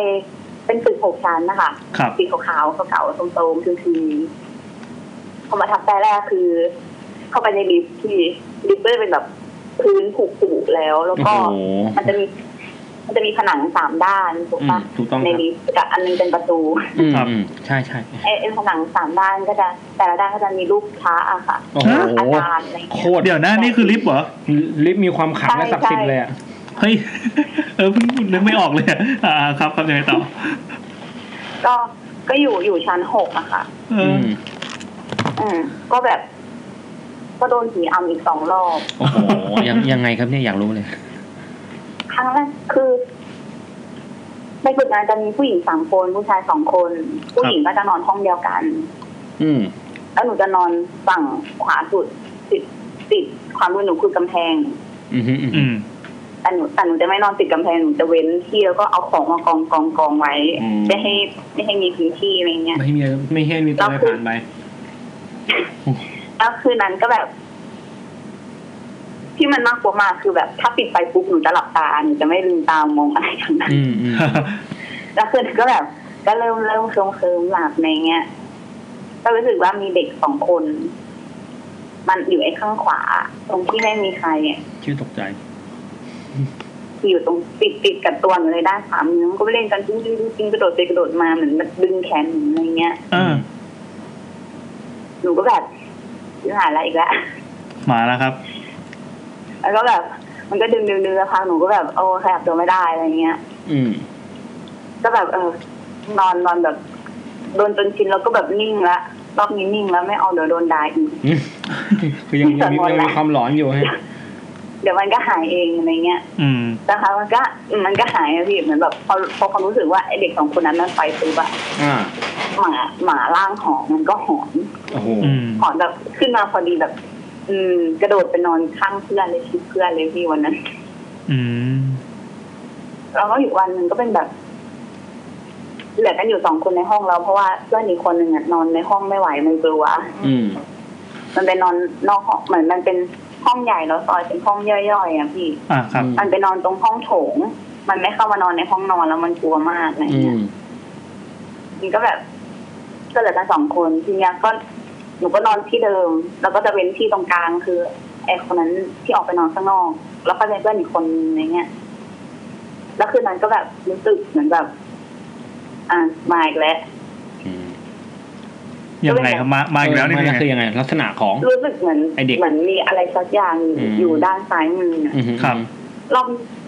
H: เป็นฝึกหกชั้นนะคะ
A: ครับ
H: สีขาวๆเก่าๆตรงๆคือคือพอมาทับใจแรกคือ เข้าไปในลิฟท์ที่ลิฟต์ก็จะเป็นแบบพื้นผุผุๆแล้ว แล้ว
B: โอ้
H: ก็
B: โห
H: มันจะมี มันจะมีผนังสามด้านถูก
B: อืม
H: ปะ
B: ถูกต้องค
H: ใน
B: รับ
H: ลิฟต์กับอันหนึงเป็นประตู
B: อืม
C: ครับ
B: อืมใช่ใช่
H: ไอ้ไอ้ผนังสามด้านก็จะแต่ละด้านก็จะมีรูปพระอะค่ะ
B: โอ้โห
H: อาจารย์อะไร
B: โค
H: เงี้
B: ตร
H: ย
C: เดี๋ยวนะนี่คือลิฟต์เหรอ
B: ลิฟต์มีความขลังและศักดิ์สิทธิ์เลยอะ
C: เฮ้ย เออเพิ่งนึกไม่ออกเลยอะอ่าครับครับยังไงต่อ
H: ก็ก็อยู่อยู่ชั้นหกอะค่ะ
C: เอออ
H: อืมก็แบบ ก็โดนผีอำอีกสองรอบ
B: โอ้โหยังยังไงครับเนี่ยอยากรู้เลย
H: ครั้งแรกคือในกลุ่มงานจะมีผู้หญิงสามคน ผู้ชายสองคน ผู้หญิงก็จะนอนห้องเดียวกัน
B: อืม
H: แล้วหนูจะนอนฝั่งขวาสุดติดติดความมือหนูคือกำแพง
B: อืมฮึอืมฮึ
C: อืม
H: แต่หนูแต่หนูจะไม่นอนติดกำแพงหนูจะเว้นที่แล้วก็เอาของมากองกองกองไว้ไม่ให้ไม่ให้มีพื้นที่อะไรเงี้ย
B: ไม่ให้มีไม่ให้มีตัวอะไรผ่านไป
H: แล้วคืนนั้นก็แบบ ที่มันน่ากลัวมากคือแบบ ถ้าปิดไฟปุ๊บหนูจะหลับตาหนูจะไม่ลืมตามองอะไรทั้งนั้น
B: อืมอืม
H: แล้วคืนนั้นก็แบบ ก็เริ่มเริ่มเคลิ้มเคลิมหลับในเงี้ยก็รู้สึกว่ามีเด็กสองคน มันอยู่ไอ้ข้างขวา ตรงที่ไม่มีใครอะ
B: ชื่อตกใจ
H: อยู่ตรงติดติดกับตัวหนูเลยด้านขวามือมันก็ไปเล่นกันจิ้งจิ้งจิ้งกระโดดไปกระโดดมาเหมือนมันดึงแขนหนูอะไรเงี้ย
C: อ่า
H: หนูก็แบบหาอะไรอีกแล้ว
C: มาแล้วครับ
H: แล้วก็แบบ มันก็ดึงดึงดึงแล้วพักหนูก็แบบโอ้ขยับตัวไม่ได้อะไรเงี้ย
B: อืม
H: ก็แบบเออ นอนนอนแบบโดนจนชินแล้วก็แบบนิ่งละรอบนี้นิ่งแล้วไม่เอาเดี๋ยวโดนด่าอีก
B: คือยัง
H: ไม่
B: ยังมี
H: สวดมนต์
B: ยังมี
H: นะ
B: ความหลอนอยู่ฮะ
H: เดี๋ยวมันก็หายเองอะไรเงี้ย
C: อืม
H: นะคะมันก็มันก็หายอะพี่เหมือนแบบพอพอความรู้สึกว่าไอเด็กสองคนนั้นมันไปซื้ออะ
B: อ่า
H: หมาหมาล่างหอนมันก็หอน
B: โอ้โห
C: อืม
H: หอนแบบขึ้นมาพอดีแบบ อืม กระโดดไปนอนข้างเพื่อนเลยชิดเพื่อนเลยพี่วันนั้น
C: อืม
H: แล้วก็อีกวันหนึ่งก็เป็นแบบ เหลือกันอยู่สองคนในห้องแล้วเพราะว่าเพื่อนอีกคนหนึ่งอะนอนในห้องไม่ไหวมันกลัว
B: อืม
H: มันไปนอนนอกห้องเหมือนมันเป็นห้องใหญ่แล้วซอยเป็นห้องย่อยๆอ่ะพี่
C: อ่าครับ
H: มันไปนอนตรงห้องโถง มันไม่เข้ามานอนในห้องนอนแล้วมันกลัวมากอะไร
B: อื
H: เงี้ย
B: ม
H: มันก็แบบก็เหลือกันสองคนทีเนี้ยก็หนูก็นอนที่เดิม แล้วก็จะเว้นที่ตรงกลางคือไอ้คนนั้นที่ออกไปนอนข้างนอก แล้วก็เป็นเพื่อนอีกคนนึงอะไรเงี้ยแล้วคืนนั้นก็แบบรู้สึกเหมือนแบบ อ่ามาอีกแล้ว
B: อืม
C: ยังไงครับมา มาอีกแล้วนี่คือยังไง
B: คือยังไง ลักษณะของ
H: รู้สึกเหมือน
B: ไอ้เด็ก
H: เหมือนมีอะไรสักอย่างอยู่
B: อืม
H: อยู่ด้านซ้ายมืออะ
B: อืมฮึ
C: ครับ
H: เรา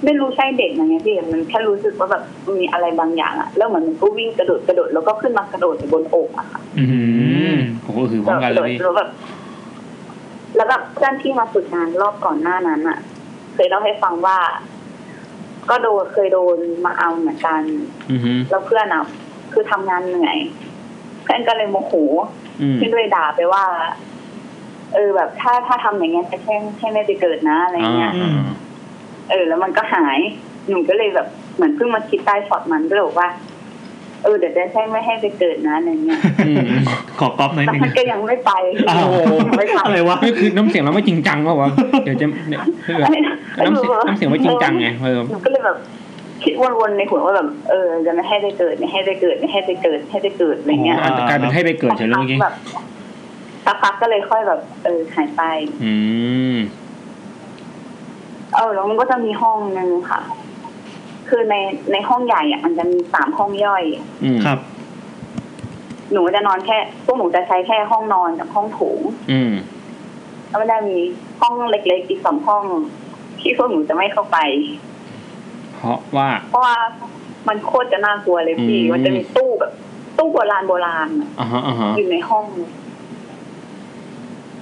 H: ไม่รู้ใช่เด็กไหมพี่มันแค่รู้สึกว่าแบบมีอะไรบางอย่างอะแล้วเหมือนมันก็วิ่งกระโดดกระโดดแล้วก็ขึ้นมากระโดดอยู่บนอกอะค่ะ
C: อื
B: อื
C: ม
B: มโอ้โหคือพร้อมกั
H: ก
B: น
H: ระ
B: เล
H: โด
B: ย
H: ด
B: พี่
H: แล้วแบบแล้วแบบเพื่อนที่มาฝึกงานรอบก่อนหน้านั้นอะเคยเล่าให้ฟังว่า ก็โดนเคยโดนมาเอาเหมือนกัน
B: อืมฮึ
H: แล้วเพื่อนอะคือทำงานเหนื่อยเพื่อนก็เลยโมโห
B: อืม
H: ขึ้นด้วยด่าไปว่า เออแบบถ้าถ้าทำอย่างเงี้ยจะแช่งให้ไม่ไปเกิดนะอะไร
B: อ่า
H: เงี้ย
B: อ่า
H: เออแล้วมันก็หาย หนูก็เลยแบบเหมือนเพิ่งมาคิดใต้ช็อตมันก็เลยบอกว่า เออเดี๋ยวจะใช่ไม่ให้ไปเกิดนะอะไรเงี้ย
B: อืม
C: ขอก๊อปหน่อย
H: แล้ว
C: หนึ่ง
H: มันก็ยังไม่ไป
C: อ้าว
H: ไม่ไป
C: อะไรวะ
B: นี่คือน้ำเสียงเราไม่จริงจังเปล่าวะ เดี๋ยวจะเนี่ยคือแบบน้ำเสียงน้ำเสียงไม่จริงจังไงเออ
H: หนูก็เลยแบบ คิดวนๆในหัวว่าแบบเออจะไม่ให้ไปเกิดไม่ให้ไปเกิดไม่ให้ไปเกิดไม่ให้ไปเกิดอะไรเงี้ย
C: อ๋อ
B: กลายเป็นให้ไปเกิดเฉยเลยเมื่อกี้
H: แบบสักพักก็เลยค่อยแบบ เออหายไป
B: อืม
H: เออแล้วมันก็จะมีห้องนึงค่ะ คือในในห้องใหญ่อะมันจะมีสามห้องย่อย
B: อืม
C: ครับ
H: หนูจะนอนแค่พวกหนูจะใช้แค่ห้องนอนกับห้องโถง
B: อืม
H: แล้วมันจะมีห้องเล็กๆอีกสองห้อง ที่พวกหนูจะไม่เข้าไป
B: เพราะว่า
H: เพราะว่ามันโคตรจะน่ากลัวเลยพี่
B: อืม
H: มันจะมีตู้แบบ ตู้โบราณโบราณอะ
B: อ่าฮะอ่าฮะ
H: อยู่ในห้อง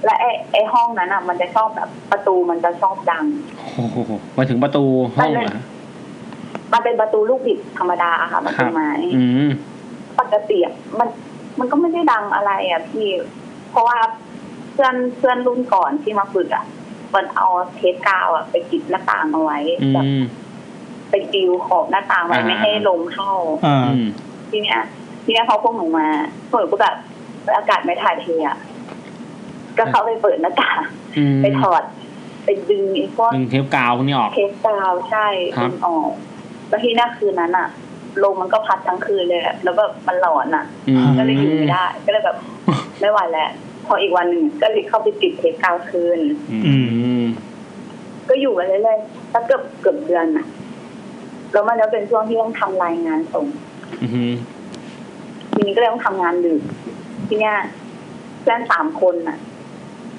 H: และไอ้ไอ้ห้องนั้นอ่ะ มันจะชอบแบบประตูมันจะชอบดัง
B: โอ้โหมาถึงประตูห้องเหรอฮะ
H: มันเป็นประตูลูกบิดธรรมดาอะค่ะประตูไม้
B: อืม
H: ปกติอะมัน มันก็ไม่ได้ดังอะไรอ่ะพี่ เพราะว่าเพื่อนเพื่อนรุ่นก่อนที่มาฝึกอ่ะมันเอาเทปกาวอ่ะไปปิดหน้าต่างเอาไว้
B: อื
H: แบบ
B: ม
H: ไปดิวขอบหน้าต่างไว้
B: อ่า
H: ไม่ให้ลมเข้า
C: อ่า
B: อืม
H: ทีเนี้ยทีเนี้ยเขาพวกหนูมาพวกหนูก็แบบอากาศไม่ถ่ายเทอ่ะก็เข้าไปเปิดหน้าต่าง
B: อืม
H: ไปถอด ไปดึงไอ้พวก
B: ดึงเทปกาวพวกนี้ออก
H: เทปกาวใช่
B: ครับ
H: ดึงออกแล้วทีหน้าคืนนั้นอ่ะลมมันก็พัดทั้งคืนเลยอะแล้วแบบมันหลอนอ่ะ
B: อืม
H: ก็เลยอยู่ไม่ได้ ก็เลยแบบ ไม่ไหวแล้วพออีกวันหนึ่งก็เลยเข้าไปติดเทปกาวคืน
B: อืม
H: ก็อยู่กันเรื่อยๆสักเกือบเกือบเดือนอ่ะ แล้วมันจะเป็นช่วงที่ต้องทำรายงานส่ง
B: อือฮึ
H: ทีนี้ก็เลยต้องทำงานดึกทีเนี้ยเพื่อนสามคนน่ะ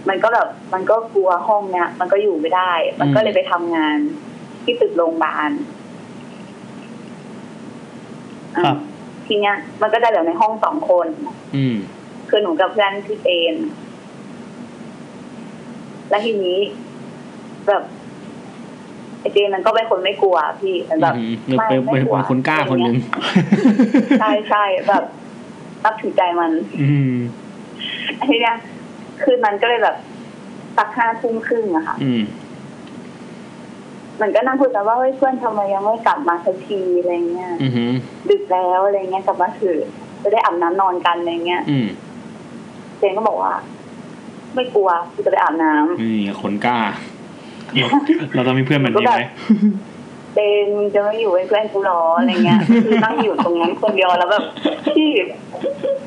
H: มันก็แบบมันก็กลัวห้องเนี้ยมันก็อยู่ไม่ได้ มันก็เลยไปทำงานที่ตึกโรงพยาบาลอ่ะ
A: ครับ
H: ทีเนี้ย มันก็จะเหลือในห้องสองคน
B: อืม
H: คือหนูกับเพื่อนที่เป็นแล้วทีนี้ แบบไอเจนมันก็เป็นคนไม่กลัวพี่มันแบบ
B: อืมเป็นเป็น
H: ไม่ไม่กลัว
B: เป็นคนกล้าคนหนึ่ง
H: ใช่ใช่แบบนับถือใจมัน
B: อืม
H: ทีเนี้ยคืนนั้นก็เลยแบบสักห้าทุ่มครึ่งอะค่ะ
B: อืม
H: มันก็นั่งคุยกันว่าเฮ้ยเพื่อนทำไมยังไม่กลับมาสักทีอะไรเงี้ย
B: อือฮึ
H: ดึกแล้วอะไรเงี้ยกลับมาเถือะจะได้อาบน้ำนอนกันอะไรเงี้ย
B: อืม
H: เจนก็บอกว่า ไม่กลัวกูจะไปอาบน้ำ
B: นี่คนกล้า
A: เราต้องมีเพื่อนแบบนี้ไหม
H: เจนมึงจะไม่อยู่เป็นเพื่อนกูหรออะไร เงี้ย คือนั่งอยู่ตรงนั้นคนเดียวแล้วแบบที่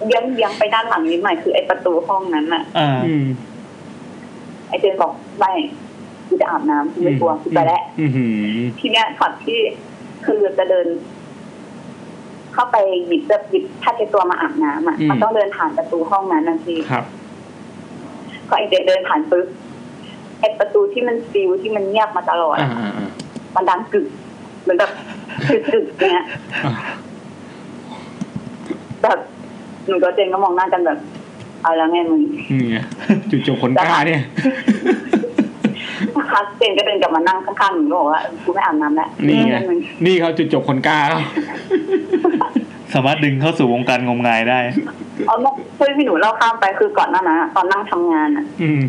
H: เลี้ยังเลี้ยังไปด้านหลังนิดหน่อยคือไอ้ประตูห้องนั้นอะ
A: อ่า
B: อืม
H: ไอ้เจนบอกไม่กูจะอาบน้ำกูไม่กลัวกูไปแล้ว
B: อือหือ
H: ทีเนี้ยช็อตที่คือจะเดิน เข้าไปหยิบจะหยิบผ้าเช็ดตัวมาอาบน้ำอ่ะมันต้องเดินผ่านประตูห้องนั้นนะพี่
B: ครับ
H: พอไอเจนเดินผ่านปุ๊บไอประตูที่มันซีลที่มันเงียบมาตลอด
B: อ่า
H: อะ
B: อ่าอ่า
H: มันดังกึกเหมือนแบบกึกกึกๆเนี้ย
B: อ่า
H: แบบหนูกับเจนก็มองหน้ากันแบบ เอาแล้วไงมึง
B: นี่ไงจุดจบคนกล้าเนี่ย
H: สักพักเจนก็เดินกลับมานั่งข้างๆหนูก็บอกว่ากูไม่อาบน้ำแล้ว
B: นี่ไง
H: มึง
B: นี่เขาจุดจบคนกล้าแล้ว
A: สามารถดึงเข้าสู่วงการงมงายได้
H: เอามาช่วยพี่หนูเล่าข้ามไปคือก่อนหน้านั้นอะตอนนั่งทำงานอ่ะ
B: อืม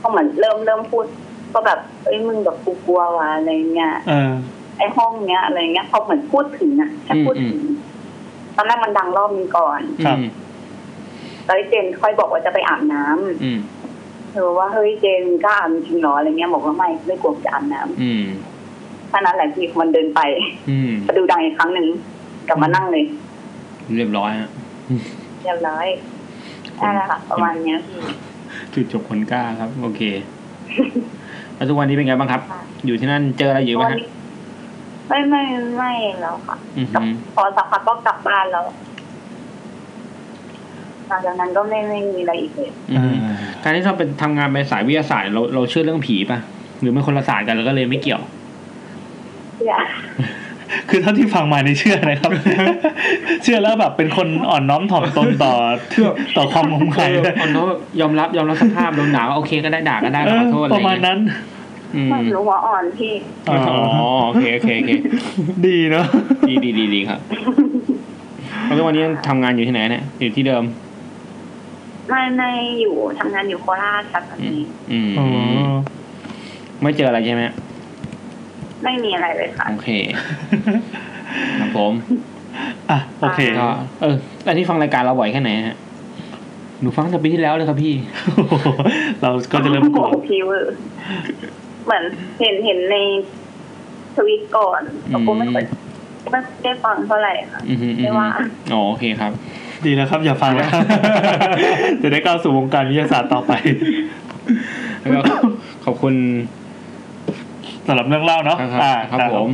H: ก็เหมือนเริ่มเริ่มพูด ก็แบบเอ้ยมึงแบบกูกลัวว่ะอะไรเงี้ย
A: เออ
H: ไอห้องเนี้ยอะไรเงี้ยพอเหมือนพูดถึงอ่ะแค่พูดถึงตอนแรกมันดังรอบนึงก่อน
A: ครับ
H: แล้วไอ้เจนค่อยบอกว่าจะไปอาบน้ำ
B: อืม
H: เธอบอกว่าเฮ้ยเจนมึงกล้าอาบจริงเหรออะไรเงี้ยบอกว่าไม่ไม่กลัวจะอาบน้
B: อืม
H: ำแค่นั้นแหละพี่มันเดินไป
B: อืม
H: มาดูดังอีกครั้งหนึ่งกลับมานั่งเลย
B: เรียบร้อยฮะ
H: เรียบร้อยนั่นแหละค่ะประมาณเนี้ยพี่
B: จุดจบคนกล้าครับ โอเค แล้วทุกวันนี้เป็นไงบ้างครับ อยู่ที่นั่นเจออะไรอยู่ไหม
H: วัน
B: ฮะ
H: นี้ไม่ไม่ไม่แล้วค่ะ
B: อือก
H: ลับ
B: หือ
H: พอสักพักก็กลับบ้านแล้วหลังจากนั้นก็ไม่ไม่มีอะไรอีกเลย
B: อือหือการที่เราเป็นทำงานไปสายวิทยาศาสตร์เราเราเชื่อเรื่องผีป่ะ หรือไม่คนละศาสตร์กันแล้วก็เลยไม่เกี่ยว
H: อยาก
A: คือเท่าที่ฟังมาในเชื่อนะครับ เชื่อแล้วแบบเป็นคนอ่อนน้อมถ่อมตนต่อต่อความง
B: เอง
A: มาย
B: อ
A: ได้
B: เอาเนอะยอมรับยอมรับสภาพโดนด่าก็โอเคก็ได้ด่าก็ได้
A: เอ
B: ข
A: อ
B: อโทษอะ
A: ป
B: ไร
A: ระมาณ
B: เงี้ย
A: นั้น
B: อืม
H: ไม่รู้ว่าอ่อนพี่
A: อ๋
B: อ๋
A: อ
B: อโอเคโอเคโอเค
A: ดีเนาะ
B: ดีดีดีดีครับแล้ววันนี้ทำงานอยู่ที่ไหนเนี่ยอยู่ที่เดิม
H: ไม่ไม่อยู่ทำงานอยู่โคราชครับตอนนี้
B: อืม
A: อ๋อ
B: ไม่เจออะไรใช่ไหม
H: ไม่มีอะไรเลยค่ะ
B: โอเคครับผม
A: อ่ะ โอเค
B: ก็เอออันนี้ฟังรายการเราบ่อยแค่ไหนฮะหนูฟังตั้งแต่ปีที่แล้วเลยครับพี่
A: เราก็จะเริ่มกลัว
H: โอ้โหพี่เวอร์เหมือนเห็นเห็นในทวิตก่อนแต่กูไม่เคยไม่ได้ฟังเท่าไหร่ค่ะ
B: อืมอืมอื
H: ไม่
B: ม
H: ว่า
B: อ๋อโอเคครับ
A: ดีแล้วครับ อย่าฟัง แล้ว จะได้ก้าวสู่วงการวิทยาศาสตร์ต่อไป
B: แล้วก็ ขอบคุณ
A: สำหรับเรื่องเล่าเนาะ
B: ครับครับ
A: อ่า
B: ครับผม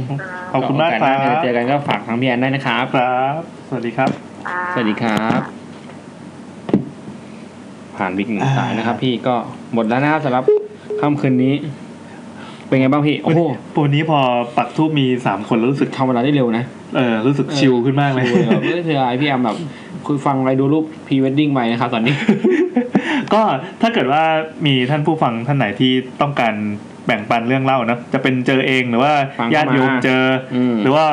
A: ขอบคุณมากค
B: โอ
A: รั
B: สหน้เดี๋ยวเจอบ กันก็ฝากทางพี่แอนได้นะครับ
A: ครับ สวัสดีครับ
H: อ่า
B: สวัสดีครับ ผ่านวิกหนึ่งสายนะครับ พี่ก็หมดแล้วนะครับสำหรับค่ำคืนนี้ เป็นไงบ้างพี่ โอ้โห
A: วันนี้พอปักทูบมีสามคนแล้วรู้สึก
B: ทำเวลาได้เร็วนะ
A: เออ รู้สึกชิลขึ้นมากเลย
B: โอ้โหแบบเออเธอไอพี่แอมแบบคุยฟังอะไรดูรูปพรีเวดดิ้งไปนะครับตอนนี้
A: ก็ถ้าเกิดว่ามีท่านผู้ฟังท่านไหนที่ต้องการแบ่งปันเรื่องเล่านะจะเป็นเจอเองหรือว่า
B: ฟัง
A: ญา
B: เข้า
A: ติ
B: มา
A: โยมเจออ
B: ม
A: หรือว่า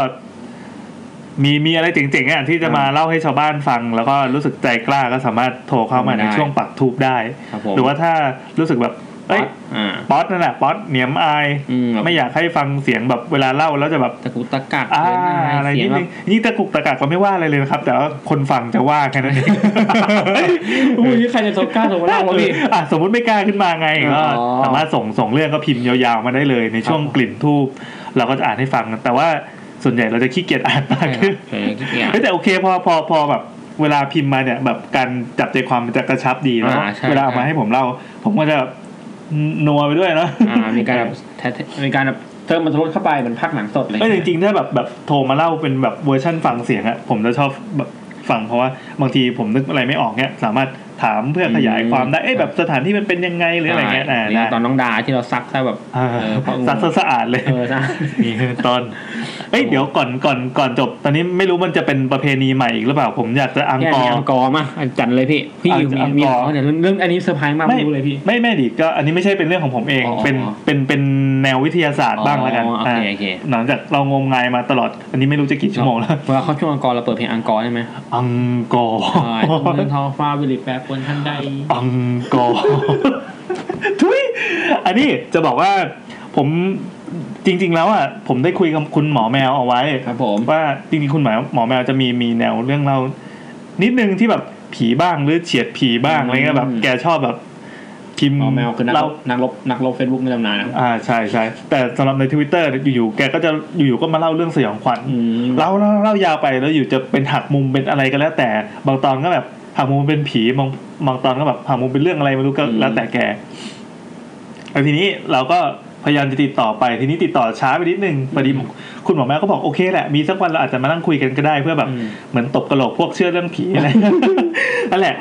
A: มีมีอะไรเจ๋งๆอ่ะที่จะมาเล่าให้ชาวบ้านฟัง แล้วก็รู้สึกใจกล้าก็สามารถโทรเข้ามาใน
B: ได้
A: ช่วงปักทูบได้
B: ครับผม
A: หรือว่าถ้ารู้สึกแบบเอ้ย
B: อ่า
A: ป๊อตนั่นแหละป๊อตเหนียมอาย
B: อืมแบบ
A: ไม่อยากให้ฟังเสียงแบบเวลาเล่าแล้วจะแบบ
B: ตะกุกตะกัก
A: อ่า
B: เสียงาย
A: อะไร
B: เสี
A: นิ
B: ยง
A: ด
B: แบ
A: นึ
B: บ
A: งยิ่งตะกุกตะกักก็ไม่ว่าอะไรเลยนะครับ แต่ว่าคนฟังจะว่าแค่นั้นเอง
B: อุ้ยใครจะโทรกล้าโทรมาเล่าวะพี่
A: อ่ะสมมติไม่กล้าขึ้นมาไงก็
B: อ๋อ
A: สามารถส่งส่งเรื่องก็พิมพ์ยาวๆมาได้เลย ในช่วง
B: ครับ
A: กลิ่นทูบเราก็จะอ่านให้ฟัง แต่ว่าส่วนใหญ่เราจะขี้เกียจอ่านมากขึ้น
B: เออขี้เกียจ
A: เฮ้ยแต่โอเคพอพอพอแบบเวลาพิมพ์มาเนี่ย แบบการจับใจความมันจะกระชับดีแล้ว
B: อ่าใช่
A: เวลาเอามาให้ผมเล่า ผมก็จะแบบนัวไปด้วยเนาะ
B: อ่ามีการแบบแทะมีการแบบ เธอมันรถเข้าไปเหมือนภาคหนังสดเลย
A: เอ้ยจริงๆถ้าแบบแบบโทรมาเล่าเป็นแบบเวอร์ชั่นฟังเสียงอะผมจะชอบแบบฟังเพราะว่าบางทีผมนึกอะไรไม่ออกเนี่ยสามารถถามเพื่อขยายความได้เอ้ยแบบสถานที่มันเป็นยังไงหรืออะไรเงี้ยอ่า
B: นี่
A: ได้
B: ตอนน้องดาที่เราซักซะแบบ
A: อ่า
B: เออเพราะ
A: ซักซะสะอาดเลย
B: เออนะ
A: นี่คือตอนเอ้ยเดี๋ยวก่อนก่อนก่อนจบ ตอนนี้ไม่รู้มันจะเป็นประเพณีใหม่อีกหรือเปล่าผมอยากจะอัง
B: แย่
A: กอ
B: มี
A: ร์
B: อังกอร์มาอ่ะจัดเลยพี่พี่
A: เอา
B: มี
A: อังกอร์
B: มีอังกอร์เนี่ยเรื่องอันนี้เซอร์ไพรส์มาก
A: ไม่
B: ไม่รู้เลยพี่
A: ไม่ไม่ดิก็อันนี้ไม่ใช่เป็นเรื่องของผมเอง
B: อ๋อ
A: เป็น
B: อ๋อ
A: เป็นเป็นแนววิทยาศาสตร์บ้างแล้วกัน
B: อ๋อโอเคโอเค
A: หลังจากเรางมงายมาตลอด อันนี้ไม่รู้จะกี่ชั่วโมงแล้ว
B: เวลาเขาช่วงอังกอร์เราเปิดเพลงอังกอร์ใช่ไหม
A: อังกอร์
B: ใช่เรื่องท้องฟ้าวิริตแปรปรวนท่านใด
A: อังกอร์ทุยอันนี้จะบอกว่าผมจริง ๆ แล้วอ่ะผมได้คุยกับคุณหมอแมวเอาไว้
B: ครับผม
A: ว่าจริงๆคุณหมอหมอแมวจะมีมีแนวเรื่องเล่านิดนึงที่แบบผีบ้างหรือเฉียดผีบ้าง
B: อืม
A: อะไรเงี้ยแบบแกชอบแบบพิมพ์
B: หมอแมวคือนักร
A: เล่า
B: บนักรบนักรบเฟซบุ๊กในตำนานนะ
A: อ่าใช่ใช่แต่สำหรับในทวิตเตอร์อยู่ๆแกก็จะอยู่ๆก็มาเล่าเรื่องสยองขวัญ
B: อืม
A: เล่าเล่าเล่ายาวไปแล้วอยู่จะเป็นหักมุมเป็นอะไรก็แล้ว แต่บางตอนก็แบบหักมุมเป็นผีบางบางตอนก็แบบหักมุมเป็นเรื่องอะไรไม่รู้ก็แล้วแต่แกแล้วทีนี้เราก็พยายามจะติดต่อไปทีนี้ติดต่อช้าไปนิดนึงพอดีคุณหมอแมวก็บอกโอเคแหละมีสักวันเราอาจจะมานั่งคุยกันก็ได้เพื่อแบบ
B: อืม
A: เหมือนตบกระโหลกพวกเชื่อเรื่องผีอะไร นั่นแหละ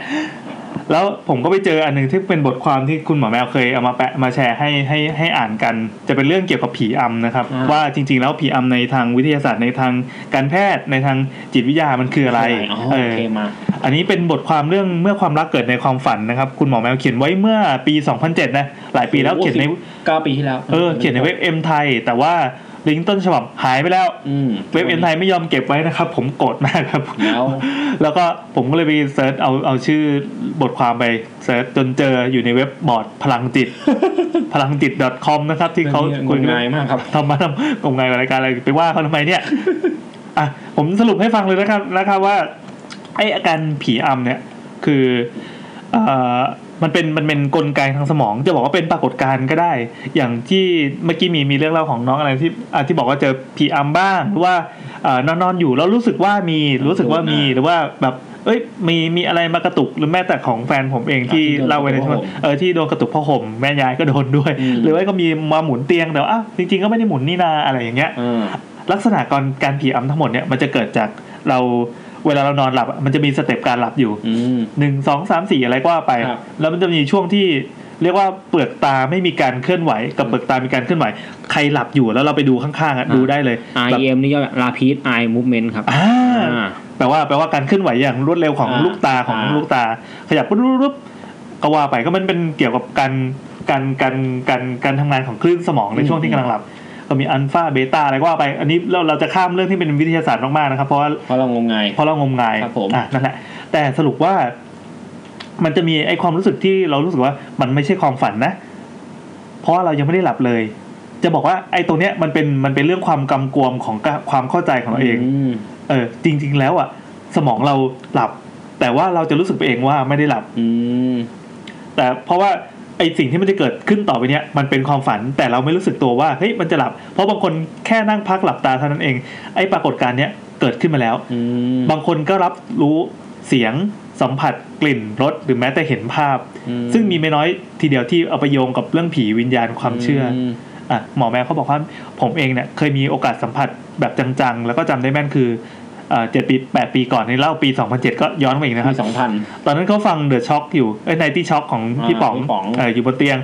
A: แล้วผมก็ไปเจออันหนึ่งที่เป็นบทความที่คุณหมอแมวเคยเอามาแปะมาแชร์ให้ให้ให้อ่านกัน จะเป็นเรื่องเกี่ยวกับผีอำนะครับ ว่าจริง ๆ แล้วผีอำในทางวิทยาศาสตร์ในทางการแพทย์ในทางจิตวิทยามันคืออะไร
B: อ๋อ
A: เอ
B: โอ
A: อ
B: เคมา
A: อันนี้เป็นบทความเรื่องเมื่อความรักเกิดในความฝันนะครับ คุณหมอแมวเขียนไว้เมื่อปี 2007 นะ หลายปีแล้ว
B: โอ้โห
A: เขียนใน
B: เก้าปีที่แล้ว
A: เออเขียนในเว็บเอ็มไทย แต่ว่าลิงก์ต้นฉบับหายไปแล้ว
B: อืม
A: เว็บเอ็มไทยไม่ยอมเก็บไว้นะครับ ผมโกรธมากครับ
B: แล้ว
A: แล้วก็ผมก็เลยไปเซิร์ชเอาเอาชื่อบทความไปเซิร์ชจนเจออยู่ในเว็บบอร์ดพลัง จิต พลังจิต .com นะครับ ที่เขา
B: คุ
A: คุ
B: ย
A: ย
B: งม
A: กัน
B: งายมากครับ
A: ทำมาทำกงไงกับรายการอะไรไปว่าเขาทำไมเนี่ย อ่ะผมสรุปให้ฟังเลยนะครับนะครับว่า ไออาการผีอำเนี่ยคือเอ่อมันเป็นมันเป็นกลไกทางสมอง จะบอกว่าเป็นปรากฏการณ์ก็ได้ อย่างที่เมื่อกี้มีมีเรื่องเล่าของน้องอะไรที่อ่ะที่บอกว่าเจอผีอำบ้างหรือว่าเอ่อนอนนอนอยู่แล้วรู้สึกว่ามีรู้สึกว่ามีหรือว่าแบบเอ้ยมีมีอะไรมากระตุกหรือแม้แต่ของแฟนผมเองที่
B: ที่โดน
A: เล่าไว้ใน
B: กระตุ
A: ช่วง
B: กผ้าห่ม
A: เออที่โดนกระตุกพ่อห่มแม่ยายก็โดนด้วย
B: อืม
A: หรือว่าก็มีมาหมุนเตียงแต่ว่าอ้าวจริงๆก็ไม่ได้หมุนนี่นาอะไรอย่างเงี้ย
B: เออ
A: ลักษณะการการผีอำทั้งหมดเนี่ยมันจะเกิดจากเราเวลาเรานอนหลับอะมันจะมีสเต็ปการหลับอยู่
B: อืม
A: หนึ่งสองสามสี่อะไรก็ว่าไป
B: ครับ
A: แล้วมันจะมีช่วงที่เรียกว่าเปลือกตาไม่มีการเคลื่อนไหว กับเปลือกตามีการเคลื่อนไหว ใครหลับอยู่แล้วเราไปดูข้างๆอะดูได้เลยแบบ
B: IEM นี่ย่อลาพีด Eye Movement ครับ
A: อ่า แปลว่าแปลว่าการเคลื่อนไหวอย่างรวดเร็วของ
B: อ่า
A: ลูกตาของ
B: อ่า
A: ลูกตา ขยับปุ๊บปุ๊บก็ว่าไปก็มันเป็นเกี่ยวกับการการการการการทำงานของคลื่นสมองในช่วงที่กำลังหลับ ก็มีอัลฟาเบต้าอะไรก็ว่าไป อันนี้เราเราจะข้ามเรื่องที่เป็นวิทยาศาสตร์มากๆนะครับ เพราะว่า
B: เพราะเรางมงาย
A: เพราะเรางมงาย
B: ครับผม
A: อ่ะนั่นแหละ แต่สรุปว่า มันจะมีไอ้ความรู้สึกที่เรารู้สึกว่ามันไม่ใช่ความฝันนะ เพราะว่าเรายังไม่ได้หลับเลย จะบอกว่าไอ้ตรงเนี้ยมันเป็นมันเป็นเรื่องความกำกวมของกะความเข้าใจของเราเอง
B: ม
A: เออ จริง ๆ แล้วอ่ะ สมองเราหลับ แต่ว่าเราจะรู้สึกไปเองว่าไม่ได้หลับ
B: อืม
A: แต่เพราะว่าไอสิ่งที่มันจะเกิดขึ้นต่อไปเนี้ยมันเป็นความฝันแต่เราไม่รู้สึกตัวว่าเฮ้ยมันจะหลับ เพราะบางคนแค่นั่งพักหลับตาเท่านั้นเอง ไอปรากฏการณ์เนี้ยเกิดขึ้นมาแล้ว
B: อืม
A: บางคนก็รับรู้เสียงสัมผัสกลิ่นรสหรือแม้แต่เห็นภาพ
B: อื
A: ซึ่งมีไม่น้อยทีเดียวที่เอาไปโยงกับเรื่องผีวิญญาณความเชื่ออ
B: ม
A: อ่ะหมอแมวเขาบอกว่าผมเองเนี่ยเคยมีโอกาสสัมผัสแบบจังๆ แล้วก็จำได้แม่นคือเอ่อเจ็ดปีแปดปีก่อนในเล่าปี 2007 ก็ย้อนไปอีกนะครับ
B: ปีสองพัน
A: ตอนนั้นเขาฟังเดอะช็อคอยู่ไอ้ไนตี้ช็อคของพี่
B: อ่า
A: ป๋อง
B: พี่ป๋อง
A: เอออยู่บนเตียง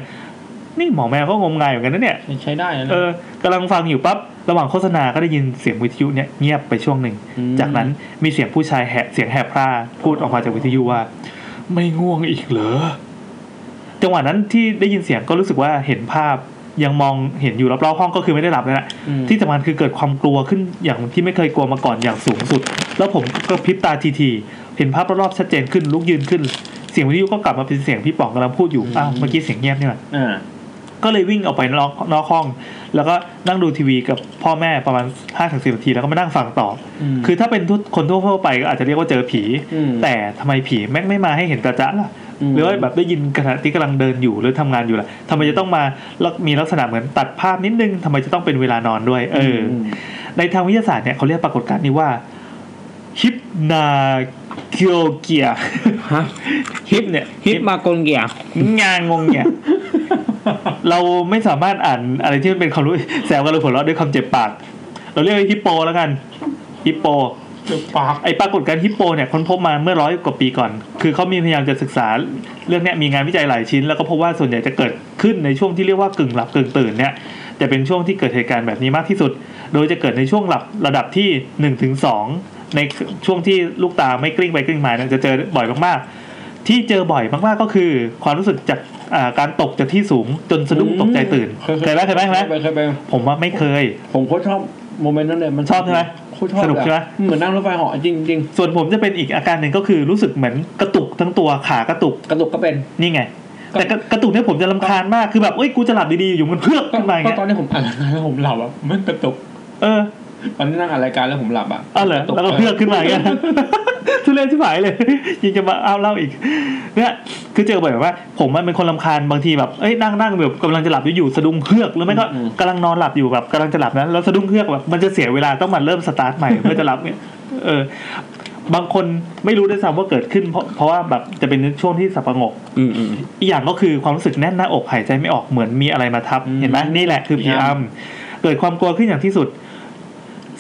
A: นี่หมอแมวก็งมงายเหมือนกันนะเนี่ย
B: ใช้ได้นะ
A: เออกำลังฟังอยู่ปั๊บ ระหว่างโฆษณาก็ได้ยินเสียงวิทยุเนี่ยเงียบไปช่วงหนึ่ง
B: ม
A: จากนั้นมีเสียงผู้ชายแหบเสียงแหบพร่าพูดออกมาจากวิทยุว่า ไม่ง่วงอีกเหรอ จังหวะนั้นที่ได้ยินเสียงก็รู้สึกว่าเห็นภาพยังมองเห็นอยู่รอบๆห้องก็คือไม่ได้หลับเลยนะ
B: อืม
A: ที่สำคัญคือเกิดความกลัวขึ้นอย่างที่ไม่เคยกลัวมาก่อนอย่างสูงสุด แล้วผมก็พริบตาทีทีๆเห็นภาพรอบๆชัดเจนขึ้นลุกยืนขึ้น เสียงวิทยุก็กลับมาเป็นเสียงพี่ป๋องกำลังพูดอยู่อ้าวเมื่อกี้เสียงเงียบนี่หว่า
B: อ่า
A: ก็เลยวิ่งออกไปนอกนอกห้อง แล้วก็นั่งดูทีวีกับพ่อแม่ประมาณ5้าถึงสินาที แล้วก็มานั่งฟังต่ออ
B: ม
A: คือถ้าเป็นทุกคนทั่วๆไปก็อาจจะเรียกว่าเจอผี
B: อืม
A: แต่ทำไมผีแม่งไม่มาให้เห็นประจะล่ะ
B: อืม
A: หรือว่าแบบได้ยินขณะที่กำลังเดินอยู่หรือทำงานอยู่ล่ะทำไมจะต้องมาแล้วมีลักษณะเหมือนตัดภาพนิดนึงทำไมจะต้องเป็นเวลานอนด้วย เอออ
B: ม
A: ในทางวิทยาศาสตร์เนี่ยเขาเรียกปรากฏการณ์นี้ว่าฮิปนาเกียเกีย
B: ฮะ
A: ฮิปเนี่ย
B: ฮิตมากลเกียร์
A: งางงงเนี่ย เราไม่สามารถอ่านอะไรที่มันเป็นความรู้ แซวกันหรือหัวเราะด้วยความเจ็บปาก เราเรียกว่าฮิปโปแล้วกันฮิปโป
G: เจ็บปาก
A: ไอ้ปรากฏการณ์ฮิปโปเนี่ยค้นพบมาเมื่อร้อยกว่าปีก่อน คือเขามีพยายามจะศึกษา เรื่องเนี้ยมีงานวิจัยหลายชิ้น แล้วก็พบว่าส่วนใหญ่จะเกิดขึ้นในช่วงที่เรียกว่ากึ่งหลับกึ่งตื่นเนี่ยจะเป็นช่วงที่เกิดเหตุการณ์แบบนี้มากที่สุด โดยจะเกิดในช่วงหลับระดับที่1นถึงสในช่วงที่ลูกตาไม่กลิ้งไปกลิ้งมาเนี่ยจะเจอบ่อยมากๆ ที่เจอบ่อยมากๆก็คือ ความรู้สึกจากอ่าการตกจากที่สูงจนสะดุ้งตกใจตื่นเคยไหมเคยไหมเคยไหม
B: เคยไปเคยไป
A: ผมว่าไม่เคย
B: ผมโคตรชอบโมเมนต์นั้นเลยมัน
A: ชอบใช่ไหม
B: โคตรชอบ
A: สนุกใช่ไหม
B: อะเหมือนนั่งรถไฟเหาะจริงจริง
A: ส่วนผมจะเป็นอีกอาการหนึ่งก็คือรู้สึกเหมือนกระตุกทั้งตัวขากระตุก
B: ๆกระตุกก็เป็น
A: นี่ไง
B: ก็
A: แต่กระกระตุกเนี่ยผมจะลำคาญมากคือแบบเอ้ยกูจะหลับดีๆอยู่มันเพื่อก
B: ก็
A: ขึ้นมาอย่าง
B: ก็
A: เงี้ย
B: ตอนที่ผมอ่านรายการแล้วผมหลับอ่ะมันกระตุก
A: เออ
B: ตอนที่นั่งอ่านรายการแล้วผมหลับอ่ะ
A: เอ้าเหรอ
B: ตุ
A: แล้วก็เพื่อกขึ้นมาอย่างเงี้ย ทุเรศที่หายเลย ยังจะมาเอาเล่าอีก เนี่ยคือเจอบ่อยแบบว่า ผมมันเป็นคนลำคาญบางทีแบบเอ้ยนั่งนั่งแบบกำลังจะหลับอยู่อยู่สะดุ้งเพือกแล้วไม่ก็กำลังนอนหลับอยู่แบบกำลังจะหลับนะแล้วสะดุ้งเพือกแบบมันจะเสียเวลาต้องมาเริ่มสตาร์ทใหม่ เพื่อจะหลับเนี่ยเออ บางคนไม่รู้ด้วยซ้ำว่าเกิดขึ้นเพราะเพราะว่าแบบจะเป็นช่วงที่สับประงก
B: อืมอืม
A: อีกอย่างก็คือความรู้สึกแน่นหน้าอกหายใจไม่ออกเหมือนมีอะไรมาทับ
B: อืม
A: เห็นไหมนี่แหละคือ
B: พ
A: พี
B: ยายา
A: อั
B: ม
A: มเกิดความกลัวขึ้นอย่างที่สุด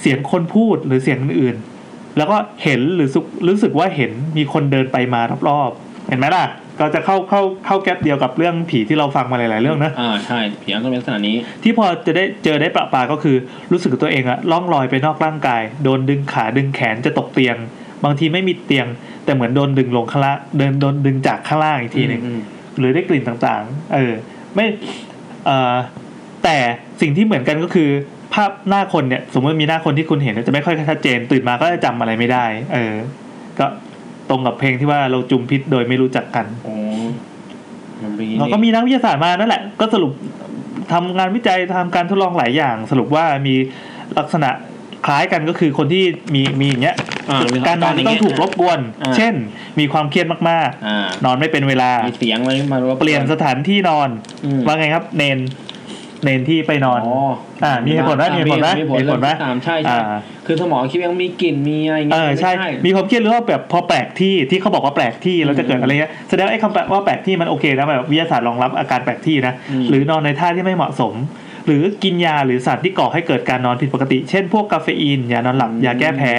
A: เสียงคนพูดหรือเสียงอื่นๆแล้วก็เห็นหรือสุรู้สึกว่าเห็นมีคนเดินไปมารอบๆเห็นไหมล่ะ ก็จะเข้าเข้าเข้าแก๊ปเดียวกับเรื่องผีที่เราฟังมาหลายๆเรื่องนะ
B: อ่าใช่เพียงต้องเป็นลักษณะนี้
A: ที่พอจะได้เจอได้ประปรายก็คือรู้สึกตัวเองอะล่องลอยไปนอกร่างกาย โดนดึงขาดึงแขนจะตกเตียง บางทีไม่มีเตียง แต่เหมือนโดนดึงลงข้างล่างเดินโดนดึงจากข้างล่างอีกทีหนึ่ง หรือได้กลิ่นต่างๆ เออ ไม่เอ่อแต่สิ่งที่เหมือนกันก็คือ ภาพหน้าคนเนี่ย สมมติมีหน้าคนที่คุณเห็นเนี่ยจะไม่ค่อยชัดเจน ตื่นมาก็จะจำอะไรไม่ได้ เออ ก็ตรงกับเพลงที่ว่าเราจุมพิษโดยไม่รู้จักกัน
B: โอ้มันเป็นอย่าง
A: เรา
B: นี้
A: ก็มีนักวิทยาศาสตร์มานั่นแหละ ก็สรุปทำงานวิจัยทำการทดลองหลายอย่าง สรุปว่ามีลักษณะคล้ายกันก็คือคนที่มีมีอย่างเงี้ย
B: อ่มี
A: การนอนต้องถูกรบกวน
B: า
A: เช่น มีความเครียดมาก
B: อ่า
A: ๆ นอนไม่เป็นเวลา
B: มีเสียงอะไรมารบกว
A: เปลี่ยนสถานที่นอน
B: อืม
A: ว่าไงครับ เนน เนนที่ไปนอน
B: อ๋อ
A: อ่ามีเหตุผลไหมมีเหตุผลไหม
B: มี
A: มีเหตุผลไหม
B: ตามใช่ใช่
A: อ่า
B: คือสมองคิดว่ายังมีกลิ่นมีอะไรอย่าง
A: เอ
B: เงี้ย
A: อใช่
B: ไม่
A: มีความเครียดหรือว่าแบบพอแปลกที่ที่เขาบอกว่าแปลกที่แล้วจะเกิดอะไรเงี้ยแสดงว่าไอ้คำแปลว่าแปลกที่มันโอเคนะแบบวิทยาศาสตร์รองรับอาการแปลกที่นะ
B: อืม
A: หรือนอนในท่าที่ไม่เหมาะสม หรือกินยาหรือสารที่ก่อให้เกิดการนอนผิดปกติ เช่น พวกกาเฟอีนยานอนหลับยาแก้แพ้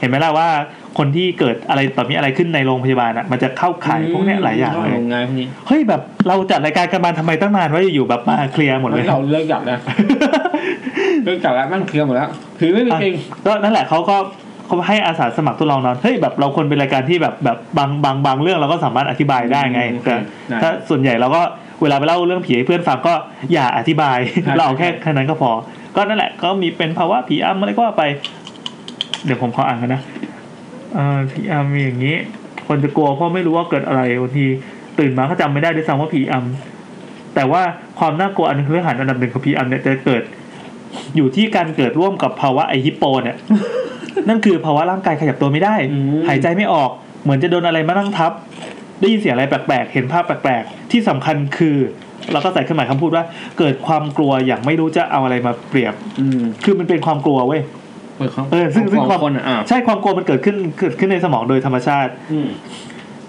A: เห็นไหมล่ะว่าคนที่เกิดอะไรต่อมีอะไรขึ้นในโรงพยาบาลอ่ะมันจะเข้าข่ายพวกเนี้ยหลายอย่างเลย
B: งไงพวกนี้
A: เฮ้ยแบบเราจัดรายการกันมาทำไมตั้งนานว่าอยู่ๆแบบมาเคลียร์หมดเลย
B: เราเลิกจับแล้วเลิกจับแล้วมันเคลียร์หมดแล้วคือไม่เป็นจริง
A: ก็นั่นแหละเขาก็เขาให้อาสาสมัครทดลองนอนเฮ้ยแบบเราควรเป็นรายการที่แบบแบบบางบางบางเรื่องเราก็สามารถอธิบายได้ไง
B: อืม
A: แต่
B: ได้
A: ถ้าส่วนใหญ่เราก็เวลาไปเล่าเรื่องผีให้เพื่อนฟังก็อย่าอธิ บาย
B: ครับ
A: เราเอาแค่แค่นั้นก็พอ ก็นั่นแหละก็มีเป็นภาวะผีอำอะไรก็ว่าไป เดี๋ยวผมขออ่านกันนะเอ่อผีอำมีอย่างนี้ คนจะกลัวเพราะไม่รู้ว่าเกิดอะไรบางทีตื่นมาก็จำไม่ได้ด้วยซ้ำว่าผีอำแต่ว่าความน่ากลัวอันเรื่องหันอันดับหนึ่งของผีอำเนี่ยจะเกิด อยู่ที่การเกิดร่วมกับภาวะไอฮิปโป เนี่ย นั่นคือภาวะร่างกายขยับตัวไม่ได้
B: อืม
A: หายใจไม่ออก เหมือนจะโดนอะไรมานั่งทับ ได้ยินเสียงอะไรแปลกๆ เห็นภาพแปลกๆ ที่สำคัญคือ เราก็ใส่เครื่องหมายคำพูดว่า เกิดความกลัวอย่างไม่รู้จะเอาอะไรมาเปรียบ
B: อืม
A: คือมันเป็นความกลัวเว้ย
B: เปิดเขา
A: เออซึ่งซึ่งความ
B: คนอ่ะอ่า
A: ใช่ความกลัวมันเกิดขึ้นเกิดขึ้นในสมองโดยธรรมชาติ
B: อืม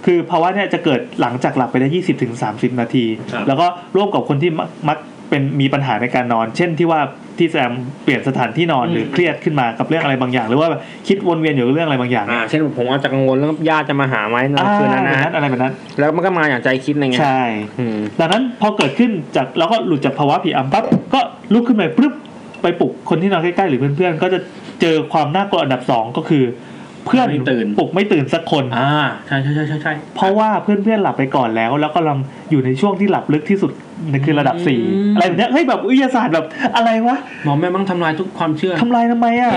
A: คือภาวะเนี่ยจะเกิดหลังจากหลับไปได้ 20-30ถึง30 นาที
B: ครับ
A: แล้วก็ร่วมกับคนที่มักมักเป็นมีปัญหาในการนอน เช่นที่ว่าที่แซมเปลี่ยนสถานที่นอนหรือเครียดขึ้นมากับเรื่องอะไรบางอย่าง หรือว่าแบบคิดวนเวียนอยู่กับเรื่องอะไรบางอย่าง
B: อ่า เช่นผมอาจจะกังวลเรื่องญาติจะมาหาไหมใน
A: อ่า
B: คืนนั้นนะฮะ
A: อะไรแบบนั้น
B: แล้วมันก็มาอย่างใจคิดอะไรเงี้ย
A: ใช่
B: อืม
A: ดังนั้นพอเกิดขึ้นจากเราก็หลุดจากภาวะผีอำปั๊บก็ลุกขึ้นไปปึ๊บไปปลุกคนที่นอนใกล้ๆหรือเพื่อนๆก็จะเจอความน่ากลัวอันดับสองก็คือ เพื่อน
B: ไม่ตื่น
A: ปลุกไม่ตื่นสักคน
B: อ่าใช่ใช่ใช่ใช่ใช่
A: เพราะว่าเพื่อนๆหลับไปก่อนแล้ว แล้วก็ลังอยู่ในช่วงที่หลับลึกที่สุดในคือระดับสี่
B: อืม
A: อะไรแบบเนี้ยเฮ้ยแบบวิทยาศาสตร์แบบอะไรวะ
B: หมอแม่ต้องทำลายทุกความเชื่อ
A: ทำลายทำไมอ่ะ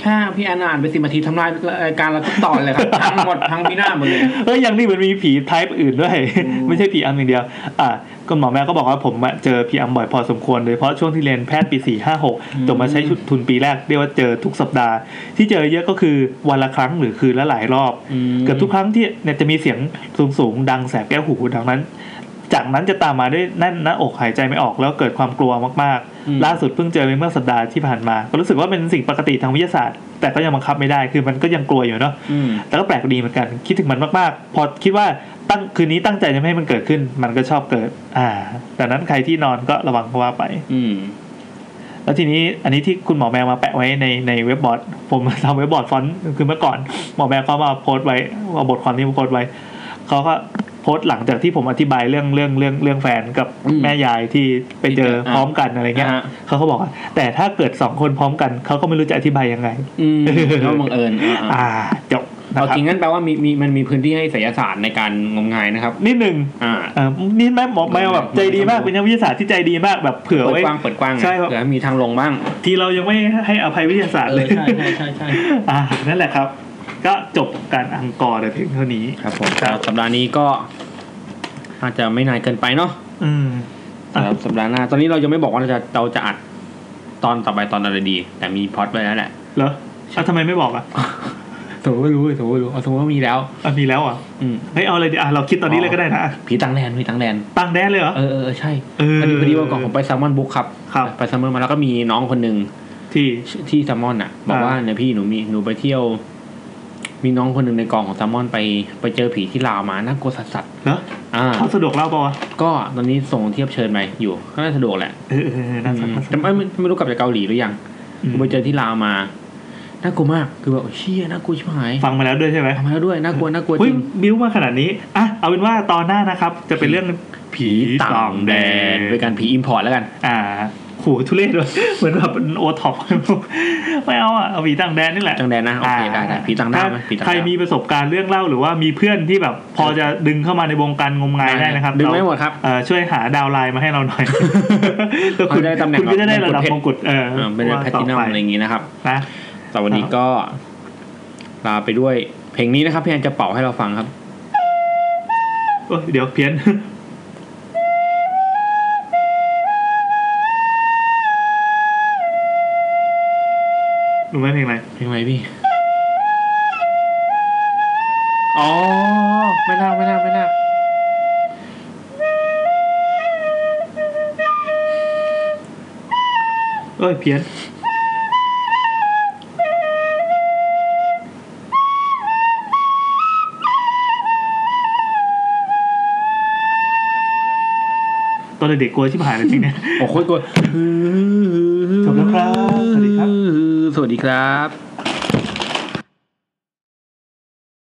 B: แค่พี่แอนอ่านไปสิบนาทีทำลายรายการเราทุกตอน เลยครับทั้งหมดทั้งพี่หน้าศหมดเลย
A: เอ้ยยังนี่มันมีผีไทป์อื่นด้วย
B: อืม
A: ไม่ใช่ผีอัมอย่างเดียว อ่ะก็หมอแม่ก็บอกว่าผมอะเจอผีอัมบ่อยพอสมควรโดยเฉพาะช่วงที่เรียนแพทย์ปีสี่ห้าหกจบมาใช้ชุดทุนปีแรกเรียกว่าเจอทุกสัปดาห์ ที่เจอเยอะก็คือวันละครั้งหรือคืนละหลายรอบ เกือบทุกครั้งที่เนี่ยจะมีเสียงสูงสูงๆดังแสบแก้วหูดังนั้น จากนั้นจะตามมาด้วยแน่นหน้าอกหายใจไม่ออกแล้วเกิดความกลัวมาก
B: อืม
A: ๆ ล่าสุดเพิ่งเจอไปเมื่อสัปดาห์ที่ผ่านมา ก็รู้สึกว่าเป็นสิ่งปกติทางวิทยาศาสตร์ แต่ก็ยังบังคับไม่ได้คือมันก็ยังกลัวอยู่เนาะ
B: อืม
A: แต่ก็แปลกดีเหมือนกันคิดถึงมันมากๆ พอคิดว่าใต้ ตั้งคืนนี้ตั้งใจจะไม่ให้มันเกิดขึ้น มันก็ชอบเกิด อ่าดังนั้นใครที่นอนก็ระวังเพราะว่าไป
B: อืม
A: แล้วทีนี้อันนี้ที่คุณหมอแมวมาแปะไว้ในในเว็บบอร์ด ผมทำเว็บบอร์ดฟอนต์คือเมื่อก่อนหมอแมวเขามาโพสต์ไว้เอาบทความที่ผมโพสต์ไว้เขาก็โพสต์หลังจากที่ผมอธิบายเรื่องเรื่องเรื่องเรื่องแฟนกับ
B: อืม
A: แม่ยายที่ไปเจอ
B: ที่เจออ่ะ
A: พร้อมกันอะไรเงี้ย
B: อ่าฮะ
A: เขาก็บอกว่าแต่ถ้าเกิดสองคนพร้อมกันเขาก็ไม่รู้จะอธิบายยังไง
B: อืมแล้วบังเอิญอ่าอ่า
A: อ่าจบนะ
B: เอา
A: ครับ
B: จริงงั้นแปลว่ามีมีมันมีพื้นที่ให้ศิลศาสตร์ในการงมงายนะครับ
A: นิดหนึ่ง
B: อ่า
A: เอ่อนี่แม่หมอแมวแบบใจดีมาก
B: ไม่ทำ
A: เป็นนักวิทยาศาสตร์ที่ใจดีมากแบบเผื่อ
B: เปิด
A: ไว้
B: กว้างเปิดกว้าง
A: ใช่ครับ
B: เผื่อให้มีทางลงบ้าง
A: ทีเรายังไม่ให้อภัยวิทยาศาสตร์
B: เอ
A: เล
B: อย ใช่ใช่ใช่ใช่
A: อ่านั่นแหละครับ ก็จบการอังกอร์แต่เพียงเท่านี้
B: ครับผมสัปดาห์นี้ก็อาจจะไม่นานเกินไปเนาะ
A: อืม
B: สำหรับสัปดาห์หน้า ตอนนี้เรายังไม่บอกว่าเราจะเราจะอัดตอนต่อไปตอนอะไรดี แต่มีพล็อดไว้แล้วแหละ
A: เหรออ้าวทำไมไม่บอกอ่ะ
B: สมมติว่ารู้สมมติว่ารู้เอาสมมติว่ามีแล้ว
A: อ่ะมีแล้วอ่ะ
B: อืม
A: เฮ้ยเอาเลยดิอ่ะเราคิดตอนนี้เลยก็ได้นะอ่ะ
B: ผีตังแดนผีตังแดน
A: ตั้งแดนเลยเหรอ
B: เออเออเออใช่
A: เออ
B: พอดีพอดีวันก่อนผมไปแซลมอนบุ๊กครับ
A: ครับ
B: ไปแซลมอนมาแล้วก็มีน้องคนหนึ่ง
A: ที่
B: ที่แซลมอนอ่ะ บอก
A: อ่า
B: ว่าเนี่ยพี่หนูมีหนูไปเที่ยว มีน้องคนหนึ่งในกองของแซลมอนไปไปเจอผีที่ลาวมาน่ากลัวสัสสัส
A: เหรอ
B: ๆอ่า
A: เขาสะดวกเล่าเปล่าวะ
B: ก็ตอนนี้ส่งเทียบเชิญไปอยู่ก็น่าสะดวกแหละ
A: เออเออเออน่าสนใจ
B: แต่ไม่ไม่ไม่รู้กลับจากเกาหลีหรือยังผมไปเจอที่ลาวมาน่ากลัวมากคือแบบเชี่ยน่ากลัวชิบหาย
A: ฟังมาแล้วด้วยใช่ไหม
B: ทำมาแล้วด้วยน่ากลัวน่ากลัวจ
A: เฮ้ย
B: ริง
A: บิ้วมาขนาดนี้อ่ะเอาเป็นว่าตอนหน้านะครับ จะเป็นเรื่อง
B: ผีต่างแดนเป็นการผีอิมพอร์ตแล้วกัน
A: อ่าโหทุเรศเลยเหมือนแบบโอท็อป ไม่เอาอ่ะเอาผีต่างแดนนี่แหละ
B: ต่างแดนนะโอเคได้ได้ผีต่างดาวไหมผีต่างดาว
A: ใครมีประสบการณ์เรื่องเล่าหรือว่ามีเพื่อนที่แบบพอจะดึงเข้ามาในวงการงมงายได้นะครับ
B: ดึงไม่หมดครับ
A: เอ่อช่วยหาดาวน์ไลน์มาให้เราหน่อยแล้วคุณ
B: เราจะได้ตำแหน่ง
A: คุณก็จะได้ระดับ
B: มงกุฎ
A: มงกุฎ
B: เพชร
A: เออ
B: อ่าเป็นแพทตินัมอะไรอย่างงี้นะครับ
A: นะ
B: แต่วันนี้
A: ครับ
B: ก็ลาไปด้วยเพลงนี้นะครับพี่แอนจะเป่าให้เราฟังครับ
A: โอ๊ยเดี๋ยวเพี้ยน รู้ไหมเพลงอะไร
B: เพลงอะไรพี่ อ๋อ ไม่น่าไม่น่าไม่น่า
A: เอ้ยเพี้ยน ตอนเด็กๆกลัวชิบหายเลยจริงเนี่ย
B: โอ้โคตรกลัว
A: จบแล้วครับสวัสดีครับ
B: สวัสดีครับ